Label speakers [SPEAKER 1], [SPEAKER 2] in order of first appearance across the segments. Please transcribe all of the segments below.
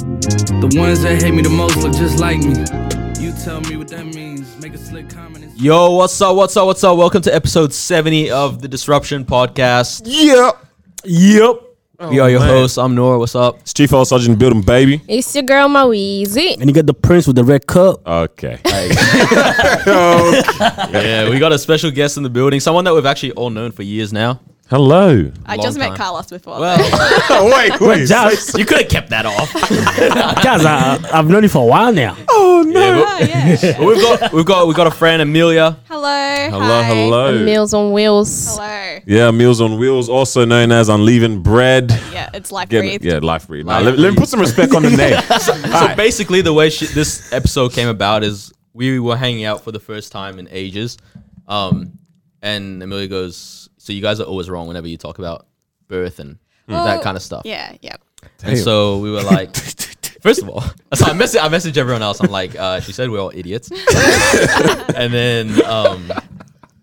[SPEAKER 1] The ones that hate me the most look just like me. You tell me what that means. Make a slick comment. And-
[SPEAKER 2] Yo, what's up? What's up? What's up? Welcome to episode 70 of the Disruption Podcast.
[SPEAKER 3] Yep. Yep.
[SPEAKER 2] we are your hosts. I'm Noor. What's up?
[SPEAKER 3] It's Chief Old Sergeant Building Baby.
[SPEAKER 4] It's your girl Moeezy.
[SPEAKER 5] And you got the prince with the red cup.
[SPEAKER 3] Okay.
[SPEAKER 2] Yeah, we got a special guest in the building, someone that we've actually all known for years now.
[SPEAKER 3] Hello.
[SPEAKER 6] I
[SPEAKER 2] Long
[SPEAKER 6] just
[SPEAKER 2] time.
[SPEAKER 6] met Carlos before.
[SPEAKER 2] Well,
[SPEAKER 3] Oh, wait, wait.
[SPEAKER 5] Guys,
[SPEAKER 2] you could have kept that off.
[SPEAKER 5] guys I, I've known you for a while now.
[SPEAKER 6] Oh, yeah.
[SPEAKER 2] But we've got we've got we've got a friend Amelia.
[SPEAKER 6] hello.
[SPEAKER 3] Hello,
[SPEAKER 6] hi.
[SPEAKER 3] hello.
[SPEAKER 4] Meals on Wheels.
[SPEAKER 6] Hello.
[SPEAKER 3] Yeah, Meals on Wheels, also known as Unleavened Bread.
[SPEAKER 6] Yeah, it's like
[SPEAKER 3] Get-
[SPEAKER 6] breathed.
[SPEAKER 3] yeah, Life Breed. Nah,
[SPEAKER 2] Life
[SPEAKER 3] let, let me put some respect on the name.
[SPEAKER 2] So basically the way she, this episode came about is we were hanging out for the first time in ages. Um and Amelia goes, "So you guys are always wrong whenever you talk about birth and that
[SPEAKER 6] Well,
[SPEAKER 2] kind of stuff."
[SPEAKER 6] Yeah, yeah.
[SPEAKER 2] And so we were like, first of all, so I message I message everyone else. I'm like, uh, she said we're all idiots, and then um,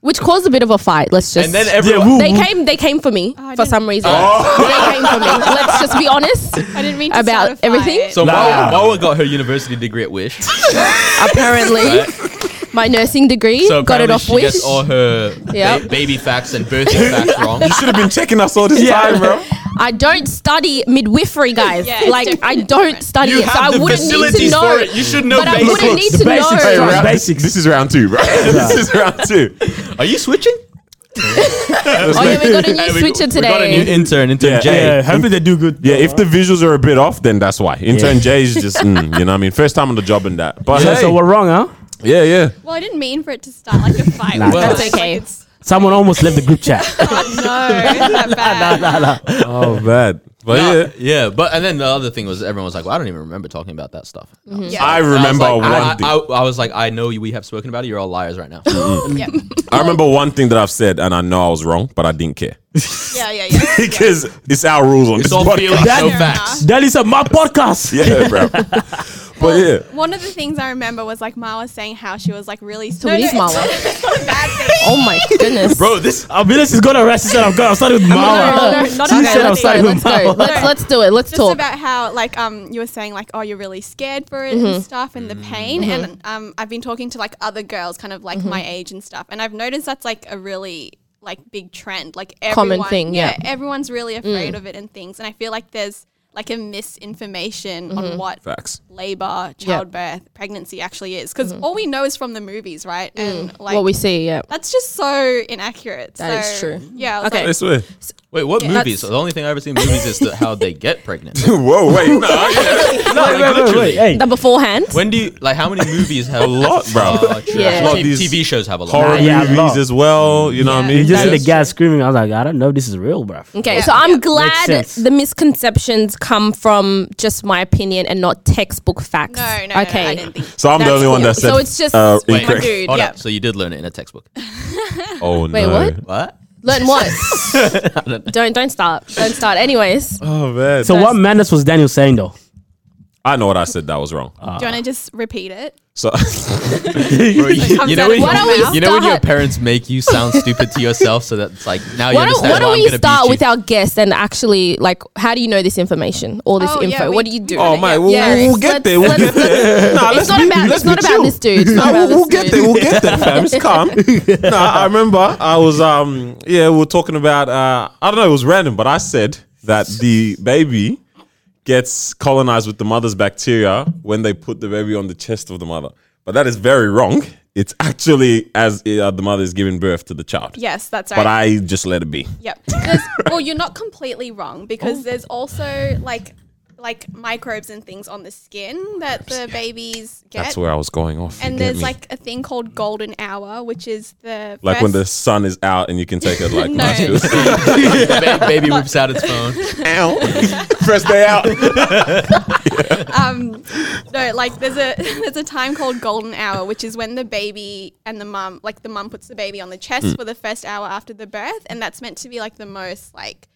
[SPEAKER 4] Which caused a bit of a fight, let's just
[SPEAKER 2] and then everyone. Oh.
[SPEAKER 4] they came they came for me
[SPEAKER 6] Oh, I
[SPEAKER 4] for
[SPEAKER 6] didn't-
[SPEAKER 4] some reason. They came for me. Let's just be honest.
[SPEAKER 6] I didn't mean to
[SPEAKER 4] About
[SPEAKER 6] start a fight.
[SPEAKER 4] everything?
[SPEAKER 2] so
[SPEAKER 3] Nah.
[SPEAKER 2] Marwa, Marwa got her university degree at Wish.
[SPEAKER 4] Apparently. My nursing degree
[SPEAKER 2] So
[SPEAKER 4] got it
[SPEAKER 2] apparently
[SPEAKER 4] off
[SPEAKER 2] she
[SPEAKER 4] wish.
[SPEAKER 2] gets all her ba-
[SPEAKER 4] Yep.
[SPEAKER 2] baby facts and birthing facts wrong.
[SPEAKER 3] You should have been checking us all this time, bro.
[SPEAKER 4] I don't study midwifery, guys.
[SPEAKER 6] Yeah, it's
[SPEAKER 4] like I
[SPEAKER 6] different,
[SPEAKER 4] don't
[SPEAKER 6] different.
[SPEAKER 4] study it, so I wouldn't need to know.
[SPEAKER 2] for it. You should know
[SPEAKER 4] But I
[SPEAKER 2] basics.
[SPEAKER 4] wouldn't need
[SPEAKER 5] the
[SPEAKER 4] to know.
[SPEAKER 5] basics,
[SPEAKER 3] Hey,
[SPEAKER 5] Right.
[SPEAKER 3] round,
[SPEAKER 5] Basics.
[SPEAKER 3] This is round two, bro. this is round two.
[SPEAKER 2] Are you switching?
[SPEAKER 4] Oh yeah, we got a
[SPEAKER 2] Hey,
[SPEAKER 4] new
[SPEAKER 2] we-
[SPEAKER 4] switcher
[SPEAKER 2] We got a
[SPEAKER 4] today.
[SPEAKER 2] new intern, intern
[SPEAKER 3] Yeah.
[SPEAKER 2] Jay.
[SPEAKER 5] Yeah, hopefully they do good.
[SPEAKER 3] Yeah, if the visuals are a bit off, then that's why. Intern Jay is just, mm, you know what I mean? First time on the job and that. But
[SPEAKER 5] So,
[SPEAKER 3] hey,
[SPEAKER 5] so we're wrong, huh?
[SPEAKER 3] yeah, yeah.
[SPEAKER 6] Well, I didn't mean for it to start like a fight.
[SPEAKER 5] Nah,
[SPEAKER 6] with
[SPEAKER 2] Well-
[SPEAKER 6] us.
[SPEAKER 4] That's okay.
[SPEAKER 6] Like, it's-
[SPEAKER 5] Someone almost left the group chat.
[SPEAKER 6] oh, no, that bad.
[SPEAKER 3] Oh, bad. But
[SPEAKER 2] Nah,
[SPEAKER 3] yeah.
[SPEAKER 2] yeah, but and then the other thing was everyone was like, well, I don't even remember talking about that stuff.
[SPEAKER 6] Yeah.
[SPEAKER 3] I remember
[SPEAKER 2] I was,
[SPEAKER 3] one
[SPEAKER 2] like,
[SPEAKER 3] thing.
[SPEAKER 2] I, I, I was like, I know we have spoken about it. You're all liars right now.
[SPEAKER 6] yeah.
[SPEAKER 3] I remember one thing that I've said, and I know I was wrong, but I didn't care
[SPEAKER 6] yeah, yeah, yeah.
[SPEAKER 3] because it's our rules on
[SPEAKER 2] It's
[SPEAKER 3] this
[SPEAKER 2] all feelings,
[SPEAKER 3] podcast.
[SPEAKER 2] no
[SPEAKER 6] Fair
[SPEAKER 2] facts.
[SPEAKER 5] that is a my podcast.
[SPEAKER 3] yeah, bro. but yeah,
[SPEAKER 6] One of the things I remember was like Marwa saying how she was like really
[SPEAKER 4] So it is
[SPEAKER 6] it's-
[SPEAKER 4] Marwa.
[SPEAKER 6] it's not a bad thing.
[SPEAKER 4] Oh my goodness.
[SPEAKER 2] Bro, this
[SPEAKER 5] Avilas is gonna arrest. She said, I'm, going, I'm starting with Mara.
[SPEAKER 4] no, no,
[SPEAKER 6] not
[SPEAKER 5] She
[SPEAKER 6] a
[SPEAKER 5] said, I'm
[SPEAKER 6] bad
[SPEAKER 5] starting
[SPEAKER 6] thing.
[SPEAKER 5] with
[SPEAKER 4] Let's go.
[SPEAKER 5] Mara.
[SPEAKER 4] Let's let's do it. Let's
[SPEAKER 6] Just
[SPEAKER 4] talk.
[SPEAKER 6] about how like um you were saying like oh you're really scared for it
[SPEAKER 4] Mm-hmm.
[SPEAKER 6] and stuff and the
[SPEAKER 3] Mm-hmm.
[SPEAKER 6] pain and um I've been talking to like other girls kind of like
[SPEAKER 4] Mm-hmm.
[SPEAKER 6] my age and stuff and I've noticed that's like a really like big trend like everyone,
[SPEAKER 4] Common thing, yeah. Mm.
[SPEAKER 6] everyone's really afraid of it and things and I feel like there's like a misinformation
[SPEAKER 4] Mm-hmm.
[SPEAKER 6] on what
[SPEAKER 3] facts.
[SPEAKER 6] labor childbirth pregnancy actually is because all we know is from the movies right and like
[SPEAKER 4] Mm-hmm. Mm. what we see, yeah.
[SPEAKER 6] that's just so inaccurate
[SPEAKER 4] That is
[SPEAKER 6] So,
[SPEAKER 4] true.
[SPEAKER 6] yeah I was
[SPEAKER 4] Okay.
[SPEAKER 3] I
[SPEAKER 6] like,
[SPEAKER 3] swear.
[SPEAKER 2] wait, what movies?
[SPEAKER 4] that's-
[SPEAKER 2] The only thing I have ever seen in movies is the, how they get pregnant.
[SPEAKER 3] Whoa, wait, no, yeah.
[SPEAKER 2] no, like, literally.
[SPEAKER 5] Hey,
[SPEAKER 4] The beforehand.
[SPEAKER 2] When do you like? How many movies have a
[SPEAKER 3] lot, bro.
[SPEAKER 4] Yeah.
[SPEAKER 3] lot of these
[SPEAKER 2] TV shows have a lot.
[SPEAKER 3] horror
[SPEAKER 5] yeah, I
[SPEAKER 3] movies
[SPEAKER 5] love-
[SPEAKER 3] as well. You know what I mean?
[SPEAKER 5] you just see
[SPEAKER 3] Yeah.
[SPEAKER 5] the guy screaming. I was like, I don't know, if this is real, bro.
[SPEAKER 4] Okay,
[SPEAKER 6] Yeah.
[SPEAKER 4] so I'm glad
[SPEAKER 5] sense.
[SPEAKER 4] the misconceptions come from just my opinion and not textbook facts.
[SPEAKER 6] no no, no,
[SPEAKER 4] okay.
[SPEAKER 6] no I didn't think
[SPEAKER 3] So I'm the
[SPEAKER 4] That's
[SPEAKER 3] only one
[SPEAKER 4] cool.
[SPEAKER 3] that said.
[SPEAKER 4] So it's just
[SPEAKER 3] uh,
[SPEAKER 4] my
[SPEAKER 3] incorrect.
[SPEAKER 4] dude.
[SPEAKER 2] Hold
[SPEAKER 4] yeah.
[SPEAKER 2] up, so you did learn it in a textbook.
[SPEAKER 3] Oh
[SPEAKER 4] Wait,
[SPEAKER 3] no.
[SPEAKER 4] what?
[SPEAKER 2] What?
[SPEAKER 4] Learn what? don't don't start. Don't start. Anyways,
[SPEAKER 3] Oh man.
[SPEAKER 5] So what madness was Daniel saying though?
[SPEAKER 3] I know what I said. That was wrong.
[SPEAKER 6] do you want to just repeat it
[SPEAKER 3] so
[SPEAKER 2] you know
[SPEAKER 6] out
[SPEAKER 2] when,
[SPEAKER 6] of my
[SPEAKER 2] you,
[SPEAKER 4] mouth.
[SPEAKER 2] you know when your
[SPEAKER 4] Start.
[SPEAKER 2] parents make you sound stupid to yourself, so that's like now you
[SPEAKER 4] why don't,
[SPEAKER 2] understand
[SPEAKER 4] why don't
[SPEAKER 2] why I'm
[SPEAKER 4] we
[SPEAKER 2] gonna
[SPEAKER 4] start
[SPEAKER 2] beat
[SPEAKER 4] with
[SPEAKER 2] you.
[SPEAKER 4] our guest and actually like how do you know this information? All this
[SPEAKER 6] Oh, yeah,
[SPEAKER 4] info.
[SPEAKER 6] we-
[SPEAKER 4] what do you do?
[SPEAKER 3] oh man, we'll,
[SPEAKER 4] Yeah.
[SPEAKER 3] we'll get there. We'll
[SPEAKER 4] Let's-
[SPEAKER 3] get there. Nah,
[SPEAKER 4] it's
[SPEAKER 3] let's
[SPEAKER 4] not
[SPEAKER 3] be-
[SPEAKER 4] about
[SPEAKER 3] let's
[SPEAKER 4] it's not
[SPEAKER 3] be
[SPEAKER 4] about
[SPEAKER 3] chill.
[SPEAKER 4] this dude. It's not
[SPEAKER 3] Nah,
[SPEAKER 4] about
[SPEAKER 3] we'll, we'll
[SPEAKER 4] this
[SPEAKER 3] get
[SPEAKER 4] dude.
[SPEAKER 3] there. We'll get there, fam. It's calm. nah, I remember I was um yeah we were talking about uh I don't know it was random but I said that the baby gets colonized with the mother's bacteria when they put the baby on the chest of the mother, but that is very wrong. It's actually as uh, the mother is giving birth to the child.
[SPEAKER 6] yes that's right
[SPEAKER 3] But I just let it be.
[SPEAKER 6] Yep. There's, well, you're not completely wrong because
[SPEAKER 3] Oh.
[SPEAKER 6] there's also like like microbes and things on the skin that the babies get.
[SPEAKER 3] That's where I was going off. You
[SPEAKER 6] and
[SPEAKER 3] get
[SPEAKER 6] there's
[SPEAKER 3] me.
[SPEAKER 6] like a thing called golden hour, which is the
[SPEAKER 3] like when the
[SPEAKER 6] first-
[SPEAKER 3] sun is out and you can take it like
[SPEAKER 6] No.
[SPEAKER 3] nice feels.
[SPEAKER 2] Ba- baby whips out its phone.
[SPEAKER 3] Ow. First day out.
[SPEAKER 6] um no like there's a there's a time called golden hour, which is when the baby and the mum like the mum puts the baby on the chest
[SPEAKER 3] Mm.
[SPEAKER 6] for the first hour after the birth, and that's meant to be like the most like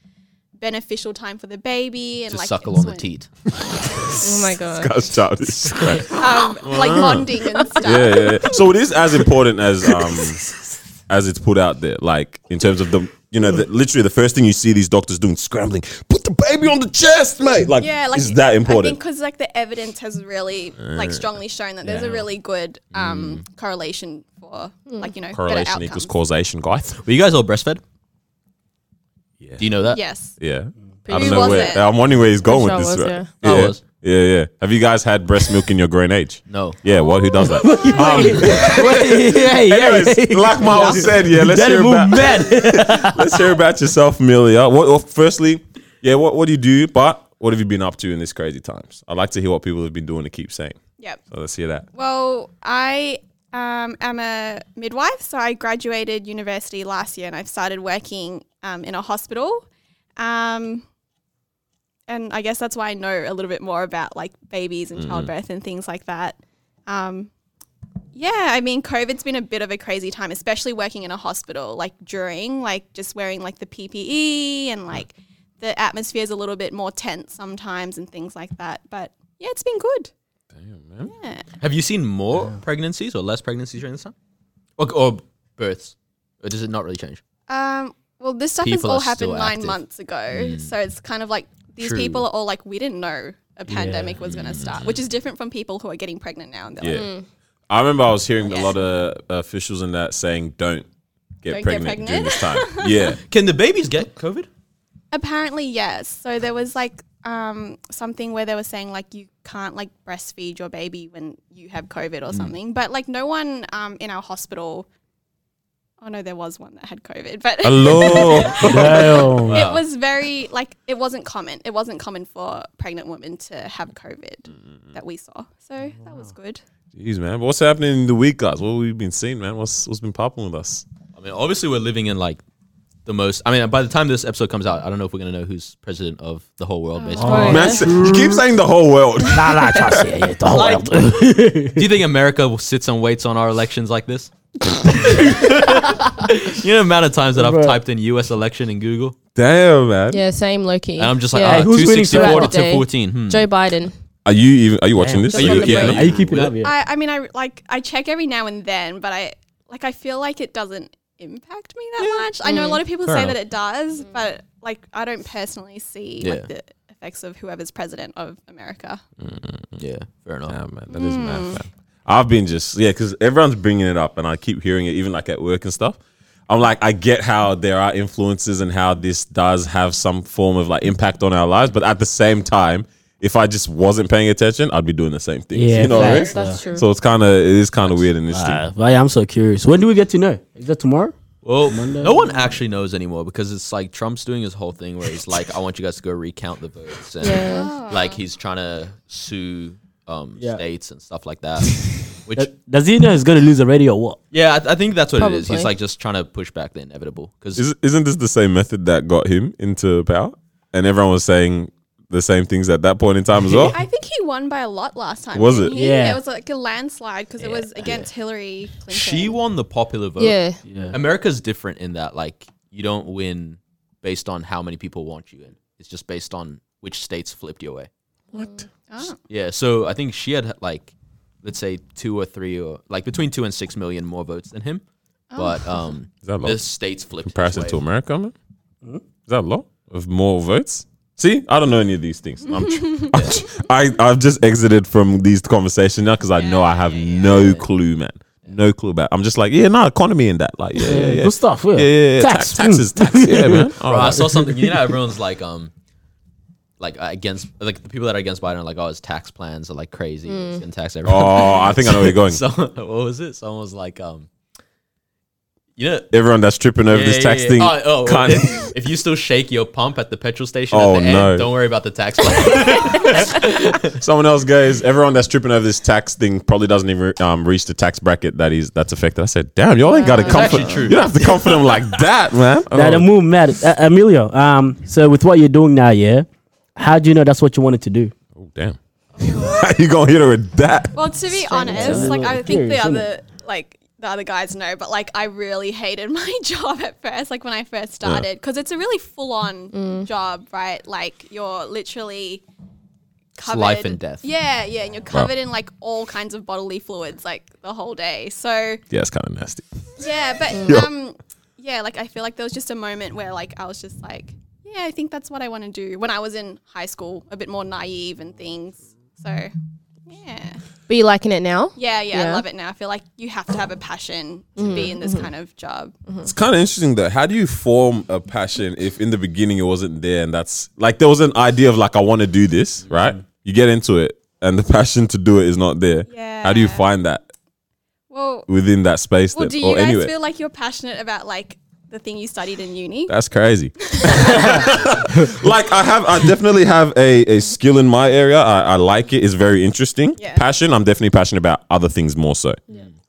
[SPEAKER 6] beneficial time for the baby and
[SPEAKER 2] Just
[SPEAKER 6] like
[SPEAKER 2] suckle
[SPEAKER 6] it's
[SPEAKER 2] on the
[SPEAKER 6] when-
[SPEAKER 2] teat.
[SPEAKER 4] Oh my god.
[SPEAKER 3] That's childish.
[SPEAKER 6] um like bonding and stuff
[SPEAKER 3] yeah, yeah, yeah. So it is as important as um as it's put out there. Like in terms of the you know, the, literally the first thing you see these doctors doing scrambling. Put the baby on the chest, mate. Like,
[SPEAKER 6] yeah, like
[SPEAKER 3] is that
[SPEAKER 6] I think
[SPEAKER 3] important? Uh,
[SPEAKER 6] because like the evidence has really like strongly shown that there's a really good um, correlation for like you know
[SPEAKER 3] Mm. Correlation
[SPEAKER 6] better
[SPEAKER 3] equals
[SPEAKER 6] outcomes.
[SPEAKER 3] causation, guys.
[SPEAKER 2] Were you guys all breastfed? Yeah. Do you know that?
[SPEAKER 6] Yes,
[SPEAKER 3] Yeah.
[SPEAKER 6] Who
[SPEAKER 3] I don't know
[SPEAKER 6] was
[SPEAKER 3] where.
[SPEAKER 6] it?
[SPEAKER 3] I'm wondering where he's going with
[SPEAKER 4] sure
[SPEAKER 3] this.
[SPEAKER 4] I was,
[SPEAKER 3] right?
[SPEAKER 4] yeah.
[SPEAKER 2] I
[SPEAKER 3] yeah.
[SPEAKER 2] was.
[SPEAKER 3] Yeah, yeah. Have you guys had breast milk in your grown age?
[SPEAKER 2] No.
[SPEAKER 3] Yeah, what? Who does that?
[SPEAKER 5] Wait, hey,
[SPEAKER 3] Anyways,
[SPEAKER 5] hey.
[SPEAKER 3] like Miles said, yeah, let's
[SPEAKER 5] Daddy
[SPEAKER 3] hear,
[SPEAKER 5] move
[SPEAKER 3] about,
[SPEAKER 5] mad.
[SPEAKER 3] let's hear about yourself, Amelia. What, well, firstly, yeah, what, what do you do? But what have you been up to in these crazy times? I'd like to hear what people have been doing to keep saying.
[SPEAKER 6] Yep.
[SPEAKER 3] So let's hear that.
[SPEAKER 6] Well, I um, am a midwife, so I graduated university last year, and I've started working um, in a hospital. Um, and I guess that's why I know a little bit more about like babies and childbirth and things like that. Um, yeah, I mean, COVID's been a bit of a crazy time, especially working in a hospital. Like during, like just wearing like the PPE and like the atmosphere is a little bit more tense sometimes and things like that. But yeah, it's been good.
[SPEAKER 2] Have you seen more pregnancies or less pregnancies during this time? Or, or births? Or does it not really change?
[SPEAKER 6] Um, well, this stuff has
[SPEAKER 2] People
[SPEAKER 6] all
[SPEAKER 2] are still
[SPEAKER 6] happened nine
[SPEAKER 2] active. Mm.
[SPEAKER 6] months ago, so it's kind of like these
[SPEAKER 2] True.
[SPEAKER 6] people are all like, we didn't know a pandemic was going to start, which
[SPEAKER 2] Mm.
[SPEAKER 6] is different from people who are getting pregnant now. And they're
[SPEAKER 3] Yeah.
[SPEAKER 6] like,
[SPEAKER 3] I remember I was hearing a
[SPEAKER 6] Mm. Yeah.
[SPEAKER 3] lot of uh, officials in that saying, don't get,
[SPEAKER 6] Don't get
[SPEAKER 3] pregnant,
[SPEAKER 6] pregnant.
[SPEAKER 3] during this time. yeah.
[SPEAKER 2] Can the babies get COVID?
[SPEAKER 6] apparently yes. So there was like um something where they were saying like you can't like breastfeed your baby when you have COVID
[SPEAKER 2] Mm.
[SPEAKER 6] or something, but like no one um in our hospital. Oh no, there was one that had COVID, but
[SPEAKER 3] Hello.
[SPEAKER 2] Oh,
[SPEAKER 5] Damn.
[SPEAKER 6] it was very like it wasn't common. It wasn't common for pregnant women to have COVID that we saw. So that was good.
[SPEAKER 3] Jeez, man. What's happening in the week, guys? What have we been seeing, man? What's What's been popping with us?
[SPEAKER 2] I mean, obviously, we're living in like the most. I mean, by the time this episode comes out, I don't know if we're going to know who's president of the whole world, basically.
[SPEAKER 5] Oh,
[SPEAKER 3] Man, s- you keep saying the whole world.
[SPEAKER 5] nah, nah, trust yeah, yeah, the whole world.
[SPEAKER 2] Do you think America will sits and waits on our elections like this? you know the amount of times that I've
[SPEAKER 5] Bruh.
[SPEAKER 2] typed in U.S. election in Google,
[SPEAKER 3] Damn, man.
[SPEAKER 4] Yeah, same Loki.
[SPEAKER 2] and I'm just like,
[SPEAKER 4] yeah.
[SPEAKER 2] ah,
[SPEAKER 5] who's
[SPEAKER 2] 264
[SPEAKER 5] winning
[SPEAKER 2] to
[SPEAKER 4] so far?
[SPEAKER 2] 214. Hmm.
[SPEAKER 4] Joe Biden.
[SPEAKER 3] Are you even? Are you watching this?
[SPEAKER 2] Are you
[SPEAKER 3] Are
[SPEAKER 2] keeping
[SPEAKER 3] you keeping
[SPEAKER 2] up?
[SPEAKER 3] up?
[SPEAKER 5] Are you keeping up? Yeah.
[SPEAKER 6] I, I mean, I like I check every now and then, but I like I feel like it doesn't impact me that much. I know a lot of people
[SPEAKER 2] Fair
[SPEAKER 6] say
[SPEAKER 2] enough.
[SPEAKER 6] that it does, but like I don't personally see
[SPEAKER 2] Yeah.
[SPEAKER 6] like the effects of whoever's president of America.
[SPEAKER 2] Yeah, fair enough.
[SPEAKER 3] Damn, man. That is mad, man. I've been just yeah, because everyone's bringing it up, and I keep hearing it, even like at work and stuff. I'm like, I get how there are influences and how this does have some form of like impact on our lives, but at the same time, if I just wasn't paying attention, I'd be doing the same thing.
[SPEAKER 5] Yeah,
[SPEAKER 3] you know what I mean?
[SPEAKER 5] facts,
[SPEAKER 4] That's true.
[SPEAKER 3] So it's kind of it is kind of weird and interesting.
[SPEAKER 5] Uh, but yeah, I'm so curious. When do we get to know? Is that tomorrow?
[SPEAKER 2] Well, no one actually knows anymore because it's like Trump's doing his whole thing where he's like, I want you guys to go recount the votes. And
[SPEAKER 4] Yeah.
[SPEAKER 2] like he's trying to sue um,
[SPEAKER 5] Yeah.
[SPEAKER 2] states and stuff like that. Which,
[SPEAKER 5] Uh, Does he know he's gonna lose already or what?
[SPEAKER 2] yeah, I, I think that's what it is. He's
[SPEAKER 4] Probably.
[SPEAKER 2] like just trying to push back the inevitable. Because
[SPEAKER 3] Is, isn't this the same method that got him into power? And everyone was saying the same things at that point in time as well.
[SPEAKER 6] I think he won by a lot last time.
[SPEAKER 3] Was it?
[SPEAKER 6] didn't he?
[SPEAKER 5] Yeah.
[SPEAKER 6] it was like a landslide because it was against Hillary Clinton.
[SPEAKER 2] she won the popular vote.
[SPEAKER 4] Yeah.
[SPEAKER 5] Um,
[SPEAKER 2] America's different in that like you don't win based on how many people want you in. It's just based on which states flipped your way.
[SPEAKER 3] Mm.
[SPEAKER 6] Oh.
[SPEAKER 2] Yeah, so I think she had like let's say 2 or 3 or like between 2 and 6 million more votes than him. But um
[SPEAKER 3] Is that low?
[SPEAKER 2] the states flipped his
[SPEAKER 3] comparison
[SPEAKER 2] way.
[SPEAKER 3] to America, man? Hmm? Is that law of more votes? See, I don't know any of these things. I'm tr- I'm tr- I, I've just exited from these conversations now because I know I have no clue, man. No clue about. I'm just like, yeah, no, economy and that. Like, yeah, yeah, yeah.
[SPEAKER 5] Good stuff. Yeah,
[SPEAKER 3] Yeah, yeah, yeah.
[SPEAKER 5] Tax,
[SPEAKER 3] Tax, taxes,
[SPEAKER 5] mm.
[SPEAKER 3] tax. Yeah, man. All
[SPEAKER 2] Bro, I
[SPEAKER 3] right.
[SPEAKER 2] saw something. You know, how everyone's like, um, like uh, against, like the people that are against Biden are like, oh, his tax plans are like crazy. It's gonna tax everyone.
[SPEAKER 3] Oh, I think I know where you're going.
[SPEAKER 2] So what was it? Someone was like, um, you know,
[SPEAKER 3] Everyone that's tripping over
[SPEAKER 2] yeah,
[SPEAKER 3] this
[SPEAKER 2] yeah,
[SPEAKER 3] tax
[SPEAKER 2] yeah.
[SPEAKER 3] thing
[SPEAKER 2] Oh, oh,
[SPEAKER 3] can't.
[SPEAKER 2] if, if you still shake your pump at the petrol station,
[SPEAKER 3] Oh,
[SPEAKER 2] at the
[SPEAKER 3] no.
[SPEAKER 2] end, don't worry about the tax plan.
[SPEAKER 3] Someone else goes. Everyone that's tripping over this tax thing probably doesn't even um, reach the tax bracket that is that's affected. I said, damn, y'all ain't got to comfort.
[SPEAKER 2] actually true.
[SPEAKER 3] You don't have to comfort them like that, man.
[SPEAKER 5] Nah, the
[SPEAKER 3] Oh.
[SPEAKER 5] move mad. Uh, Emilio, um, so with what you're doing now, yeah, how do you know that's what you wanted to do?
[SPEAKER 3] Oh, damn. you gonna hit her with that?
[SPEAKER 6] Well, to be honest,
[SPEAKER 5] Yeah.
[SPEAKER 6] like I think the
[SPEAKER 5] Curious, isn't
[SPEAKER 6] other like the other guys know, but like I really hated my job at first, like when I first started, because it's a really full on
[SPEAKER 5] Mm.
[SPEAKER 6] job, right? Like you're literally covered
[SPEAKER 2] life and death.
[SPEAKER 6] Yeah, yeah, and you're covered in like all kinds of bodily fluids like the whole day. So
[SPEAKER 3] Yeah, it's kind of nasty.
[SPEAKER 6] yeah, but um, yeah, like I feel like there was just a moment where like I was just like, yeah, yeah, I think that's what I want to do. When I was in high school, a bit more naive and things. So, yeah.
[SPEAKER 4] But you liking it now?
[SPEAKER 6] Yeah, yeah, I
[SPEAKER 4] Yeah. Mm. Mm-hmm.
[SPEAKER 6] love it now. I feel like you have to have a passion to be in this kind of job.
[SPEAKER 3] It's kind of interesting though. How do you form a passion if in the beginning it wasn't there and that's like there was an idea of like I want to do this, right? You get into it and the passion to do it is not there. How do you
[SPEAKER 6] Yeah.
[SPEAKER 3] find that
[SPEAKER 6] Well,
[SPEAKER 3] within that space
[SPEAKER 6] well,
[SPEAKER 3] that,
[SPEAKER 6] do you
[SPEAKER 3] or
[SPEAKER 6] guys
[SPEAKER 3] anyway?
[SPEAKER 6] feel like you're passionate about like the thing you studied in uni?
[SPEAKER 3] That's crazy. like I have, I definitely have a, a skill in my area. I, I like it. It's very interesting.
[SPEAKER 6] Yeah.
[SPEAKER 3] Passion. I'm definitely passionate about other things more so.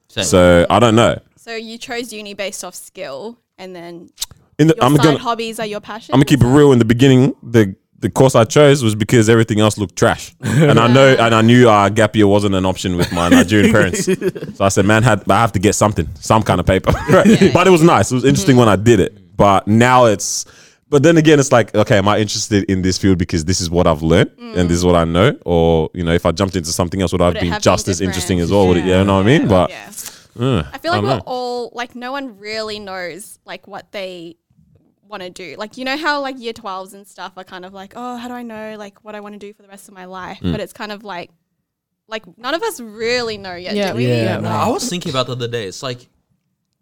[SPEAKER 2] Same.
[SPEAKER 3] So I don't know.
[SPEAKER 6] So you chose uni based off skill, and then
[SPEAKER 3] In the,
[SPEAKER 6] your
[SPEAKER 3] I'm
[SPEAKER 6] side
[SPEAKER 3] gonna
[SPEAKER 6] hobbies are your passion.
[SPEAKER 3] I'm gonna keep it real. In the beginning, the the course I chose was because everything else looked trash, and I know and I knew uh, gap year wasn't an option with my Nigerian parents. So I said, man, had, I have to get something, some kind of paper. Right? But it was nice. It was interesting when I did it. But now it's. But then again, it's like, okay, am I interested in this field because this is what I've learned and this is what I know, or you know, if I jumped into something else, would I have
[SPEAKER 6] Would it
[SPEAKER 3] been
[SPEAKER 6] have been
[SPEAKER 3] just as
[SPEAKER 6] different?
[SPEAKER 3] interesting as well? Would it, you know what I mean? But
[SPEAKER 6] yeah.
[SPEAKER 3] uh,
[SPEAKER 6] I feel like
[SPEAKER 3] don't
[SPEAKER 6] we're
[SPEAKER 3] know.
[SPEAKER 6] all like no one really knows like what they want to do. Like you know how like year 12s and stuff are kind of like, "Oh, how do I know like what I want to do for the rest of my life?"
[SPEAKER 3] Mm.
[SPEAKER 6] But it's kind of like like none of us really know yet,
[SPEAKER 4] Yeah.
[SPEAKER 6] do we?
[SPEAKER 5] Yeah,
[SPEAKER 2] No, I was thinking about the other day. It's like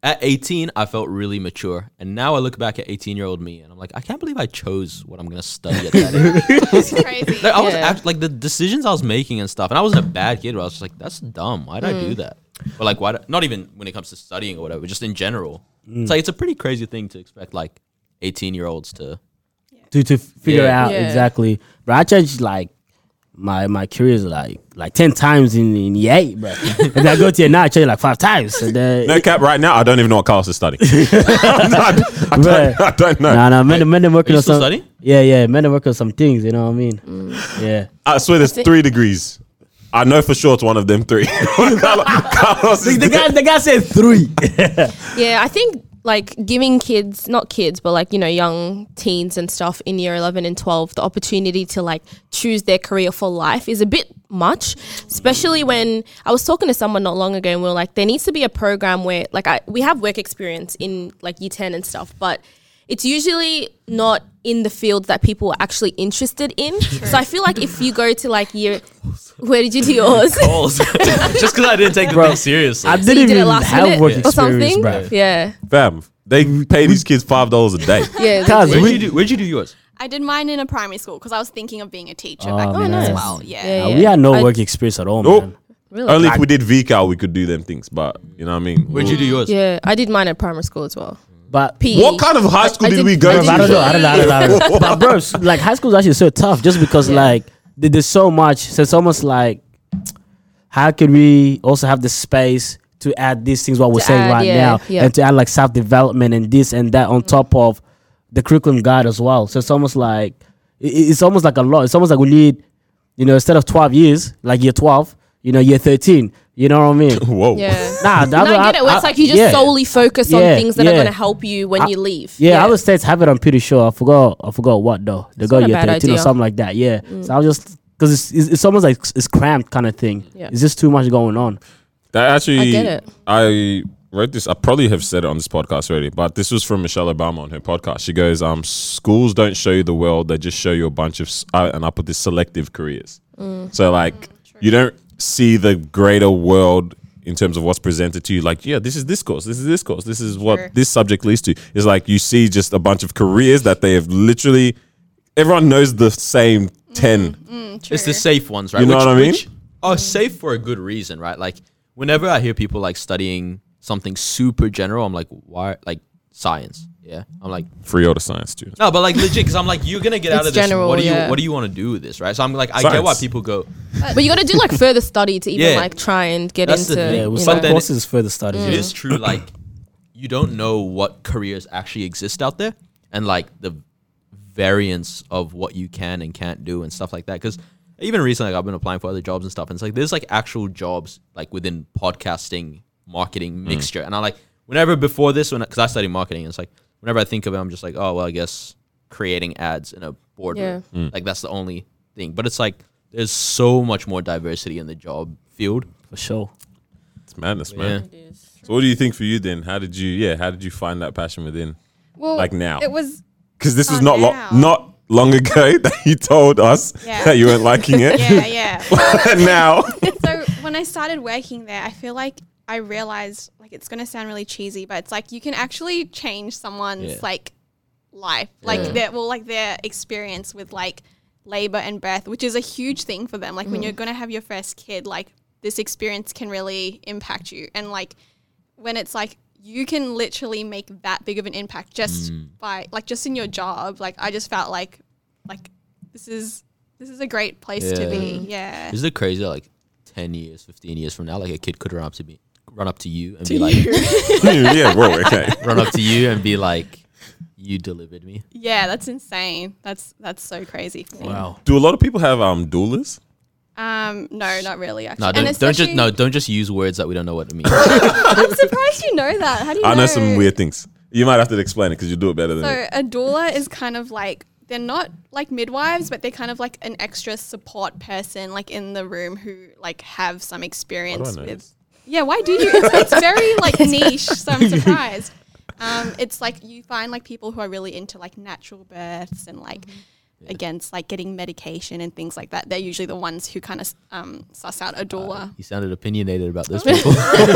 [SPEAKER 2] at 18, I felt really mature, and now I look back at 18 year old me, and I'm like, I can't believe I chose what I'm gonna study at that age.
[SPEAKER 6] It's crazy.
[SPEAKER 2] Like, I was
[SPEAKER 4] Yeah.
[SPEAKER 2] act- like the decisions I was making and stuff, and I wasn't a bad kid, but I was just like, that's dumb. Why did I do that? Or like, why? d not even when it comes to studying or whatever, just in general.
[SPEAKER 3] Mm.
[SPEAKER 2] It's like it's a pretty crazy thing to expect like 18 year olds to.
[SPEAKER 5] to to figure
[SPEAKER 2] Yeah.
[SPEAKER 5] out
[SPEAKER 4] Yeah.
[SPEAKER 5] exactly. But I charge like my my careers like like ten times in in year eight, bro. and then I go to year nine, I charge like five times. And then,
[SPEAKER 3] no cap. Right now, I don't even know what class to study. I,
[SPEAKER 5] Bruh.
[SPEAKER 3] don't, I don't know.
[SPEAKER 5] Nah, nah, men, men are working
[SPEAKER 2] you
[SPEAKER 5] on
[SPEAKER 2] still
[SPEAKER 5] some.
[SPEAKER 2] studying?
[SPEAKER 5] Yeah, yeah, men are working on some things. You know what I mean? Yeah,
[SPEAKER 3] I swear there's three degrees. I know for sure it's one of them three. Carlos is
[SPEAKER 5] the guy, the guy said three.
[SPEAKER 4] Yeah, I think like giving kids, not kids, but like, you know, young teens and stuff in year 11 and 12, the opportunity to like choose their career for life is a bit much, especially when I was talking to someone not long ago and we were like, there needs to be a program where like I, we have work experience in like year 10 and stuff, but it's usually not in the field that people are actually interested in. So I feel like if you go to like year, where did you do yours?
[SPEAKER 2] just because I didn't take the thing seriously.
[SPEAKER 5] I
[SPEAKER 4] So you
[SPEAKER 5] didn't
[SPEAKER 4] did it
[SPEAKER 5] even
[SPEAKER 4] last
[SPEAKER 5] have
[SPEAKER 4] minute
[SPEAKER 5] work
[SPEAKER 4] or
[SPEAKER 5] experience,
[SPEAKER 4] something.
[SPEAKER 5] bro.
[SPEAKER 4] Yeah.
[SPEAKER 3] Fam, they pay these kids five dollars a day.
[SPEAKER 4] Yeah.
[SPEAKER 5] Cause
[SPEAKER 2] where'd,
[SPEAKER 5] we-
[SPEAKER 2] you do, where'd you do yours?
[SPEAKER 6] I did mine in a primary school because I was thinking of being a teacher back
[SPEAKER 5] Oh,
[SPEAKER 6] then
[SPEAKER 5] nice.
[SPEAKER 6] as well. Yeah.
[SPEAKER 4] Yeah,
[SPEAKER 5] nah,
[SPEAKER 4] yeah.
[SPEAKER 5] we had no
[SPEAKER 4] I-
[SPEAKER 5] work experience at all,
[SPEAKER 3] Nope.
[SPEAKER 5] man.
[SPEAKER 4] Really?
[SPEAKER 3] Only if we did VCAL, we could do them things. But you know what I mean.
[SPEAKER 2] Where'd you do yours?
[SPEAKER 4] Yeah, I did mine at primary school as well. E.
[SPEAKER 5] But
[SPEAKER 4] PE.
[SPEAKER 3] What kind of high school
[SPEAKER 4] I
[SPEAKER 3] did,
[SPEAKER 4] did-
[SPEAKER 3] we go
[SPEAKER 4] I
[SPEAKER 3] to?
[SPEAKER 4] did
[SPEAKER 5] I don't know. I don't know. I don't know. I don't know.
[SPEAKER 3] What?
[SPEAKER 5] but bro, s- like high school is actually so tough just because
[SPEAKER 4] Yeah.
[SPEAKER 5] like th- there's so much. So it's almost like how could we also have the space to add these things what we're
[SPEAKER 4] To
[SPEAKER 5] saying
[SPEAKER 4] add,
[SPEAKER 5] right
[SPEAKER 4] yeah,
[SPEAKER 5] now
[SPEAKER 4] yeah. Mm.
[SPEAKER 5] and to add like self development and this and that on top of the curriculum guide as well. So it's almost like i- i- it's almost like a lot. It's almost like we need you know instead of 12 years like year 12, you know year 13. You know what I mean?
[SPEAKER 3] Whoa.
[SPEAKER 4] Yeah.
[SPEAKER 5] Nah,
[SPEAKER 4] No, I get it. Where it's like you just
[SPEAKER 5] yeah.
[SPEAKER 4] solely focus on
[SPEAKER 5] Yeah,
[SPEAKER 4] things that are
[SPEAKER 5] yeah.
[SPEAKER 4] going to help you when
[SPEAKER 5] I-
[SPEAKER 4] you leave.
[SPEAKER 5] Yeah, other states have it. I'm pretty sure. I forgot. I forgot what though. They got
[SPEAKER 4] not a
[SPEAKER 5] year
[SPEAKER 4] bad
[SPEAKER 5] 13 or
[SPEAKER 4] idea. Mm.
[SPEAKER 5] something like that. Yeah. So I was just because it's, it's it's almost like it's cramped kind of thing.
[SPEAKER 4] Yeah.
[SPEAKER 5] It's just too much going on.
[SPEAKER 3] That actually,
[SPEAKER 4] I get it.
[SPEAKER 3] I wrote this. I probably have said it on this podcast already, but this was from Michelle Obama on her podcast. She goes, "Um, schools don't show you the world; they just show you a bunch of." s- Uh, and I put this selective careers.
[SPEAKER 4] Mm.
[SPEAKER 3] So like, you don't see the greater world in terms of what's presented to you. Like, yeah, this is this course, this is this course, this is what
[SPEAKER 6] Sure.
[SPEAKER 3] this subject leads to. It's like you see just a bunch of careers that they have literally. Everyone knows the
[SPEAKER 4] Mm,
[SPEAKER 3] same ten.
[SPEAKER 2] It's the safe ones, right?
[SPEAKER 3] You know
[SPEAKER 2] which,
[SPEAKER 3] what I mean?
[SPEAKER 2] Which are safe for a good reason, right? Like whenever I hear people like studying something super general, I'm like, why? Like science, yeah. I'm like,
[SPEAKER 3] Free auto science students.
[SPEAKER 2] no, but like legit, because I'm like, you're gonna get out
[SPEAKER 4] It's
[SPEAKER 2] of this.
[SPEAKER 4] general,
[SPEAKER 2] what do you
[SPEAKER 4] yeah.
[SPEAKER 2] What do you want to do with this, right? So I'm like, I get
[SPEAKER 3] Science.
[SPEAKER 2] why people go.
[SPEAKER 4] But you got to do like further study to even
[SPEAKER 2] Yeah.
[SPEAKER 4] like try and get
[SPEAKER 2] That's the
[SPEAKER 4] into.
[SPEAKER 2] thing.
[SPEAKER 5] Yeah, with
[SPEAKER 4] you
[SPEAKER 5] some
[SPEAKER 4] know.
[SPEAKER 2] then it-
[SPEAKER 5] courses further studies.
[SPEAKER 4] Mm.
[SPEAKER 2] It is true, like you don't know what careers actually exist out there, and like the variance of what you can and can't do and stuff like that. Because even recently, like, I've been applying for other jobs and stuff, and it's like there's like actual jobs like within podcasting, marketing mixture, and I like whenever before this, when because I study marketing, it's like whenever I think of it, I'm just like, oh well, I guess creating ads in a boardroom, like that's the only thing. But it's like there's so much more diversity in the job field.
[SPEAKER 5] for sure.
[SPEAKER 3] It's madness, man.
[SPEAKER 2] Yeah.
[SPEAKER 3] So what do you think for you then? How did you yeah, how did you find that passion within?
[SPEAKER 6] Well,
[SPEAKER 3] Like now.
[SPEAKER 6] It was
[SPEAKER 3] because this is
[SPEAKER 6] Oh,
[SPEAKER 3] not
[SPEAKER 6] now.
[SPEAKER 3] long, not long ago that you told us
[SPEAKER 6] Yeah.
[SPEAKER 3] that you weren't liking it.
[SPEAKER 6] yeah, yeah.
[SPEAKER 3] now,
[SPEAKER 6] so when I started working there, I feel like I realized like it's gonna sound really cheesy, but it's like you can actually change someone's
[SPEAKER 2] Yeah.
[SPEAKER 6] like life, like their well, like their experience with like labor and birth, which is a huge thing for them. Like when you're gonna have your first kid, like this experience can really impact you, and like when it's like you can literally make that big of an impact just by like just in your job. Like I just felt like like this is this is a great place to
[SPEAKER 2] Yeah.
[SPEAKER 6] be. Yeah.
[SPEAKER 2] Is it crazy? that, Like ten years, fifteen years from now, like a kid could run up to me, run up to you and be like,
[SPEAKER 3] yeah, bro, okay.
[SPEAKER 2] run up to you and be like, you delivered me.
[SPEAKER 6] Yeah, that's insane. That's that's so crazy. For me.
[SPEAKER 3] Do a lot of people have um doulas?
[SPEAKER 6] Um, no, not really.
[SPEAKER 2] No,
[SPEAKER 6] Actually, And
[SPEAKER 2] don't, don't just
[SPEAKER 6] especially-
[SPEAKER 2] no, don't just use words that we don't know what it means.
[SPEAKER 6] I'm surprised you know that. How do you?
[SPEAKER 3] I know some weird things. You might have to explain it because you do it better than me.
[SPEAKER 6] So a doula is kind of like they're not like midwives, but they're kind of like an extra support person, like in the room who like have some experience
[SPEAKER 3] know
[SPEAKER 6] with
[SPEAKER 3] this?
[SPEAKER 6] Yeah, why do you? It's, it's very like niche, so I'm surprised. Um, it's like you find like people who are really into like natural births and like
[SPEAKER 2] Mm-hmm.
[SPEAKER 6] against like getting medication and things like that. They're usually the ones who kind of um, suss out a doula.
[SPEAKER 2] you sounded opinionated about those people.
[SPEAKER 6] I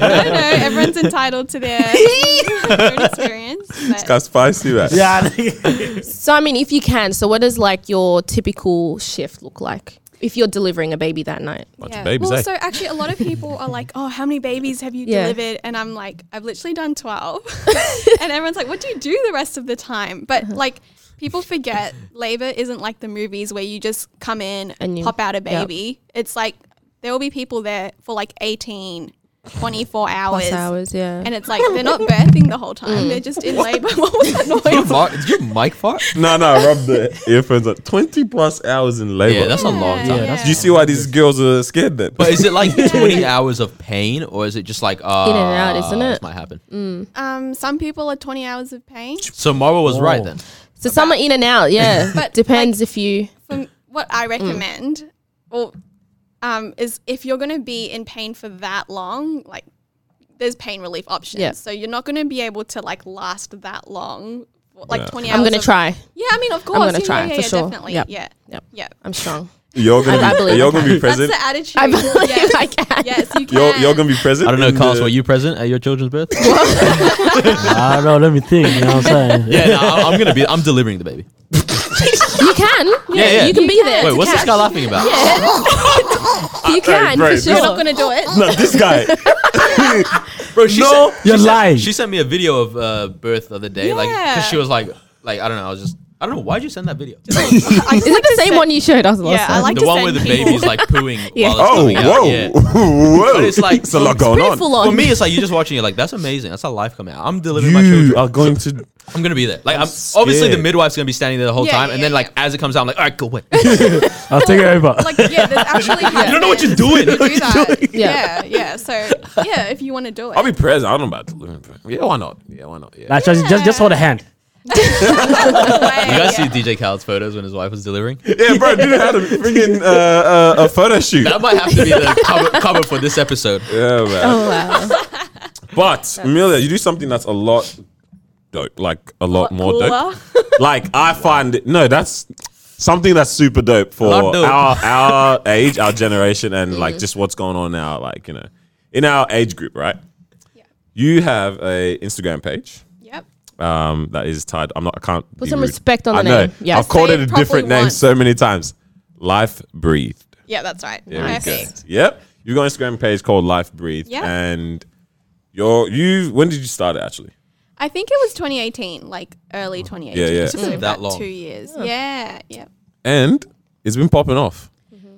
[SPEAKER 6] don't know. Everyone's entitled to their own experience. but-
[SPEAKER 3] That's spicy, right?
[SPEAKER 5] Yeah.
[SPEAKER 4] So I mean, if you can, so what does like your typical shift look like if you're delivering a baby that night?
[SPEAKER 3] Lots of babies,
[SPEAKER 6] well,
[SPEAKER 3] eh?
[SPEAKER 6] so actually, a lot of people are like, "Oh, how many babies have you
[SPEAKER 4] Yeah.
[SPEAKER 6] delivered?" And I'm like, "I've literally done 12." and everyone's like, "What do you do the rest of the time?" But like, people forget labor isn't like the movies where you just come in
[SPEAKER 4] And
[SPEAKER 6] and
[SPEAKER 4] you-
[SPEAKER 6] pop out a
[SPEAKER 4] yeah.
[SPEAKER 6] baby. It's like there will be people there for like 18, 24 hours,
[SPEAKER 4] yeah.
[SPEAKER 6] and it's like they're not birthing the whole time; they're just in labor. what was that noise?
[SPEAKER 2] Mark, did you mic fart?
[SPEAKER 3] No, no, rub the earphones up. 20 plus hours in labor.
[SPEAKER 2] Yeah, that's a long time.
[SPEAKER 5] Yeah.
[SPEAKER 3] Do you see why these girls are scared then?
[SPEAKER 2] But is it like 20 hours of pain, or is it just like uh,
[SPEAKER 4] In and out, isn't
[SPEAKER 2] This
[SPEAKER 4] it?
[SPEAKER 2] might happen.
[SPEAKER 6] Um, some people are 20 hours of pain.
[SPEAKER 2] So Mara was right
[SPEAKER 5] Whoa.
[SPEAKER 2] then.
[SPEAKER 4] so some are in and out, yeah.
[SPEAKER 6] But,
[SPEAKER 4] Depends if you.
[SPEAKER 6] from what I recommend, well, um, is if you're going to be in pain for that long, like there's pain relief options.
[SPEAKER 4] Yeah.
[SPEAKER 6] So you're not going to be able to like last that long, like
[SPEAKER 3] Yeah.
[SPEAKER 6] 20 hours.
[SPEAKER 4] I'm gonna
[SPEAKER 6] of-
[SPEAKER 4] try.
[SPEAKER 6] Yeah, I mean, of course.
[SPEAKER 4] gonna
[SPEAKER 6] yeah,
[SPEAKER 4] try,
[SPEAKER 6] yeah,
[SPEAKER 4] for
[SPEAKER 6] yeah,
[SPEAKER 4] sure.
[SPEAKER 6] Definitely.
[SPEAKER 4] Yep.
[SPEAKER 6] Yeah.
[SPEAKER 4] Yep.
[SPEAKER 6] Yeah.
[SPEAKER 4] I'm strong.
[SPEAKER 3] You're gonna
[SPEAKER 4] I
[SPEAKER 3] be,
[SPEAKER 4] believe
[SPEAKER 3] you're
[SPEAKER 4] I
[SPEAKER 3] gonna
[SPEAKER 4] can.
[SPEAKER 3] be present.
[SPEAKER 6] That's the attitude.
[SPEAKER 4] I believe
[SPEAKER 6] yes.
[SPEAKER 4] I can.
[SPEAKER 6] yes, you can.
[SPEAKER 3] You're, you're gonna be present.
[SPEAKER 2] I don't know,
[SPEAKER 3] in
[SPEAKER 2] Carlos,
[SPEAKER 3] the-
[SPEAKER 2] were you present at your children's birth?
[SPEAKER 5] I don't know. Let me think. You know what I'm saying?
[SPEAKER 2] yeah, no, I- I'm gonna be. I'm delivering the baby.
[SPEAKER 4] You can. Yeah,
[SPEAKER 2] yeah.
[SPEAKER 4] You can be there.
[SPEAKER 2] Wait,
[SPEAKER 4] to
[SPEAKER 2] what's this
[SPEAKER 4] catch.
[SPEAKER 2] guy laughing about?
[SPEAKER 4] You can
[SPEAKER 3] bro,
[SPEAKER 4] for
[SPEAKER 3] this-
[SPEAKER 4] sure.
[SPEAKER 6] You're not going to do it.
[SPEAKER 3] No, this guy.
[SPEAKER 2] Bro, she
[SPEAKER 3] No,
[SPEAKER 2] sent-
[SPEAKER 5] you're
[SPEAKER 2] she sent-
[SPEAKER 5] lying.
[SPEAKER 2] she sent me a video of uh, birth the other day, like
[SPEAKER 6] Yeah.
[SPEAKER 2] because she was like, like I don't know. I was just, I don't know. Why'd you send that video?
[SPEAKER 6] I
[SPEAKER 4] Is it the same one you showed us last
[SPEAKER 6] Yeah, I
[SPEAKER 4] time?
[SPEAKER 6] like
[SPEAKER 2] the
[SPEAKER 6] to
[SPEAKER 2] one
[SPEAKER 6] send
[SPEAKER 2] where the
[SPEAKER 6] people.
[SPEAKER 2] baby's like pooing while it's
[SPEAKER 3] Oh,
[SPEAKER 2] coming out.
[SPEAKER 3] whoa,
[SPEAKER 2] Yeah.
[SPEAKER 3] whoa!
[SPEAKER 2] But it's like-
[SPEAKER 3] it's a lot going
[SPEAKER 4] pretty
[SPEAKER 3] on.
[SPEAKER 4] full on.
[SPEAKER 2] For me, it's like you're just watching it. Like that's amazing. That's how life come out. I'm delivering my
[SPEAKER 3] You
[SPEAKER 2] children.
[SPEAKER 3] are going to.
[SPEAKER 2] I'm gonna be there. Like I'm, obviously the
[SPEAKER 3] scared.
[SPEAKER 2] midwife's gonna be standing there the whole
[SPEAKER 6] Yeah,
[SPEAKER 2] time, and
[SPEAKER 6] yeah,
[SPEAKER 2] then like as it comes out, I'm like, all right, go away. you
[SPEAKER 5] I'll take it over.
[SPEAKER 6] Like, yeah, there's actually. You
[SPEAKER 2] don't know what you're doing.
[SPEAKER 6] You do that.
[SPEAKER 4] Yeah.
[SPEAKER 6] Yeah. yeah, So, yeah, if you want to do it.
[SPEAKER 3] I'll be present. I don't know about delivering. Yeah, why not? Yeah, why not? Yeah.
[SPEAKER 5] Like, just, just, just hold a hand.
[SPEAKER 2] guys
[SPEAKER 6] yeah.
[SPEAKER 2] see DJ Khaled's photos when his wife was delivering?
[SPEAKER 3] Yeah, bro, dude had a freaking uh, uh, a photo shoot.
[SPEAKER 2] That might have to be the cover, cover for this episode.
[SPEAKER 3] Yeah, man.
[SPEAKER 4] Oh, wow.
[SPEAKER 3] But Amelia, you do something that's a lot dope, like a lot more dope.
[SPEAKER 6] Cooler.
[SPEAKER 3] Like I find it, no, that's something that's super dope for
[SPEAKER 2] Lot dope.
[SPEAKER 3] our our age, our generation, and like just what's going on now, like you know, in our age group, right? You have a Instagram page.
[SPEAKER 6] Yep.
[SPEAKER 3] um, that is tied. I'm not. I can't. Put
[SPEAKER 4] some respect on the name. Yeah.
[SPEAKER 3] I've called
[SPEAKER 6] Say
[SPEAKER 3] it a
[SPEAKER 6] it properly
[SPEAKER 3] different name
[SPEAKER 6] once.
[SPEAKER 3] so many times. Life breathed.
[SPEAKER 6] Yeah, that's right.
[SPEAKER 3] There we go.
[SPEAKER 6] Perfect.
[SPEAKER 3] Yep. You got an Instagram page called Life Breathed.
[SPEAKER 6] Yeah.
[SPEAKER 3] And you're you. When did you start it? Actually,
[SPEAKER 6] I think it was 2018, like early 2018.
[SPEAKER 3] Yeah, yeah.
[SPEAKER 6] It's just
[SPEAKER 2] Mm.
[SPEAKER 6] over
[SPEAKER 2] That
[SPEAKER 6] about
[SPEAKER 2] long.
[SPEAKER 6] Two years. Yeah, yeah.
[SPEAKER 3] and it's been popping off.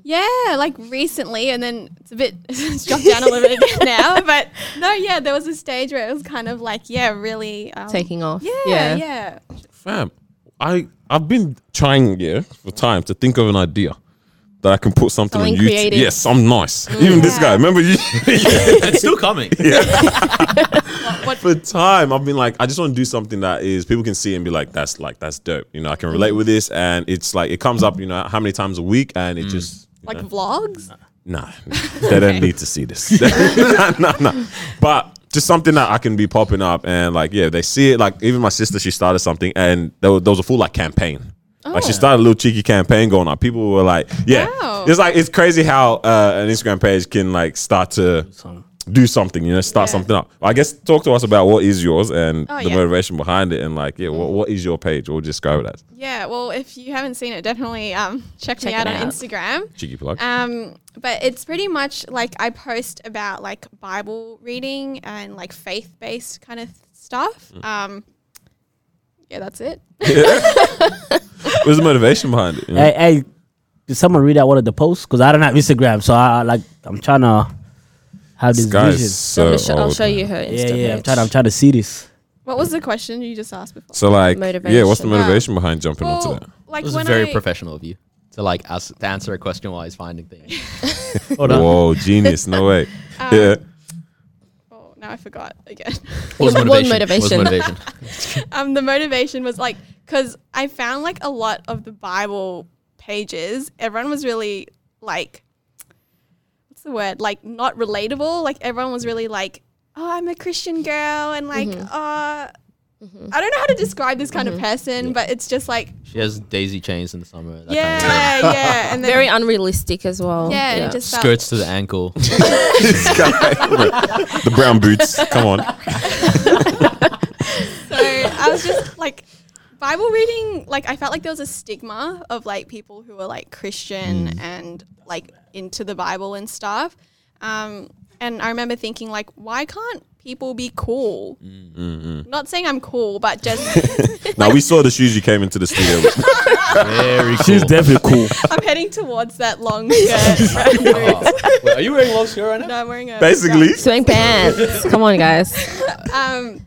[SPEAKER 6] Yeah, like recently, and then it's a bit it's dropped down a little bit again now. But no, yeah, there was a stage where it was kind of like, yeah, really um,
[SPEAKER 4] Taking off.
[SPEAKER 6] Yeah,
[SPEAKER 4] Yeah.
[SPEAKER 6] yeah,
[SPEAKER 3] Fam, I I've been trying yeah for time to think of an idea that I can put something
[SPEAKER 4] Something
[SPEAKER 3] on YouTube.
[SPEAKER 4] creative. Mm,
[SPEAKER 3] Yes, I'm nice. Even this guy. Remember you?
[SPEAKER 2] It's still coming.
[SPEAKER 3] for time, I've been like, I just want to do something that is people can see and be like, that's like that's dope. You know, I can relate with this, and it's like it comes up. You know, how many times a week, and it just you
[SPEAKER 6] like
[SPEAKER 3] know,
[SPEAKER 6] vlogs.
[SPEAKER 3] nah, they don't need to see this. nah, nah, nah. But just something that I can be popping up and like yeah, they see it. Like even my sister, she started something and there was, there was a full like campaign. Like she started a little cheeky campaign going on. People were like, yeah,
[SPEAKER 6] Oh. Wow.
[SPEAKER 3] it's like it's crazy how uh, an Instagram page can like start to do something. You know, start
[SPEAKER 6] Yeah.
[SPEAKER 3] something up. I guess talk to us about what is yours and
[SPEAKER 6] Oh,
[SPEAKER 3] the
[SPEAKER 6] yeah. Mm.
[SPEAKER 3] motivation behind it and like yeah, what, what is your page? We'll describe it as
[SPEAKER 6] Yeah, well, if you haven't seen it, definitely um, check,
[SPEAKER 4] Check
[SPEAKER 6] me out
[SPEAKER 4] it
[SPEAKER 6] on
[SPEAKER 4] out.
[SPEAKER 6] Instagram.
[SPEAKER 3] cheeky plug.
[SPEAKER 6] Um, but it's pretty much like I post about like Bible reading and like faith based kind of stuff.
[SPEAKER 2] Mm.
[SPEAKER 6] Um, yeah, that's it.
[SPEAKER 3] What's the motivation behind it? you know?
[SPEAKER 5] Hey, hey, did someone read out one of the posts? Because I don't have Instagram, so I I, like I'm trying to have this
[SPEAKER 3] Guys,
[SPEAKER 5] vision.
[SPEAKER 3] so
[SPEAKER 4] I'll, show, I'll
[SPEAKER 3] old,
[SPEAKER 4] show
[SPEAKER 3] man.
[SPEAKER 4] you her
[SPEAKER 5] Yeah,
[SPEAKER 4] Insta
[SPEAKER 5] yeah. I'm
[SPEAKER 4] page.
[SPEAKER 5] trying. I'm trying to see this.
[SPEAKER 6] What was the question you just asked before?
[SPEAKER 3] So like, yeah, what's the
[SPEAKER 4] Motivation.
[SPEAKER 3] motivation behind jumping
[SPEAKER 6] Well,
[SPEAKER 3] onto that?
[SPEAKER 6] like
[SPEAKER 2] This is
[SPEAKER 6] when
[SPEAKER 2] very
[SPEAKER 6] I,
[SPEAKER 2] professional of you to like ask to answer a question while he's finding things.
[SPEAKER 3] Whoa, genius! No way. yeah,
[SPEAKER 4] Uh,
[SPEAKER 6] Oh, now I forgot again.
[SPEAKER 2] What was
[SPEAKER 4] What
[SPEAKER 2] motivation?
[SPEAKER 4] motivation?
[SPEAKER 2] What was motivation?
[SPEAKER 6] um, the motivation was like because I found like a lot of the Bible pages. Everyone was really like, what's the word? Like not relatable. Like everyone was really like, oh, I'm a Christian girl, and like, uh, I don't know how to describe this kind of person, but it's just like,
[SPEAKER 2] she has daisy chains in the summer. That
[SPEAKER 6] yeah,
[SPEAKER 2] Kind of
[SPEAKER 6] yeah, and then,
[SPEAKER 4] Very unrealistic as well.
[SPEAKER 6] yeah, and it just
[SPEAKER 2] thing.
[SPEAKER 6] felt-
[SPEAKER 2] Skirts to the ankle.
[SPEAKER 3] the brown boots. Come on.
[SPEAKER 6] So I was just like, Bible reading, like, I felt like there was a stigma of like people who were like Christian and like into the Bible and stuff. Um, and I remember thinking, like, why can't people be cool? Not saying I'm cool, but just
[SPEAKER 3] Now we saw the shoes you came into the studio. with.
[SPEAKER 2] Very cool.
[SPEAKER 5] definitely cool.
[SPEAKER 6] I'm heading towards that long skirt. brown boots.
[SPEAKER 2] Wait, are you wearing long skirt right now?
[SPEAKER 6] no, I'm wearing a
[SPEAKER 3] Basically,
[SPEAKER 4] Swing pants. Come on, guys.
[SPEAKER 6] um,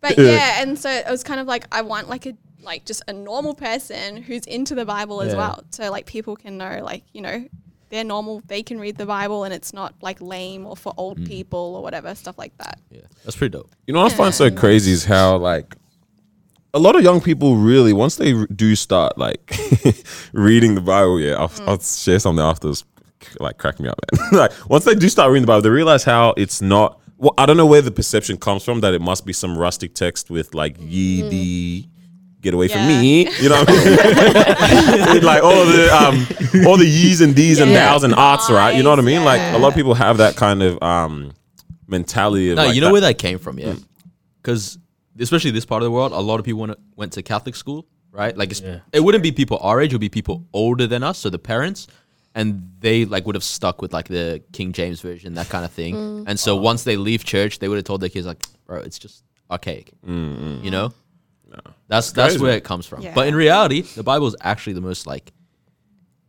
[SPEAKER 6] but yeah, and so it was kind of like I want like a like just a normal person who's into the Bible as
[SPEAKER 5] Yeah.
[SPEAKER 6] well, so like people can know like you know they're normal, they can read the Bible, and it's not like lame or for old people or whatever stuff like that.
[SPEAKER 2] Yeah, that's pretty dope.
[SPEAKER 3] you know what I find so crazy is how like a lot of young people really once they r- do start like reading the Bible. Yeah, I'll, I'll
[SPEAKER 6] Mm.
[SPEAKER 3] share something after this. Like crack me up, man. like once they do start reading the Bible, they realize how it's not. Well, I don't know where the perception comes from that it must be some rustic text with like ye the get away from
[SPEAKER 6] Mm-hmm. Yeah.
[SPEAKER 3] me. You know what I mean? like all the um, all the yees and these and
[SPEAKER 6] Yeah.
[SPEAKER 3] thous and arts, right? You know what I mean? Like
[SPEAKER 6] Yeah.
[SPEAKER 3] a lot of people have that kind of um mentality. Of
[SPEAKER 2] No,
[SPEAKER 3] like
[SPEAKER 2] you know
[SPEAKER 3] that.
[SPEAKER 2] where that came from, yeah. Because especially this part of the world, a lot of people went, went to Catholic school, right? Like, it's, it wouldn't be people our age; it would be people older than us, so the parents, and they like would have stuck with like the King James version, that kind of thing. And so once they leave church, they would have told their kids like, "Bro, it's just archaic," you know. That's that's
[SPEAKER 3] crazy.
[SPEAKER 2] where it comes from.
[SPEAKER 6] Yeah.
[SPEAKER 2] But in reality, the Bible is actually the most like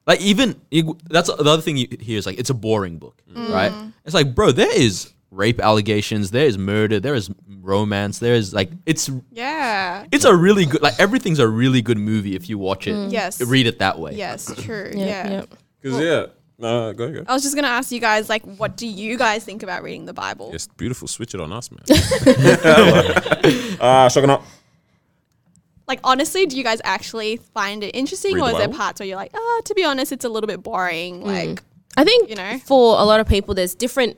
[SPEAKER 2] like even you- that's the other thing you hear is like it's a boring book,
[SPEAKER 6] Mm.
[SPEAKER 2] right? It's like, bro, there is rape allegations, there is murder, there is romance, there is like it's
[SPEAKER 6] Yeah.
[SPEAKER 2] it's a really good like everything's a really good movie if you watch it.
[SPEAKER 6] Mm. Yes.
[SPEAKER 2] Read it that way.
[SPEAKER 6] Yes. True.
[SPEAKER 4] Yeah,
[SPEAKER 6] Yeah.
[SPEAKER 4] yeah.
[SPEAKER 3] Because yeah, no, go go.
[SPEAKER 6] I was just gonna ask you guys, like, what do you guys think about reading the Bible?
[SPEAKER 3] It's beautiful. Switch it on us, man. Ah, shocking up.
[SPEAKER 6] Like, honestly, do you guys actually find it interesting,
[SPEAKER 3] Read
[SPEAKER 6] or
[SPEAKER 3] the
[SPEAKER 6] is there
[SPEAKER 3] Bible?
[SPEAKER 6] parts where you're like, oh, to be honest, it's a little bit boring?
[SPEAKER 4] Mm.
[SPEAKER 6] Like,
[SPEAKER 4] I think
[SPEAKER 6] You know?
[SPEAKER 4] for a lot of people, there's different,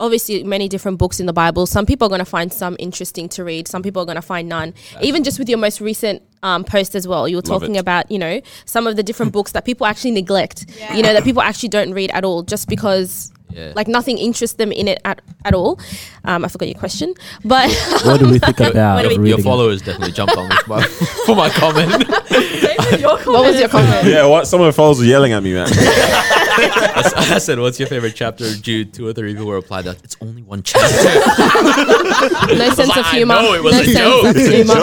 [SPEAKER 4] obviously many different books in the Bible. Some people are going to find some interesting to read. Some people are going to find none. Even just with your most recent um, post as well, you were
[SPEAKER 3] Love
[SPEAKER 4] talking
[SPEAKER 3] it.
[SPEAKER 4] about you know some of the different books that people actually neglect. You know that people actually don't read at all just because.
[SPEAKER 2] Yeah.
[SPEAKER 4] Like nothing interests them in it at, at all. Um, I forgot your question, but
[SPEAKER 5] What do we think about
[SPEAKER 4] do we-
[SPEAKER 2] Your, your
[SPEAKER 5] reading?
[SPEAKER 2] followers definitely jumped on this my, for my comment.
[SPEAKER 4] what was your comment?
[SPEAKER 3] Yeah, what? Some of the followers were yelling at me, man.
[SPEAKER 2] I said, "What's your favorite chapter of Jude?" Two or three people replied that it's only one chapter.
[SPEAKER 4] No sense of
[SPEAKER 2] I
[SPEAKER 4] humor.
[SPEAKER 2] know it was
[SPEAKER 4] no
[SPEAKER 2] a
[SPEAKER 4] sense
[SPEAKER 2] joke.
[SPEAKER 4] of humor.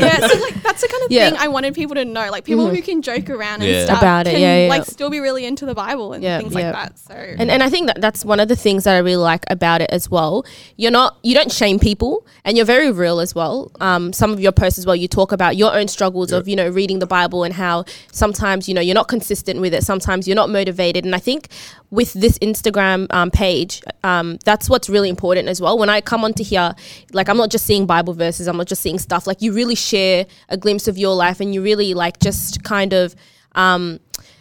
[SPEAKER 3] Yo,
[SPEAKER 6] yeah, so like that's the kind of
[SPEAKER 4] Yeah. Mm.
[SPEAKER 6] thing I wanted people to know, like people who can joke around
[SPEAKER 2] Yeah.
[SPEAKER 6] and stuff
[SPEAKER 4] About it,
[SPEAKER 6] can,
[SPEAKER 4] yeah, yeah,
[SPEAKER 6] like
[SPEAKER 4] yeah.
[SPEAKER 6] still be really into the Bible and
[SPEAKER 4] Yeah,
[SPEAKER 6] things
[SPEAKER 4] yeah.
[SPEAKER 6] like that. So
[SPEAKER 4] And and I think that that's one of the things that I really like about it as well. You're not you don't shame people, and you're very real as well. Um, some of your posts as well, you talk about your own struggles of you know reading the Bible and how sometimes you know you're not consistent with it. Sometimes you're not motivated, and I think with this Instagram um, page, um, that's what's really important as well. When I come onto here, like I'm not just seeing Bible verses, I'm not just seeing stuff. Like you really share a glimpse of your life, and you really like just kind of um,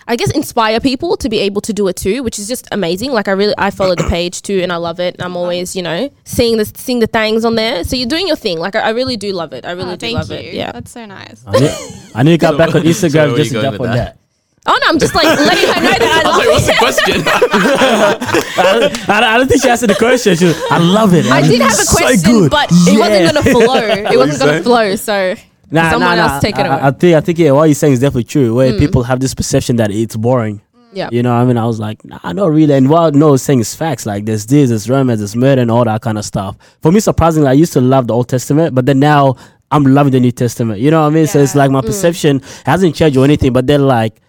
[SPEAKER 4] I guess inspire people to be able to do it too, which is just amazing. Like I really, I follow the page too, and I love it. And I'm always, you know, seeing the seeing the things on there. So you're doing your thing. Like I, I really do love it. I really
[SPEAKER 6] Oh,
[SPEAKER 4] do
[SPEAKER 6] thank
[SPEAKER 4] love
[SPEAKER 6] you.
[SPEAKER 4] it. Yeah.
[SPEAKER 6] That's so nice.
[SPEAKER 5] I need, I need to get
[SPEAKER 2] So-
[SPEAKER 5] back on
[SPEAKER 2] so where
[SPEAKER 5] Instagram
[SPEAKER 2] are
[SPEAKER 5] just
[SPEAKER 2] you
[SPEAKER 5] to
[SPEAKER 2] going
[SPEAKER 5] jump on
[SPEAKER 2] with
[SPEAKER 5] that.
[SPEAKER 2] that?
[SPEAKER 4] Oh no, I'm just like letting her know that I
[SPEAKER 2] I was
[SPEAKER 4] love
[SPEAKER 2] like, what's the
[SPEAKER 4] it.
[SPEAKER 2] question?
[SPEAKER 5] I, don't, I don't- I don't think she answered the question. She was, I love it.
[SPEAKER 4] I
[SPEAKER 5] man.
[SPEAKER 4] did have a
[SPEAKER 5] So
[SPEAKER 4] question,
[SPEAKER 5] good."
[SPEAKER 4] but
[SPEAKER 5] Yeah.
[SPEAKER 4] it wasn't gonna flow. It wasn't
[SPEAKER 3] say?
[SPEAKER 4] gonna flow. So
[SPEAKER 5] Nah,
[SPEAKER 4] Someone
[SPEAKER 5] nah,
[SPEAKER 4] else
[SPEAKER 5] nah.
[SPEAKER 4] take it
[SPEAKER 5] I- I-
[SPEAKER 4] away. Hmm.
[SPEAKER 5] I think I think yeah, what you're saying is definitely true. Where people have this perception that it's boring.
[SPEAKER 4] yeah.
[SPEAKER 5] You know, what I mean, I was like, nah, not really. And what no was saying is facts. Like there's this, there's romance, there's murder, and all that kind of stuff. For me, surprisingly, I used to love the Old Testament, but then now I'm loving the New Testament. You know what I mean? So it's
[SPEAKER 6] Yeah.
[SPEAKER 4] Hmm.
[SPEAKER 5] like my perception hasn't changed or anything, but then like,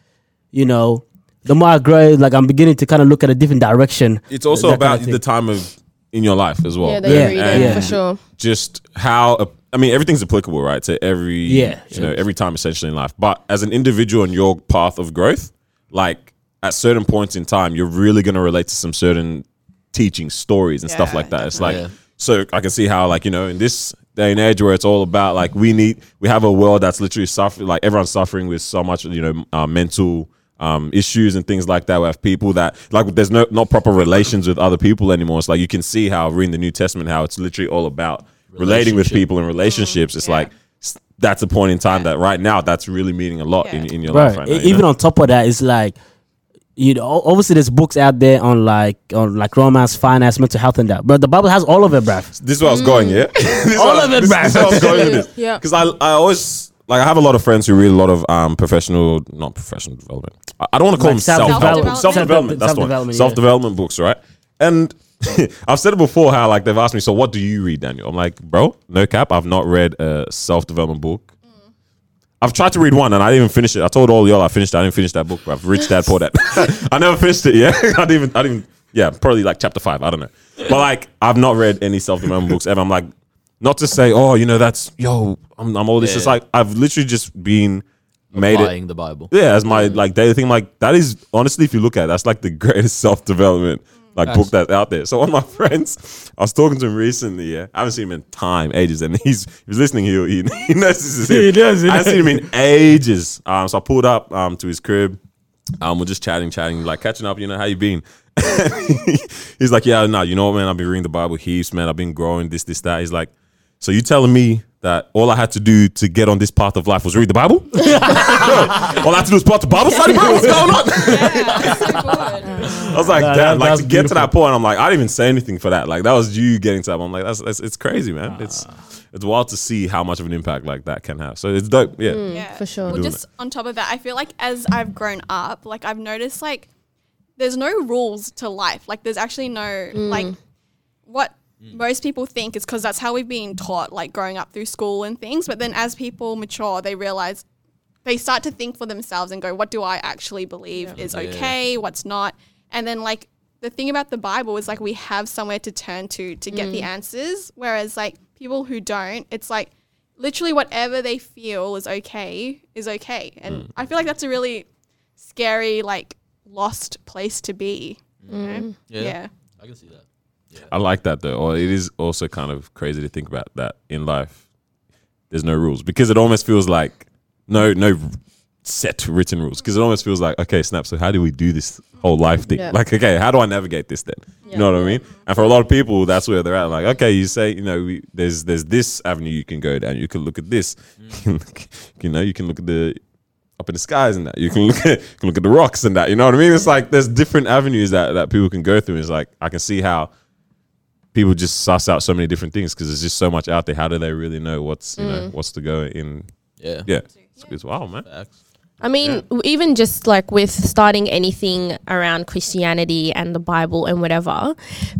[SPEAKER 5] you know, the more I grow, like I'm beginning to kind of look at a different direction.
[SPEAKER 3] It's also
[SPEAKER 5] That
[SPEAKER 3] about
[SPEAKER 5] kind of thing.
[SPEAKER 3] the time of in your life as well.
[SPEAKER 4] Yeah,
[SPEAKER 5] Yeah,
[SPEAKER 4] they agree there,
[SPEAKER 5] yeah.
[SPEAKER 4] for sure.
[SPEAKER 3] just how uh, I mean everything's applicable, right? To every
[SPEAKER 5] Yeah.
[SPEAKER 3] you know, every time essentially in life. But as an individual on your path of growth, like at certain points in time, you're really gonna relate to some certain teaching stories and stuff
[SPEAKER 6] Yeah,
[SPEAKER 3] like that. It's like
[SPEAKER 2] definitely.
[SPEAKER 3] so I can see how like, you know, in this day and age where it's all about like we need we have a world that's literally suffering like everyone's suffering with so much, you know, uh, mental um, issues and things like that. We have people that like there's no not proper relations with other people anymore. It's like you can see how reading the New Testament, how it's literally all about relating with
[SPEAKER 2] Relationship.
[SPEAKER 3] people in relationships. It's
[SPEAKER 6] yeah.
[SPEAKER 3] like s- that's a point in time that right now that's really meaning a lot in, in your life. Right now,
[SPEAKER 5] E-
[SPEAKER 3] you
[SPEAKER 5] Even
[SPEAKER 3] know?
[SPEAKER 5] on top of that, it's like you know, o- obviously there's books out there on like on like romance, finance, mental health, and that. But the Bible has all of it, bruv.
[SPEAKER 3] this is where I was going, yeah. This is
[SPEAKER 5] Mm. All
[SPEAKER 3] where-
[SPEAKER 5] of it,
[SPEAKER 3] this,
[SPEAKER 5] bruv.
[SPEAKER 3] this is where I was going with this.
[SPEAKER 4] Yeah.
[SPEAKER 3] because I I always like I have a lot of friends who read a lot of um professional not professional development. I, I don't want to call
[SPEAKER 5] Like
[SPEAKER 3] them self development.
[SPEAKER 6] self-development.
[SPEAKER 3] Self development. That's the one.
[SPEAKER 5] Self-development, yeah.
[SPEAKER 3] Self development books, right? And I've said it before how like they've asked me, so what do you read, Daniel? I'm like, bro, no cap. I've not read a self development book. I've tried to read one and I didn't even finish it. I told all y'all I finished. it. I didn't finish that book, bro. Rich Dad Poor Dad. I never finished it. Yeah, I didn't even. I didn't. Yeah, probably like chapter five. I don't know. But like, I've not read any self development books ever. I'm like, not to say, oh, you know, that's yo. I'm, I'm all this.
[SPEAKER 2] Yeah.
[SPEAKER 3] It's like I've literally just been made it.
[SPEAKER 2] Buying the Bible.
[SPEAKER 3] Yeah, as my like daily thing. Like that is honestly, if you look at, it, that's like the greatest self development like book that's out there. So one of my friends, I was talking to him recently. Yeah, I haven't seen him in time, ages, and he's if he's listening. He'll, he he knows this is him.
[SPEAKER 5] He does, he
[SPEAKER 3] I haven't
[SPEAKER 5] does.
[SPEAKER 3] seen him in ages. Um, so I pulled up um to his crib. Um, we're just chatting, chatting, like catching up. You know how you been? he's like, yeah, no, you know what, man. I've been reading the Bible heaps, man. I've been growing this, this, that. He's like, so you telling me that all I had to do to get on this path of life was read the Bible? All I have to do is part the Bible study, bro. What's going on? I was like,
[SPEAKER 5] Nah,
[SPEAKER 3] damn,
[SPEAKER 5] that-
[SPEAKER 3] like
[SPEAKER 5] that's
[SPEAKER 3] to get to that
[SPEAKER 5] beautiful.
[SPEAKER 3] point, I'm like, I didn't even say anything for that. Like that was you getting to that. I'm like, that's, that's it's crazy, man. It's it's wild to see how much of an impact like that can have. So it's dope. Yeah.
[SPEAKER 6] Yeah.
[SPEAKER 4] for sure.
[SPEAKER 6] Well,
[SPEAKER 3] Doing
[SPEAKER 6] just on top of that, I feel like as I've grown up, like I've noticed like there's no rules to life. Like there's actually no
[SPEAKER 4] Mm.
[SPEAKER 6] like what
[SPEAKER 2] Mm.
[SPEAKER 6] most people think is because that's how we've been taught, like growing up through school and things. But then as people mature, they realize they start to think for themselves and go, what do I actually believe is
[SPEAKER 2] Yeah.
[SPEAKER 6] okay, what's not? And then like the thing about the Bible is like we have somewhere to turn to to get
[SPEAKER 4] Mm.
[SPEAKER 6] the answers, whereas like people who don't, it's like literally whatever they feel is okay is okay. And
[SPEAKER 2] Mm.
[SPEAKER 6] I feel like that's a really scary like lost place to be. you
[SPEAKER 4] Mm.
[SPEAKER 6] know?
[SPEAKER 2] Yeah.
[SPEAKER 6] yeah.
[SPEAKER 2] I can see that.
[SPEAKER 3] I like that though. Or it is also kind of crazy to think about that in life. There's no rules because it almost feels like no no set written rules because it almost feels like okay snap so how do we do this whole life thing
[SPEAKER 4] Yeah.
[SPEAKER 3] like okay how do i navigate this then you know what i mean and for a lot of people that's where they're at like okay you say you know we, there's there's this avenue you can go down you can look at this you know you can look at the up in the skies and that. You can look at you can look at the rocks and that. You know what I mean? It's like there's different avenues that, that people can go through. It's like I can see how people just suss out so many different things because there's just so much out there. How do they really know what's you
[SPEAKER 6] Mm.
[SPEAKER 3] know what's to go in?
[SPEAKER 2] Yeah.
[SPEAKER 3] Yeah, it's, it's wild, man.
[SPEAKER 2] Facts.
[SPEAKER 4] I mean, w- even just like with starting anything around Christianity and the Bible and whatever,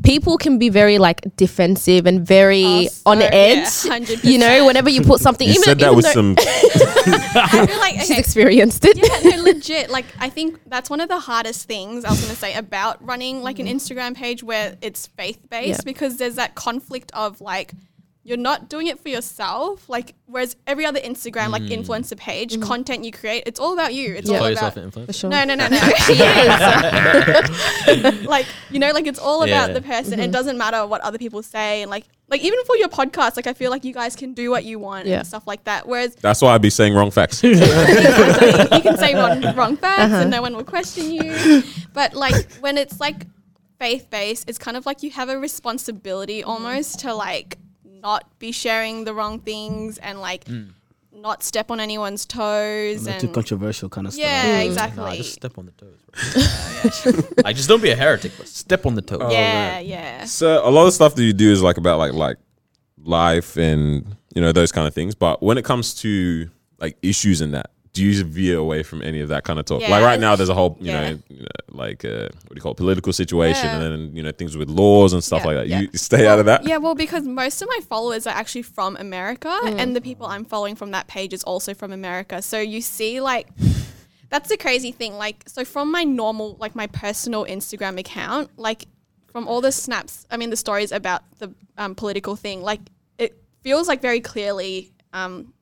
[SPEAKER 4] people can be very like defensive and very
[SPEAKER 6] Oh, so-
[SPEAKER 4] on
[SPEAKER 6] yeah,
[SPEAKER 4] edge. You know,
[SPEAKER 6] 100%.
[SPEAKER 4] whenever you put something,
[SPEAKER 3] You
[SPEAKER 4] even,
[SPEAKER 3] said that
[SPEAKER 4] even
[SPEAKER 3] with
[SPEAKER 4] though
[SPEAKER 3] some
[SPEAKER 6] I feel like
[SPEAKER 4] she's
[SPEAKER 6] okay,
[SPEAKER 4] experienced it.
[SPEAKER 6] yeah, no, legit. Like, I think that's one of the hardest things I was going to say about running like an Instagram page where it's faith based
[SPEAKER 4] Mm. Yeah.
[SPEAKER 6] because there's that conflict of like, you're not doing it for yourself. Like whereas every other Instagram like influencer page,
[SPEAKER 4] Mm.
[SPEAKER 6] content you create, it's all about you. It's
[SPEAKER 4] Yeah.
[SPEAKER 2] Call
[SPEAKER 6] all
[SPEAKER 2] Mm. yourself
[SPEAKER 6] about
[SPEAKER 2] an influencer.
[SPEAKER 4] for sure.
[SPEAKER 6] no, no, no, no. she is. like you know, like it's all about
[SPEAKER 2] Yeah.
[SPEAKER 6] the person. It doesn't matter what other people say, and like, like even for your podcast, like I feel like you guys can do what you want
[SPEAKER 4] Yeah.
[SPEAKER 6] and stuff like that. Whereas
[SPEAKER 3] That's why I'd be saying wrong facts.
[SPEAKER 6] you can say wrong, wrong facts and no one will question you. But like when it's like faith based, it's kind of like you have a responsibility almost to like not be sharing the wrong things and like
[SPEAKER 2] Mm.
[SPEAKER 6] not step on anyone's toes
[SPEAKER 5] Not
[SPEAKER 6] and
[SPEAKER 5] too controversial kind of stuff.
[SPEAKER 6] yeah, exactly. Oh,
[SPEAKER 2] Nah, just step on the toes. Bro. like, just don't be a heretic, but step on the toes.
[SPEAKER 6] yeah, yeah.
[SPEAKER 3] So a lot of stuff that you do is like about like like life and you know those kind of things. But when it comes to like issues and that, do you veer away from any of that kind of talk?
[SPEAKER 6] Yeah.
[SPEAKER 3] Like right now, there's a whole you,
[SPEAKER 6] Yeah.
[SPEAKER 3] know, you know, like uh, what do you call it, political situation,
[SPEAKER 6] Yeah.
[SPEAKER 3] and then you know things with laws and stuff
[SPEAKER 6] Yeah,
[SPEAKER 3] like that.
[SPEAKER 6] yeah.
[SPEAKER 3] You stay out of that.
[SPEAKER 6] Yeah, well, because most of my followers are actually from America, and the people I'm following from that page is also from America. So you see, like, that's the crazy thing. Like, so from my normal, like, my personal Instagram account, like, from all the snaps, I mean, the stories about the um, political thing, like, it feels like very clearly. Um,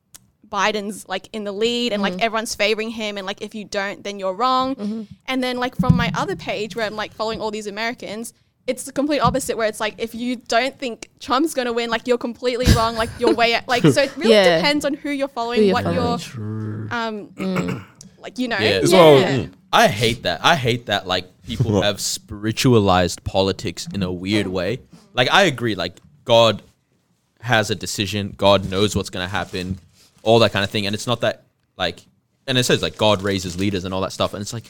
[SPEAKER 6] Biden's like in the lead and
[SPEAKER 4] Mm-hmm.
[SPEAKER 6] like everyone's favoring him and like if you don't then you're wrong. And then like from my other page where I'm like following all these Americans, it's the complete opposite where it's like if you don't think Trump's going to win like you're completely wrong like you're way at, like so it really
[SPEAKER 4] Yeah.
[SPEAKER 6] depends on who you're following
[SPEAKER 4] Who you're
[SPEAKER 6] what
[SPEAKER 4] following. Mm.
[SPEAKER 6] you're um like you know.
[SPEAKER 2] Yeah. It's
[SPEAKER 3] all-
[SPEAKER 2] I hate that. I hate that. Like people have spiritualized politics in a weird way. Like I agree. Like God has a decision. God knows what's gonna happen. All that kind of thing. And it's not that like. And it says like God raises leaders and all that stuff. And it's like,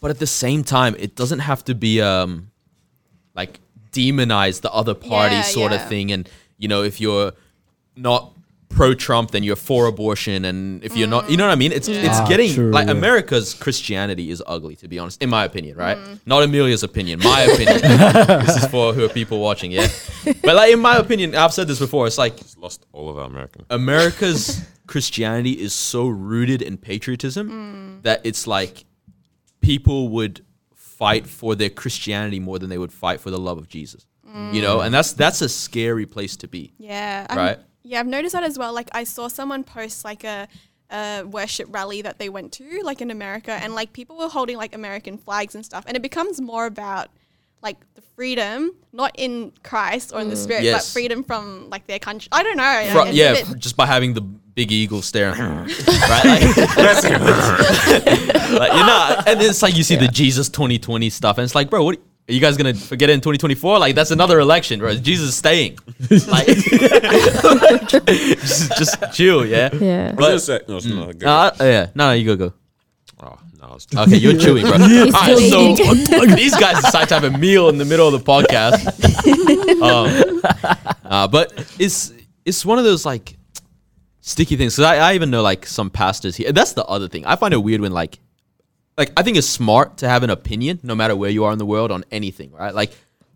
[SPEAKER 2] but at the same time, it doesn't have to be um, like demonize the other party
[SPEAKER 6] Yeah,
[SPEAKER 2] sort
[SPEAKER 6] yeah.
[SPEAKER 2] of thing. And you know, if you're not pro Trump, then you're for abortion. And if you're not, you know what I mean? It's it's
[SPEAKER 5] Ah,
[SPEAKER 2] getting
[SPEAKER 5] true,
[SPEAKER 2] like
[SPEAKER 5] yeah.
[SPEAKER 2] America's Christianity is ugly, to be honest, in my opinion, right? Not Amelia's opinion, my opinion. this is for who are people watching, yeah. But like in my opinion, I've said this before. It's like
[SPEAKER 3] Lost all of our American.
[SPEAKER 2] America's Christianity is so rooted in patriotism that it's like people would fight for their Christianity more than they would fight for the love of Jesus. You know, and that's that's a scary place to be.
[SPEAKER 6] Yeah. I'm-
[SPEAKER 2] Right.
[SPEAKER 6] Yeah, I've noticed that as well. Like I saw someone post like a a worship rally that they went to, like in America, and like people were holding like American flags and stuff, and it becomes more about like the freedom, not in Christ or in the Spirit,
[SPEAKER 2] Yes.
[SPEAKER 6] but freedom from like their country. I don't know. like,
[SPEAKER 2] Fro-
[SPEAKER 6] it's a
[SPEAKER 2] yeah,
[SPEAKER 6] bit-
[SPEAKER 2] f- just by having the big eagle stare, right? Like, like, you know, and it's like you see the Jesus 2020 stuff, and it's like, bro, what are you guys gonna forget it in 2024? Like that's another election, bro. Jesus is staying, like, just, just chill, yeah.
[SPEAKER 4] Yeah.
[SPEAKER 3] But, Uh,
[SPEAKER 2] But
[SPEAKER 3] no, it's not good.
[SPEAKER 2] no, I- yeah, no, no, you go go.
[SPEAKER 3] oh, no, it's
[SPEAKER 2] Okay, you're chewing, bro. All right,
[SPEAKER 4] still
[SPEAKER 2] so these guys decide to have a meal in the middle of the podcast. Um, uh, but it's it's one of those like sticky things. Cause I, I even know like some pastors here. That's the other thing. I find it weird when like like I think it's smart to have an opinion no matter where you are in the world on anything, right? Like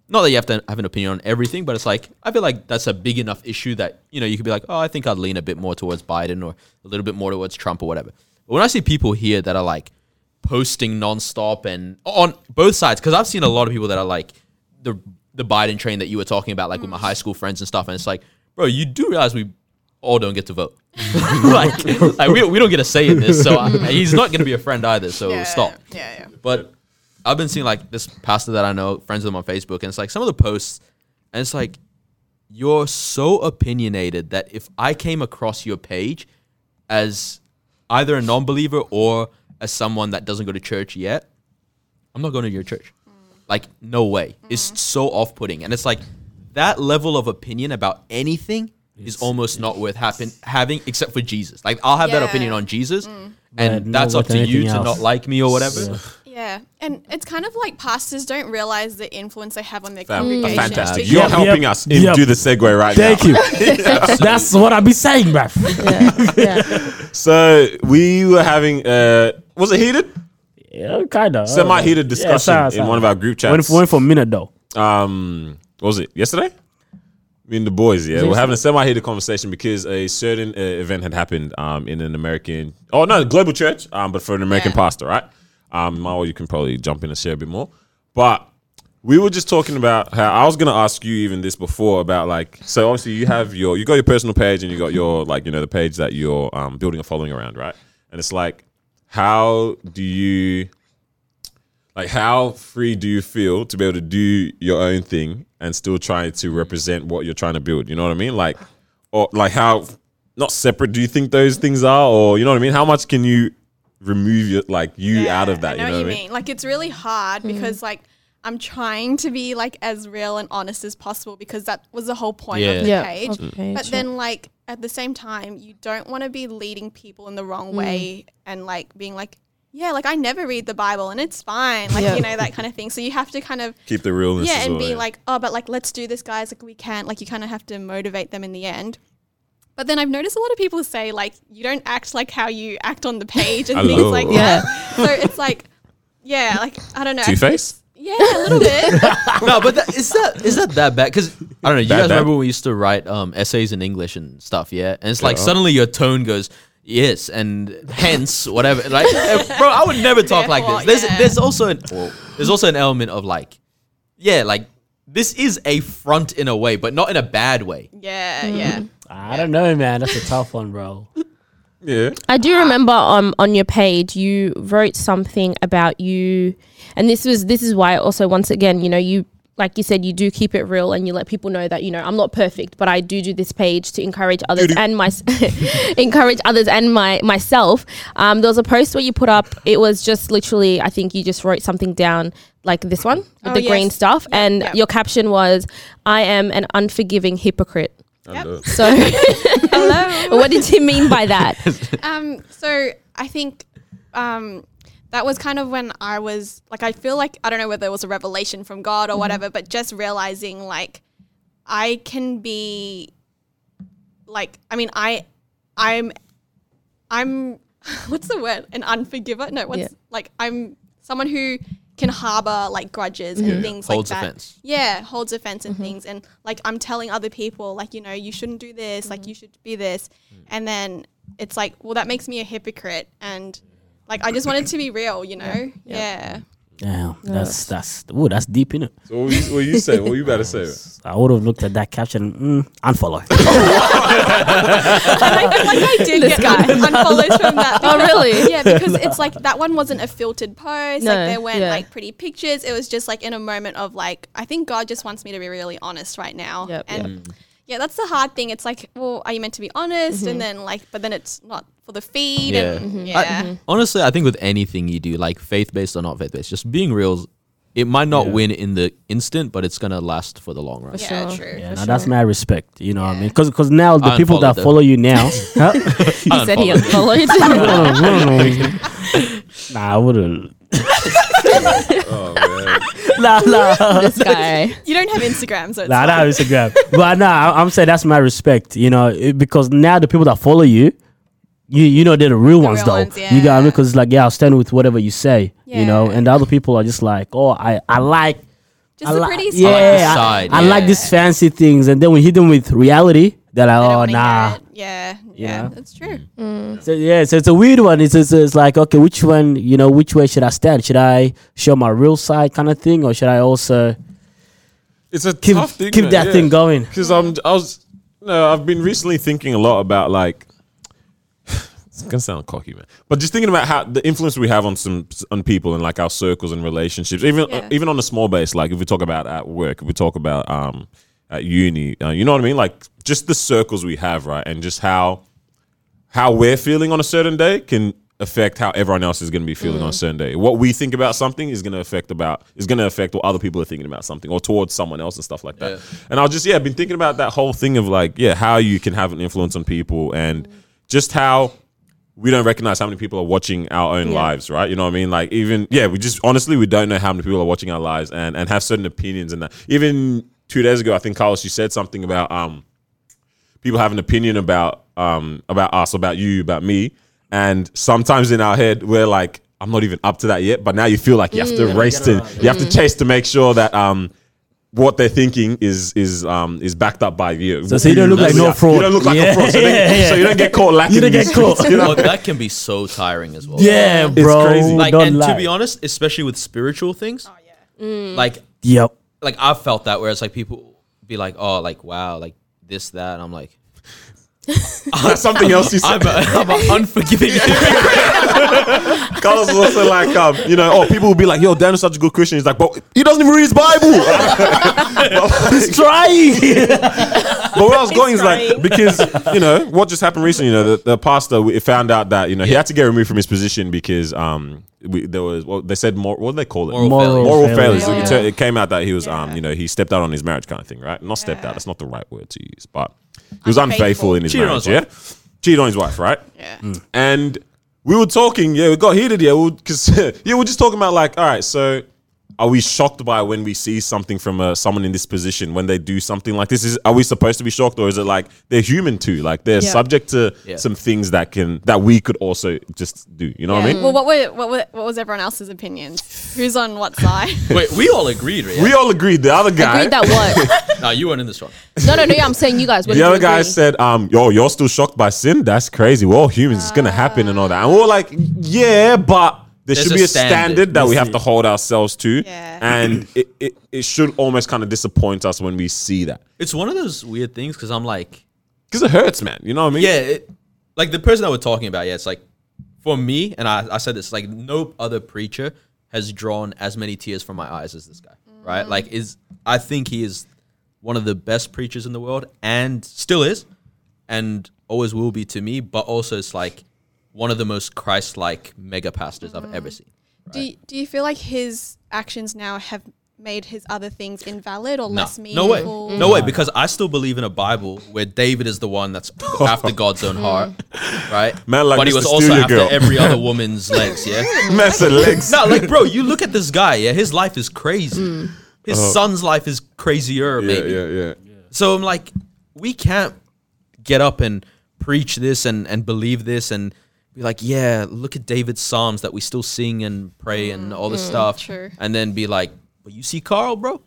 [SPEAKER 2] not that you have to have an opinion on everything, but it's like I feel like that's a big enough issue that you know you could be like, oh, I think I'd lean a bit more towards Biden or a little bit more towards Trump or whatever. But when I see people here that are like posting nonstop and on both sides, because I've seen a lot of people that are like the the Biden train that you were talking about, like with my high school friends and stuff, and it's like, bro, you do realize we all don't get to vote. like, like, we, we don't get a say in this, so I, he's not going to be a friend either. So
[SPEAKER 6] yeah,
[SPEAKER 2] stop.
[SPEAKER 6] Yeah, yeah.
[SPEAKER 2] But I've been seeing like this pastor that I know, friends with him on Facebook, and it's like some of the posts, and it's like you're so opinionated that if I came across your page as either a non-believer or as someone that doesn't go to church yet, I'm not going to your church. Like no way. It's so off-putting, and it's like that level of opinion about anything is almost not worth happen- having except for Jesus. Like I'll have that
[SPEAKER 6] Yeah.
[SPEAKER 2] opinion on Jesus,
[SPEAKER 5] But
[SPEAKER 2] and
[SPEAKER 5] not
[SPEAKER 2] that's up
[SPEAKER 5] worth
[SPEAKER 2] to you
[SPEAKER 5] anything
[SPEAKER 2] to not
[SPEAKER 5] else.
[SPEAKER 2] like me or whatever.
[SPEAKER 5] Yeah.
[SPEAKER 6] Yeah, and it's kind of like pastors don't realize the influence they have on their
[SPEAKER 3] Fam-
[SPEAKER 6] congregation.
[SPEAKER 3] fantastic.
[SPEAKER 6] because-
[SPEAKER 3] You're
[SPEAKER 5] Yeah, yeah.
[SPEAKER 3] helping us in
[SPEAKER 5] Yeah.
[SPEAKER 3] do the segue right now.
[SPEAKER 5] Thank you. That's what I be saying, bruv.
[SPEAKER 4] Yeah. yeah.
[SPEAKER 3] So we were having uh was it heated?
[SPEAKER 5] Yeah, kind of.
[SPEAKER 3] Semi-heated discussion
[SPEAKER 5] sorry,
[SPEAKER 3] in
[SPEAKER 5] sorry.
[SPEAKER 3] one of our group chats.
[SPEAKER 5] Went for, went for a minute though.
[SPEAKER 3] um what was it yesterday me and the boys yeah we're having a semi-heated conversation because a certain uh, event had happened um in an american oh no global church um but for an american
[SPEAKER 6] Yeah.
[SPEAKER 3] pastor right um Mao, you can probably jump in and share a bit more but we were just talking about how I was gonna ask you even this before about like so obviously you have your you got your personal page and you got your like you know the page that you're um, building a following around right and it's like how do you like how free do you feel to be able to do your own thing and still try to represent what you're trying to build you know what I mean like or like how not separate do you think those things are or you know what I mean how much can you remove your like you out of that
[SPEAKER 6] I know,
[SPEAKER 3] you know
[SPEAKER 6] what
[SPEAKER 3] what I
[SPEAKER 6] you mean?
[SPEAKER 3] mean Mm-hmm.
[SPEAKER 6] Like it's really hard because like I'm trying to be like as real and honest as possible because that was the whole point
[SPEAKER 2] Yeah.
[SPEAKER 6] of the
[SPEAKER 4] Yeah,
[SPEAKER 6] page.
[SPEAKER 4] of the page,
[SPEAKER 6] But
[SPEAKER 4] yeah.
[SPEAKER 6] then like at the same time, you don't want to be leading people in the
[SPEAKER 4] Mm.
[SPEAKER 6] wrong way and like being like, yeah, like I never read the Bible and it's fine, like
[SPEAKER 4] Yeah.
[SPEAKER 6] you know that kind of thing. So you have to kind of
[SPEAKER 3] keep the realness
[SPEAKER 6] yeah,
[SPEAKER 3] as
[SPEAKER 6] and
[SPEAKER 3] well,
[SPEAKER 6] be like, oh, but like, let's do this, guys. Like, we can. Like, you kind of have to motivate them in the end. But then I've noticed a lot of people say like, you don't act like how you act on the page and things
[SPEAKER 3] Hello.
[SPEAKER 6] like
[SPEAKER 4] Yeah.
[SPEAKER 6] that. So it's like, yeah, like I don't know.
[SPEAKER 3] Two Face
[SPEAKER 6] Yeah, a little bit.
[SPEAKER 2] no, but that, is that is that that bad? Because I don't know. You
[SPEAKER 3] That
[SPEAKER 2] guys
[SPEAKER 3] bad?
[SPEAKER 2] remember when we used to write um, essays in English and stuff, yeah? And it's like suddenly your tone goes yes and hence whatever. Like, eh, bro, I would never talk like this.
[SPEAKER 6] Therefore,
[SPEAKER 2] There's
[SPEAKER 6] yeah.
[SPEAKER 2] there's also an well, there's also an element of like, yeah, like this is a front in a way, but not in a bad way.
[SPEAKER 6] yeah, yeah.
[SPEAKER 5] I don't know, man. That's a tough one, bro.
[SPEAKER 3] yeah
[SPEAKER 4] I do remember um, on your page you wrote something about you, and this was this is why also once again you know you like you said you do keep it real and you let people know that you know I'm not perfect but I do do this page to encourage others and my encourage others and my myself. Um, there was a post where you put up it was just literally I think you just wrote something down like this one with
[SPEAKER 6] Oh,
[SPEAKER 4] the green
[SPEAKER 6] yes.
[SPEAKER 4] stuff and
[SPEAKER 6] yep.
[SPEAKER 4] your caption was I am an unforgiving hypocrite.
[SPEAKER 3] And, uh,
[SPEAKER 4] So what did you mean by that?
[SPEAKER 6] Um, so I think um, that was kind of when I was like, I feel like I don't know whether it was a revelation from God or whatever, but just realizing like I can be like, I mean, I, I'm, I'm, what's the word? An unforgiver? No, what's
[SPEAKER 4] Yeah.
[SPEAKER 6] like I'm someone who can harbor like grudges and things
[SPEAKER 2] Holds
[SPEAKER 6] like that.
[SPEAKER 2] offense.
[SPEAKER 6] Yeah, holds offense and things. And like I'm telling other people, like, you know, you shouldn't do this, like you should be this.
[SPEAKER 2] Mm.
[SPEAKER 6] And then it's like, well, that makes me a hypocrite. And like I just wanted to be real, you know? Yeah.
[SPEAKER 5] Damn, that's that's ooh, that's deep in it.
[SPEAKER 3] so what you, what you say what you better say
[SPEAKER 5] I would have looked at that caption, mm, unfollow.
[SPEAKER 6] I did get guy. unfollows from that.
[SPEAKER 4] Oh, really?
[SPEAKER 6] Yeah, because it's like that one wasn't a filtered post.
[SPEAKER 4] No,
[SPEAKER 6] like there weren't
[SPEAKER 4] yeah.
[SPEAKER 6] like pretty pictures. It was just like in a moment of like, I think God just wants me to be really honest right now.
[SPEAKER 4] Yep.
[SPEAKER 6] And yeah, that's the hard thing. It's like, well, are you meant to be honest?
[SPEAKER 4] Mm-hmm.
[SPEAKER 6] And then like, but then it's not for the feed.
[SPEAKER 2] Yeah.
[SPEAKER 6] And,
[SPEAKER 4] Uh,
[SPEAKER 2] I-
[SPEAKER 6] yeah.
[SPEAKER 4] mm-hmm.
[SPEAKER 2] honestly, I think with anything you do, like faith based or not faith based, just being real, it might not win in the instant, but it's gonna last for the long run.
[SPEAKER 6] Yeah,
[SPEAKER 4] Sure.
[SPEAKER 6] true.
[SPEAKER 5] Yeah, now that's my respect. You know what I mean? Because now the
[SPEAKER 2] I
[SPEAKER 5] people that
[SPEAKER 2] unfollowed them.
[SPEAKER 5] follow you now, Huh?
[SPEAKER 4] He said he
[SPEAKER 2] Unfollowed.
[SPEAKER 4] unfollowed.
[SPEAKER 5] nah, I wouldn't.
[SPEAKER 3] oh man
[SPEAKER 5] Nah, nah,
[SPEAKER 4] this guy.
[SPEAKER 6] You don't have Instagram, so it's
[SPEAKER 5] nah, I
[SPEAKER 6] fine.
[SPEAKER 5] don't have Instagram. but nah, I- I'm saying that's my respect. You know, it- because now the people that follow you, you you know they're the real ones
[SPEAKER 6] real
[SPEAKER 5] though.
[SPEAKER 6] ones,
[SPEAKER 5] You got
[SPEAKER 6] yeah.
[SPEAKER 5] me because it's like yeah, I'll stand with whatever you say. You know,
[SPEAKER 6] Yeah.
[SPEAKER 5] and the other people are just like, oh, I I like
[SPEAKER 6] Just
[SPEAKER 5] I
[SPEAKER 6] the
[SPEAKER 5] li-
[SPEAKER 6] pretty
[SPEAKER 5] yeah,
[SPEAKER 6] side.
[SPEAKER 2] the
[SPEAKER 5] I-
[SPEAKER 2] side,
[SPEAKER 5] I,
[SPEAKER 2] yeah.
[SPEAKER 5] like these fancy things, and then we hit them with reality. They're like,
[SPEAKER 6] I don't
[SPEAKER 5] oh
[SPEAKER 6] wanna
[SPEAKER 5] nah.
[SPEAKER 6] hear it. Yeah,
[SPEAKER 5] Yeah.
[SPEAKER 6] yeah, that's true.
[SPEAKER 5] So yeah, so it's a weird one. It's, it's it's like okay, which one you know, which way should I stand? Should I show my real side kind of thing, or should I also
[SPEAKER 3] it's a
[SPEAKER 5] keep
[SPEAKER 3] tough thing
[SPEAKER 5] keep
[SPEAKER 3] man,
[SPEAKER 5] that
[SPEAKER 3] yeah.
[SPEAKER 5] thing going?
[SPEAKER 3] because I'm I was no, I've been recently thinking a lot about like it's gonna sound cocky, man, but just thinking about how the influence we have on some on people and like our circles and relationships, even
[SPEAKER 6] Yeah.
[SPEAKER 3] even on a small base, like if we talk about at work, if we talk about um at uni, uh, you know what I mean, like just the circles we have, right, and just how how we're feeling on a certain day can affect how everyone else is going to be feeling on a certain day. What we think about something is going to affect about is going to affect what other people are thinking about something or towards someone else and stuff like that. And I was just yeah, I've been thinking about that whole thing of like yeah, how you can have an influence on people and just how we don't recognize how many people are watching our own lives, right? You know what I mean? Like even yeah, we just honestly we don't know how many people are watching our lives and and have certain opinions and that. Even two days ago, I think Carlos, you said something about um people have an opinion about um about us, about you, about me, and sometimes in our head we're like, I'm not even up to that yet. But now you feel like you have to race to, you have to chase to make sure that um what they're thinking is is um is backed up by you.
[SPEAKER 5] So- so you don't look like no
[SPEAKER 3] You
[SPEAKER 5] fraud.
[SPEAKER 3] don't look like
[SPEAKER 5] Yeah.
[SPEAKER 3] a fraud. So, then-
[SPEAKER 5] Yeah, yeah.
[SPEAKER 3] so you don't get caught lacking.
[SPEAKER 5] You don't
[SPEAKER 3] in the
[SPEAKER 5] get caught.
[SPEAKER 3] streets, you know?
[SPEAKER 2] Well, that can be so tiring as well.
[SPEAKER 5] Yeah, bro.
[SPEAKER 3] crazy.
[SPEAKER 2] Like,
[SPEAKER 5] don't
[SPEAKER 2] and
[SPEAKER 5] lie.
[SPEAKER 2] to be honest, especially with spiritual things, like
[SPEAKER 5] Yep.
[SPEAKER 2] like I've felt that where it's like people be like, oh, like wow, like this that, and I'm like,
[SPEAKER 3] That's something else you
[SPEAKER 2] I'm,
[SPEAKER 3] said.
[SPEAKER 2] a, I'm an unforgiving.
[SPEAKER 3] Carlos was also like, um, you know, oh, people will be like, yo, Dan is such a good Christian. He's like, but he doesn't even read his Bible.
[SPEAKER 5] He's trying.
[SPEAKER 3] But where I was going is like because you know what just happened recently. You know, the, the pastor we found out that you know he had to get removed from his position because um we, there was well, they said mor- what did they call it
[SPEAKER 2] Moral
[SPEAKER 5] Moral,
[SPEAKER 3] moral
[SPEAKER 5] failures.
[SPEAKER 3] failures.
[SPEAKER 6] Yeah.
[SPEAKER 3] It, tur- it came out that he was um
[SPEAKER 6] Yeah.
[SPEAKER 3] you know he stepped out on his marriage kind of thing, right? Not stepped out. That's not the right word to use, but he was unfaithful,
[SPEAKER 6] Unfaithful.
[SPEAKER 3] in his
[SPEAKER 2] Cheated on
[SPEAKER 3] marriage.
[SPEAKER 2] his Mm.
[SPEAKER 3] Yeah, cheated on his wife, right?
[SPEAKER 6] Yeah.
[SPEAKER 3] and we were talking. Yeah, we got heated. Yeah, because yeah, we're just talking about like, all right, so are we shocked by when we see something from uh, someone in this position when they do something like this? Is are we supposed to be shocked, or is it like they're human too? Like they're
[SPEAKER 6] Yeah.
[SPEAKER 3] subject to
[SPEAKER 2] Yeah.
[SPEAKER 3] some things that can that we could also just do. You know what I mean?
[SPEAKER 6] Well, what were what were, what was everyone else's opinions? Who's on what side?
[SPEAKER 2] Wait, we all agreed, right?
[SPEAKER 3] We all agreed. The other guy,
[SPEAKER 4] Agreed that what?
[SPEAKER 2] no, you weren't in this one.
[SPEAKER 4] no, no, no. I'm saying you guys. What
[SPEAKER 3] the
[SPEAKER 4] did you
[SPEAKER 3] other guy
[SPEAKER 4] agree?
[SPEAKER 3] said, um, yo, you're still shocked by sin? That's crazy. We're all humans. It's gonna happen and all that. And we are like, yeah, but there
[SPEAKER 2] There's
[SPEAKER 3] should
[SPEAKER 2] a
[SPEAKER 3] be a standard,
[SPEAKER 2] standard.
[SPEAKER 3] that we have to hold ourselves to.
[SPEAKER 6] Yeah.
[SPEAKER 3] And it, it, it should almost kind of disappoint us when we see that.
[SPEAKER 2] It's one of those weird things because I'm like,
[SPEAKER 3] Because it hurts, man. You know what I mean?
[SPEAKER 2] yeah, it, like the person that we're talking about, yeah, it's like for me, and I, I said this, like no other preacher has drawn as many tears from my eyes as this guy, right? Like, is I think he is one of the best preachers in the world, and still is, and always will be to me. But also, it's like one of the most Christ-like mega pastors I've ever seen.
[SPEAKER 6] Do you, do you feel like his actions now have made his other things invalid or
[SPEAKER 2] No,
[SPEAKER 6] less
[SPEAKER 2] no way,
[SPEAKER 6] meaningful?
[SPEAKER 2] no
[SPEAKER 3] Mm.
[SPEAKER 2] way, because I still believe in a Bible where David is the one that's after God's own heart, right?
[SPEAKER 3] Man, like
[SPEAKER 2] but he
[SPEAKER 3] Mr.
[SPEAKER 2] was also
[SPEAKER 3] Studio
[SPEAKER 2] after
[SPEAKER 3] Girl.
[SPEAKER 2] every other woman's legs, yeah.
[SPEAKER 3] Mess of legs.
[SPEAKER 2] no, like, bro, you look at this guy. Yeah, his life is crazy. His son's life is crazier,
[SPEAKER 3] Mm. Uh-huh. Yeah,
[SPEAKER 2] maybe.
[SPEAKER 3] yeah, yeah.
[SPEAKER 2] So I'm like, we can't get up and preach this and and believe this and be like, yeah, look at David's psalms that we still sing and pray and all this stuff,
[SPEAKER 6] true.
[SPEAKER 2] and then be like, but you see Carl, bro.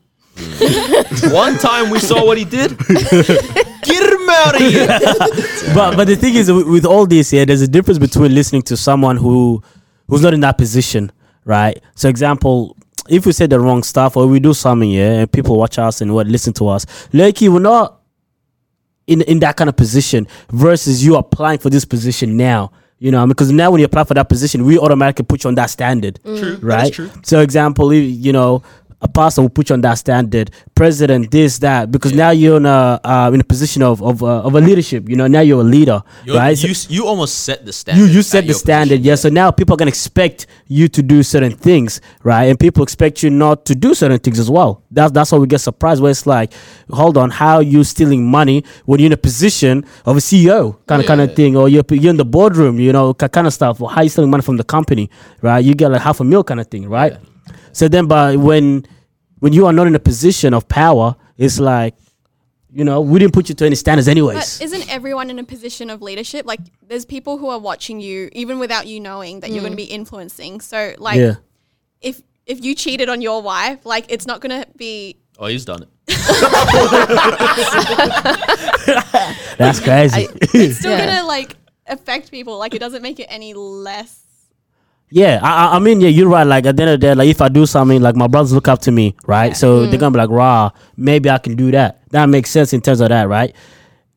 [SPEAKER 2] One time we saw what he did. Get him out of here.
[SPEAKER 5] but but the thing is, with, with all this, yeah, there's a difference between listening to someone who who's not in that position, right? So, example, if we say the wrong stuff or we do something, yeah, and people watch us and what listen to us, like we're not in in that kind of position versus you applying for this position now. You know, because now when you apply for that position, we automatically put you on that standard. True, right?
[SPEAKER 2] true.
[SPEAKER 5] So, example, if, you know, a pastor will put you on that standard, president, this, that, because now you're in a uh, in a position of of, uh, of a leadership. You know, now you're a leader,
[SPEAKER 2] You're-
[SPEAKER 5] right? So
[SPEAKER 2] You, you almost set the standard.
[SPEAKER 5] you you
[SPEAKER 2] at
[SPEAKER 5] set the
[SPEAKER 2] your
[SPEAKER 5] standard,
[SPEAKER 2] position.
[SPEAKER 5] yeah. So now people are gonna expect you to do certain things, right? And people expect you not to do certain things as well. That's that's why we get surprised. Where it's like, hold on, how are you stealing money when you're in a position of a E CEO kind of kind of thing, or you're you're in the boardroom, you know, kind of stuff, or how you stealing money from the company, right? You get like half a meal kind of thing, right? So then, but when when you are not in a position of power, it's like, you know, we didn't put you to any standards, anyways.
[SPEAKER 6] But isn't everyone in a position of leadership? Like, there's people who are watching you, even without you knowing that you're going to be influencing. So, like,
[SPEAKER 5] yeah.
[SPEAKER 6] if if you cheated on your wife, like, it's not going to be.
[SPEAKER 2] Oh, he's done it.
[SPEAKER 5] That's crazy.
[SPEAKER 6] It's still
[SPEAKER 4] Yeah.
[SPEAKER 6] going to like affect people. Like, it doesn't make it any less.
[SPEAKER 5] Yeah, I, I- I mean, yeah, you're right. Like at the end of the day, like if I do something, like my brothers look up to me, right? So they're gonna be like, "Rah, maybe I can do that." That makes sense in terms of that, right?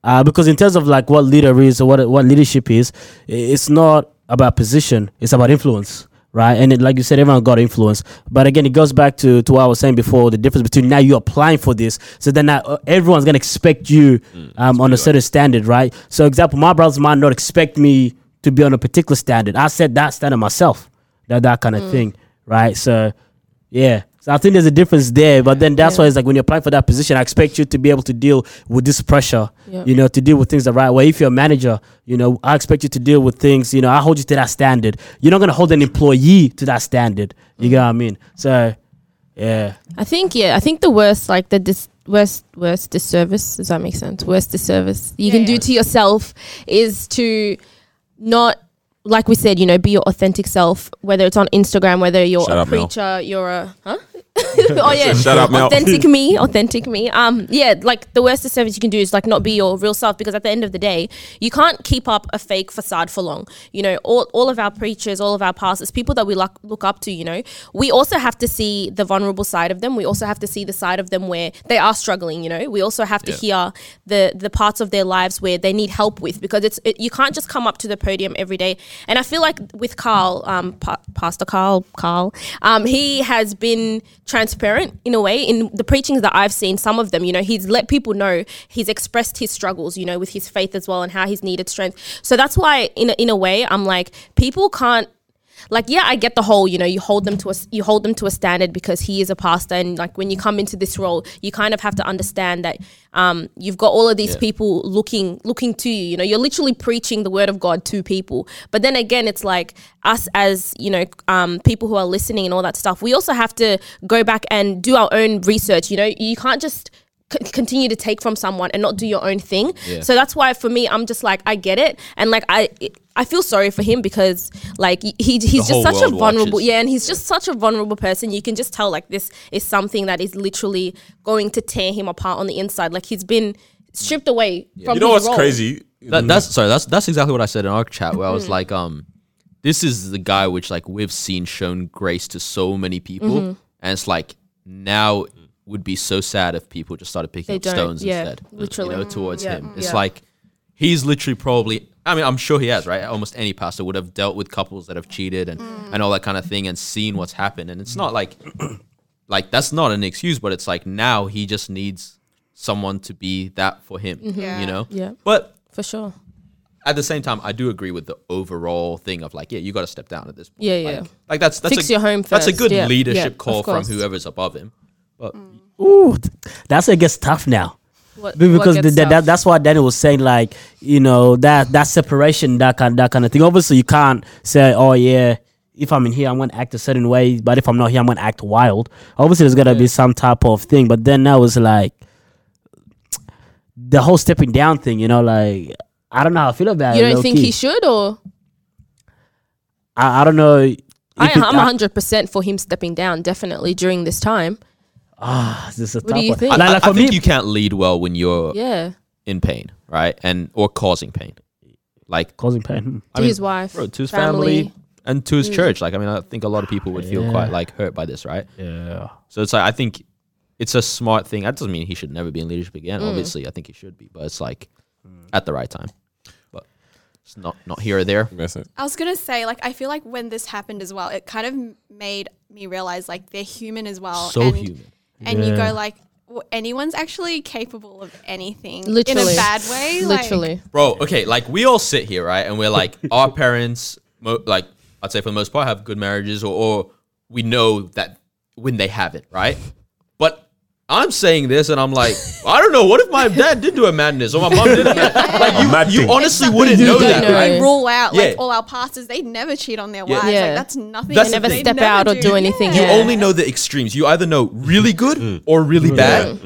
[SPEAKER 5] Uh, because in terms of like what leader is or what what leadership is, i- it's not about position; it's about influence, right? And it, like you said, everyone got influence. But again, it goes back to to what I was saying before: the difference between now you're applying for this, so then now uh, everyone's gonna expect you um, on a certain standard, right? So, example, my brothers might not expect me to be on a particular standard. I set that standard myself that that kind of thing, right? So, yeah. So I think there's a difference there, but then that's why it's like when you're applying for that position, I expect you to be able to deal with this pressure,
[SPEAKER 4] Yeah.
[SPEAKER 5] you know, to deal with things the right way. If you're a manager, you know, I expect you to deal with things, you know, I hold you to that standard. You're not gonna hold an employee to that standard. You get what I mean? So, yeah,
[SPEAKER 4] I think yeah. I think the worst, like the dis- worst, worst disservice. Does that make sense? Worst disservice you can
[SPEAKER 6] Yeah.
[SPEAKER 4] do to yourself is to not, like we said, you know, be your authentic self. Whether it's on Instagram, whether you're
[SPEAKER 3] Shout
[SPEAKER 4] a
[SPEAKER 3] out Mel.
[SPEAKER 4] preacher, you're a huh? oh yeah,
[SPEAKER 3] Shout out, Mel.
[SPEAKER 4] authentic me, authentic me. Um, yeah, like the worst service you can do is like not be your real self because at the end of the day, you can't keep up a fake facade for long. You know, all, all of our preachers, all of our pastors, people that we look look up to. You know, we also have to see the vulnerable side of them. We also have to see the side of them where they are struggling. You know, we also have to
[SPEAKER 2] Yeah.
[SPEAKER 4] hear the the parts of their lives where they need help with because it's it, you can't just come up to the podium every day. And I feel like with Carl, um, pa- Pastor Carl, Carl, um, he has been transparent in a way in the preachings that I've seen. Some of them, you know, he's let people know he's expressed his struggles, you know, with his faith as well and how he's needed strength. So that's why, in a, in a way, I'm like people can't like yeah i get the whole you know you hold them to a you hold them to a standard because he is a pastor and like when you come into this role you kind of have to understand that um, you've got all of these
[SPEAKER 2] Yeah.
[SPEAKER 4] people looking looking to you you know you're literally preaching the word of god to people but then again it's like us as you know um, people who are listening and all that stuff we also have to go back and do our own research you know you can't just c- continue to take from someone and not do your own thing
[SPEAKER 2] Yeah.
[SPEAKER 4] so that's why for me i'm just like i get it and like i i feel sorry for him because like he he's he's
[SPEAKER 2] The
[SPEAKER 4] just
[SPEAKER 2] whole
[SPEAKER 4] such a
[SPEAKER 2] world
[SPEAKER 4] vulnerable
[SPEAKER 2] watches.
[SPEAKER 4] yeah and he's just such a vulnerable person you can just tell like this is something that is literally going to tear him apart on the inside like he's been stripped away from
[SPEAKER 3] You know
[SPEAKER 4] his
[SPEAKER 3] what's
[SPEAKER 4] role.
[SPEAKER 3] crazy?
[SPEAKER 2] That, that's sorry. That's that's exactly what I said in our chat where I was
[SPEAKER 4] Mm-hmm.
[SPEAKER 2] like, um, this is the guy which like we've seen shown grace to so many people,
[SPEAKER 4] Mm-hmm.
[SPEAKER 2] and it's like now would be so sad if people just started picking
[SPEAKER 4] They
[SPEAKER 2] up
[SPEAKER 4] don't,
[SPEAKER 2] stones
[SPEAKER 4] yeah,
[SPEAKER 2] instead, you
[SPEAKER 4] literally.
[SPEAKER 2] know, towards
[SPEAKER 4] Yeah,
[SPEAKER 2] him. It's
[SPEAKER 4] yeah.
[SPEAKER 2] like he's literally probably. I mean, I'm sure he has, right? Almost any pastor would have dealt with couples that have cheated and
[SPEAKER 4] Mm.
[SPEAKER 2] and all that kind of thing, and seen what's happened. And it's not like like that's not an excuse, but it's like now he just needs someone to be that for him,
[SPEAKER 6] Yeah.
[SPEAKER 2] you know.
[SPEAKER 4] Mm-hmm. Yeah.
[SPEAKER 2] But
[SPEAKER 4] for sure
[SPEAKER 2] at the same time, I do agree with the overall thing of like, yeah, you got to step down at this point.
[SPEAKER 4] Yeah,
[SPEAKER 2] like,
[SPEAKER 4] yeah.
[SPEAKER 2] Like that's that's
[SPEAKER 4] Fix
[SPEAKER 2] a,
[SPEAKER 4] your home
[SPEAKER 2] That's a
[SPEAKER 4] first.
[SPEAKER 2] good
[SPEAKER 4] Yeah,
[SPEAKER 2] leadership
[SPEAKER 4] yeah, of
[SPEAKER 2] call from
[SPEAKER 4] course.
[SPEAKER 2] whoever's above him. But
[SPEAKER 5] Ooh, th- that's where it gets tough now.
[SPEAKER 4] What-
[SPEAKER 5] Be-
[SPEAKER 4] what
[SPEAKER 5] because
[SPEAKER 4] gets
[SPEAKER 5] th- that,
[SPEAKER 4] tough?
[SPEAKER 5] that's what Danny was saying, like you know that that separation, that kind that kind of thing. Obviously, you can't say, oh yeah, if I'm in here, I'm gonna act a certain way, but if I'm not here, I'm gonna act wild. Obviously, there's gonna be some type of thing. But then that was like the whole stepping down thing, you know, like. I don't know how I feel about
[SPEAKER 4] you
[SPEAKER 5] it.
[SPEAKER 4] don't
[SPEAKER 5] low
[SPEAKER 4] think
[SPEAKER 5] key.
[SPEAKER 4] he should or
[SPEAKER 5] I, I don't know. if
[SPEAKER 4] I,
[SPEAKER 5] it-
[SPEAKER 4] i'm 100% for him stepping down definitely during this time
[SPEAKER 5] ah, this is a
[SPEAKER 4] do
[SPEAKER 5] tough
[SPEAKER 4] you
[SPEAKER 5] one.
[SPEAKER 4] think?
[SPEAKER 5] Like,
[SPEAKER 2] I,
[SPEAKER 5] like
[SPEAKER 2] I
[SPEAKER 5] for me,
[SPEAKER 2] think you can't lead well when you're
[SPEAKER 4] yeah
[SPEAKER 2] in pain, right? And or causing pain. Like
[SPEAKER 5] causing pain. hmm.
[SPEAKER 2] I
[SPEAKER 4] to
[SPEAKER 2] mean,
[SPEAKER 4] his wife
[SPEAKER 2] bro, to his family, and to
[SPEAKER 4] Mm.
[SPEAKER 2] his church. Like I mean, I think a lot of people would feel
[SPEAKER 5] Yeah.
[SPEAKER 2] quite like hurt by this, right?
[SPEAKER 5] Yeah.
[SPEAKER 2] So it's like I think it's a smart thing. That doesn't mean he should never be in leadership again.
[SPEAKER 4] Mm.
[SPEAKER 2] Obviously, I think he should be, but it's like
[SPEAKER 5] Mm.
[SPEAKER 2] at the right time. But it's not not here or there.
[SPEAKER 3] That's it.
[SPEAKER 6] I was gonna say, like, I feel like when this happened as well, it kind of made me realize like they're human as well.
[SPEAKER 2] So
[SPEAKER 6] and,
[SPEAKER 2] human.
[SPEAKER 6] And you
[SPEAKER 5] Yeah.
[SPEAKER 6] go like, well, anyone's actually capable of anything in
[SPEAKER 4] Literally.
[SPEAKER 6] a bad way. like-
[SPEAKER 4] literally
[SPEAKER 2] bro okay like we all sit here right and we're like our parents mo- like i'd say for the most part have good marriages or, or we know that when they have it right but i'm saying this and i'm like i don't know what if my dad did do a madness or my mom did a madness? like you,
[SPEAKER 3] Mad
[SPEAKER 2] you
[SPEAKER 3] thing.
[SPEAKER 2] honestly wouldn't know
[SPEAKER 4] don't
[SPEAKER 2] that
[SPEAKER 4] know.
[SPEAKER 2] Oh, right
[SPEAKER 6] I rule out
[SPEAKER 2] Yeah.
[SPEAKER 6] like all our pastors. They never cheat on their wives.
[SPEAKER 4] Yeah.
[SPEAKER 6] Like that's nothing.
[SPEAKER 2] That's
[SPEAKER 4] never
[SPEAKER 2] the thing.
[SPEAKER 4] step out or do anything
[SPEAKER 2] you
[SPEAKER 4] Yeah.
[SPEAKER 2] only know the extremes you either know really good or really bad
[SPEAKER 5] Mm.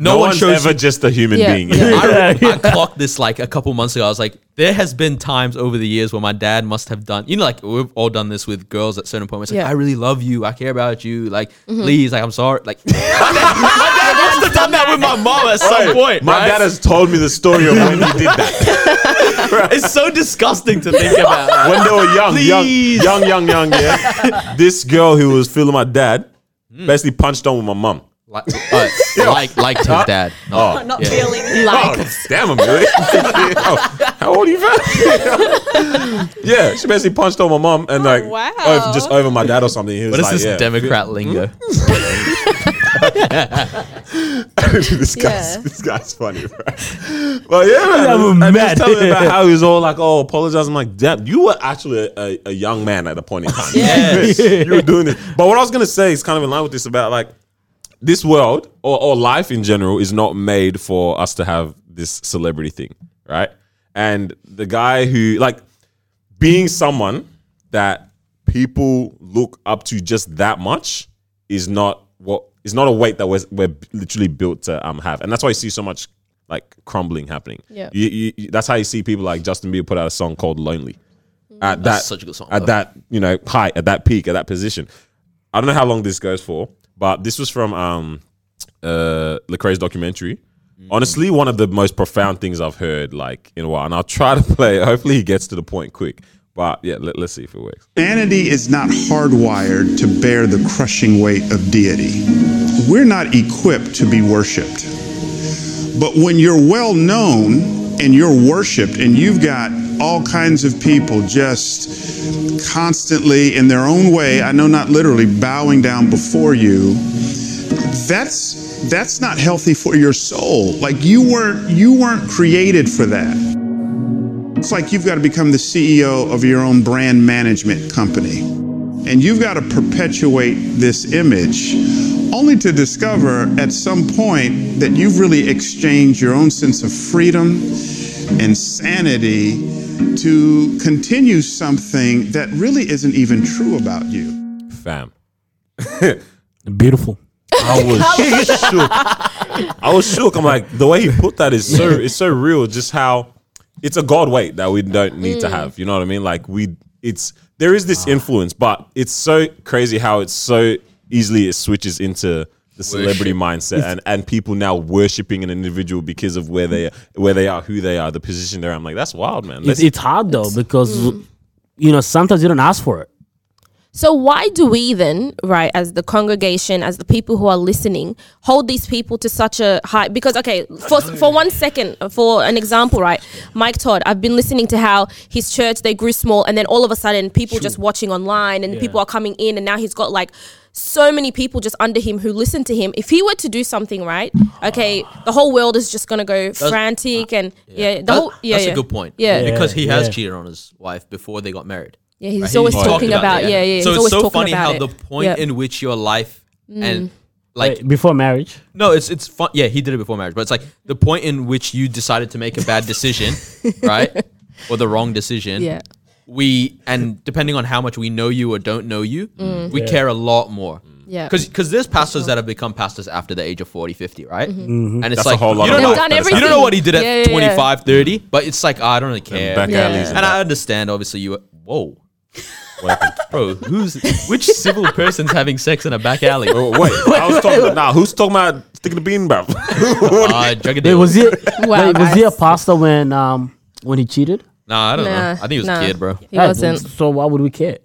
[SPEAKER 2] no,
[SPEAKER 3] No,
[SPEAKER 2] one
[SPEAKER 3] one's
[SPEAKER 2] shows
[SPEAKER 3] ever
[SPEAKER 2] you
[SPEAKER 3] just a human
[SPEAKER 4] Yeah,
[SPEAKER 3] being.
[SPEAKER 4] yeah.
[SPEAKER 2] I, I clocked this like a couple months ago. I was like, there has been times over the years where my dad must have done, you know, like we've all done this with girls at certain points. Like,
[SPEAKER 4] Yeah. Mm-hmm.
[SPEAKER 2] I really love you. I care about you. Like, please, like, I'm sorry. Like, my dad must have done that with my mom at some point.
[SPEAKER 3] My
[SPEAKER 2] right?
[SPEAKER 3] dad has told me the story of when he did that.
[SPEAKER 2] It's so disgusting to think about. Like,
[SPEAKER 3] When they were young,
[SPEAKER 2] Please.
[SPEAKER 3] young, young, young, young, yeah. this girl who was feeling my dad basically punched on with my mum.
[SPEAKER 2] Like, uh, like, liked his dad. Not-
[SPEAKER 6] Not
[SPEAKER 2] yeah.
[SPEAKER 6] feeling.
[SPEAKER 4] like
[SPEAKER 3] Oh, damn Amelia. oh, how old are you? man? yeah, she basically punched on my mom and
[SPEAKER 4] Oh,
[SPEAKER 3] like
[SPEAKER 6] wow.
[SPEAKER 3] over, just over my dad or something. He was
[SPEAKER 2] What is
[SPEAKER 3] like,
[SPEAKER 2] this
[SPEAKER 3] yeah.
[SPEAKER 2] Democrat lingo?
[SPEAKER 4] Mm-hmm.
[SPEAKER 3] this guy's
[SPEAKER 4] Yeah.
[SPEAKER 3] this guy's funny, bro. But yeah, man, and
[SPEAKER 5] I'm
[SPEAKER 3] just
[SPEAKER 5] mad.
[SPEAKER 3] tell me about how he's all like, "Oh, apologize." I'm like, "Damn, you were actually a, a, a young man at the point in time.
[SPEAKER 2] Yes.
[SPEAKER 3] you were doing it." But what I was gonna say is kind of in line with this about like this world or, or life in general is not made for us to have this celebrity thing, right? And the guy who like being someone that people look up to just that much is not what is not a weight that we're, we're literally built to um have, and that's why you see so much like crumbling happening.
[SPEAKER 4] Yeah.
[SPEAKER 3] You- you- you- that's how you see people like Justin Bieber put out a song called "Lonely." At that,
[SPEAKER 2] such a good song,
[SPEAKER 3] At
[SPEAKER 2] though.
[SPEAKER 3] that, you know, height, at that peak, at that position. I don't know how long this goes for, But this was from um, uh, Lecrae's documentary.
[SPEAKER 2] Mm.
[SPEAKER 3] Honestly, one of the most profound things I've heard like in a while, and I'll try to play. it. Hopefully, he gets to the point quick. But yeah, let, let's see if it works.
[SPEAKER 7] Humanity is not hardwired to bear the crushing weight of deity. We're not equipped to be worshiped. But when you're well known and you're worshiped and you've got all kinds of people just constantly in their own way, I know not literally, bowing down before you, that's that's not healthy for your soul. Like you weren't you weren't created for that. It's like you've got to become the CEO of your own brand management company. And you've got to perpetuate this image, only to discover at some point that you've really exchanged your own sense of freedom and sanity to continue something that really isn't even true about you.
[SPEAKER 3] Fam,
[SPEAKER 5] Beautiful.
[SPEAKER 3] I was shook. I was shook. I'm like, the way he put that is so it's so real. Just how it's a god weight that we don't need to have. You know what I mean? Like we, it's there is this influence, but it's so crazy how it's so easily it switches into the celebrity mindset and and people now worshiping an individual because of where they where they are, who they are, the position they're. in. I'm like, that's wild, man.
[SPEAKER 5] It's,
[SPEAKER 3] Let's-
[SPEAKER 5] it's hard though because
[SPEAKER 4] Mm.
[SPEAKER 5] you know sometimes you don't ask for it.
[SPEAKER 4] So why do we then, right, as the congregation, as the people who are listening, hold these people to such a high? Because okay, for for one second, for an example, right, Mike Todd, I've been listening to how his church they grew small, and then all of a sudden, people just watching online, and people are coming in, and now he's got like so many people just under him who listen to him. If he were to do something, right, okay, the whole world is just gonna go frantic, and yeah, the
[SPEAKER 2] That-
[SPEAKER 4] whole, yeah,
[SPEAKER 2] that's
[SPEAKER 4] yeah.
[SPEAKER 2] a good point.
[SPEAKER 4] Yeah. Yeah,
[SPEAKER 2] because he has
[SPEAKER 5] yeah.
[SPEAKER 2] cheated on his wife before they got married.
[SPEAKER 4] Yeah, he's
[SPEAKER 2] Right?
[SPEAKER 4] always
[SPEAKER 2] talked
[SPEAKER 4] talking about,
[SPEAKER 2] that.
[SPEAKER 4] yeah, yeah. he's
[SPEAKER 2] So it's
[SPEAKER 4] always
[SPEAKER 2] so
[SPEAKER 4] talking
[SPEAKER 2] funny
[SPEAKER 4] about
[SPEAKER 2] how
[SPEAKER 4] it. Mm.
[SPEAKER 2] the point
[SPEAKER 4] Yep.
[SPEAKER 2] in which your life and like
[SPEAKER 5] Like, before marriage,
[SPEAKER 2] No, it's it's fun. Yeah, he did it before marriage, but it's like the point in which you decided to make a bad decision, right, or the wrong decision.
[SPEAKER 4] Yeah.
[SPEAKER 2] We and depending on how much we know you or don't know you,
[SPEAKER 4] Mm.
[SPEAKER 2] we care a lot more.
[SPEAKER 3] Mm.
[SPEAKER 4] Yeah.
[SPEAKER 2] Because because there's pastors that have become pastors after the age of 40, 50, right? And it's
[SPEAKER 3] Mm-hmm. That's a
[SPEAKER 2] like
[SPEAKER 3] whole lot
[SPEAKER 2] you don't
[SPEAKER 3] of
[SPEAKER 2] know
[SPEAKER 3] work They've done
[SPEAKER 2] you don't know
[SPEAKER 4] Mm-hmm. everything.
[SPEAKER 2] what he did at
[SPEAKER 4] Yeah, yeah, yeah.
[SPEAKER 2] 25, 30, but it's like "Ah, I don't really care.
[SPEAKER 3] back
[SPEAKER 4] Yeah.
[SPEAKER 3] alleys
[SPEAKER 2] And I understand obviously you whoa. Bro, who's which civil person's having sex in a back alley?
[SPEAKER 3] Oh, wait, I was talking about nah, who's talking about sticking the bean back?
[SPEAKER 2] Uh,
[SPEAKER 5] Wait,
[SPEAKER 2] Jugadeal.
[SPEAKER 5] was he?
[SPEAKER 4] Wow,
[SPEAKER 5] wait, was he a
[SPEAKER 4] guys.
[SPEAKER 5] pastor when um when he cheated?
[SPEAKER 2] Nah, I don't
[SPEAKER 4] Nah,
[SPEAKER 2] know. I think it was
[SPEAKER 4] nah.
[SPEAKER 2] a kid, bro.
[SPEAKER 4] He
[SPEAKER 5] Hey,
[SPEAKER 4] wasn't.
[SPEAKER 5] So why would we care?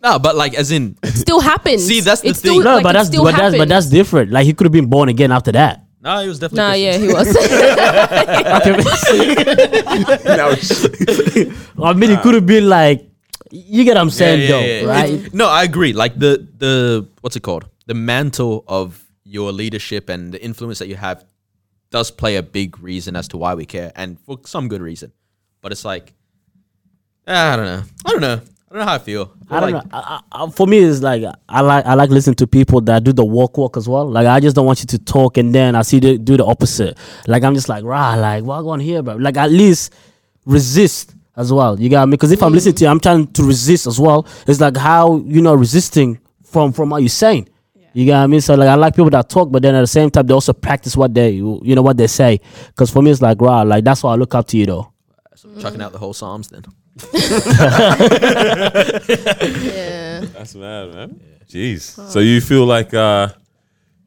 [SPEAKER 2] No, but like as in
[SPEAKER 4] still happens.
[SPEAKER 2] See, that's the
[SPEAKER 4] It's
[SPEAKER 2] thing.
[SPEAKER 4] Still,
[SPEAKER 5] No,
[SPEAKER 4] like,
[SPEAKER 5] but
[SPEAKER 4] it
[SPEAKER 5] that's
[SPEAKER 4] still
[SPEAKER 5] but that's but
[SPEAKER 4] happens.
[SPEAKER 5] that's different. Like he could have been born again after that.
[SPEAKER 2] no, he was definitely.
[SPEAKER 4] Nah, yeah,
[SPEAKER 2] Christian.
[SPEAKER 4] he was.
[SPEAKER 3] now it's-
[SPEAKER 5] I mean, it could have been like you get what I'm saying,
[SPEAKER 2] yeah, yeah,
[SPEAKER 5] though,
[SPEAKER 2] yeah.
[SPEAKER 5] right?
[SPEAKER 2] It's- No, I agree. Like the the what's it called? The mantle of your leadership and the influence that you have does play a big reason as to why we care, and for some good reason. But it's like, ah, I don't know. I don't know. I don't know how I feel.
[SPEAKER 5] I don't
[SPEAKER 2] like,
[SPEAKER 5] know. I, I, I- for me, it's like I like I like listening to people that do the walk walk as well. Like I just don't want you to talk, and then I see they do the opposite. Like I'm just like rah, like what going here, bro? Like at least resist as well. You got me? Because if I'm listening to you, I'm trying to resist as well. It's like how you know resisting from from what you're saying. You got what I mean? So like I like people that talk, but then at the same time they also practice what they you know what they say. Because for me, it's like rah, like that's why I look up to you though.
[SPEAKER 2] so chucking out the whole Psalms then.
[SPEAKER 3] That's mad, man. Jeez. So you feel like uh,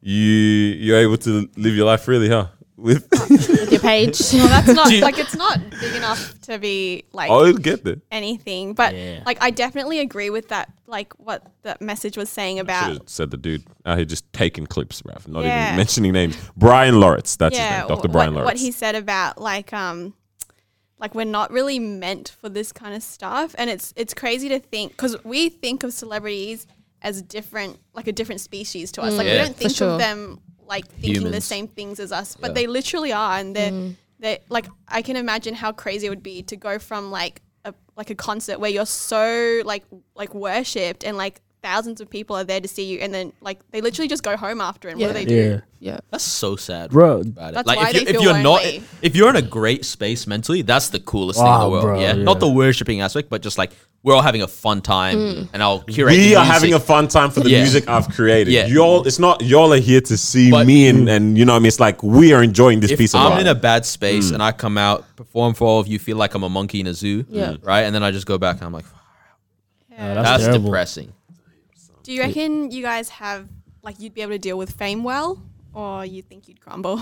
[SPEAKER 3] you you're able to live your life freely, huh? With
[SPEAKER 4] Your page.
[SPEAKER 6] Well, that's not like it's not big enough to be like
[SPEAKER 3] oh, it'll get there.
[SPEAKER 6] anything. But
[SPEAKER 5] Yeah.
[SPEAKER 6] like, I definitely agree with that. Like what that message was saying
[SPEAKER 3] Should
[SPEAKER 6] about
[SPEAKER 3] have said the dude out here just taking clips, bruv. Not
[SPEAKER 6] Yeah.
[SPEAKER 3] even mentioning names. Brian Lawrence. That's his
[SPEAKER 6] yeah,
[SPEAKER 3] name. Dr.
[SPEAKER 6] wh-
[SPEAKER 3] Brian
[SPEAKER 6] what,
[SPEAKER 3] Lawrence.
[SPEAKER 6] what he said about like um, like we're not really meant for this kind of stuff, and it's it's crazy to think because we think of celebrities as different, like a different species to us. Like we
[SPEAKER 2] Yeah.
[SPEAKER 6] don't think
[SPEAKER 4] Mm. sure.
[SPEAKER 6] of them like thinking the
[SPEAKER 2] Humans.
[SPEAKER 6] same things as us, but they literally are, and they're
[SPEAKER 4] Mm.
[SPEAKER 6] they like I can imagine how crazy it would be to go from like a like a concert where you're so like like worshipped and like thousands of people are there to see you and then like they literally just go home after and what do
[SPEAKER 4] Yeah.
[SPEAKER 6] they do
[SPEAKER 5] Yeah,
[SPEAKER 4] yeah.
[SPEAKER 2] That's so sad,
[SPEAKER 5] Bro,
[SPEAKER 2] About it.
[SPEAKER 6] That's
[SPEAKER 2] like
[SPEAKER 6] why
[SPEAKER 2] if, you,
[SPEAKER 6] they
[SPEAKER 2] if
[SPEAKER 6] feel
[SPEAKER 2] you're not,
[SPEAKER 6] lonely.
[SPEAKER 2] if you're in a great space mentally, that's the coolest thing in
[SPEAKER 3] Ah,
[SPEAKER 5] Wow,
[SPEAKER 2] the world.
[SPEAKER 5] bro,
[SPEAKER 2] yeah?
[SPEAKER 5] yeah.
[SPEAKER 2] not the worshiping aspect, but just like we're all having a fun time,
[SPEAKER 6] Mm.
[SPEAKER 2] and I'll curate.
[SPEAKER 3] we
[SPEAKER 2] the
[SPEAKER 3] are having
[SPEAKER 2] music.
[SPEAKER 3] a fun time for the
[SPEAKER 2] Yeah.
[SPEAKER 3] music I've created.
[SPEAKER 2] Yeah.
[SPEAKER 3] Y'all, it's not y'all are here to see
[SPEAKER 2] But-
[SPEAKER 3] me and, and you know what I mean. It's like we are enjoying this
[SPEAKER 2] if
[SPEAKER 3] piece of
[SPEAKER 2] I'm
[SPEAKER 3] art. Mm.
[SPEAKER 2] in a bad space and I come out, perform for all of you, feel like I'm a monkey in a zoo,
[SPEAKER 4] Yeah.
[SPEAKER 2] right? And then I just go back and I'm like,
[SPEAKER 5] Oh,
[SPEAKER 3] Ah,
[SPEAKER 2] that's
[SPEAKER 5] terrible.
[SPEAKER 2] depressing.
[SPEAKER 6] Do you reckon you guys have like you'd be able to deal with fame well, or you think you'd crumble?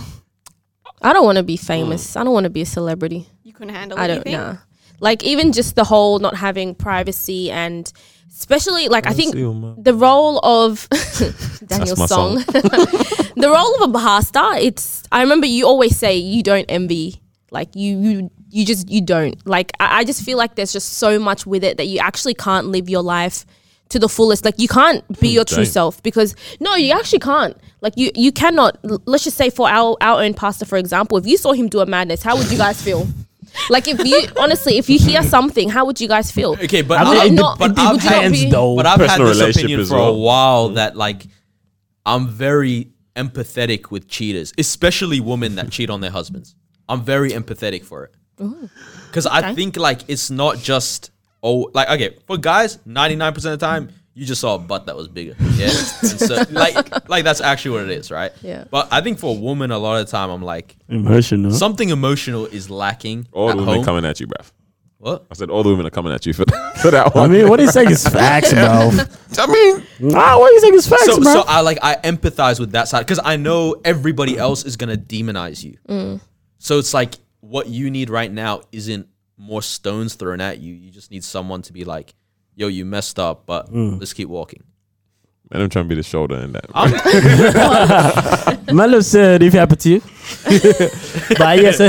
[SPEAKER 4] I don't want to be famous.
[SPEAKER 2] Mm.
[SPEAKER 4] I don't want to be a celebrity.
[SPEAKER 6] You couldn't handle
[SPEAKER 4] I don't
[SPEAKER 6] anything.
[SPEAKER 4] know. Like even just the whole not having privacy and especially like I think the role of Daniel's
[SPEAKER 3] my
[SPEAKER 4] song, the role of a pastor. It's I remember you always say you don't envy. Like you you you just you don't like I, I just feel like there's just so much with it that you actually can't live your life to the fullest like you can't be your true
[SPEAKER 3] Don't.
[SPEAKER 4] self because no you actually can't like you you cannot l- let's just say for our our own pastor for example if you saw him do a madness how would you guys feel like if you honestly if you hear something how would you guys feel
[SPEAKER 2] Okay, but
[SPEAKER 5] I mean,
[SPEAKER 2] I've-
[SPEAKER 5] it,
[SPEAKER 4] not-
[SPEAKER 5] de-
[SPEAKER 2] but
[SPEAKER 5] it
[SPEAKER 2] I've had-
[SPEAKER 5] depends,
[SPEAKER 4] had-
[SPEAKER 5] though.
[SPEAKER 2] But I've had
[SPEAKER 3] Personal
[SPEAKER 2] this
[SPEAKER 3] relationship
[SPEAKER 2] opinion
[SPEAKER 3] as
[SPEAKER 2] for a
[SPEAKER 3] well.
[SPEAKER 2] while that like I'm very empathetic with cheaters, especially women that cheat on their husbands. I'm very empathetic for it. Cuz I think like it's not just oh like okay, for guys 99% of the time you just saw a butt that was bigger. Yeah. And so like like that's actually what it is, right?
[SPEAKER 4] Yeah.
[SPEAKER 2] But I think for a woman a lot of the time I'm like
[SPEAKER 5] Emotional.
[SPEAKER 2] something emotional is lacking
[SPEAKER 3] Hmm? All
[SPEAKER 2] at
[SPEAKER 3] the women
[SPEAKER 2] home.
[SPEAKER 3] coming at you, bruv.
[SPEAKER 2] What?
[SPEAKER 3] I said all the women are coming at you for, for that
[SPEAKER 5] I
[SPEAKER 3] one.
[SPEAKER 5] mean, what are you saying is facts, bro?
[SPEAKER 3] I mean,
[SPEAKER 5] Nah, what are you saying is facts,
[SPEAKER 2] so,
[SPEAKER 5] bro?
[SPEAKER 2] so I like I empathize with that side because I know everybody else is gonna demonize you. So it's like what you need right now isn't more stones thrown at you. You just need someone to be like, "Yo, you messed up, but
[SPEAKER 3] Mm.
[SPEAKER 2] let's keep walking."
[SPEAKER 3] and I'm trying to be the shoulder in that.
[SPEAKER 5] Malo said, if it happened to you. but yeah, so,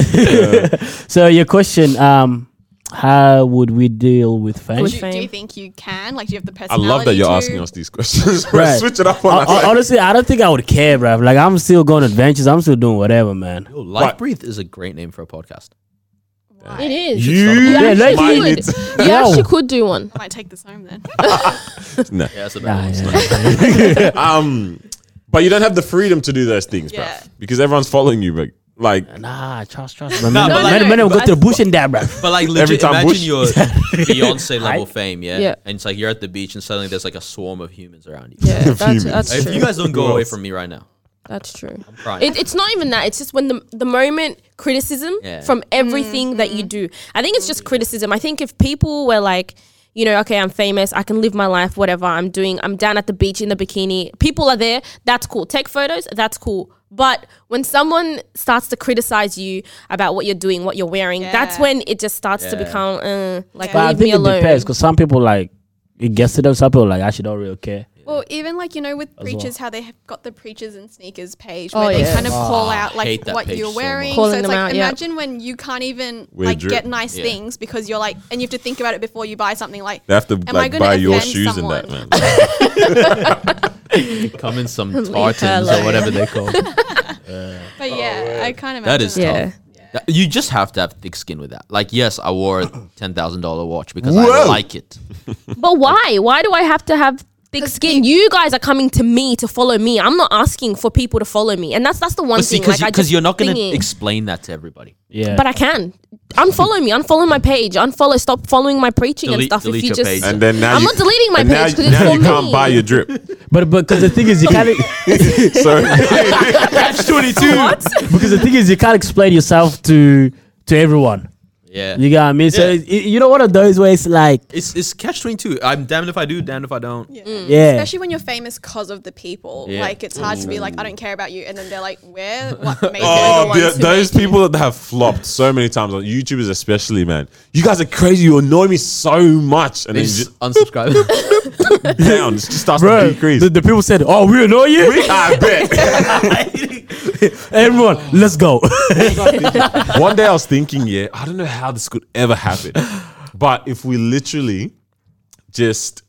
[SPEAKER 5] so your question, um, how would we deal with fame?
[SPEAKER 4] With
[SPEAKER 6] Do, you- do
[SPEAKER 4] fame.
[SPEAKER 6] you think you can? Like, do you have the
[SPEAKER 3] I
[SPEAKER 6] personality?
[SPEAKER 3] love that you're
[SPEAKER 6] to-
[SPEAKER 3] asking us these questions.
[SPEAKER 5] Right.
[SPEAKER 3] Switch it up on
[SPEAKER 5] Hon-
[SPEAKER 3] us.
[SPEAKER 5] hon- honestly, I don't think I would care, bro. Like, I'm still going adventures. I'm still doing whatever, man.
[SPEAKER 2] Yo, Life
[SPEAKER 3] Right.
[SPEAKER 2] Breathe is a great name for a podcast.
[SPEAKER 4] it is
[SPEAKER 3] You,
[SPEAKER 4] You
[SPEAKER 5] Yeah,
[SPEAKER 4] actually
[SPEAKER 5] like-
[SPEAKER 3] might
[SPEAKER 5] mine
[SPEAKER 4] could.
[SPEAKER 3] need
[SPEAKER 4] You
[SPEAKER 3] to-
[SPEAKER 4] actually could do one.
[SPEAKER 6] I might take this home then.
[SPEAKER 3] no.
[SPEAKER 2] Yeah, that's a better
[SPEAKER 5] Nah,
[SPEAKER 2] one.
[SPEAKER 5] yeah.
[SPEAKER 3] Um, but you don't have the freedom to do those things, bro,
[SPEAKER 6] Yeah.
[SPEAKER 3] because everyone's following you. But like,
[SPEAKER 5] Nah, trust, trust. Man, man,
[SPEAKER 2] but like-
[SPEAKER 5] man, man,
[SPEAKER 2] but
[SPEAKER 5] go to the bush and that, bro.
[SPEAKER 2] But like, legit,
[SPEAKER 3] Every time
[SPEAKER 2] imagine
[SPEAKER 3] Bush-
[SPEAKER 2] you're Beyonce level fame, yeah?
[SPEAKER 4] Yeah.
[SPEAKER 2] and it's like you're at the beach and suddenly there's like a swarm of humans around you.
[SPEAKER 4] Yeah, that's,
[SPEAKER 3] humans.
[SPEAKER 4] that's
[SPEAKER 2] If
[SPEAKER 4] true.
[SPEAKER 2] you guys don't go
[SPEAKER 3] Who
[SPEAKER 2] away
[SPEAKER 3] else?
[SPEAKER 2] from me right now,
[SPEAKER 4] That's true.
[SPEAKER 2] crying.
[SPEAKER 4] It, it's not even that. It's just when the the moment criticism
[SPEAKER 2] Yeah.
[SPEAKER 4] from everything that
[SPEAKER 5] Mm.
[SPEAKER 4] you do. I think it's just criticism. I think if people were like, you know, okay, I'm famous. I can live my life. Whatever I'm doing, I'm down at the beach in the bikini. People are there. That's cool. Take photos. That's cool. But when someone starts to criticize you about what you're doing, what you're wearing, that's
[SPEAKER 6] Yeah.
[SPEAKER 4] when it just starts to
[SPEAKER 2] Yeah.
[SPEAKER 4] become uh, like
[SPEAKER 5] But I
[SPEAKER 4] leave me
[SPEAKER 5] think it
[SPEAKER 4] alone.
[SPEAKER 5] depends because some people, like, it gets to them. Some people, like, actually don't really care.
[SPEAKER 6] Well, even like you know with
[SPEAKER 5] well.
[SPEAKER 6] preachers, how they have got the preachers and sneakers page
[SPEAKER 4] Oh,
[SPEAKER 6] where they
[SPEAKER 4] yeah.
[SPEAKER 6] kind of
[SPEAKER 3] Ah,
[SPEAKER 6] call out
[SPEAKER 2] hate
[SPEAKER 6] like
[SPEAKER 2] that
[SPEAKER 6] what
[SPEAKER 2] page
[SPEAKER 6] you're
[SPEAKER 2] so
[SPEAKER 6] wearing.
[SPEAKER 2] much.
[SPEAKER 4] Calling
[SPEAKER 6] so it's
[SPEAKER 4] them
[SPEAKER 6] like
[SPEAKER 4] out, yeah.
[SPEAKER 6] imagine when you can't even
[SPEAKER 3] We're
[SPEAKER 6] like
[SPEAKER 3] drip.
[SPEAKER 6] get nice
[SPEAKER 2] Yeah.
[SPEAKER 6] things because you're like, and you have to think about it before you buy something. Like
[SPEAKER 3] they have to
[SPEAKER 6] I
[SPEAKER 3] like
[SPEAKER 6] gonna
[SPEAKER 3] buy your
[SPEAKER 6] offend
[SPEAKER 3] shoes
[SPEAKER 6] someone?
[SPEAKER 3] and that, man.
[SPEAKER 2] come in some
[SPEAKER 4] her
[SPEAKER 2] tartans or
[SPEAKER 4] alone.
[SPEAKER 2] whatever they're called.
[SPEAKER 6] But yeah, I can't imagine.
[SPEAKER 2] That is
[SPEAKER 4] Yeah.
[SPEAKER 2] tough. That- You just have to have thick skin with that. Like, yes, I wore a ten thousand dollar watch because I
[SPEAKER 3] Whoa.
[SPEAKER 2] like it.
[SPEAKER 4] But why? Why do I have to have thick skin? You guys are coming to me to follow me. I'm not asking for people to follow me, and that's that's the one
[SPEAKER 2] But see,
[SPEAKER 4] thing. Like,
[SPEAKER 2] because
[SPEAKER 4] I just
[SPEAKER 2] you're not gonna
[SPEAKER 4] thinking-
[SPEAKER 2] explain that to everybody.
[SPEAKER 5] Yeah.
[SPEAKER 4] but I can unfollow me, unfollow my page, unfollow, stop following my preaching
[SPEAKER 2] Delete-
[SPEAKER 4] and stuff.
[SPEAKER 2] delete
[SPEAKER 4] If you
[SPEAKER 2] your
[SPEAKER 4] just
[SPEAKER 2] page.
[SPEAKER 3] and then now
[SPEAKER 4] I'm
[SPEAKER 3] you,
[SPEAKER 4] not deleting my
[SPEAKER 3] and now,
[SPEAKER 4] page 'cause it's
[SPEAKER 3] now
[SPEAKER 4] for
[SPEAKER 3] you can't
[SPEAKER 4] me.
[SPEAKER 3] buy your drip.
[SPEAKER 5] But because the thing is, you can't
[SPEAKER 3] So
[SPEAKER 2] Catch twenty two.
[SPEAKER 5] because the thing is, you can't explain yourself to to everyone.
[SPEAKER 2] Yeah,
[SPEAKER 5] You got what I mean? So
[SPEAKER 2] Yeah.
[SPEAKER 5] it, you know, one of those where it's like,
[SPEAKER 2] it's it's catch twenty two. I'm damned if I do, damned if I don't. Yeah,
[SPEAKER 4] Mm.
[SPEAKER 5] yeah,
[SPEAKER 6] Especially when you're famous because of the people.
[SPEAKER 2] Eh. Yeah.
[SPEAKER 6] Like it's hard to be like, I don't care about you, and then they're like, we're what made Mm. oh,
[SPEAKER 3] oh, the, those people that have flopped so many times on YouTubers, especially, man. You guys are crazy. You annoy me so much, and then you
[SPEAKER 2] just unsubscribe.
[SPEAKER 3] just down. It just starts
[SPEAKER 5] bro.
[SPEAKER 3] to decrease.
[SPEAKER 5] The, the people said, "Oh, we know you."
[SPEAKER 3] I bet.
[SPEAKER 5] everyone, let's go.
[SPEAKER 3] One day I was thinking, yeah, I don't know how this could ever happen. But if we literally just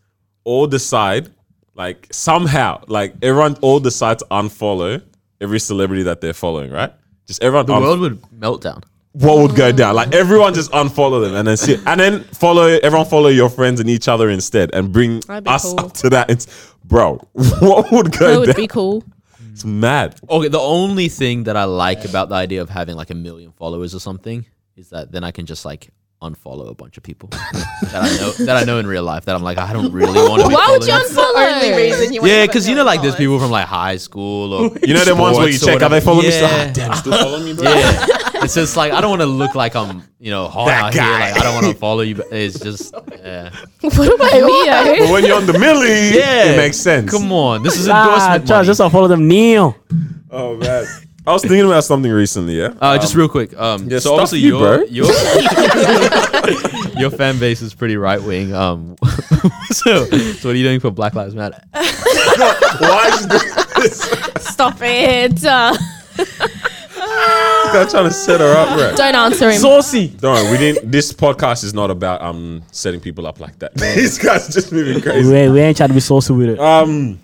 [SPEAKER 3] all decide, like somehow, like everyone all decide to unfollow every celebrity that they're following, right? Just everyone
[SPEAKER 2] the
[SPEAKER 3] unf-
[SPEAKER 2] world would melt down.
[SPEAKER 3] what would go down. Like everyone just unfollow them and then see and then follow everyone follow your friends and each other instead and bring
[SPEAKER 4] That'd be
[SPEAKER 3] us
[SPEAKER 4] cool.
[SPEAKER 3] up to that. It's bro, what would
[SPEAKER 4] that
[SPEAKER 3] go
[SPEAKER 4] would
[SPEAKER 3] down?
[SPEAKER 4] be cool.
[SPEAKER 3] it's mad.
[SPEAKER 2] Okay, the only thing that I like about the idea of having like a million followers or something is that then I can just like unfollow a bunch of people that I know that I know in real life that I'm like I don't really want to.
[SPEAKER 4] Why would you
[SPEAKER 6] That's the only
[SPEAKER 4] unfollow?
[SPEAKER 6] reason you
[SPEAKER 2] Yeah,
[SPEAKER 6] want
[SPEAKER 2] because you know, like there's
[SPEAKER 6] people.
[SPEAKER 2] people from like high school or
[SPEAKER 3] You know them ones where you
[SPEAKER 2] sports or
[SPEAKER 3] check, are they
[SPEAKER 2] whatever.
[SPEAKER 3] following me? Still,
[SPEAKER 2] Yeah.
[SPEAKER 3] ah, damn, still following me, bro.
[SPEAKER 2] Yeah. it's just like I don't want to look like I'm, you know, hot out here. Like, I don't want to follow you. But it's just, yeah.
[SPEAKER 4] What about me?
[SPEAKER 3] But when you're on the millie,
[SPEAKER 2] yeah,
[SPEAKER 3] it makes sense.
[SPEAKER 2] Come on, this is
[SPEAKER 5] Ah,
[SPEAKER 2] endorsement money.
[SPEAKER 5] Charles, just unfollow them. Kneel.
[SPEAKER 3] Oh man, I was thinking about something recently. Yeah,
[SPEAKER 2] uh, just real quick. Um,
[SPEAKER 3] yeah,
[SPEAKER 2] so obviously
[SPEAKER 3] stuff you,
[SPEAKER 2] your
[SPEAKER 3] bro.
[SPEAKER 2] your your fan base is pretty right wing. Um, so so what are you doing for Black Lives Matter?
[SPEAKER 3] why is this?
[SPEAKER 4] Stop it. Uh,
[SPEAKER 3] I'm trying to set her up, bro.
[SPEAKER 4] don't answer him.
[SPEAKER 5] Saucy.
[SPEAKER 3] Don't worry, we didn't. This podcast is not about um setting people up like that. These guys are just moving
[SPEAKER 5] We,
[SPEAKER 3] crazy.
[SPEAKER 5] ain't- we ain't trying to be saucy with it.
[SPEAKER 3] Um,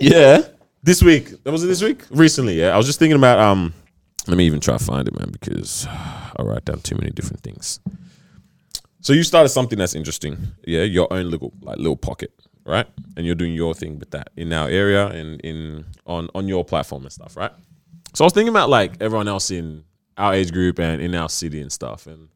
[SPEAKER 3] yeah. This week, that was it. This week, recently, yeah. I was just thinking about um. Let me even try to find it, man, because I write down too many different things. So you started something that's interesting, yeah. Your own little like little pocket, right? And you're doing your thing with that in our area and in on on your platform and stuff, right? So I was thinking about like everyone else in our age group and in our city and stuff, and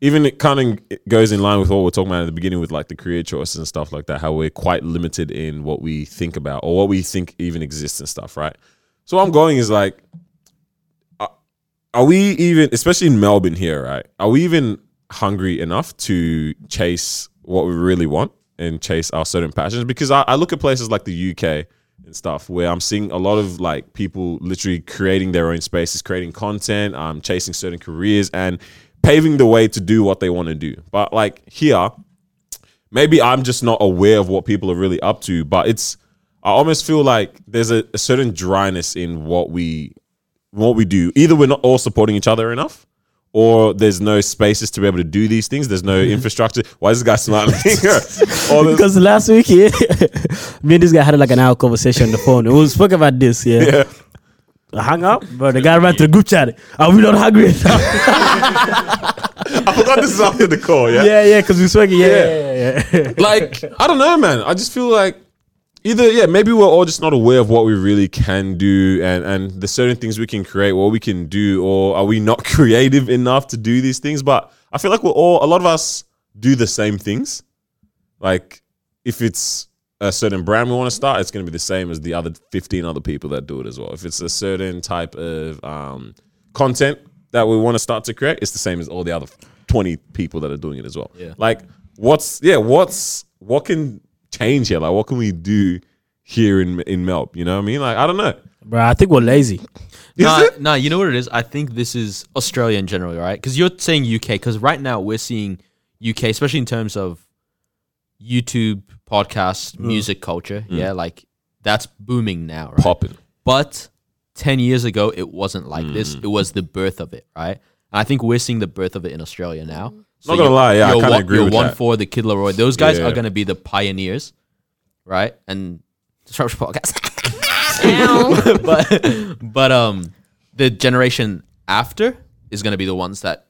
[SPEAKER 3] even it kind of goes in line with what we we're talking about at the beginning with like the career choices and stuff like that. How we're quite limited in what we think about or what we think even exists and stuff, right? So where I'm going is like, are- are we even, especially in Melbourne here, right? Are we even hungry enough to chase what we really want and chase our certain passions? Because I, I look at places like the UK and stuff where I'm seeing a lot of like people literally creating their own spaces, creating content, um, chasing certain careers and paving the way to do what they want to do. But like here, maybe I'm just not aware of what people are really up to, but it's I almost feel like there's a, a certain dryness in what we what we do. Either we're not all supporting each other enough, or there's no spaces to be able to do these things. There's no infrastructure. Why is this guy smiling? All this-
[SPEAKER 5] Because last week, yeah, me and this guy had like an hour conversation on the phone. We spoke about this, yeah. I hung up, but the guy ran to the group chat. Are we not hungry? enough?"
[SPEAKER 3] I forgot this is after the call. Yeah.
[SPEAKER 5] yeah, yeah, because we spoke. Yeah,
[SPEAKER 3] Yeah.
[SPEAKER 5] yeah, yeah. yeah.
[SPEAKER 3] like I don't know, man. I just feel like either yeah, maybe we're all just not aware of what we really can do and and the certain things we can create, what we can do, or are we not creative enough to do these things? But I feel like we're all a lot of us do the same things. Like if it's a certain brand we want to start, it's going to be the same as the other 15 other people that do it as well. If it's a certain type of um, content that we want to start to create, it's the same as all the other 20 people that are doing it as well.
[SPEAKER 2] Yeah.
[SPEAKER 3] Like what's yeah, what's what can change here? Like what can we do here in in Melb? You know what I mean? Like I don't know.
[SPEAKER 5] Bro, I think we're lazy.
[SPEAKER 2] nah,
[SPEAKER 3] it?
[SPEAKER 2] nah, you know what it is? I think this is Australia in general, right? Because you're saying UK, because right now we're seeing UK, especially in terms of YouTube,
[SPEAKER 3] Mm.
[SPEAKER 2] podcast, music culture. Yeah, like that's booming now, right?
[SPEAKER 3] Popping.
[SPEAKER 2] But 10 years ago, it wasn't like this.
[SPEAKER 3] Mm.
[SPEAKER 2] It was the birth of it, right? And I think we're seeing the birth of it in Australia now. So
[SPEAKER 3] Not gonna
[SPEAKER 2] your-
[SPEAKER 3] lie, yeah, I
[SPEAKER 2] your
[SPEAKER 3] kinda
[SPEAKER 2] one-
[SPEAKER 3] agree
[SPEAKER 2] your
[SPEAKER 3] with
[SPEAKER 2] one
[SPEAKER 3] that.
[SPEAKER 2] for the Kid Leroy. Those guys
[SPEAKER 3] Yeah.
[SPEAKER 2] are going to be the pioneers, right? And Disruption Podcast. but but um the generation after is going to be the ones that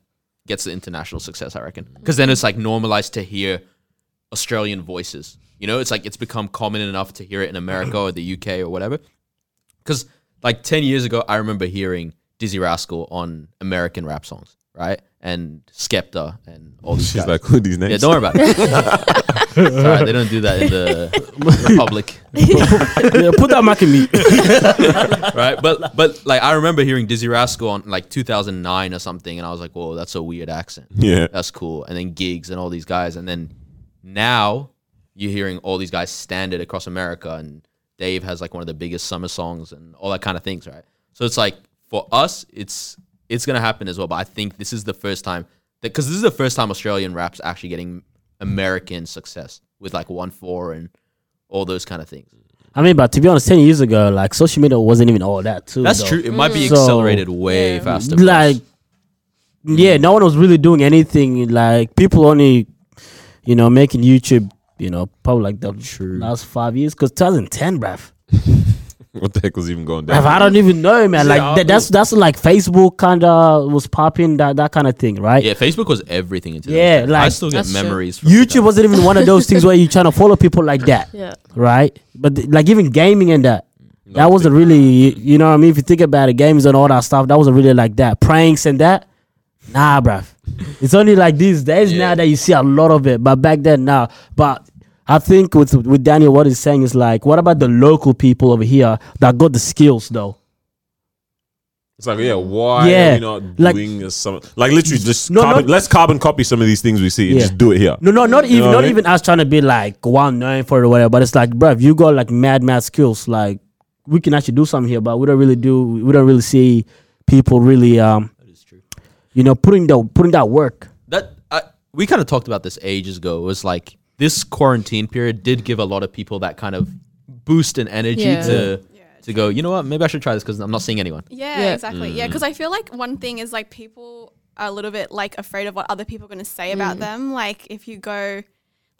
[SPEAKER 2] gets the international success i reckon because then it's like normalized to hear australian voices you know it's like it's become common enough to hear it in america or the uk or whatever because like 10 years ago i remember hearing dizzy rascal on american rap songs right and skepta and all these
[SPEAKER 3] She's
[SPEAKER 2] guys.
[SPEAKER 3] like, who are these names?
[SPEAKER 2] yeah don't worry about it Sorry, they don't do that in the public
[SPEAKER 5] yeah, put that mark in me.
[SPEAKER 2] right? But but like I remember hearing Dizzy Rascal on like 2009 or something, and I was like, "Whoa, that's a weird accent.
[SPEAKER 3] Yeah.
[SPEAKER 2] that's cool." And then gigs and all these guys, and then now you're hearing all these guys standard across America, and Dave has like one of the biggest summer songs and all that kind of things, right? So it's like for us, it's it's gonna happen as well. But I think this is the first time that because this is the first time Australian rap's actually getting American success with like one four and all those kind of things.
[SPEAKER 5] I mean, but to be honest, 10 years ago, like social media wasn't even all that, too.
[SPEAKER 2] That's
[SPEAKER 5] though.
[SPEAKER 2] true. It might be
[SPEAKER 5] So-
[SPEAKER 2] accelerated way faster. for us.
[SPEAKER 5] like yeah no one was really doing anything like people only you know making youtube you know probably like the last five years because 2010 bruv
[SPEAKER 3] what the heck was even going
[SPEAKER 5] Bruv,
[SPEAKER 3] down?
[SPEAKER 5] i don't even know man like
[SPEAKER 3] Yeah,
[SPEAKER 5] that, that's that's like facebook kind of was popping that that kind of thing right
[SPEAKER 2] Yeah, Facebook was everything into
[SPEAKER 5] Yeah,
[SPEAKER 2] like I
[SPEAKER 5] like-
[SPEAKER 2] still get
[SPEAKER 4] That's true.
[SPEAKER 2] memories. From
[SPEAKER 5] youtube
[SPEAKER 2] that.
[SPEAKER 5] wasn't even one of those things where you're trying to follow people like that
[SPEAKER 4] Yeah.
[SPEAKER 5] right but th- like even gaming and that that wasn't really you know what i mean if you think about it games and all that stuff that wasn't really like that pranks and that Nah, bruv. It's only like these days
[SPEAKER 2] Yeah.
[SPEAKER 5] now that you see a lot of it, but back then, nah. But I think with with Daniel, what he's saying is like, what about the local people over here that got the skills though?
[SPEAKER 3] It's like, yeah, why
[SPEAKER 5] Yeah,
[SPEAKER 3] are we not
[SPEAKER 5] like-
[SPEAKER 3] doing this? Some, like, literally, just
[SPEAKER 5] No,
[SPEAKER 3] carbon,
[SPEAKER 5] not-
[SPEAKER 3] let's carbon copy some of these things we see and
[SPEAKER 5] Yeah.
[SPEAKER 3] just do it here.
[SPEAKER 5] No, no, not even
[SPEAKER 3] know what
[SPEAKER 5] not
[SPEAKER 3] I mean?
[SPEAKER 5] even us trying to be like well known for it or whatever. But it's like, bruv, you got like mad mad skills. Like we can actually do something here, but we don't really do. We don't really see people really, um,
[SPEAKER 2] That is true.
[SPEAKER 5] you know, putting the putting that work.
[SPEAKER 2] That I, we kind of talked about this ages ago. It was like this quarantine period did give a lot of people that kind of boost and energy
[SPEAKER 4] Yeah.
[SPEAKER 2] to to go. You know what? Maybe I should try this because I'm not seeing anyone.
[SPEAKER 6] Yeah,
[SPEAKER 4] Yeah.
[SPEAKER 6] exactly.
[SPEAKER 2] Mm.
[SPEAKER 6] Yeah, because I feel like one thing is like people are a little bit like afraid of what other people are going to say
[SPEAKER 2] Mm.
[SPEAKER 6] about them. Like if you go,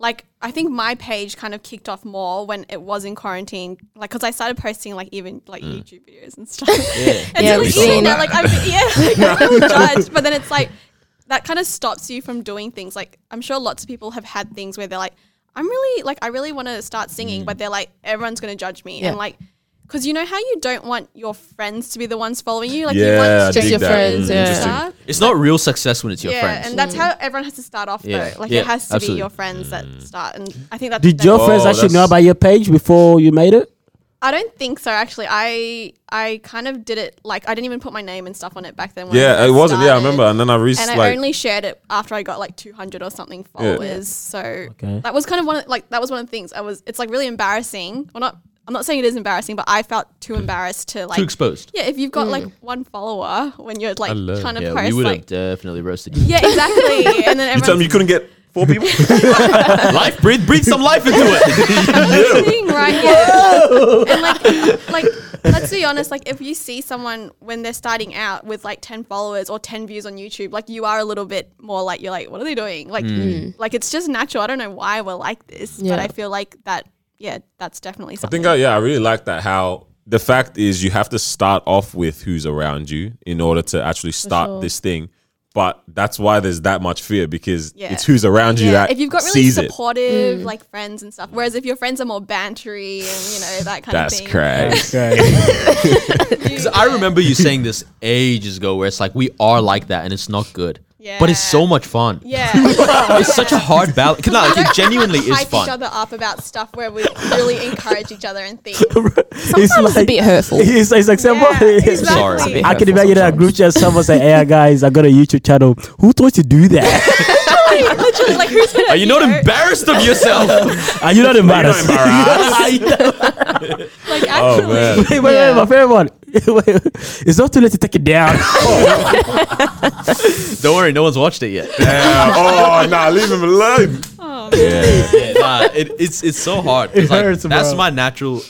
[SPEAKER 6] like I think my page kind of kicked off more when it was in quarantine. Like because I started posting like even like
[SPEAKER 2] Mm.
[SPEAKER 6] YouTube videos and stuff. and
[SPEAKER 4] Yeah,
[SPEAKER 6] so
[SPEAKER 4] we've
[SPEAKER 6] like,
[SPEAKER 4] seen
[SPEAKER 6] you know,
[SPEAKER 4] that.
[SPEAKER 6] like I'm yeah, like, I'm judged. But then it's like that kind of stops you from doing things. Like I'm sure lots of people have had things where they're like, I'm really like I really want to start singing,
[SPEAKER 3] Mm.
[SPEAKER 6] but they're like everyone's going to judge me
[SPEAKER 4] Yeah.
[SPEAKER 6] and like. Because you know how you don't want your friends to be the ones following you? Like you
[SPEAKER 3] yeah,
[SPEAKER 6] want
[SPEAKER 3] I
[SPEAKER 6] to
[SPEAKER 4] just
[SPEAKER 3] dig
[SPEAKER 4] your
[SPEAKER 3] that. Mm,
[SPEAKER 4] friends, yeah.
[SPEAKER 3] interesting.
[SPEAKER 6] start.
[SPEAKER 2] It's not real success when it's your
[SPEAKER 6] yeah,
[SPEAKER 2] friends.
[SPEAKER 6] and that's how everyone has to start off
[SPEAKER 2] Yeah,
[SPEAKER 6] though. Like
[SPEAKER 2] yeah,
[SPEAKER 6] it has to
[SPEAKER 2] absolutely.
[SPEAKER 6] be your friends
[SPEAKER 3] Mm.
[SPEAKER 6] that start, and I think that's.
[SPEAKER 5] Did your
[SPEAKER 3] Oh,
[SPEAKER 5] friends actually know
[SPEAKER 3] that's-
[SPEAKER 5] about your page before you made it?
[SPEAKER 6] I don't think so. Actually, I I kind of did it like I didn't even put my name and stuff on it back then. When I
[SPEAKER 3] Yeah,
[SPEAKER 6] first
[SPEAKER 3] it wasn't. Yeah, I
[SPEAKER 6] started.
[SPEAKER 3] remember. And then I
[SPEAKER 6] And
[SPEAKER 3] recently,
[SPEAKER 6] I
[SPEAKER 3] like,
[SPEAKER 6] only shared it after I got like 200 or something
[SPEAKER 3] Yeah.
[SPEAKER 6] followers. So that was kind of one of, like that was one of the things I was. It's like really embarrassing. Well, not I'm not saying it is embarrassing, but I felt too embarrassed to like
[SPEAKER 2] Too exposed.
[SPEAKER 6] Yeah, if you've got like one follower when you're like
[SPEAKER 8] love-
[SPEAKER 6] trying to
[SPEAKER 2] Yeah,
[SPEAKER 6] post
[SPEAKER 2] we would have
[SPEAKER 6] like
[SPEAKER 2] definitely roasted you.
[SPEAKER 6] Yeah, exactly. and then
[SPEAKER 3] you tell
[SPEAKER 6] everyone's
[SPEAKER 3] me you couldn't get four people?
[SPEAKER 2] life, breathe, breathe some life into it.
[SPEAKER 6] listening, right? Yeah. and like like let's be honest, like if you see someone when they're starting out with like ten followers or ten views on YouTube, like you are a little bit more like you're like, what are they doing? Like
[SPEAKER 3] Hmm.
[SPEAKER 6] like it's just natural. I don't know why we're like this,
[SPEAKER 4] Yeah.
[SPEAKER 6] but I feel like that yeah, that's definitely
[SPEAKER 3] I
[SPEAKER 6] something.
[SPEAKER 3] think, I, yeah, I really like that. How the fact is, you have to start off with who's around you in order to actually start
[SPEAKER 4] sure.
[SPEAKER 3] this thing. But that's why there's that much fear because
[SPEAKER 6] Yeah.
[SPEAKER 3] it's who's around you that
[SPEAKER 6] if you've got really
[SPEAKER 3] sees it.
[SPEAKER 6] supportive
[SPEAKER 2] Mm.
[SPEAKER 6] like friends and stuff, whereas if your friends are more bantery and you know that kind of
[SPEAKER 3] That's
[SPEAKER 6] thing.
[SPEAKER 3] crazy.
[SPEAKER 2] Because I remember you saying this ages ago, where it's like we are like that, and it's not good.
[SPEAKER 6] Yeah.
[SPEAKER 2] But it's so much fun.
[SPEAKER 6] Yeah,
[SPEAKER 2] It's such a hard balance. No, like, it genuinely is
[SPEAKER 6] hype each
[SPEAKER 2] fun.
[SPEAKER 6] other up about stuff where we really encourage each other and things.
[SPEAKER 5] it's
[SPEAKER 4] Sometimes it's a bit hurtful.
[SPEAKER 5] It's, it's like someone-
[SPEAKER 6] Yeah, exactly.
[SPEAKER 2] Sorry.
[SPEAKER 6] Sorry.
[SPEAKER 5] I can imagine that group chat. Someone say, "Hey guys, I got a YouTube channel. Who taught you to do that?
[SPEAKER 6] Literally, like who's gonna?
[SPEAKER 2] Are you not
[SPEAKER 6] know,
[SPEAKER 2] embarrassed of yourself?
[SPEAKER 5] Are you not embarrassed?"
[SPEAKER 6] Like actually,
[SPEAKER 5] Wait, wait,
[SPEAKER 4] Yeah.
[SPEAKER 5] wait, my favorite one. Wait, it's not too late to take it down.
[SPEAKER 2] Don't worry, no one's watched it yet.
[SPEAKER 3] Yeah. Oh, nah, leave him alone.
[SPEAKER 6] Oh,
[SPEAKER 3] Yeah.
[SPEAKER 2] Nah, it, it's it's so hard. 'Cause,
[SPEAKER 5] It
[SPEAKER 2] like,
[SPEAKER 5] hurts,
[SPEAKER 2] that's
[SPEAKER 5] bro.
[SPEAKER 2] my natural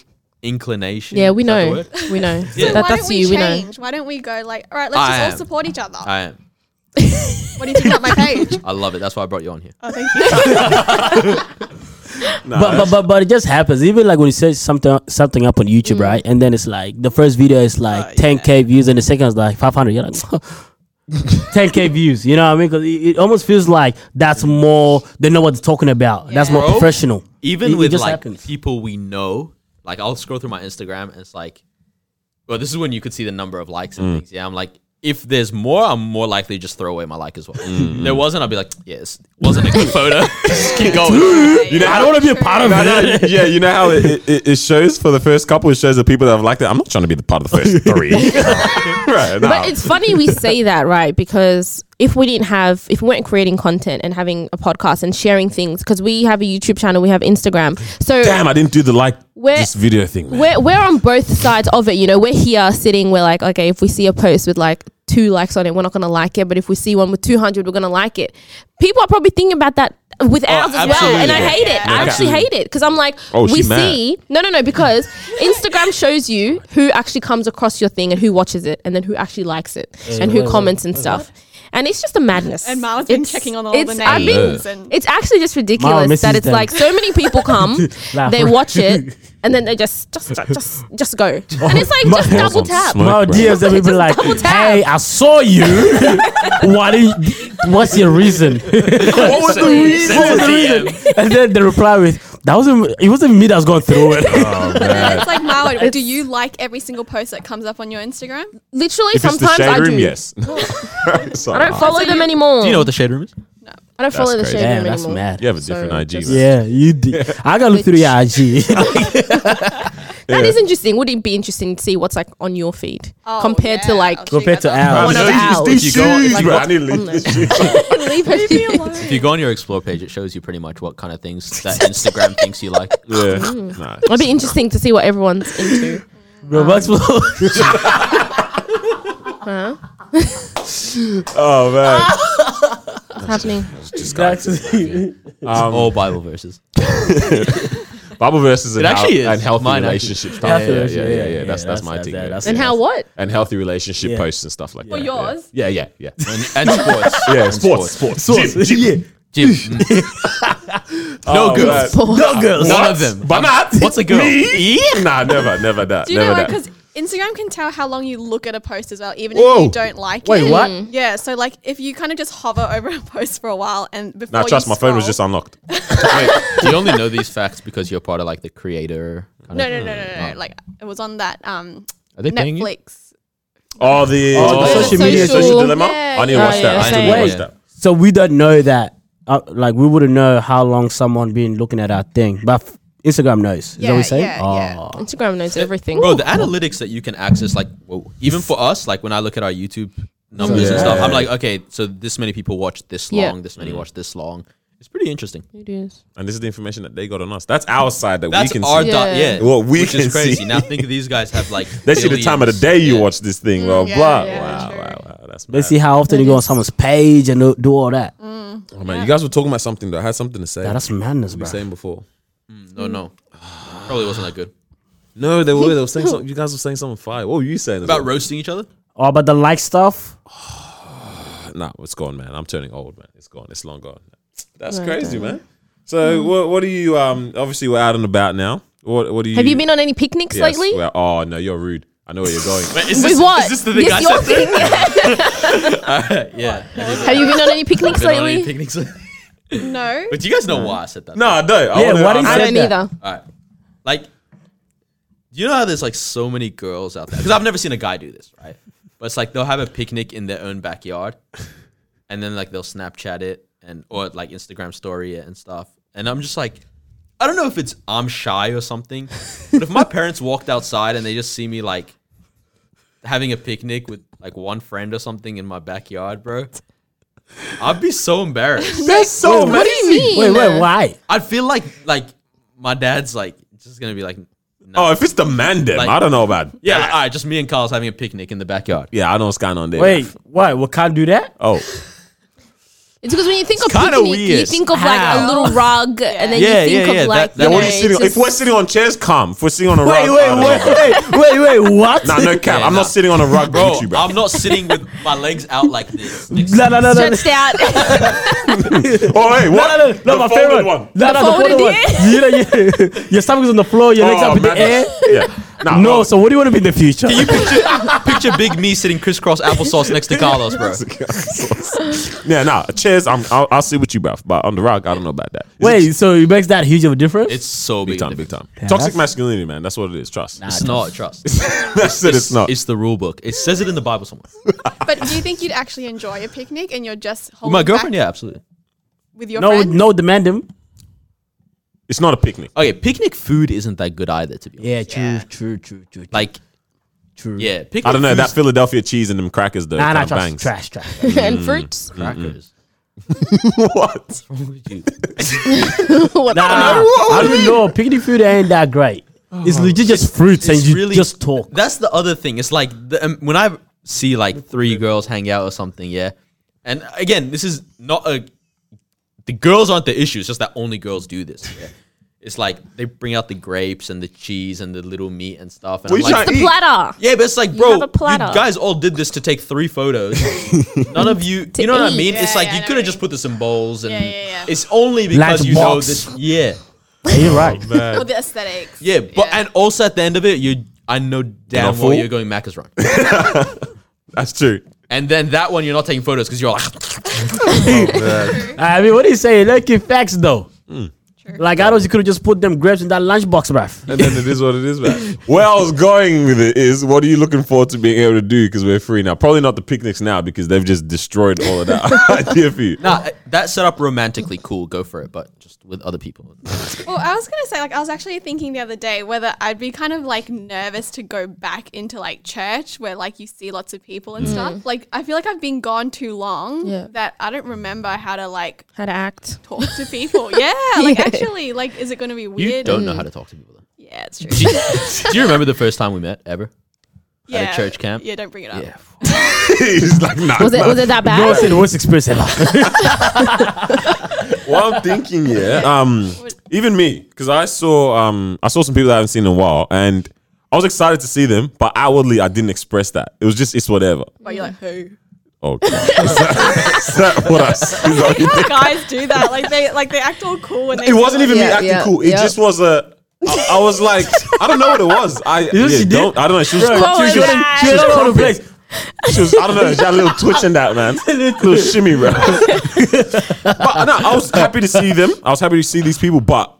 [SPEAKER 2] inclination.
[SPEAKER 4] Yeah, we
[SPEAKER 2] Is that the
[SPEAKER 4] know.
[SPEAKER 2] word?
[SPEAKER 4] We know.
[SPEAKER 2] Yeah.
[SPEAKER 4] That,
[SPEAKER 6] why
[SPEAKER 4] that's
[SPEAKER 6] don't we
[SPEAKER 4] you. We know.
[SPEAKER 6] change? Why don't we go like, all right,
[SPEAKER 2] I
[SPEAKER 6] let's just
[SPEAKER 2] am.
[SPEAKER 6] all support each other.
[SPEAKER 2] I am.
[SPEAKER 6] what do you think about my page?
[SPEAKER 2] I love it. That's why I brought you on here.
[SPEAKER 5] Uh,
[SPEAKER 6] Oh, thank you.
[SPEAKER 5] but, but but but it just happens. Even like when you search something something up on
[SPEAKER 2] Mm.
[SPEAKER 5] YouTube, right? And then it's like the first video is
[SPEAKER 2] Oh,
[SPEAKER 5] like 10k views, and the second is like 500. You're like 10k views. You know what I mean? Because it, it almost feels like that's more. They know what they're talking about. That's more
[SPEAKER 2] Bro,
[SPEAKER 5] professional.
[SPEAKER 2] Even
[SPEAKER 5] It- it
[SPEAKER 2] with
[SPEAKER 5] just
[SPEAKER 2] like
[SPEAKER 5] happens.
[SPEAKER 2] people we know, like I'll scroll through my Instagram and it's like, well, this is when you could see the number of likes and things. Yeah, I'm like, if there's more, I'm more likely to just throw away my like as well. There wasn't, I'd be like, yes, wasn't a good photo. Mm, just keep going.
[SPEAKER 3] You know,
[SPEAKER 5] I don't want to be a part of
[SPEAKER 3] No,
[SPEAKER 5] it.
[SPEAKER 3] no, yeah, you know how it, it- it, it shows for the first couple, it shows the people that have liked it. I'm not trying to be the part of the first three. right, nah.
[SPEAKER 4] But it's funny we say that, right? Because if we didn't have, if we weren't creating content and having a podcast and sharing things, because we have a YouTube channel, we have Instagram. So
[SPEAKER 3] Damn, I didn't do the like
[SPEAKER 4] Where-
[SPEAKER 3] this video thing, man.
[SPEAKER 4] we're, we're on both sides of it. You know, we're here sitting, we're like, okay, if we see a post with like two likes on it, we're not going to like it. But if we see one with 200, we're going to like it. People are probably thinking about that with ours as well. And I
[SPEAKER 2] absolutely.
[SPEAKER 4] hate it.
[SPEAKER 3] Oh, Yeah.
[SPEAKER 4] I actually hate it because I'm like,
[SPEAKER 3] Oh,
[SPEAKER 4] we
[SPEAKER 3] she mad.
[SPEAKER 4] see. No, no, no, because Instagram shows you who actually comes across your thing and who watches it and then who actually likes it and who comments and stuff. And it's just a madness.
[SPEAKER 6] And Mar's been
[SPEAKER 4] It's-
[SPEAKER 6] checking on all the
[SPEAKER 4] it's- I've been-
[SPEAKER 6] names and-
[SPEAKER 4] it's actually just
[SPEAKER 5] Mara
[SPEAKER 4] ridiculous
[SPEAKER 5] misses
[SPEAKER 4] that it's
[SPEAKER 5] them.
[SPEAKER 4] like so many people come,
[SPEAKER 5] Laugh.
[SPEAKER 4] they watch it, and then they just just just just go, and it's like
[SPEAKER 5] my-
[SPEAKER 4] just double tap.
[SPEAKER 3] smoke.
[SPEAKER 5] My
[SPEAKER 3] Right.
[SPEAKER 5] DMs and people
[SPEAKER 4] Just
[SPEAKER 5] like,
[SPEAKER 4] double tap.
[SPEAKER 5] hey, I saw you. Why did? You, what's your reason?
[SPEAKER 2] What was the um,
[SPEAKER 5] What was the reason? And then they reply with, That wasn't. It wasn't me that's gone through it.
[SPEAKER 6] it's like Marwa, do you like every single post that comes up on your Instagram?
[SPEAKER 4] Literally,
[SPEAKER 3] If it's the
[SPEAKER 4] sometimes
[SPEAKER 3] shade
[SPEAKER 4] I do.
[SPEAKER 3] room, yes.
[SPEAKER 4] I don't follow them anymore.
[SPEAKER 2] Do Ah. you know what the shade room is?
[SPEAKER 4] I don't follow the
[SPEAKER 3] crazy.
[SPEAKER 4] shade
[SPEAKER 5] Damn,
[SPEAKER 4] room
[SPEAKER 5] Oh, that's
[SPEAKER 4] anymore.
[SPEAKER 5] mad.
[SPEAKER 3] You have a different
[SPEAKER 4] So
[SPEAKER 3] IG.
[SPEAKER 4] just-
[SPEAKER 3] man.
[SPEAKER 5] Yeah, you did. I gotta look through your IG.
[SPEAKER 4] That is interesting. Would it be interesting to see what's like on your feed
[SPEAKER 6] Oh,
[SPEAKER 4] compared to
[SPEAKER 6] yeah,
[SPEAKER 4] like
[SPEAKER 6] I'll check
[SPEAKER 5] Compared
[SPEAKER 6] that
[SPEAKER 5] to
[SPEAKER 6] out.
[SPEAKER 5] ours.
[SPEAKER 3] I
[SPEAKER 4] One
[SPEAKER 3] know
[SPEAKER 4] of
[SPEAKER 3] you
[SPEAKER 4] ours.
[SPEAKER 3] just- if you go- if you go- I need to leave
[SPEAKER 4] on
[SPEAKER 3] this
[SPEAKER 4] there.
[SPEAKER 3] shit.
[SPEAKER 4] leave it?
[SPEAKER 2] If you go on your explore page, it shows you pretty much what kind of things that Instagram thinks you like.
[SPEAKER 3] Yeah. Nah.
[SPEAKER 4] It'd be interesting to see what everyone's into.
[SPEAKER 5] Bro, what's
[SPEAKER 3] Oh man.
[SPEAKER 4] Ah. What's happening?
[SPEAKER 3] Um,
[SPEAKER 2] All Bible verses.
[SPEAKER 3] Bible verses and,
[SPEAKER 2] actually
[SPEAKER 3] hel-
[SPEAKER 2] is.
[SPEAKER 3] and healthy
[SPEAKER 2] Mine actually.
[SPEAKER 3] relationships. Yeah, yeah, yeah, yeah, yeah,
[SPEAKER 5] yeah,
[SPEAKER 3] That's
[SPEAKER 5] yeah,
[SPEAKER 3] that's
[SPEAKER 5] that's-
[SPEAKER 3] my
[SPEAKER 5] that's-
[SPEAKER 3] thing.
[SPEAKER 5] that-
[SPEAKER 3] yeah.
[SPEAKER 5] that's-
[SPEAKER 4] And how what?
[SPEAKER 3] And healthy relationship
[SPEAKER 5] Yeah.
[SPEAKER 3] posts and stuff like that. yeah.
[SPEAKER 6] yours?
[SPEAKER 3] Yeah, yeah, yeah.
[SPEAKER 2] And, and sports.
[SPEAKER 3] Yeah, sports, sports, sports. Oh,
[SPEAKER 2] Gym. Mm. no girls.
[SPEAKER 5] No girls.
[SPEAKER 2] None of them.
[SPEAKER 3] But not
[SPEAKER 2] What's a girl?
[SPEAKER 3] Me? Nah, never, never that.
[SPEAKER 6] Do you
[SPEAKER 3] never
[SPEAKER 6] know why?
[SPEAKER 3] that.
[SPEAKER 6] Because Instagram can tell how long you look at a post as well, even if
[SPEAKER 3] Whoa.
[SPEAKER 6] you don't like it.
[SPEAKER 5] Wait, what?
[SPEAKER 6] Yeah, so like if you kind of just hover over a post for a while and before
[SPEAKER 3] Nah, trust
[SPEAKER 6] Oh, you
[SPEAKER 3] my phone was
[SPEAKER 6] scroll-
[SPEAKER 3] just unlocked.
[SPEAKER 2] Do you only know these facts because you're part of like the creator? Kind
[SPEAKER 6] no,
[SPEAKER 2] of
[SPEAKER 6] no, no, no, no, no. Like it was on that um
[SPEAKER 2] Are they paying you?
[SPEAKER 6] Netflix.
[SPEAKER 3] Oh, the,
[SPEAKER 5] the
[SPEAKER 3] oh,
[SPEAKER 5] social media.
[SPEAKER 3] social
[SPEAKER 4] Social.
[SPEAKER 3] dilemma.
[SPEAKER 6] Yeah, Oh,
[SPEAKER 3] I need to
[SPEAKER 6] yeah,
[SPEAKER 3] watch that.
[SPEAKER 4] yeah,
[SPEAKER 3] I still need
[SPEAKER 2] yeah.
[SPEAKER 3] to watch
[SPEAKER 2] Wait.
[SPEAKER 3] that.
[SPEAKER 5] So we don't know that. Uh, like we wouldn't know how long someone been looking at our thing, but f- Instagram knows. Is that what
[SPEAKER 6] Yeah,
[SPEAKER 5] you saying?
[SPEAKER 6] yeah, yeah.
[SPEAKER 5] Oh.
[SPEAKER 4] Instagram knows everything.
[SPEAKER 2] Bro, the analytics that you can access, like whoa, even for us, like when I look at our YouTube numbers and
[SPEAKER 5] Yeah.
[SPEAKER 2] stuff, I'm like, okay, so this many people watch this
[SPEAKER 4] Yeah.
[SPEAKER 2] long, this many watch this long. It's pretty interesting.
[SPEAKER 4] It is.
[SPEAKER 3] And this is the information that they got on us. That's our side that
[SPEAKER 2] That's
[SPEAKER 3] we can
[SPEAKER 2] our
[SPEAKER 3] see.
[SPEAKER 4] Yeah.
[SPEAKER 2] dot, yeah.
[SPEAKER 3] What we
[SPEAKER 2] which
[SPEAKER 3] can
[SPEAKER 2] is crazy.
[SPEAKER 3] see.
[SPEAKER 2] Now think of these guys have like
[SPEAKER 3] They see the time of the
[SPEAKER 2] billions.
[SPEAKER 3] day you
[SPEAKER 2] Yeah.
[SPEAKER 3] watch this thing, bro.
[SPEAKER 6] Mm, yeah,
[SPEAKER 3] blah.
[SPEAKER 6] yeah,
[SPEAKER 3] wow,
[SPEAKER 6] true.
[SPEAKER 3] wow, wow. That's
[SPEAKER 5] They
[SPEAKER 3] bad.
[SPEAKER 5] see how often you go on someone's page and do, do all that.
[SPEAKER 3] Oh, man, you guys were talking about something that I had something to say.
[SPEAKER 5] Nah, that's madness,
[SPEAKER 3] we were
[SPEAKER 5] bro.
[SPEAKER 3] saying before.
[SPEAKER 2] No, Oh, no. Probably wasn't that good.
[SPEAKER 3] No, they were. They were saying something. You guys were saying something fire. What were you saying? as
[SPEAKER 2] About
[SPEAKER 3] well?
[SPEAKER 2] roasting each other?
[SPEAKER 5] Oh, but the like stuff.
[SPEAKER 3] Nah, it's gone, man. I'm turning old, man. It's gone. It's long gone. That's crazy, man. So, what, what do you? Um, obviously, we're out and about now. What What do you?
[SPEAKER 4] Have you been on any picnics
[SPEAKER 3] Yes,
[SPEAKER 4] lately?
[SPEAKER 3] we're- Oh no, you're rude. I know where you're going.
[SPEAKER 2] Is
[SPEAKER 4] With what?
[SPEAKER 2] Is this the thing
[SPEAKER 4] yes,
[SPEAKER 2] I
[SPEAKER 4] your
[SPEAKER 2] said?
[SPEAKER 4] thing.
[SPEAKER 2] Yeah. Have
[SPEAKER 4] Have you been on any picnics
[SPEAKER 2] you been on any
[SPEAKER 4] lately?
[SPEAKER 2] picnics?
[SPEAKER 6] No.
[SPEAKER 2] But do you guys know why I said that?
[SPEAKER 3] no, I don't. I
[SPEAKER 5] Yeah,
[SPEAKER 3] wanna-
[SPEAKER 5] what
[SPEAKER 3] I'm-
[SPEAKER 5] is
[SPEAKER 4] I don't
[SPEAKER 5] said that.
[SPEAKER 4] either.
[SPEAKER 2] Alright. Like, do you know how there's like so many girls out there? Because I've never seen a guy do this, right? But it's like they'll have a picnic in their own backyard, and then like they'll Snapchat it and or like Instagram story it and stuff. And I'm just like, I don't know if it's I'm shy or something, but if my parents walked outside and they just see me like having a picnic with like one friend or something in my backyard, bro, I'd be so embarrassed.
[SPEAKER 3] That's so
[SPEAKER 4] What do
[SPEAKER 3] amazing.
[SPEAKER 4] you mean?
[SPEAKER 5] Wait, wait, why?
[SPEAKER 2] I feel like like my dad's like just gonna be like, no.
[SPEAKER 3] Oh, if it's the man, then
[SPEAKER 2] Like-
[SPEAKER 3] I don't know about.
[SPEAKER 2] Yeah, all right, just me and Carlos having a picnic in the backyard.
[SPEAKER 3] Yeah, I know what's going on there.
[SPEAKER 5] Wait, why? We can't do that.
[SPEAKER 3] Oh,
[SPEAKER 4] It's because when you think of
[SPEAKER 2] kinda
[SPEAKER 4] picnic, you
[SPEAKER 2] weird.
[SPEAKER 4] think of like a
[SPEAKER 5] How?
[SPEAKER 4] little rug, and then
[SPEAKER 2] Yeah,
[SPEAKER 4] you
[SPEAKER 2] yeah,
[SPEAKER 4] think
[SPEAKER 2] yeah,
[SPEAKER 4] of like
[SPEAKER 2] that- that
[SPEAKER 4] you
[SPEAKER 2] one
[SPEAKER 4] know,
[SPEAKER 2] is
[SPEAKER 4] it's
[SPEAKER 3] sitting, if
[SPEAKER 4] just-
[SPEAKER 3] we're sitting on chairs, come. If we're sitting on a
[SPEAKER 5] Wait,
[SPEAKER 3] rug,
[SPEAKER 5] wait, wait, wait, wait, wait. What?
[SPEAKER 3] Nah, no cap. I'm
[SPEAKER 2] nah.
[SPEAKER 3] not sitting on a rug
[SPEAKER 2] Bro,
[SPEAKER 3] with you, bro.
[SPEAKER 2] I'm not sitting with my legs out like this. next to
[SPEAKER 5] No, no, no, no.
[SPEAKER 4] stretched out.
[SPEAKER 3] oh, hey,
[SPEAKER 5] No, no,
[SPEAKER 3] what?
[SPEAKER 5] no, no, my favorite
[SPEAKER 3] one.
[SPEAKER 5] No, no, the
[SPEAKER 4] folded
[SPEAKER 5] folded one. You know, you, your stomach's on the floor, your legs
[SPEAKER 3] Oh,
[SPEAKER 5] up in the air.
[SPEAKER 3] madness. Yeah. Nah,
[SPEAKER 5] No,
[SPEAKER 3] oh,
[SPEAKER 5] so what do you want to be in the future?
[SPEAKER 2] Picture big me sitting crisscross applesauce next to Carlos, bro.
[SPEAKER 3] yeah, nah. Chairs, I'm, I'll, I'll sit with you, bro. But on the rug, I don't know about that. Is
[SPEAKER 5] Wait,
[SPEAKER 3] it-
[SPEAKER 5] so it makes that huge of a difference?
[SPEAKER 2] It's so big.
[SPEAKER 3] big time, big
[SPEAKER 2] difference.
[SPEAKER 3] time. Toxic
[SPEAKER 5] that's-
[SPEAKER 3] masculinity, man. That's what it is. Trust.
[SPEAKER 2] It's not trust.
[SPEAKER 3] That's it. It's not.
[SPEAKER 2] It's the rule book. It says it in the Bible somewhere.
[SPEAKER 6] But do you think you'd actually enjoy a picnic and you're just holding
[SPEAKER 2] Oh, my girlfriend,
[SPEAKER 6] back
[SPEAKER 2] yeah, absolutely.
[SPEAKER 6] with your
[SPEAKER 5] no,
[SPEAKER 6] friend?
[SPEAKER 5] no, demand him.
[SPEAKER 3] It's not a picnic.
[SPEAKER 2] Okay, picnic food isn't that good either, to be honest.
[SPEAKER 5] Yeah, true,
[SPEAKER 6] Yeah.
[SPEAKER 5] true, true, true.
[SPEAKER 2] Like,
[SPEAKER 5] true.
[SPEAKER 2] yeah, picnic.
[SPEAKER 3] I don't know that
[SPEAKER 2] food's
[SPEAKER 3] Philadelphia cheese and them crackers though.
[SPEAKER 5] Nah, nah,
[SPEAKER 3] kinda
[SPEAKER 5] trash,
[SPEAKER 3] bangs.
[SPEAKER 5] trash, trash.
[SPEAKER 2] Mm-hmm.
[SPEAKER 4] and fruits.
[SPEAKER 2] crackers.
[SPEAKER 3] what?
[SPEAKER 5] nah, I don't even know. Picnic food ain't that great.
[SPEAKER 3] Oh.
[SPEAKER 5] It's legit just fruits and
[SPEAKER 2] It's
[SPEAKER 5] you
[SPEAKER 2] really-
[SPEAKER 5] just talk.
[SPEAKER 2] That's the other thing. It's like the, um, when I see like three girls hang out or something, yeah. And again, this is not a. The girls aren't the issue. It's just that only girls do this. Yeah? It's like they bring out the grapes and the cheese and the little meat and stuff. And I'm
[SPEAKER 3] What you
[SPEAKER 2] like,
[SPEAKER 3] trying
[SPEAKER 4] The platter.
[SPEAKER 2] yeah, but it's like,
[SPEAKER 4] have
[SPEAKER 2] bro,
[SPEAKER 4] a
[SPEAKER 2] you
[SPEAKER 4] platter.
[SPEAKER 2] guys all did this to take three photos. None of you, you know what I
[SPEAKER 4] eat.
[SPEAKER 2] mean? it's
[SPEAKER 6] Yeah,
[SPEAKER 2] like
[SPEAKER 6] yeah, I
[SPEAKER 2] you
[SPEAKER 6] know
[SPEAKER 2] could
[SPEAKER 6] what
[SPEAKER 2] have
[SPEAKER 6] you
[SPEAKER 2] just put this in bowls, and
[SPEAKER 6] yeah, yeah.
[SPEAKER 2] it's only because you know
[SPEAKER 5] box.
[SPEAKER 2] this. Yeah,
[SPEAKER 5] Yeah, you're right.
[SPEAKER 6] Or the aesthetics.
[SPEAKER 2] yeah, but and also at the end of it, you, I know damn well
[SPEAKER 3] full?
[SPEAKER 2] you're going Macca's run.
[SPEAKER 3] That's true.
[SPEAKER 2] And then that one, you're not taking
[SPEAKER 3] Oh,
[SPEAKER 2] photos because you're like,
[SPEAKER 3] Hmm.
[SPEAKER 5] I mean, what do you say? Lucky facts, though. Like, I don't. You could have just put them grapes in that lunchbox, bruv.
[SPEAKER 3] And then it is what it is, man. Where I was going with it is, what are you looking forward to being able to do? Because we're free now. Probably not the picnics now because they've just destroyed all of that idea for you.
[SPEAKER 2] Nah, that setup romantically cool. Go for it, but just with other people.
[SPEAKER 6] Well, I was gonna say, like, I was actually thinking the other day whether I'd be kind of like nervous to go back into like church where like you see lots of people and stuff. Like, I feel like I've been gone too long
[SPEAKER 4] Yeah.
[SPEAKER 6] that I don't remember how to like
[SPEAKER 4] How to act.
[SPEAKER 6] talk to people. yeah, like
[SPEAKER 4] Yeah.
[SPEAKER 6] actually, like, is it gonna be weird?
[SPEAKER 2] You don't know
[SPEAKER 6] and-
[SPEAKER 2] how to talk to people. Though.
[SPEAKER 6] Yeah, it's true.
[SPEAKER 2] Do you, do you remember the first time we met ever?
[SPEAKER 6] yeah,
[SPEAKER 2] church camp?
[SPEAKER 6] Yeah, don't bring it up.
[SPEAKER 3] He's like, nah.
[SPEAKER 4] Was it was it that bad?
[SPEAKER 5] the worst experience ever.
[SPEAKER 3] Well, I'm thinking, yeah. Um, even me, because I saw, um, I saw some people that I haven't seen in a while, and I was excited to see them, but outwardly, I didn't express that. It was just, it's whatever.
[SPEAKER 6] But you're like, who?
[SPEAKER 3] Oh, God. is, that, is that what I? Is that what you
[SPEAKER 6] How do guys do that? Like they like they act all cool and they
[SPEAKER 3] It wasn't even me
[SPEAKER 4] Yeah,
[SPEAKER 3] acting
[SPEAKER 4] yeah,
[SPEAKER 3] cool. It
[SPEAKER 4] yeah.
[SPEAKER 3] just was a. I, I was like, I don't know what it was. I
[SPEAKER 5] know
[SPEAKER 3] yeah,
[SPEAKER 5] she did?
[SPEAKER 3] don't. I don't know. She was.
[SPEAKER 6] What
[SPEAKER 3] she was,
[SPEAKER 6] was
[SPEAKER 3] just-
[SPEAKER 6] that?
[SPEAKER 3] she was
[SPEAKER 5] She was
[SPEAKER 3] crumping.
[SPEAKER 5] all over the
[SPEAKER 3] She was. I don't know. She had a little twitch in that man. little shimmy, bro. but no, I was happy to see them. I was happy to see these people, but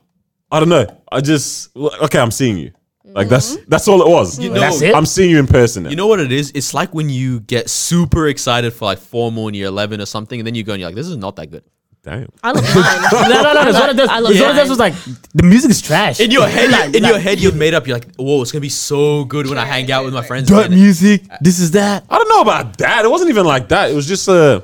[SPEAKER 3] I don't know. I just okay. I'm seeing you. Like that's that's all it was.
[SPEAKER 2] know- That's
[SPEAKER 5] it?
[SPEAKER 3] I'm seeing you in person. Now.
[SPEAKER 2] You know what it is? It's like when you get super excited for like formal in year eleven or something, and then you go and you're like, "This is not that good."
[SPEAKER 3] Damn.
[SPEAKER 4] I love mine.
[SPEAKER 5] no, no, no. It's one of those.
[SPEAKER 4] I love
[SPEAKER 5] It's one of
[SPEAKER 4] mine.
[SPEAKER 5] those was like the music is trash.
[SPEAKER 2] In your head, in your head, you've made up. You're like, "Whoa, it's gonna be so good when I hang out with my friends."
[SPEAKER 5] Dirt
[SPEAKER 2] again."
[SPEAKER 5] music. This is that.
[SPEAKER 3] I don't know about that. It wasn't even like that. It was just a.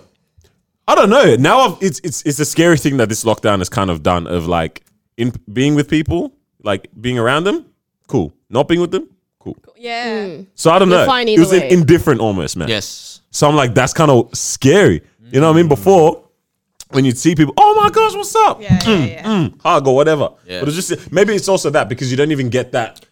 [SPEAKER 3] I don't know. Now I've, it's it's it's a scary thing that this lockdown has kind of done of like in being with people, like being around them, cool. Not being with them, cool.
[SPEAKER 6] yeah.
[SPEAKER 3] So I don't
[SPEAKER 4] You're
[SPEAKER 3] know.
[SPEAKER 4] fine
[SPEAKER 3] it
[SPEAKER 4] either
[SPEAKER 3] was in-
[SPEAKER 4] way.
[SPEAKER 3] indifferent almost, man.
[SPEAKER 2] Yes.
[SPEAKER 3] So I'm like, that's kind of scary. You know what I mean? Before when you'd see people, oh my gosh, what's up?
[SPEAKER 6] Yeah,
[SPEAKER 2] Hmm.
[SPEAKER 6] yeah, yeah.
[SPEAKER 3] Mm, hug or whatever.
[SPEAKER 2] Yeah.
[SPEAKER 3] But it's just maybe it's also that because you don't even get that
[SPEAKER 2] It's not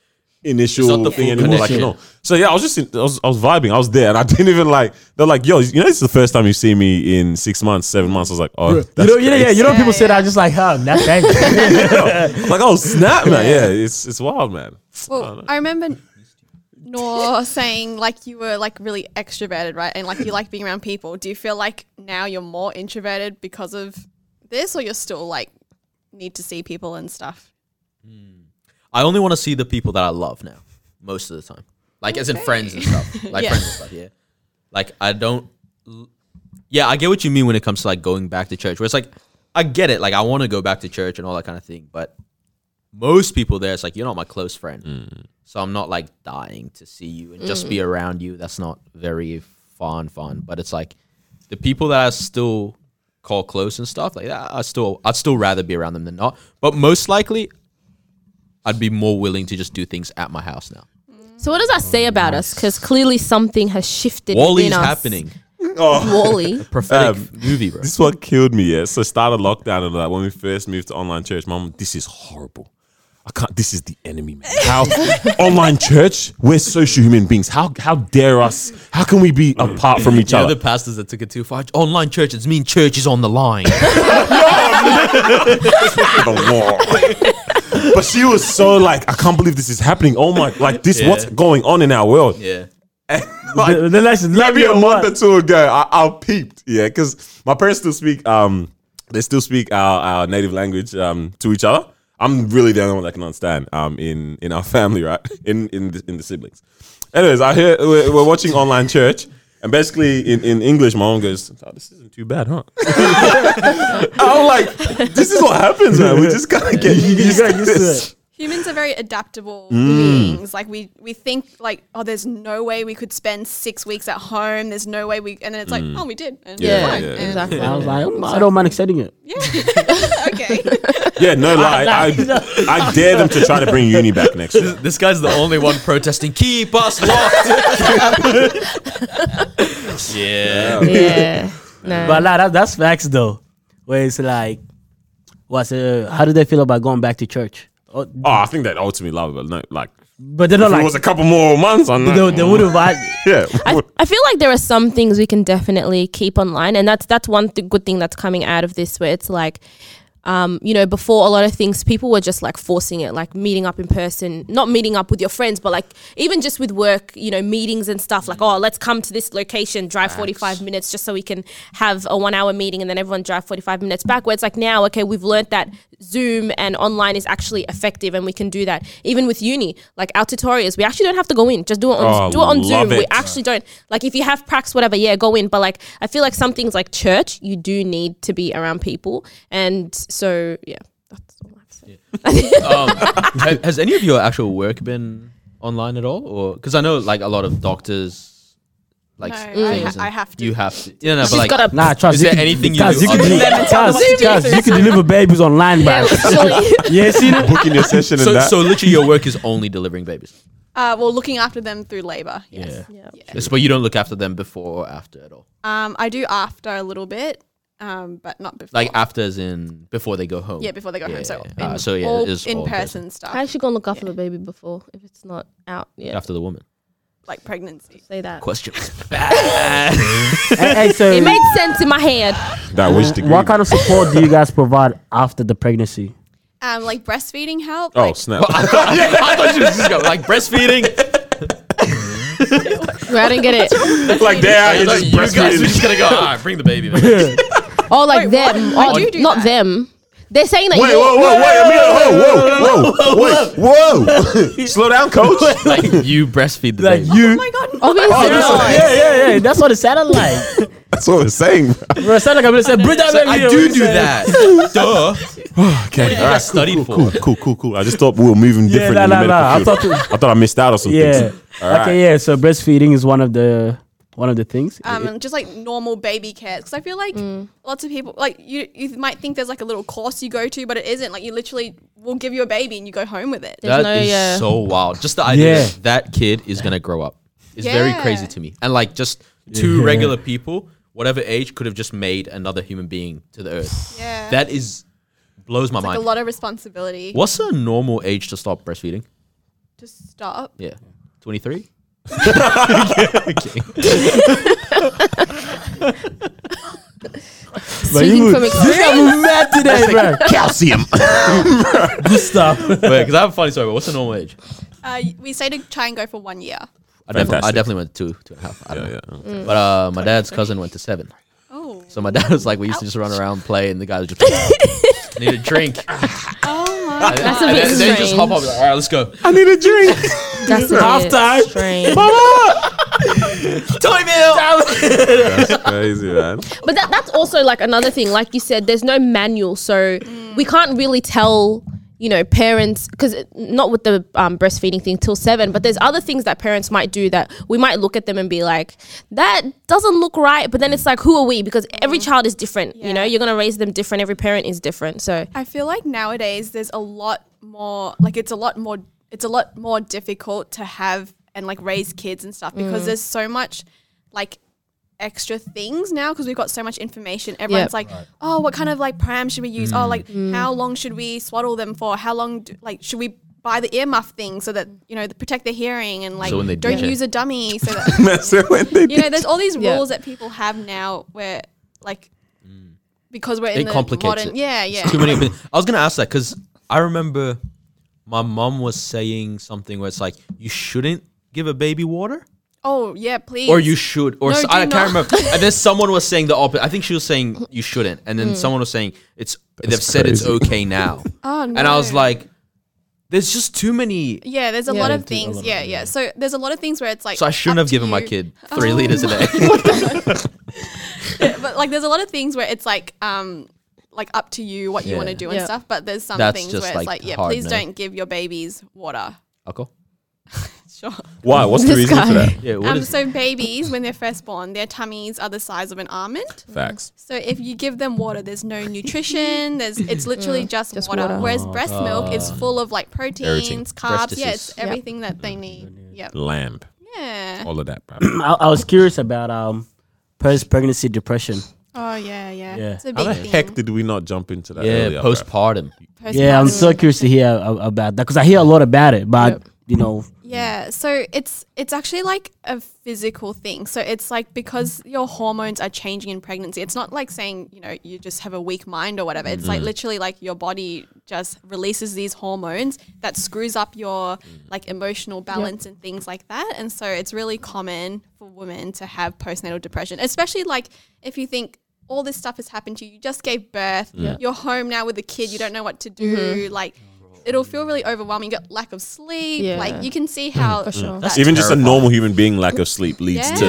[SPEAKER 3] initial
[SPEAKER 2] the
[SPEAKER 3] thing
[SPEAKER 2] full
[SPEAKER 3] anymore. Like you know.
[SPEAKER 2] connection.
[SPEAKER 3] So yeah, I was just in, I, was, I was vibing. I was there, and I didn't even like. They're like, yo, you know, this is the first time you see me in six months, seven months. I was like, oh,
[SPEAKER 5] You
[SPEAKER 3] that's
[SPEAKER 5] know, yeah, yeah, you know,
[SPEAKER 6] Yeah,
[SPEAKER 5] people say
[SPEAKER 6] yeah.
[SPEAKER 5] that just like, huh, not thank you.
[SPEAKER 3] crazy. like oh snap, man. Yeah, it's it's wild, man.
[SPEAKER 6] Well, I remember Nor saying like you were like really extroverted, right? And like you like being around people. Do you feel like now you're more introverted because of this, or you're still like need to see people and stuff?
[SPEAKER 2] I only want to see the people that I love now, most of the time. Like as in friends and stuff. Like
[SPEAKER 6] Yeah.
[SPEAKER 2] friends and stuff, yeah. Like I don't Yeah, I get what you mean when it comes to like going back to church. Where it's like I get it, like I want to go back to church and all that kind of thing, but most people there it's like you're not my close friend. So I'm not like dying to see you and just be around you. That's not very fun fun, but it's like the people that I still call close and stuff like that, I still I'd still rather be around them than not. But most likely I'd be more willing to just do things at my house now.
[SPEAKER 4] So what does that say about us? Because clearly something has shifted.
[SPEAKER 2] Wally's
[SPEAKER 4] within us.
[SPEAKER 2] happening.
[SPEAKER 4] Wally.
[SPEAKER 2] Prophetic
[SPEAKER 3] Um,
[SPEAKER 2] movie, bro.
[SPEAKER 3] This is what killed me, yeah. So start of lockdown and like when we first moved to online church, mom, this is horrible. I can't this is the enemy, man. How online church, we're social human beings. How how dare us? How can we be apart from each
[SPEAKER 2] You know
[SPEAKER 3] other?
[SPEAKER 2] the pastors that took it too far. Online churches mean church is on the line.
[SPEAKER 3] the wall. but she was so like, I can't believe this is happening. Oh my like this
[SPEAKER 2] Yeah.
[SPEAKER 3] what's going on in our world.
[SPEAKER 2] yeah.
[SPEAKER 3] Like,
[SPEAKER 5] The- the next love
[SPEAKER 3] maybe
[SPEAKER 5] you
[SPEAKER 3] a
[SPEAKER 5] or
[SPEAKER 3] month
[SPEAKER 5] what?
[SPEAKER 3] or two ago, I, I peeped. Yeah, because my parents still speak. Um, they still speak our, our native language um, to each other. I'm really the only one that can understand. Um, in in our family, right? In in the, in the siblings. Anyways, I hear we're, we're watching online church, and basically in, in English, my mom goes, oh, "This isn't too bad, huh?" I'm like, "This is what happens, man. We just kind of get used
[SPEAKER 5] gotta
[SPEAKER 3] to
[SPEAKER 5] used to
[SPEAKER 3] this."
[SPEAKER 6] Humans are very adaptable
[SPEAKER 2] Hmm.
[SPEAKER 6] beings. Like we we think like oh, there's no way we could spend six weeks at home. There's no way we, and then it's like
[SPEAKER 2] Hmm.
[SPEAKER 6] oh, we did. And
[SPEAKER 3] Yeah,
[SPEAKER 6] fine.
[SPEAKER 3] yeah, yeah.
[SPEAKER 6] And-
[SPEAKER 4] Exactly.
[SPEAKER 5] I was like, mm, I don't mind accepting it.
[SPEAKER 6] okay.
[SPEAKER 3] Yeah, no lie, I, I dare them to try to bring uni back next year.
[SPEAKER 2] This guy's the only one protesting. Keep us locked. yeah.
[SPEAKER 4] Yeah. No.
[SPEAKER 5] But nah, that, that's facts though. Where it's like, what's uh, how do they feel about going back to church? Or,
[SPEAKER 3] Oh, I think that ultimately love, but no, like
[SPEAKER 5] but they're not
[SPEAKER 3] if
[SPEAKER 5] like
[SPEAKER 3] it was a couple more months, I'm not,
[SPEAKER 5] they, they would invite.
[SPEAKER 3] yeah.
[SPEAKER 4] I, I feel like there are some things we can definitely keep online, and that's that's one th- good thing that's coming out of this, where it's like um, you know, before a lot of things, people were just like forcing it, like meeting up in person, not meeting up with your friends, but like even just with work, you know, meetings and stuff. Like, oh, let's come to this location, drive 45 minutes just so we can have a one hour meeting and then everyone drive 45 minutes back. Where it's like now, okay, we've learnt that Zoom and online is actually effective and we can do that. Even with uni, like our tutorials, we actually don't have to go in, just do it on,
[SPEAKER 3] Oh,
[SPEAKER 4] do it on
[SPEAKER 3] love
[SPEAKER 4] Zoom. We
[SPEAKER 3] it.
[SPEAKER 4] actually don't, like if you have pracs, whatever, yeah, go in. But like, I feel like some things like church, you do need to be around people. And so, yeah, that's all I have to say.
[SPEAKER 2] Um, Ha- has any of your actual work been online at all, or because I know like a lot of doctors, like
[SPEAKER 6] No,
[SPEAKER 2] s-
[SPEAKER 6] I
[SPEAKER 2] things
[SPEAKER 6] ha-
[SPEAKER 2] and
[SPEAKER 6] I have to.
[SPEAKER 2] You have to. Yeah, no, but
[SPEAKER 4] She's
[SPEAKER 2] like,
[SPEAKER 4] got a-
[SPEAKER 5] Nah, trust
[SPEAKER 2] Is there anything you do
[SPEAKER 5] you can
[SPEAKER 2] other
[SPEAKER 5] do?
[SPEAKER 2] than-
[SPEAKER 5] Chaz, Chaz, you can deliver babies online, bro.
[SPEAKER 4] Surely.
[SPEAKER 5] yeah, see,
[SPEAKER 3] Booking your session and
[SPEAKER 2] so
[SPEAKER 3] that.
[SPEAKER 2] so literally your work is only delivering babies.
[SPEAKER 6] Uh, well, looking after them through labor. Yes.
[SPEAKER 2] Yeah. It's- But you don't look after them before or after at all.
[SPEAKER 6] Um, I do after a little bit, um, but not before.
[SPEAKER 2] Like after is in before they go home.
[SPEAKER 6] yeah, before they go
[SPEAKER 2] Yeah,
[SPEAKER 6] home. So,
[SPEAKER 2] Oh. yeah.
[SPEAKER 6] in,
[SPEAKER 2] Ah, so yeah,
[SPEAKER 6] all
[SPEAKER 2] it is all
[SPEAKER 6] in
[SPEAKER 2] in
[SPEAKER 6] person
[SPEAKER 4] I
[SPEAKER 6] stuff,
[SPEAKER 4] should go and look after the baby before if it's not out yet.
[SPEAKER 2] after the woman.
[SPEAKER 6] like pregnancy.
[SPEAKER 4] Say that.
[SPEAKER 2] Questions.
[SPEAKER 5] hey, hey, so
[SPEAKER 4] It made sense in my head.
[SPEAKER 3] that which degree?
[SPEAKER 5] what kind of support do you guys provide after the pregnancy?
[SPEAKER 6] Um, like breastfeeding help.
[SPEAKER 3] oh
[SPEAKER 6] like,
[SPEAKER 3] snap!
[SPEAKER 2] I thought you was just going, like breastfeeding.
[SPEAKER 4] I didn't get it.
[SPEAKER 3] like there,
[SPEAKER 2] I
[SPEAKER 3] you're
[SPEAKER 2] thought
[SPEAKER 3] just
[SPEAKER 2] you guys were
[SPEAKER 3] breastfeeding.
[SPEAKER 2] just gonna go. Ah, bring the baby. man."
[SPEAKER 4] Oh, like them.
[SPEAKER 6] I
[SPEAKER 4] Oh,
[SPEAKER 6] do do
[SPEAKER 4] not
[SPEAKER 6] that.
[SPEAKER 4] them. They're saying that.
[SPEAKER 3] Wait,
[SPEAKER 4] you're-
[SPEAKER 3] whoa, whoa, wait, Emilio, whoa, whoa, whoa, wait, whoa. Slow down, coach.
[SPEAKER 2] like you breastfeed the
[SPEAKER 5] Like
[SPEAKER 2] baby.
[SPEAKER 6] oh
[SPEAKER 5] you?
[SPEAKER 4] Obviously
[SPEAKER 2] Oh,
[SPEAKER 3] that's
[SPEAKER 4] not.
[SPEAKER 3] what-
[SPEAKER 5] yeah, yeah, yeah. That's what it sounded like.
[SPEAKER 3] That's what it's saying.
[SPEAKER 5] Bro, it sounded like I'm saying, "Bridge
[SPEAKER 2] I do do that. Duh.
[SPEAKER 3] Okay,
[SPEAKER 2] I studied
[SPEAKER 3] cool,
[SPEAKER 2] for
[SPEAKER 3] cool, cool, cool, cool. I just thought we were moving different.
[SPEAKER 5] nah,
[SPEAKER 3] in the
[SPEAKER 5] nah, nah.
[SPEAKER 3] medical
[SPEAKER 5] I
[SPEAKER 3] field. I thought I missed out or something.
[SPEAKER 5] Yeah. Okay, yeah. So breastfeeding is one of the one of the things.
[SPEAKER 6] um, and just like normal baby care because I feel like lots of people like you you might think there's like a little course you go to but it isn't like you literally will give you a baby and you go home with it
[SPEAKER 4] There's
[SPEAKER 2] That
[SPEAKER 4] no,
[SPEAKER 2] is
[SPEAKER 4] yeah.
[SPEAKER 2] so wild. Just the idea
[SPEAKER 5] Yeah.
[SPEAKER 2] that that kid is gonna grow up is very
[SPEAKER 6] Yeah.
[SPEAKER 2] crazy to me. And like just two regular people, whatever age, could have just made another human being to the earth.
[SPEAKER 6] Yeah.
[SPEAKER 2] That is blows my
[SPEAKER 6] like
[SPEAKER 2] mind.
[SPEAKER 6] a lot of responsibility
[SPEAKER 2] What's a normal age to stop breastfeeding?
[SPEAKER 6] to stop
[SPEAKER 2] Yeah, twenty three.
[SPEAKER 4] Speaking from experience.
[SPEAKER 5] mad today, bro.
[SPEAKER 3] Calcium.
[SPEAKER 5] Good stuff.
[SPEAKER 2] Wait, because I have a funny story. But what's the normal age?
[SPEAKER 6] uh, we say to try and go for one year
[SPEAKER 2] I, defi- I
[SPEAKER 3] Fantastic.
[SPEAKER 2] definitely went to two, two and a half. I don't know. But uh, my dad's cousin went to seven.
[SPEAKER 6] oh
[SPEAKER 2] So my dad was like, we used to just run around play, and the guys just like, need a drink.
[SPEAKER 6] oh my god
[SPEAKER 4] That's a
[SPEAKER 2] And
[SPEAKER 4] bit
[SPEAKER 2] then, then just hop
[SPEAKER 4] strange.
[SPEAKER 2] up, like, all right, let's go.
[SPEAKER 3] I need a drink.
[SPEAKER 4] That's a
[SPEAKER 5] Halftime.
[SPEAKER 4] bit strange.
[SPEAKER 2] Toy meal.
[SPEAKER 3] That's crazy, man.
[SPEAKER 4] But that, that's also like another thing. Like you said, there's no manual, so we can't really tell. You know, parents because not with the um, breastfeeding thing till seven, but there's other things that parents might do that we might look at them and be like, that doesn't look right. But then it's like, who are we? Because every child is different. You know,
[SPEAKER 6] Yeah.
[SPEAKER 4] you're gonna raise them different. Every parent is different. So
[SPEAKER 6] I feel like nowadays there's a lot more like it's a lot more it's a lot more difficult to have and like raise kids and stuff
[SPEAKER 4] Mm.
[SPEAKER 6] because there's so much like extra things now because we've got so much information everyone's
[SPEAKER 4] Yep. Mm.
[SPEAKER 6] like oh what kind of like pram should we use
[SPEAKER 2] Mm.
[SPEAKER 6] oh like how long should we swaddle them for how long do, like should we buy the earmuff thing so that you know to protect their hearing and like
[SPEAKER 2] when they
[SPEAKER 6] don't
[SPEAKER 2] ditch it.
[SPEAKER 6] use a dummy so that
[SPEAKER 3] So when they
[SPEAKER 6] you know there's all these
[SPEAKER 4] Yeah.
[SPEAKER 6] rules that people have now where like because we're in
[SPEAKER 2] Mm. It
[SPEAKER 6] the
[SPEAKER 2] complicates
[SPEAKER 6] modern
[SPEAKER 2] it.
[SPEAKER 6] yeah yeah
[SPEAKER 2] Too many. opi- I was gonna ask that because I remember my mom was saying something where it's like you shouldn't give a baby water,
[SPEAKER 6] oh yeah please
[SPEAKER 2] or you should, or
[SPEAKER 6] No,
[SPEAKER 2] s- I can't
[SPEAKER 6] do not.
[SPEAKER 2] remember. And then someone was saying the opposite. I think she was saying you shouldn't, and then
[SPEAKER 6] Hmm.
[SPEAKER 2] someone was saying it's they've said it's
[SPEAKER 3] crazy.
[SPEAKER 2] okay now.
[SPEAKER 6] Oh,
[SPEAKER 2] And I was
[SPEAKER 6] no.
[SPEAKER 2] like, there's just too many.
[SPEAKER 6] Yeah, there's a
[SPEAKER 4] Yeah.
[SPEAKER 6] lot
[SPEAKER 4] They
[SPEAKER 6] of things. yeah, yeah. So there's a lot of things where it's like.
[SPEAKER 2] So I shouldn't
[SPEAKER 6] up
[SPEAKER 2] have
[SPEAKER 6] to
[SPEAKER 2] given my
[SPEAKER 6] you.
[SPEAKER 2] kid three
[SPEAKER 6] Oh
[SPEAKER 2] liters a
[SPEAKER 6] my-
[SPEAKER 2] day.
[SPEAKER 6] But like, there's a lot of things where it's like, um, like up to you what you want
[SPEAKER 2] Yeah.
[SPEAKER 6] to do
[SPEAKER 4] Yeah.
[SPEAKER 6] and stuff. But there's some
[SPEAKER 2] That's
[SPEAKER 6] things
[SPEAKER 2] just,
[SPEAKER 6] where
[SPEAKER 2] like,
[SPEAKER 6] it's like, yeah,
[SPEAKER 2] hard,
[SPEAKER 6] please
[SPEAKER 2] no?
[SPEAKER 6] don't give your babies water.
[SPEAKER 2] Alcohol.
[SPEAKER 6] Sure.
[SPEAKER 3] Why? What's the
[SPEAKER 4] This
[SPEAKER 3] reason for
[SPEAKER 4] guy.
[SPEAKER 3] that?
[SPEAKER 2] Yeah. What
[SPEAKER 6] Um,
[SPEAKER 2] is
[SPEAKER 6] so babies, when they're first born, their tummies are the size of an almond.
[SPEAKER 3] Facts.
[SPEAKER 6] So if you give them water, there's no nutrition. There's it's literally just, water.
[SPEAKER 4] water.
[SPEAKER 6] Whereas
[SPEAKER 2] Oh,
[SPEAKER 6] breast milk is full of like
[SPEAKER 3] Everything.
[SPEAKER 6] proteins, carbs. Yeah,
[SPEAKER 2] disease.
[SPEAKER 6] it's everything that they need. Yep.
[SPEAKER 3] Lamb.
[SPEAKER 6] Yeah.
[SPEAKER 3] All of that, bro.
[SPEAKER 5] I, I was curious about um, post pregnancy depression.
[SPEAKER 6] Oh yeah, yeah.
[SPEAKER 5] Yeah.
[SPEAKER 6] It's a
[SPEAKER 3] How
[SPEAKER 6] big
[SPEAKER 3] the
[SPEAKER 6] thing.
[SPEAKER 3] heck did we not jump into that
[SPEAKER 2] yeah.
[SPEAKER 3] earlier? bruh?
[SPEAKER 2] Postpartum.
[SPEAKER 5] Yeah, I'm so curious to hear a- about that because I hear a lot about it, but you know,
[SPEAKER 6] Yeah, so it's it's actually like a physical thing. So it's like because your hormones are changing in pregnancy. It's not like saying, you know, you just have a weak mind or whatever. It's like literally like your body just releases these hormones that screws up your like emotional balance and things like that. And so it's really common for women to have postnatal depression, especially like if you think all this stuff has happened to you. You just gave birth. You're home now with a kid. You don't know what to do. Like, it'll feel really overwhelming. You got lack of sleep.
[SPEAKER 4] Yeah.
[SPEAKER 6] Like, you can see how. Mm, For sure.
[SPEAKER 2] That's
[SPEAKER 3] Even just a
[SPEAKER 2] terrifying.
[SPEAKER 3] normal human being lack of sleep leads
[SPEAKER 6] Yeah,
[SPEAKER 3] to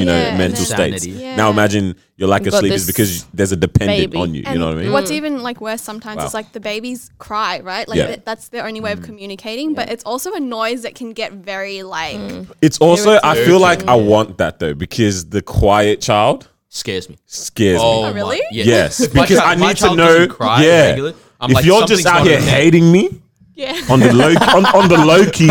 [SPEAKER 3] you know
[SPEAKER 6] yeah,
[SPEAKER 3] mental
[SPEAKER 6] yeah.
[SPEAKER 3] states.
[SPEAKER 2] Insanity.
[SPEAKER 3] Now imagine your lack of
[SPEAKER 4] Got
[SPEAKER 3] sleep is
[SPEAKER 4] this
[SPEAKER 3] because there's a dependent
[SPEAKER 4] baby.
[SPEAKER 3] on you. you know what I mean?
[SPEAKER 6] What's even like worse sometimes
[SPEAKER 3] Wow.
[SPEAKER 6] is like the babies cry, right? Like
[SPEAKER 3] Yeah. Mm.
[SPEAKER 6] th- that's their only way of communicating, but it's also a noise that can get very like
[SPEAKER 3] It's also I feel like I want that though because the quiet child
[SPEAKER 2] scares me. Oh
[SPEAKER 3] scares me.
[SPEAKER 2] my-
[SPEAKER 6] Oh, really?
[SPEAKER 2] yeah.
[SPEAKER 3] Yes,
[SPEAKER 2] If my
[SPEAKER 3] because
[SPEAKER 2] chi-
[SPEAKER 3] I
[SPEAKER 2] my
[SPEAKER 3] need to
[SPEAKER 2] child
[SPEAKER 3] know.
[SPEAKER 2] doesn't cry
[SPEAKER 3] yeah,
[SPEAKER 2] regularly, I'm
[SPEAKER 3] if
[SPEAKER 2] like,
[SPEAKER 3] you're just
[SPEAKER 2] something's
[SPEAKER 3] out
[SPEAKER 2] not
[SPEAKER 3] here
[SPEAKER 2] okay.
[SPEAKER 3] hating me
[SPEAKER 6] yeah.
[SPEAKER 3] on the low on, on the low key,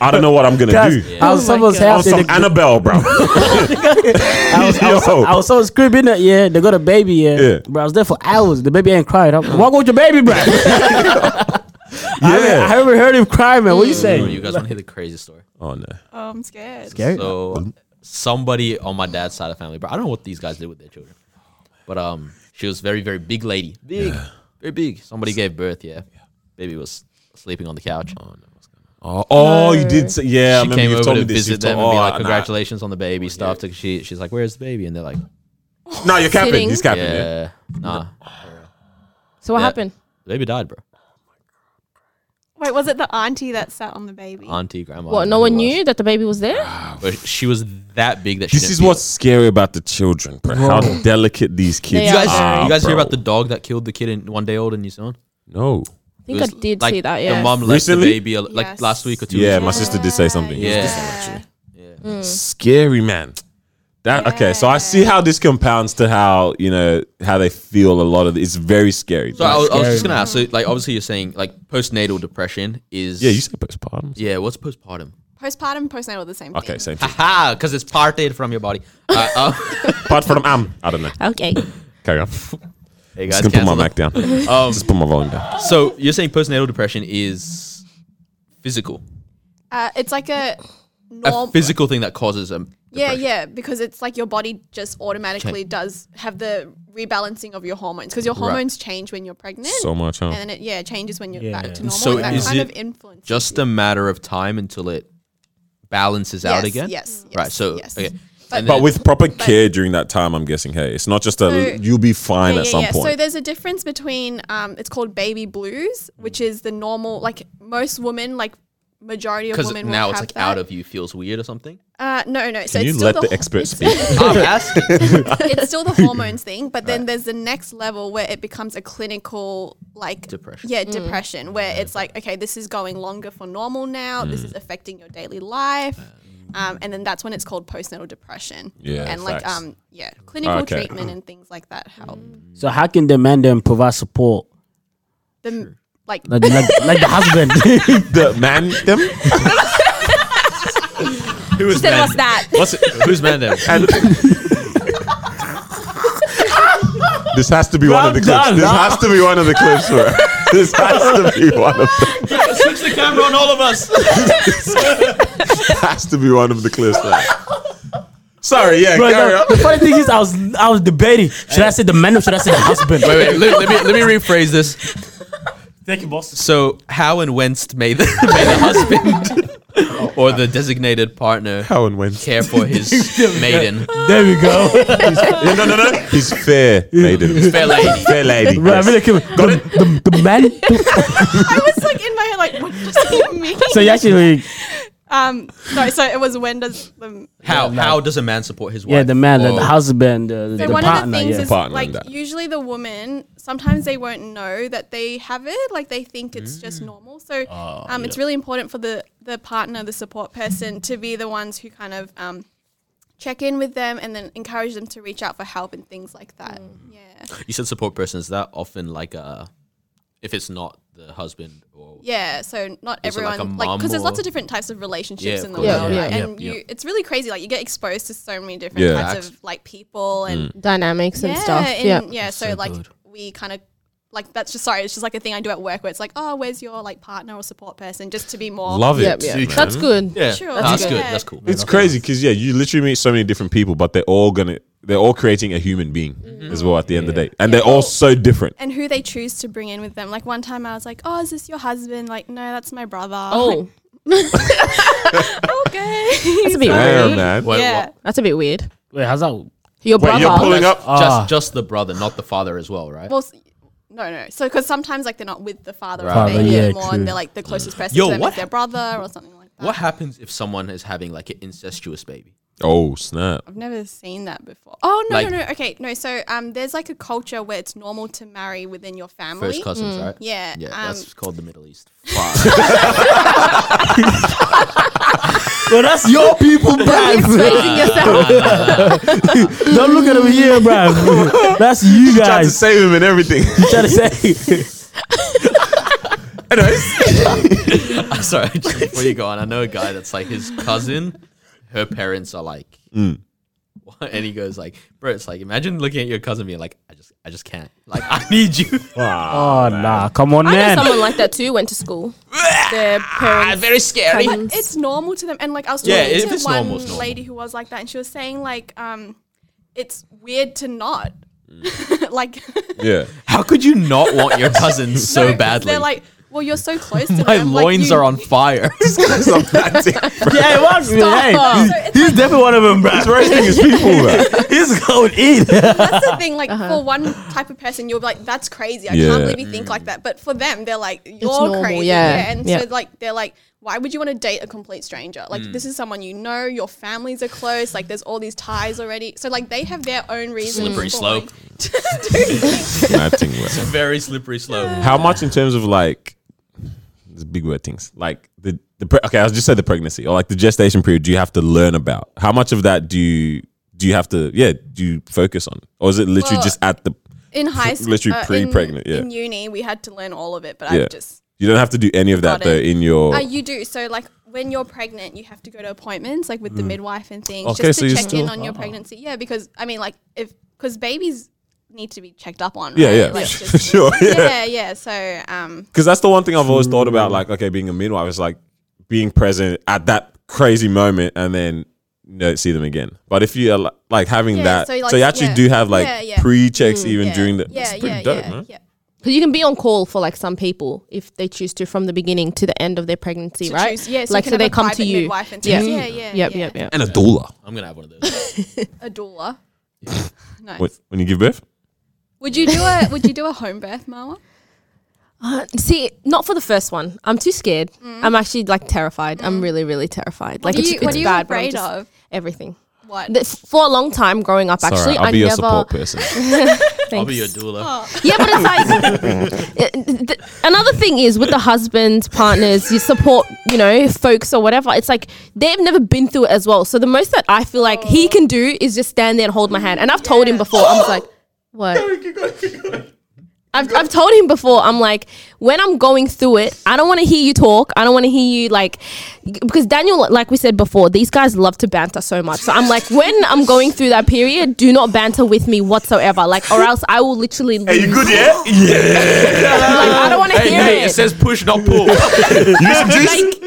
[SPEAKER 3] I don't know what I'm gonna do.
[SPEAKER 5] I was someone's
[SPEAKER 3] I'm
[SPEAKER 5] house.
[SPEAKER 3] some
[SPEAKER 5] and they-
[SPEAKER 3] Annabelle, bro.
[SPEAKER 5] I was, I was,
[SPEAKER 3] Yo.
[SPEAKER 5] I was so screaming that yeah, they got a baby yeah.
[SPEAKER 3] Yeah.
[SPEAKER 5] Bro, I was there for hours. The baby ain't cried. I'm, walk with your baby, bro. I
[SPEAKER 3] yeah.
[SPEAKER 5] haven't heard him cry, man. What you
[SPEAKER 2] Oh,
[SPEAKER 5] saying?
[SPEAKER 2] you guys want to hear the craziest story?
[SPEAKER 3] Oh no.
[SPEAKER 6] Oh, I'm scared.
[SPEAKER 3] Mm-hmm.
[SPEAKER 2] So somebody on my dad's side of family, but I don't know what these guys did with their children. But um, she was very very big lady, big, very big. Somebody gave birth. Yeah, baby was sleeping on the couch. Oh no.
[SPEAKER 3] Oh, oh, you did. Say, yeah, I
[SPEAKER 2] she
[SPEAKER 3] remember
[SPEAKER 2] came
[SPEAKER 3] you
[SPEAKER 2] over
[SPEAKER 3] told
[SPEAKER 2] to
[SPEAKER 3] me this. You
[SPEAKER 2] visit them and
[SPEAKER 3] told-
[SPEAKER 2] be
[SPEAKER 3] oh,
[SPEAKER 2] like,
[SPEAKER 3] nah.
[SPEAKER 2] "Congratulations on the
[SPEAKER 3] Oh,
[SPEAKER 2] baby stuff." To- She, she's like, "Where's the baby?" And they're like,
[SPEAKER 3] No, you're capping.
[SPEAKER 4] Sitting.
[SPEAKER 3] He's capping. Yeah.
[SPEAKER 2] "Yeah, nah,
[SPEAKER 4] So what
[SPEAKER 2] Yeah.
[SPEAKER 4] happened?
[SPEAKER 2] the baby died, bro."
[SPEAKER 6] Wait, was it the auntie that sat on the baby?
[SPEAKER 2] Auntie, grandma.
[SPEAKER 4] What?
[SPEAKER 2] I
[SPEAKER 4] No
[SPEAKER 2] don't
[SPEAKER 4] one
[SPEAKER 2] know who it
[SPEAKER 4] knew that the baby was there.
[SPEAKER 2] was. But she was that big that she.
[SPEAKER 3] This
[SPEAKER 2] didn't
[SPEAKER 3] is
[SPEAKER 2] feel
[SPEAKER 3] what's scary about the children, bro. How delicate these
[SPEAKER 4] They
[SPEAKER 3] kids
[SPEAKER 2] it. You
[SPEAKER 4] Yeah.
[SPEAKER 2] guys,
[SPEAKER 3] are.
[SPEAKER 2] you guys hear
[SPEAKER 3] bro.
[SPEAKER 2] about the dog that killed the kid in one day old in New Zealand?
[SPEAKER 3] No.
[SPEAKER 4] I think
[SPEAKER 2] It
[SPEAKER 4] I
[SPEAKER 2] was
[SPEAKER 4] did
[SPEAKER 2] like
[SPEAKER 4] see that.
[SPEAKER 2] The
[SPEAKER 4] Yeah.
[SPEAKER 2] mom left
[SPEAKER 3] Recently?
[SPEAKER 2] the baby al- like
[SPEAKER 6] Yes.
[SPEAKER 2] last week or two.
[SPEAKER 3] Yeah,
[SPEAKER 2] weeks
[SPEAKER 3] my
[SPEAKER 2] ago.
[SPEAKER 3] sister did say something. It was
[SPEAKER 2] Yeah.
[SPEAKER 3] different, actually. Scary, man. That okay. So I see how this compounds to how you know how they feel. A lot of it's very scary.
[SPEAKER 2] So I was, I was just
[SPEAKER 5] Scary.
[SPEAKER 2] gonna ask. So like, obviously, you're saying like postnatal depression is
[SPEAKER 3] yeah, you said postpartum.
[SPEAKER 2] yeah. What's postpartum?
[SPEAKER 6] Postpartum, postnatal, the same thing.
[SPEAKER 3] Okay, same thing.
[SPEAKER 2] Ha! Because it's parted from your body. Uh, uh,
[SPEAKER 3] Apart from am, I don't know.
[SPEAKER 4] Okay.
[SPEAKER 3] Carry on.
[SPEAKER 2] hey
[SPEAKER 3] Just
[SPEAKER 2] guys,
[SPEAKER 3] gonna put my
[SPEAKER 2] cancel
[SPEAKER 3] mic
[SPEAKER 2] it.
[SPEAKER 3] down.
[SPEAKER 2] Um,
[SPEAKER 3] Just put my volume down.
[SPEAKER 2] so you're saying postnatal depression is physical,
[SPEAKER 6] Uh, it's like a normal.
[SPEAKER 2] a physical thing that causes um.
[SPEAKER 6] Yeah,
[SPEAKER 2] depression.
[SPEAKER 6] yeah, because it's like your body just automatically does have the rebalancing of your hormones because your hormones change when you're pregnant,
[SPEAKER 3] So much, huh?
[SPEAKER 6] and then it yeah changes when you're back to normal.
[SPEAKER 2] so
[SPEAKER 6] and that
[SPEAKER 2] is
[SPEAKER 6] kind
[SPEAKER 2] it
[SPEAKER 6] of influences
[SPEAKER 2] Just a matter of time until it balances
[SPEAKER 6] you.
[SPEAKER 2] out
[SPEAKER 6] Yes,
[SPEAKER 2] again.
[SPEAKER 6] Yes, yes,
[SPEAKER 2] Right. So
[SPEAKER 6] yes.
[SPEAKER 2] okay.
[SPEAKER 6] But-
[SPEAKER 2] And
[SPEAKER 3] But
[SPEAKER 2] then-
[SPEAKER 3] with proper care during that time, I'm guessing. Hey, it's not just a
[SPEAKER 6] So-
[SPEAKER 3] you'll be fine at some
[SPEAKER 6] So
[SPEAKER 3] point.
[SPEAKER 6] there's a difference between um, it's called baby blues, which is the normal like most women like majority of
[SPEAKER 2] because
[SPEAKER 6] women
[SPEAKER 2] now
[SPEAKER 6] will
[SPEAKER 2] it's
[SPEAKER 6] have
[SPEAKER 2] like
[SPEAKER 6] that.
[SPEAKER 2] out of you feels weird or something.
[SPEAKER 6] uh, no no. So
[SPEAKER 3] Can
[SPEAKER 6] it's
[SPEAKER 3] you
[SPEAKER 6] still
[SPEAKER 3] let the,
[SPEAKER 6] ho-
[SPEAKER 3] expert
[SPEAKER 6] it's-
[SPEAKER 3] speak?
[SPEAKER 2] I'm asking.
[SPEAKER 6] it's still the hormones thing, but then there's the next level where it becomes a clinical like
[SPEAKER 2] Depression.
[SPEAKER 6] Yeah, depression where it's like okay, this is going longer for normal now. This is affecting your daily life. Um, and then that's when it's called postnatal depression.
[SPEAKER 3] Yeah,
[SPEAKER 6] and like
[SPEAKER 3] facts.
[SPEAKER 6] um, yeah, clinical
[SPEAKER 3] Okay.
[SPEAKER 6] treatment and things like that help.
[SPEAKER 5] So how can the man then provide support?
[SPEAKER 6] The m like
[SPEAKER 5] Like, like, like the husband.
[SPEAKER 3] the man, them,
[SPEAKER 2] Who is
[SPEAKER 4] Said
[SPEAKER 2] man?
[SPEAKER 4] what's that?
[SPEAKER 2] What's it? Who's man then?
[SPEAKER 3] and this has to be one of the clips.
[SPEAKER 5] done,
[SPEAKER 3] this
[SPEAKER 5] nah.
[SPEAKER 3] has to be one of the clips, bro. This has to be one of the,
[SPEAKER 2] Switch the camera on all of us.
[SPEAKER 3] has to be one of the clips. bro. Sorry, yeah,
[SPEAKER 5] Bro,
[SPEAKER 3] carry
[SPEAKER 5] no,
[SPEAKER 3] on.
[SPEAKER 5] the funny thing is, I was I was debating. Should I say the man or should I say the husband?
[SPEAKER 2] wait, wait. Let, let me let me rephrase this.
[SPEAKER 5] Thank you, boss.
[SPEAKER 2] So, how and whence may the, may the husband or the designated partner
[SPEAKER 3] How and when?
[SPEAKER 2] care for his maiden?
[SPEAKER 5] There we go.
[SPEAKER 3] No, no, no, no. He's fair, maiden.
[SPEAKER 2] Fair lady.
[SPEAKER 3] Fair lady.
[SPEAKER 5] Bro, I
[SPEAKER 3] yes.
[SPEAKER 5] mean, like, the, the, the man.
[SPEAKER 6] I was like in my head like what does he mean?
[SPEAKER 5] so you actually,
[SPEAKER 6] um, no, so it was when does the
[SPEAKER 2] How how does a man support his wife?
[SPEAKER 5] yeah, the man, the, the
[SPEAKER 3] Oh.
[SPEAKER 2] Or-
[SPEAKER 5] husband, uh,
[SPEAKER 6] So
[SPEAKER 5] the
[SPEAKER 6] one
[SPEAKER 5] partner.
[SPEAKER 6] of the things
[SPEAKER 5] yeah.
[SPEAKER 6] is
[SPEAKER 3] Partner
[SPEAKER 6] like
[SPEAKER 3] and that.
[SPEAKER 6] usually the woman sometimes they won't know that they have it like they think it's just normal so um, it's really important for the the partner the support person to be the ones who kind of um, check in with them and then encourage them to reach out for help and things like that yeah
[SPEAKER 2] You said support person. Is that often like a, if it's not the husband or
[SPEAKER 6] Yeah, so not
[SPEAKER 2] Is it like a
[SPEAKER 6] everyone like
[SPEAKER 2] mum
[SPEAKER 6] because there's lots
[SPEAKER 2] or-
[SPEAKER 6] of different types of relationships
[SPEAKER 2] Yeah,
[SPEAKER 6] in
[SPEAKER 2] of
[SPEAKER 6] the
[SPEAKER 2] course.
[SPEAKER 4] Yeah,
[SPEAKER 6] world,
[SPEAKER 4] yeah,
[SPEAKER 6] right?
[SPEAKER 2] yeah,
[SPEAKER 6] and
[SPEAKER 2] yeah.
[SPEAKER 6] you it's really crazy. Like you get exposed to so many different
[SPEAKER 3] Yeah.
[SPEAKER 2] Mm.
[SPEAKER 6] types of like people and
[SPEAKER 4] Dynamics and
[SPEAKER 6] yeah,
[SPEAKER 4] stuff.
[SPEAKER 6] and
[SPEAKER 4] yeah.
[SPEAKER 6] yeah. So, like we kind of like that's just sorry. It's just like a thing I do at work where it's like, oh, where's your like partner or support person, just to be more
[SPEAKER 3] Love it.
[SPEAKER 4] Yep, yeah.
[SPEAKER 2] Suture.
[SPEAKER 4] That's good.
[SPEAKER 2] Yeah,
[SPEAKER 6] Sure.
[SPEAKER 2] no, that's
[SPEAKER 6] Yeah.
[SPEAKER 2] good. That's cool.
[SPEAKER 3] It's crazy because yeah, you literally meet so many different people, but they're all gonna they're all creating a human being as well at the end of the day, and they're all so different.
[SPEAKER 6] and who they choose to bring in with them. Like one time I was like, oh, is this your husband? Like, no, that's my brother.
[SPEAKER 4] Oh,
[SPEAKER 6] okay.
[SPEAKER 4] that's a bit
[SPEAKER 3] Damn,
[SPEAKER 4] weird.
[SPEAKER 3] man.
[SPEAKER 2] Wait,
[SPEAKER 6] yeah.
[SPEAKER 2] what?
[SPEAKER 4] That's a bit weird.
[SPEAKER 5] Wait, how's that?
[SPEAKER 4] Your brother.
[SPEAKER 3] you're pulling up.
[SPEAKER 5] Ah.
[SPEAKER 2] Just just the brother, not the father as well, right?
[SPEAKER 6] Well, s- no, no. So because sometimes like they're not with the father or
[SPEAKER 5] Father,
[SPEAKER 6] the baby
[SPEAKER 5] yeah,
[SPEAKER 6] anymore,
[SPEAKER 5] true.
[SPEAKER 6] and they're like the closest person
[SPEAKER 2] Yo,
[SPEAKER 6] to them
[SPEAKER 2] what
[SPEAKER 6] is their brother or something like that.
[SPEAKER 2] what happens if someone is having like an incestuous baby?
[SPEAKER 3] Oh snap!
[SPEAKER 6] I've never seen that before. Oh no,
[SPEAKER 2] Like-
[SPEAKER 6] no, no. Okay, no. So um, there's like a culture where it's normal to marry within your family.
[SPEAKER 2] First cousins, right?
[SPEAKER 6] Yeah.
[SPEAKER 2] Yeah,
[SPEAKER 6] um,
[SPEAKER 2] that's called the Middle East. Fuck.
[SPEAKER 5] Well, that's your people,
[SPEAKER 4] Exposing yourself.
[SPEAKER 5] Don't look at him here, bruv. That's you
[SPEAKER 3] Tried to
[SPEAKER 5] guys.
[SPEAKER 3] save him and everything.
[SPEAKER 5] Trying to say.
[SPEAKER 2] I'm sorry, just before you go on, I know a guy that's like his cousin, her parents are like, and he goes like, bro, it's like imagine looking at your cousin being like, I just, I just can't, like, I need you.
[SPEAKER 5] Oh, nah. Come on,
[SPEAKER 4] I
[SPEAKER 5] man.
[SPEAKER 4] know someone like that too. Went to school. Their parents.
[SPEAKER 2] Very scary.
[SPEAKER 4] cousins.
[SPEAKER 6] But it's normal to them. And like I was talking
[SPEAKER 2] Yeah, if
[SPEAKER 6] to
[SPEAKER 2] it's
[SPEAKER 6] one
[SPEAKER 2] normal, it's normal.
[SPEAKER 6] lady who was like that, and she was saying like, um, it's weird to not.
[SPEAKER 2] Mm.
[SPEAKER 6] like
[SPEAKER 3] yeah,
[SPEAKER 2] How could you not want your cousin so
[SPEAKER 6] no, 'cause
[SPEAKER 2] badly?
[SPEAKER 6] They're like, well, you're so close to
[SPEAKER 2] My
[SPEAKER 6] them.
[SPEAKER 2] loins
[SPEAKER 6] like, you-
[SPEAKER 2] are on fire.
[SPEAKER 5] yeah, it was. Hey, he's, he's definitely one of them, bruv.
[SPEAKER 3] raising his people. man.
[SPEAKER 5] He's going in.
[SPEAKER 6] That's the thing. Like
[SPEAKER 4] Uh-huh.
[SPEAKER 6] for one type of person, you'll be like, "That's crazy. I
[SPEAKER 3] Yeah.
[SPEAKER 6] can't believe you think like that." But for them, they're like, "You're
[SPEAKER 4] normal,
[SPEAKER 6] crazy."
[SPEAKER 4] yeah,
[SPEAKER 6] And
[SPEAKER 4] yeah.
[SPEAKER 6] so like they're like, "Why would you want to date a complete stranger? Like
[SPEAKER 3] Mm.
[SPEAKER 6] this is someone you know. Your families are close. Like there's all these ties already. So like they have their own reasons."
[SPEAKER 2] Slippery
[SPEAKER 6] for,
[SPEAKER 2] slope.
[SPEAKER 6] like-
[SPEAKER 3] Mad thing, man.
[SPEAKER 2] Very slippery slope.
[SPEAKER 3] How much in terms of like these big word things like the the pre- okay? I just said the pregnancy or like the gestation period. Do you have to learn about how much of that do you do you have to yeah do you focus on or is it literally
[SPEAKER 6] Well,
[SPEAKER 3] just at the
[SPEAKER 6] In high
[SPEAKER 3] F-
[SPEAKER 6] school,
[SPEAKER 3] literally
[SPEAKER 6] uh, in-
[SPEAKER 3] pre-pregnant, yeah.
[SPEAKER 6] In uni, we had to learn all of it, but
[SPEAKER 3] yeah
[SPEAKER 6] I just.
[SPEAKER 3] you don't have to do any of that
[SPEAKER 6] Got
[SPEAKER 3] though
[SPEAKER 6] it.
[SPEAKER 3] in your
[SPEAKER 6] Uh, you do so like when you're pregnant you have to go to appointments like with the midwife and things
[SPEAKER 3] Mm. Okay,
[SPEAKER 6] just
[SPEAKER 3] so
[SPEAKER 6] to
[SPEAKER 3] you
[SPEAKER 6] check
[SPEAKER 3] still- uh-huh.
[SPEAKER 6] in on your pregnancy yeah because i mean like if because babies need to be checked up on
[SPEAKER 3] yeah
[SPEAKER 6] right?
[SPEAKER 3] yeah
[SPEAKER 6] like, just-
[SPEAKER 3] sure yeah
[SPEAKER 6] yeah yeah so um
[SPEAKER 3] because that's the one thing I've always thought about like okay being a midwife is like being present at that crazy moment and then you don't see them again but if you are li- like having
[SPEAKER 6] Yeah,
[SPEAKER 3] that so,
[SPEAKER 6] so, like,
[SPEAKER 3] you actually
[SPEAKER 6] yeah.
[SPEAKER 3] do have like
[SPEAKER 6] Yeah, yeah.
[SPEAKER 3] pre-checks even
[SPEAKER 6] yeah,
[SPEAKER 3] during the
[SPEAKER 6] yeah
[SPEAKER 3] that's pretty
[SPEAKER 6] yeah
[SPEAKER 3] dope
[SPEAKER 6] yeah,
[SPEAKER 3] man
[SPEAKER 6] yeah.
[SPEAKER 4] Because you can be on call for like some people if they choose to from the beginning to the end of their pregnancy,
[SPEAKER 6] To
[SPEAKER 4] right?
[SPEAKER 6] choose- yeah, so you
[SPEAKER 4] like
[SPEAKER 6] can
[SPEAKER 4] so
[SPEAKER 6] have
[SPEAKER 4] they
[SPEAKER 6] a
[SPEAKER 4] come to
[SPEAKER 6] private
[SPEAKER 4] you.
[SPEAKER 6] midwife and
[SPEAKER 4] yeah.
[SPEAKER 6] things.
[SPEAKER 4] yeah,
[SPEAKER 6] Yeah, yeah,
[SPEAKER 4] yep,
[SPEAKER 6] yeah.
[SPEAKER 4] yep, yep.
[SPEAKER 3] and a doula
[SPEAKER 2] I'm gonna have one of those.
[SPEAKER 6] a doula nice
[SPEAKER 3] Wait, when you give birth?
[SPEAKER 6] would you do a would you do a home birth Marwa?
[SPEAKER 4] Uh, see, not for the first one. I'm too scared. I'm actually like terrified. I'm really, really terrified. Like
[SPEAKER 6] are
[SPEAKER 4] it's,
[SPEAKER 6] you- what
[SPEAKER 4] it's
[SPEAKER 6] are you
[SPEAKER 4] bad. but I'm
[SPEAKER 6] afraid
[SPEAKER 4] just-
[SPEAKER 6] of?
[SPEAKER 4] Everything.
[SPEAKER 6] what
[SPEAKER 4] The- For a long time growing up, actually, I never.
[SPEAKER 3] person.
[SPEAKER 2] I'll be
[SPEAKER 4] Thanks.
[SPEAKER 2] your doula.
[SPEAKER 6] Oh,
[SPEAKER 4] Yeah, but it's like it- th- another thing is with the husbands, partners, you support, you know, folks or whatever. It's like they've never been through it as well. So the most that I feel like he can do is just stand there and hold my hand. And I've told him before, I'm like, what? I've, I've told him before, I'm like, when I'm going through it, I don't want to hear you talk. I don't want to hear you, like, because Daniel, like we said before, these guys love to banter so much. So I'm like, when I'm going through that period, do not banter with me whatsoever. Like, or else I will literally lose
[SPEAKER 3] you good, yeah? Yeah.
[SPEAKER 4] like, I don't want to hear
[SPEAKER 2] Hey, it
[SPEAKER 4] it.
[SPEAKER 2] says push, not pull.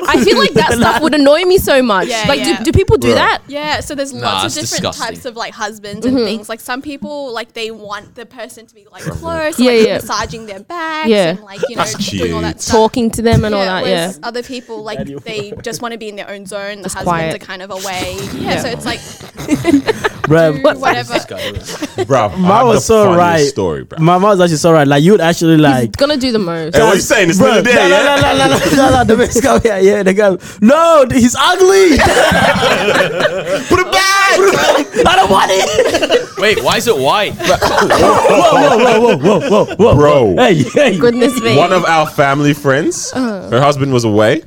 [SPEAKER 4] Like, I feel like that stuff would annoy me so much.
[SPEAKER 6] Yeah,
[SPEAKER 4] like,
[SPEAKER 6] yeah.
[SPEAKER 4] do, do people do that?
[SPEAKER 6] Yeah, so there's
[SPEAKER 2] Nah, it's
[SPEAKER 6] lots of different
[SPEAKER 2] disgusting.
[SPEAKER 6] types of like husbands
[SPEAKER 4] Mm-hmm.
[SPEAKER 6] and things. Like some people, like they want the person to be like close,
[SPEAKER 4] Yeah,
[SPEAKER 6] yeah, like
[SPEAKER 4] yeah.
[SPEAKER 6] massaging their backs,
[SPEAKER 4] Yeah.
[SPEAKER 6] and like you know doing all that
[SPEAKER 3] cute.
[SPEAKER 6] stuff.
[SPEAKER 4] Talking to them and all that, yeah.
[SPEAKER 6] whereas Other people like they just want to be in their own zone. The husbands
[SPEAKER 4] quiet.
[SPEAKER 6] are kind of away. Yeah, so it's like
[SPEAKER 5] Bruv,
[SPEAKER 6] whatever.
[SPEAKER 2] This guy is-
[SPEAKER 3] bro,
[SPEAKER 5] Mom was so right.
[SPEAKER 3] story, bro.
[SPEAKER 5] my mom's actually so right. Like, you'd actually,
[SPEAKER 4] He's
[SPEAKER 5] like,
[SPEAKER 4] gonna do the most.
[SPEAKER 3] Hey, what you saying? It's
[SPEAKER 5] Bro,
[SPEAKER 3] not there, yeah?
[SPEAKER 5] no, no, no, no, no, no, no, the best guy, yeah, yeah, the guy. No, th- he's ugly. Put it back. I don't want it.
[SPEAKER 2] Wait, why is it white?
[SPEAKER 5] Whoa, whoa, whoa, whoa, whoa, whoa.
[SPEAKER 3] Bro.
[SPEAKER 5] Hey, hey.
[SPEAKER 4] Goodness me.
[SPEAKER 3] One of our family friends,
[SPEAKER 4] Uh-huh.
[SPEAKER 3] her husband was away,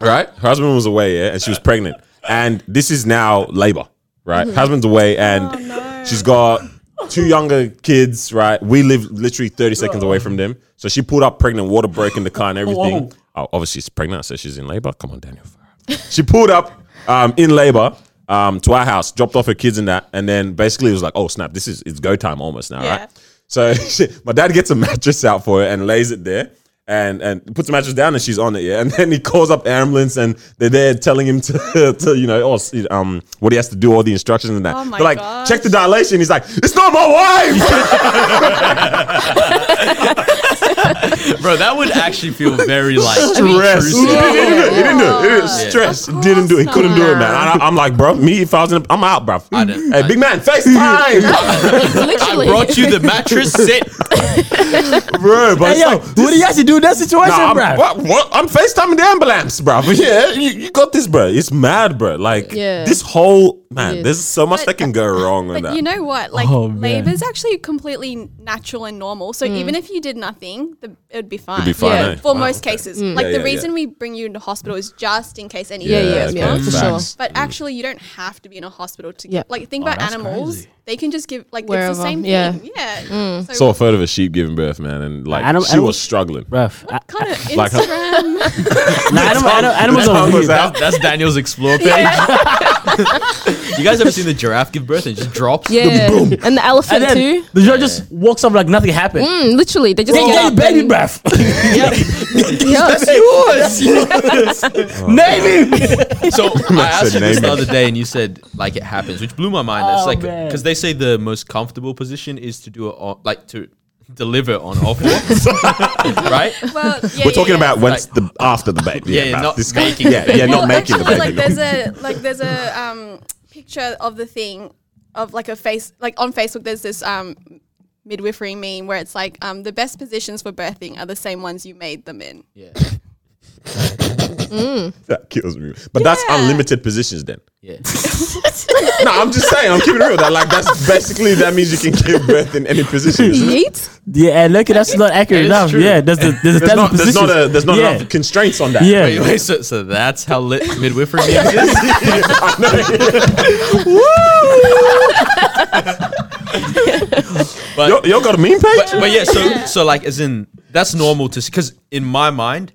[SPEAKER 3] right? Her husband was away, yeah, and she was
[SPEAKER 4] Uh-huh.
[SPEAKER 3] pregnant. And this is now labor, right?
[SPEAKER 4] Mm-hmm.
[SPEAKER 3] Husband's away, and
[SPEAKER 4] Oh,
[SPEAKER 3] she's got two younger kids, right? We live literally 30 seconds away from them. So she pulled up pregnant, water broke in the car and everything. Oh, obviously, she's pregnant, so she's in labor. Come on, Daniel. she pulled up um, in labor um, to our house, dropped off her kids and that, and then basically it was like, oh snap, this is it's go time almost now,
[SPEAKER 6] Yeah.
[SPEAKER 3] right? So my dad gets a mattress out for her and lays it there. And, and puts the mattress down and she's on it, yeah. And then he calls up the ambulance and they're there telling him to, to you know, oh, see, um, what he has to do, all the instructions and that.
[SPEAKER 6] Oh my
[SPEAKER 3] They're like,
[SPEAKER 6] gosh.
[SPEAKER 3] check the dilation. He's like, it's not my wife.
[SPEAKER 2] Bro, that would actually feel very like
[SPEAKER 3] stress. He
[SPEAKER 2] intrusive.
[SPEAKER 3] didn't do it. He didn't do it. He didn't-
[SPEAKER 6] Yeah.
[SPEAKER 3] Stress.
[SPEAKER 6] Of
[SPEAKER 3] Didn't do it.
[SPEAKER 6] course
[SPEAKER 3] Couldn't do it,
[SPEAKER 6] not.
[SPEAKER 3] man. I, am like, bro, me, if I was in, a, I'm out, bro.
[SPEAKER 2] I didn't-
[SPEAKER 3] Hey,
[SPEAKER 2] I-
[SPEAKER 3] big man, FaceTime,
[SPEAKER 2] I
[SPEAKER 4] Literally.
[SPEAKER 2] brought you the mattress set.
[SPEAKER 3] bro. But
[SPEAKER 5] Hey,
[SPEAKER 3] it's
[SPEAKER 5] yo,
[SPEAKER 3] like,
[SPEAKER 5] what do you actually do in that situation,
[SPEAKER 3] Nah,
[SPEAKER 5] bruh?
[SPEAKER 3] I'm, what, what? I'm FaceTiming the ambulance, bro. Yeah, you, you got this, bro. It's mad, bro. Like,
[SPEAKER 4] Yeah.
[SPEAKER 3] this whole man,
[SPEAKER 4] It is.
[SPEAKER 3] there's so much that can go wrong with
[SPEAKER 6] But
[SPEAKER 3] that.
[SPEAKER 6] you know what? Like
[SPEAKER 5] Oh, man.
[SPEAKER 6] labor is actually completely natural and normal. So
[SPEAKER 4] Mm.
[SPEAKER 6] even if you did nothing, the, it would be fine.
[SPEAKER 3] be fine, Yeah. eh?
[SPEAKER 6] For
[SPEAKER 3] Wow,
[SPEAKER 6] most
[SPEAKER 3] okay.
[SPEAKER 6] cases,
[SPEAKER 4] Mm.
[SPEAKER 6] like
[SPEAKER 3] Yeah,
[SPEAKER 6] the
[SPEAKER 3] yeah,
[SPEAKER 6] reason
[SPEAKER 3] yeah.
[SPEAKER 6] we bring you into hospital is just in case anything.
[SPEAKER 4] Yeah, yeah,
[SPEAKER 3] okay,
[SPEAKER 4] yeah, for sure. Mm.
[SPEAKER 3] facts.
[SPEAKER 6] But actually, you don't have to be in a hospital to
[SPEAKER 4] Yeah.
[SPEAKER 6] get. Like think about animals; they can just give like it's
[SPEAKER 4] Wherever,
[SPEAKER 6] the same
[SPEAKER 4] yeah. Mm.
[SPEAKER 6] thing. Yeah. So
[SPEAKER 3] Saw a photo of a sheep giving birth, man, and like
[SPEAKER 5] Anim-
[SPEAKER 3] she
[SPEAKER 5] anim-
[SPEAKER 3] was struggling.
[SPEAKER 5] Bruh, I-
[SPEAKER 6] kind of
[SPEAKER 3] Like her-
[SPEAKER 6] Instagram.
[SPEAKER 5] nah, animal- animal- animals
[SPEAKER 3] tongue
[SPEAKER 5] are
[SPEAKER 3] was
[SPEAKER 5] weird.
[SPEAKER 3] out.
[SPEAKER 2] That's, that's Daniel's explore page. you guys ever seen the giraffe give birth and it just drops?
[SPEAKER 4] Yeah. And the
[SPEAKER 5] And
[SPEAKER 4] elephant
[SPEAKER 5] then
[SPEAKER 4] too.
[SPEAKER 5] the girl just walks up like nothing happened.
[SPEAKER 4] Mm, literally, they just
[SPEAKER 5] They
[SPEAKER 4] get
[SPEAKER 5] gave
[SPEAKER 4] up
[SPEAKER 5] baby
[SPEAKER 4] and-
[SPEAKER 5] breath.
[SPEAKER 4] Yes.
[SPEAKER 5] Name him.
[SPEAKER 2] So I asked you this
[SPEAKER 3] said
[SPEAKER 2] the
[SPEAKER 3] name it.
[SPEAKER 2] other day, and you said like it happens, which blew my mind. That's
[SPEAKER 5] Oh,
[SPEAKER 2] like
[SPEAKER 5] man.
[SPEAKER 2] because they say the most comfortable position is to do it on, like to deliver on all fours, right?
[SPEAKER 6] well, yeah,
[SPEAKER 3] We're talking
[SPEAKER 6] yeah, yeah.
[SPEAKER 3] about once the after the baby.
[SPEAKER 2] Yeah, yeah,
[SPEAKER 3] bruv.
[SPEAKER 2] not
[SPEAKER 3] This guy-
[SPEAKER 2] making
[SPEAKER 3] Yeah,
[SPEAKER 2] the
[SPEAKER 3] yeah,
[SPEAKER 6] Well,
[SPEAKER 3] not making the
[SPEAKER 6] actually,
[SPEAKER 3] baby.
[SPEAKER 6] Like there's a like there's a um, picture of the thing of like a face like on Facebook. There's this um, midwifery meme where it's like um, the best positions for birthing are the same ones you made them in.
[SPEAKER 2] Yeah,
[SPEAKER 3] that kills me. But that's
[SPEAKER 6] Yeah.
[SPEAKER 3] unlimited positions then.
[SPEAKER 2] yeah.
[SPEAKER 3] no, I'm just saying. I'm keeping it real. That like that's basically that means you can give birth in any position. isn't it?
[SPEAKER 4] Yeet.
[SPEAKER 5] Yeah, and look, that's not accurate
[SPEAKER 2] It's
[SPEAKER 5] enough.
[SPEAKER 2] true.
[SPEAKER 5] Yeah, there's the there's
[SPEAKER 3] There's
[SPEAKER 5] a thousand
[SPEAKER 3] not, there's not a,
[SPEAKER 5] positions.
[SPEAKER 3] there's not
[SPEAKER 5] yeah.
[SPEAKER 3] enough constraints on that.
[SPEAKER 5] Yeah.
[SPEAKER 2] Wait, wait, so, so that's how lit midwifery means is.
[SPEAKER 3] Y'all, y'all got a meme page?
[SPEAKER 2] but yeah, so so like as in that's normal to because in my mind,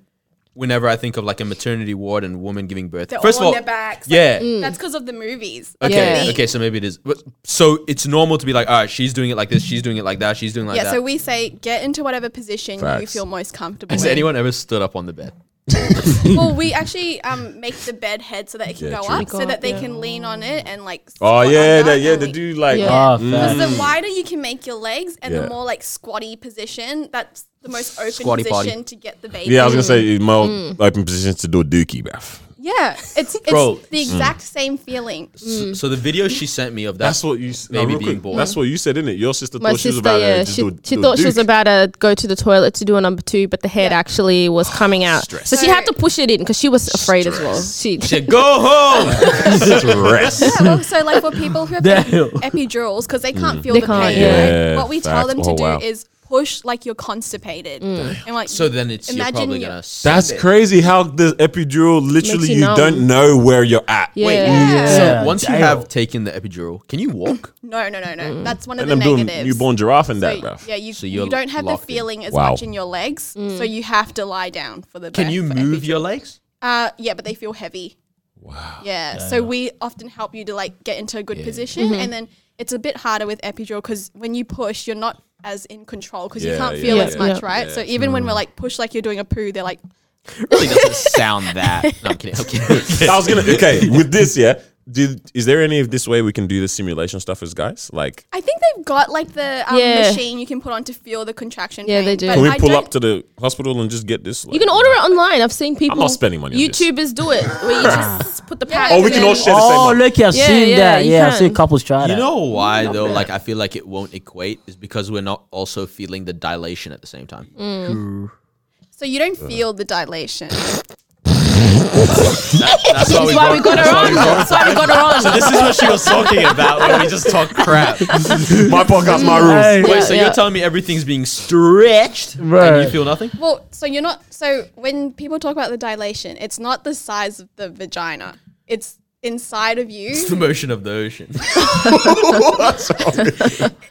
[SPEAKER 2] whenever I think of like a maternity ward and woman giving birth,
[SPEAKER 6] They're
[SPEAKER 2] first
[SPEAKER 6] all
[SPEAKER 2] of
[SPEAKER 6] on
[SPEAKER 2] all,
[SPEAKER 6] their backs. like,
[SPEAKER 2] yeah.
[SPEAKER 6] that's because of the movies. Like,
[SPEAKER 2] Okay.
[SPEAKER 4] Mm. Yeah.
[SPEAKER 2] Okay. So maybe it is. But, so it's normal to be like, all right, she's doing it like this, she's doing it like that, she's doing it like
[SPEAKER 6] yeah.
[SPEAKER 2] that.
[SPEAKER 6] So we say get into whatever position you
[SPEAKER 3] Facts.
[SPEAKER 6] feel most comfortable.
[SPEAKER 2] Has
[SPEAKER 6] in.
[SPEAKER 2] anyone ever stood up on the bed?
[SPEAKER 6] Well, we actually um, make the bed head so that it can
[SPEAKER 3] Yeah,
[SPEAKER 6] go
[SPEAKER 3] true.
[SPEAKER 6] up, so
[SPEAKER 4] Go
[SPEAKER 6] that
[SPEAKER 4] up,
[SPEAKER 6] they
[SPEAKER 4] yeah.
[SPEAKER 6] can lean on it and like.
[SPEAKER 3] Oh
[SPEAKER 6] squat
[SPEAKER 3] yeah,
[SPEAKER 6] under
[SPEAKER 3] they, yeah,
[SPEAKER 6] and
[SPEAKER 3] they
[SPEAKER 6] we-
[SPEAKER 3] do like.
[SPEAKER 4] Yeah.
[SPEAKER 5] Oh,
[SPEAKER 6] Because
[SPEAKER 5] facts.
[SPEAKER 6] the wider you can make your legs and
[SPEAKER 3] Mm. Yeah.
[SPEAKER 6] the more like squatty position, that's the most open
[SPEAKER 2] Squatty potty.
[SPEAKER 6] position to get the baby.
[SPEAKER 3] Yeah, I was gonna say
[SPEAKER 4] Mm.
[SPEAKER 3] more open positions to do a dookie, bruv.
[SPEAKER 6] Yeah, it's, it's
[SPEAKER 2] Bro.
[SPEAKER 3] Mm.
[SPEAKER 6] the exact same feeling.
[SPEAKER 2] So, so the video she sent me of that.
[SPEAKER 3] That's what you s- no,
[SPEAKER 2] Baby
[SPEAKER 3] real
[SPEAKER 2] being
[SPEAKER 3] quick,
[SPEAKER 2] born.
[SPEAKER 3] That's what you said, innit? Your sister
[SPEAKER 4] My
[SPEAKER 3] thought she was
[SPEAKER 4] sister,
[SPEAKER 3] about to
[SPEAKER 4] yeah,
[SPEAKER 3] just
[SPEAKER 4] she,
[SPEAKER 3] do a-
[SPEAKER 4] she
[SPEAKER 3] do a
[SPEAKER 4] thought she was
[SPEAKER 3] dookie.
[SPEAKER 4] about to go to the toilet to do a number two, but the head actually was
[SPEAKER 3] Oh,
[SPEAKER 4] coming out. So she had to push it in because she was afraid as well. She,
[SPEAKER 2] She said, go
[SPEAKER 3] Oh,
[SPEAKER 2] home.
[SPEAKER 3] Stress.
[SPEAKER 6] Yeah, well, so like for people who have
[SPEAKER 5] Damn.
[SPEAKER 6] epidurals because they can't feel
[SPEAKER 4] They
[SPEAKER 6] the
[SPEAKER 4] can't,
[SPEAKER 6] pain,
[SPEAKER 4] yeah.
[SPEAKER 3] Yeah,
[SPEAKER 6] right? what we
[SPEAKER 3] Mm. facts.
[SPEAKER 6] tell them to
[SPEAKER 3] Oh,
[SPEAKER 6] do
[SPEAKER 3] wow.
[SPEAKER 6] is push like you're constipated. And like
[SPEAKER 2] so then it's you're
[SPEAKER 6] imagine
[SPEAKER 2] probably
[SPEAKER 6] you're-
[SPEAKER 2] gonna.
[SPEAKER 3] That's crazy how the epidural literally
[SPEAKER 4] you
[SPEAKER 3] you don't know where you're at.
[SPEAKER 4] yeah.
[SPEAKER 5] Yeah.
[SPEAKER 2] So once you
[SPEAKER 5] Damn.
[SPEAKER 2] have taken the epidural, can you walk?
[SPEAKER 6] No, no, no, no. That's one of
[SPEAKER 3] And
[SPEAKER 6] the
[SPEAKER 3] I'm doing
[SPEAKER 6] negatives.
[SPEAKER 3] newborn giraffe and that,
[SPEAKER 6] So,
[SPEAKER 3] bruv.
[SPEAKER 6] yeah, you,
[SPEAKER 2] So
[SPEAKER 6] you
[SPEAKER 2] you're
[SPEAKER 6] don't have the
[SPEAKER 2] locked in.
[SPEAKER 6] feeling as
[SPEAKER 3] Wow.
[SPEAKER 6] much in your legs, so you have to lie down for the.
[SPEAKER 2] Can
[SPEAKER 6] birth
[SPEAKER 2] you
[SPEAKER 6] for
[SPEAKER 2] move
[SPEAKER 6] epidural.
[SPEAKER 2] your legs?
[SPEAKER 6] Uh, yeah, but they feel heavy. Wow. Yeah. So we often help you to like get into a good position,
[SPEAKER 4] Mm-hmm.
[SPEAKER 6] and then it's a bit harder with epidural because when you push, you're not as in control because
[SPEAKER 3] Yeah,
[SPEAKER 6] you can't
[SPEAKER 3] yeah,
[SPEAKER 6] feel
[SPEAKER 4] yeah,
[SPEAKER 6] as much,
[SPEAKER 4] yeah.
[SPEAKER 6] right? So even when we're like push, like you're doing a poo, they're like,
[SPEAKER 2] Really doesn't sound that. No, I'm kidding. I'm kidding.
[SPEAKER 3] I was gonna okay with this. Yeah, Did is there any of this way we can do the simulation stuff as guys? Like,
[SPEAKER 6] I think they've got like the um,
[SPEAKER 4] Yeah.
[SPEAKER 6] machine you can put on to feel the contraction.
[SPEAKER 4] Yeah,
[SPEAKER 6] pain,
[SPEAKER 4] they do.
[SPEAKER 6] but
[SPEAKER 3] can we
[SPEAKER 6] I
[SPEAKER 3] pull
[SPEAKER 6] don't-
[SPEAKER 3] up to the hospital and just get this?
[SPEAKER 4] You can order it online. I've seen people.
[SPEAKER 3] spending money on this.
[SPEAKER 4] YouTubers do it where you just put the pack.
[SPEAKER 3] Oh, we
[SPEAKER 4] in
[SPEAKER 3] can
[SPEAKER 4] and-
[SPEAKER 3] all share the same.
[SPEAKER 5] Oh,
[SPEAKER 3] one.
[SPEAKER 5] look, I've
[SPEAKER 4] Yeah,
[SPEAKER 5] seen
[SPEAKER 4] yeah,
[SPEAKER 5] that.
[SPEAKER 4] you
[SPEAKER 5] Yeah, I've
[SPEAKER 4] can.
[SPEAKER 5] seen couples try that.
[SPEAKER 2] You know why though? Like I feel like it won't equate is because we're not also feeling the dilation at the same time.
[SPEAKER 6] Mm. So you don't feel the dilation.
[SPEAKER 2] That's
[SPEAKER 4] That's why we got her on. That's why we got her on.
[SPEAKER 2] This is what she was talking about when we just talk crap.
[SPEAKER 3] my podcast, my rules.
[SPEAKER 5] Hey.
[SPEAKER 2] Wait, so
[SPEAKER 4] Yeah.
[SPEAKER 2] you're telling me everything's being stretched and
[SPEAKER 5] Right.
[SPEAKER 2] you feel nothing?
[SPEAKER 6] Well, so you're not. So when people talk about the dilation, it's not the size of the vagina. It's inside of
[SPEAKER 2] It's the
[SPEAKER 6] you.
[SPEAKER 2] motion of the ocean.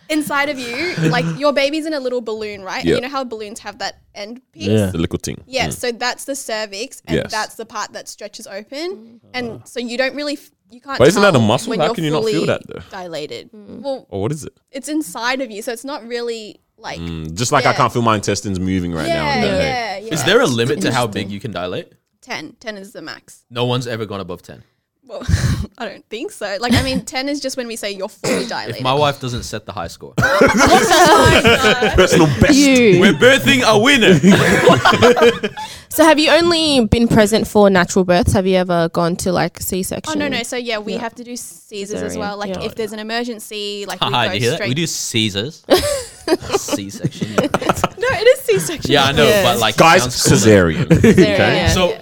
[SPEAKER 6] inside of you, like your baby's in a little balloon, right?
[SPEAKER 3] Yeah.
[SPEAKER 6] You know how balloons have that end piece.
[SPEAKER 5] Yeah.
[SPEAKER 3] The little thing.
[SPEAKER 6] Yeah, so that's the cervix, and
[SPEAKER 3] Yes. Uh-huh.
[SPEAKER 6] that's the part that stretches
[SPEAKER 4] Mm-hmm.
[SPEAKER 6] open, and so you don't really, f- you can't.
[SPEAKER 3] But isn't that
[SPEAKER 6] tell
[SPEAKER 3] a muscle?
[SPEAKER 6] when
[SPEAKER 3] How
[SPEAKER 6] you're
[SPEAKER 3] can you not feel
[SPEAKER 6] fully
[SPEAKER 4] Mm.
[SPEAKER 3] that, though?
[SPEAKER 6] Dilated. Well,
[SPEAKER 3] Or Oh, what is it?
[SPEAKER 6] it's inside of you, so it's not really Like,
[SPEAKER 3] Just like I
[SPEAKER 6] Yeah.
[SPEAKER 3] can't feel my intestines moving Mm, right now.
[SPEAKER 6] yeah,
[SPEAKER 3] in that head.
[SPEAKER 6] yeah, yeah.
[SPEAKER 2] Is there a limit to how big you can dilate?
[SPEAKER 6] 10? 10 is the max.
[SPEAKER 2] No one's ever gone above 10.
[SPEAKER 6] Well, I don't think so. Like, I mean, 10 is just when we say you're fully dilated.
[SPEAKER 2] My wife doesn't set the high score.
[SPEAKER 3] Personal best.
[SPEAKER 2] We're birthing a winner.
[SPEAKER 4] So have you only been present for natural births? Have you ever gone to like C
[SPEAKER 6] Oh
[SPEAKER 4] section?
[SPEAKER 6] no no! So yeah, we have to do Caesars as
[SPEAKER 4] Cesarean,
[SPEAKER 6] well. Like
[SPEAKER 4] yeah.
[SPEAKER 6] if there's an emergency, like we
[SPEAKER 3] Ah,
[SPEAKER 2] Haha,
[SPEAKER 6] go
[SPEAKER 2] do you hear that?
[SPEAKER 6] straight.
[SPEAKER 2] We do Caesars. C section.
[SPEAKER 6] no, it is C-section.
[SPEAKER 2] Yeah, I know, but like. it
[SPEAKER 3] Guys,
[SPEAKER 2] sounds cool.
[SPEAKER 3] cesarean.
[SPEAKER 4] Yeah.
[SPEAKER 2] So,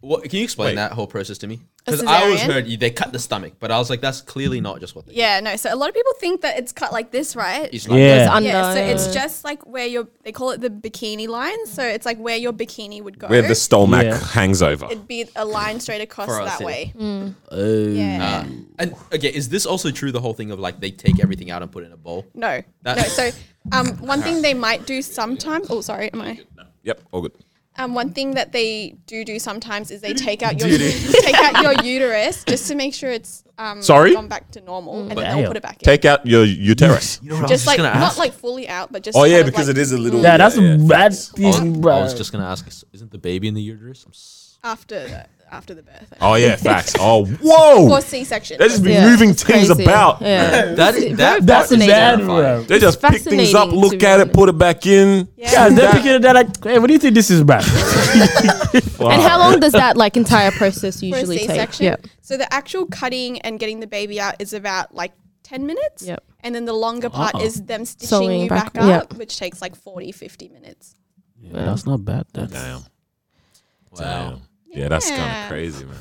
[SPEAKER 2] what, can you explain that whole process to me? Because I always
[SPEAKER 6] cesarean?
[SPEAKER 2] heard you, they cut the stomach, but I was like, that's clearly not just what they
[SPEAKER 6] Yeah, no. So a lot of people think that it's cut like this, right?
[SPEAKER 2] It's not.
[SPEAKER 5] Yeah.
[SPEAKER 4] It's under.
[SPEAKER 6] yeah, so it's
[SPEAKER 4] yeah.
[SPEAKER 6] just like where your they call it the bikini line. So it's like where your bikini would go.
[SPEAKER 3] Where the stomach
[SPEAKER 5] Yeah.
[SPEAKER 3] hangs over.
[SPEAKER 6] It'd be a line straight across
[SPEAKER 2] For us,
[SPEAKER 6] that
[SPEAKER 2] yeah.
[SPEAKER 6] way.
[SPEAKER 3] Mm.
[SPEAKER 5] Uh,
[SPEAKER 6] Yeah.
[SPEAKER 2] And okay, is this also true? The whole thing of like they take everything out and put it in a bowl.
[SPEAKER 6] No.
[SPEAKER 2] That-
[SPEAKER 6] no. So um, one thing they might do sometimes. Oh, sorry, am I?
[SPEAKER 3] Yep, all good.
[SPEAKER 6] Um, one thing that they do do sometimes is they take out your take out your uterus just to make sure it's um,
[SPEAKER 3] Sorry?
[SPEAKER 6] gone back to normal, and then
[SPEAKER 5] Damn.
[SPEAKER 6] they'll put it back in.
[SPEAKER 3] Take out your uterus.
[SPEAKER 6] just like
[SPEAKER 2] gonna
[SPEAKER 6] not
[SPEAKER 2] ask.
[SPEAKER 6] like fully out, but just
[SPEAKER 3] Oh yeah,
[SPEAKER 6] kind of,
[SPEAKER 3] because
[SPEAKER 6] like,
[SPEAKER 3] it is a little.
[SPEAKER 5] yeah, that's a bad
[SPEAKER 2] I
[SPEAKER 5] thing, bro.
[SPEAKER 2] was just gonna ask, isn't the baby in the uterus? I'm s-
[SPEAKER 6] after the, after the birth
[SPEAKER 3] Oh yeah, facts. Oh whoa,
[SPEAKER 6] or C section.
[SPEAKER 3] they just be
[SPEAKER 4] Yeah,
[SPEAKER 3] moving
[SPEAKER 4] it's
[SPEAKER 3] things
[SPEAKER 4] crazy.
[SPEAKER 3] about.
[SPEAKER 4] Yeah.
[SPEAKER 2] That is- that
[SPEAKER 5] that's
[SPEAKER 2] part is
[SPEAKER 5] bad,
[SPEAKER 2] terrifying.
[SPEAKER 5] bro.
[SPEAKER 3] They just pick things up,
[SPEAKER 4] fascinating to
[SPEAKER 3] look
[SPEAKER 4] be
[SPEAKER 3] at it,
[SPEAKER 4] honest.
[SPEAKER 3] put it back in.
[SPEAKER 5] Guys, they're picking it. They're like, hey, what do you think this is, bro?
[SPEAKER 4] And how long does that like entire process
[SPEAKER 6] for a
[SPEAKER 4] usually
[SPEAKER 6] C
[SPEAKER 4] take?
[SPEAKER 6] section. So the actual cutting and getting the baby out is about like ten minutes.
[SPEAKER 4] Yep.
[SPEAKER 6] And then the longer part is them stitching
[SPEAKER 4] Sewing
[SPEAKER 6] you
[SPEAKER 4] back-
[SPEAKER 6] back, up, which takes like 40, 50 minutes.
[SPEAKER 5] Yeah, that's not bad. That's
[SPEAKER 2] Wow.
[SPEAKER 3] Yeah, that's kind of
[SPEAKER 6] Yeah.
[SPEAKER 3] crazy, man.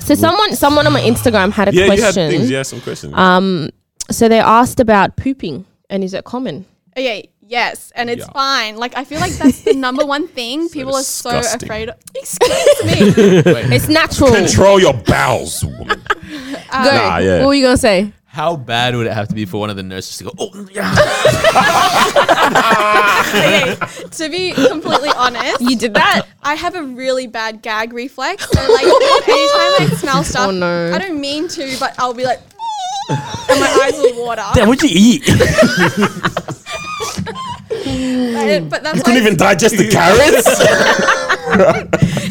[SPEAKER 4] So someone someone on my Instagram had a
[SPEAKER 3] Yeah, you had
[SPEAKER 4] question. Um,
[SPEAKER 3] things. Yeah, some questions.
[SPEAKER 5] Um,
[SPEAKER 4] So they asked about pooping and is it common?
[SPEAKER 6] Okay, Oh, yes, and it's
[SPEAKER 3] Yeah.
[SPEAKER 6] fine. Like I feel like that's the number one thing people are so
[SPEAKER 3] disgusting.
[SPEAKER 6] afraid of. Excuse me.
[SPEAKER 4] It's natural.
[SPEAKER 3] Control your bowels, woman.
[SPEAKER 4] Go.
[SPEAKER 3] Nah, yeah.
[SPEAKER 4] What were you gonna say?
[SPEAKER 2] How bad would it have to be for one of the nurses to go? Oh, yeah.
[SPEAKER 6] okay, to be completely honest,
[SPEAKER 4] You did that.
[SPEAKER 6] I have a really bad gag reflex. So like anytime I smell stuff,
[SPEAKER 4] Oh, no.
[SPEAKER 6] I don't mean to, but I'll be like, and my eyes will water.
[SPEAKER 5] Damn, what you eat?
[SPEAKER 6] But- Uh, but that's why
[SPEAKER 3] Couldn't even digest the carrots.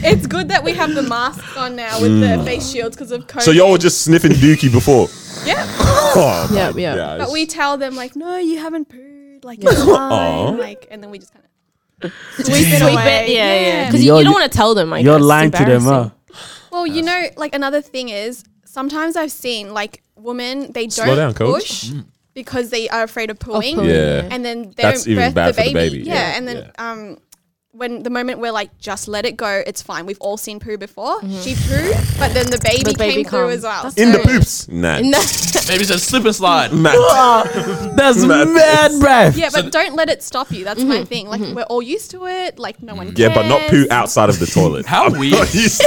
[SPEAKER 6] it's good that we have the masks on now with the face shields because of COVID.
[SPEAKER 3] Mm. so y'all were just sniffing dookie before.
[SPEAKER 6] yeah.
[SPEAKER 3] Oh, my
[SPEAKER 4] Yeah, yeah.
[SPEAKER 3] gosh.
[SPEAKER 6] But we tell them like, no, you haven't pooed. Like, it's fine. Like, and then we just kind of sweep it
[SPEAKER 4] Sweep
[SPEAKER 6] away.
[SPEAKER 4] it. Yeah, yeah. Because
[SPEAKER 5] Yo,
[SPEAKER 4] you, you don't
[SPEAKER 5] you-
[SPEAKER 4] want to tell them. Like,
[SPEAKER 5] You're
[SPEAKER 4] that's
[SPEAKER 5] lying to them, huh?
[SPEAKER 4] embarrassing.
[SPEAKER 6] Well, you know, like another thing is sometimes I've seen like women they
[SPEAKER 3] Slow
[SPEAKER 6] don't
[SPEAKER 3] down, coach.
[SPEAKER 6] push because they are afraid of pooing.
[SPEAKER 4] pooing.
[SPEAKER 3] Yeah.
[SPEAKER 6] and then they
[SPEAKER 3] That's
[SPEAKER 6] don't
[SPEAKER 3] even
[SPEAKER 6] birth
[SPEAKER 3] bad
[SPEAKER 6] the
[SPEAKER 3] for the
[SPEAKER 6] baby.
[SPEAKER 3] baby,
[SPEAKER 6] Yeah.
[SPEAKER 3] yeah.
[SPEAKER 6] and then um, when the moment we're like, just let it go, it's fine. We've all seen poo before. She pooed, but then the baby,
[SPEAKER 4] Mm-hmm. The baby
[SPEAKER 6] came through
[SPEAKER 4] comes.
[SPEAKER 6] as well.
[SPEAKER 4] That's
[SPEAKER 3] in the
[SPEAKER 4] Sorry.
[SPEAKER 3] poops. Nah.
[SPEAKER 4] No.
[SPEAKER 2] Maybe it's a slip and slide.
[SPEAKER 3] Matt.
[SPEAKER 5] That's mad, bro.
[SPEAKER 6] yeah, but don't let it stop you. That's
[SPEAKER 4] Mm-hmm.
[SPEAKER 6] my thing. Like we're all used to it. Like no one.
[SPEAKER 3] Yeah, but not poo
[SPEAKER 6] cares.
[SPEAKER 3] outside of the toilet.
[SPEAKER 2] How weird?
[SPEAKER 3] He's-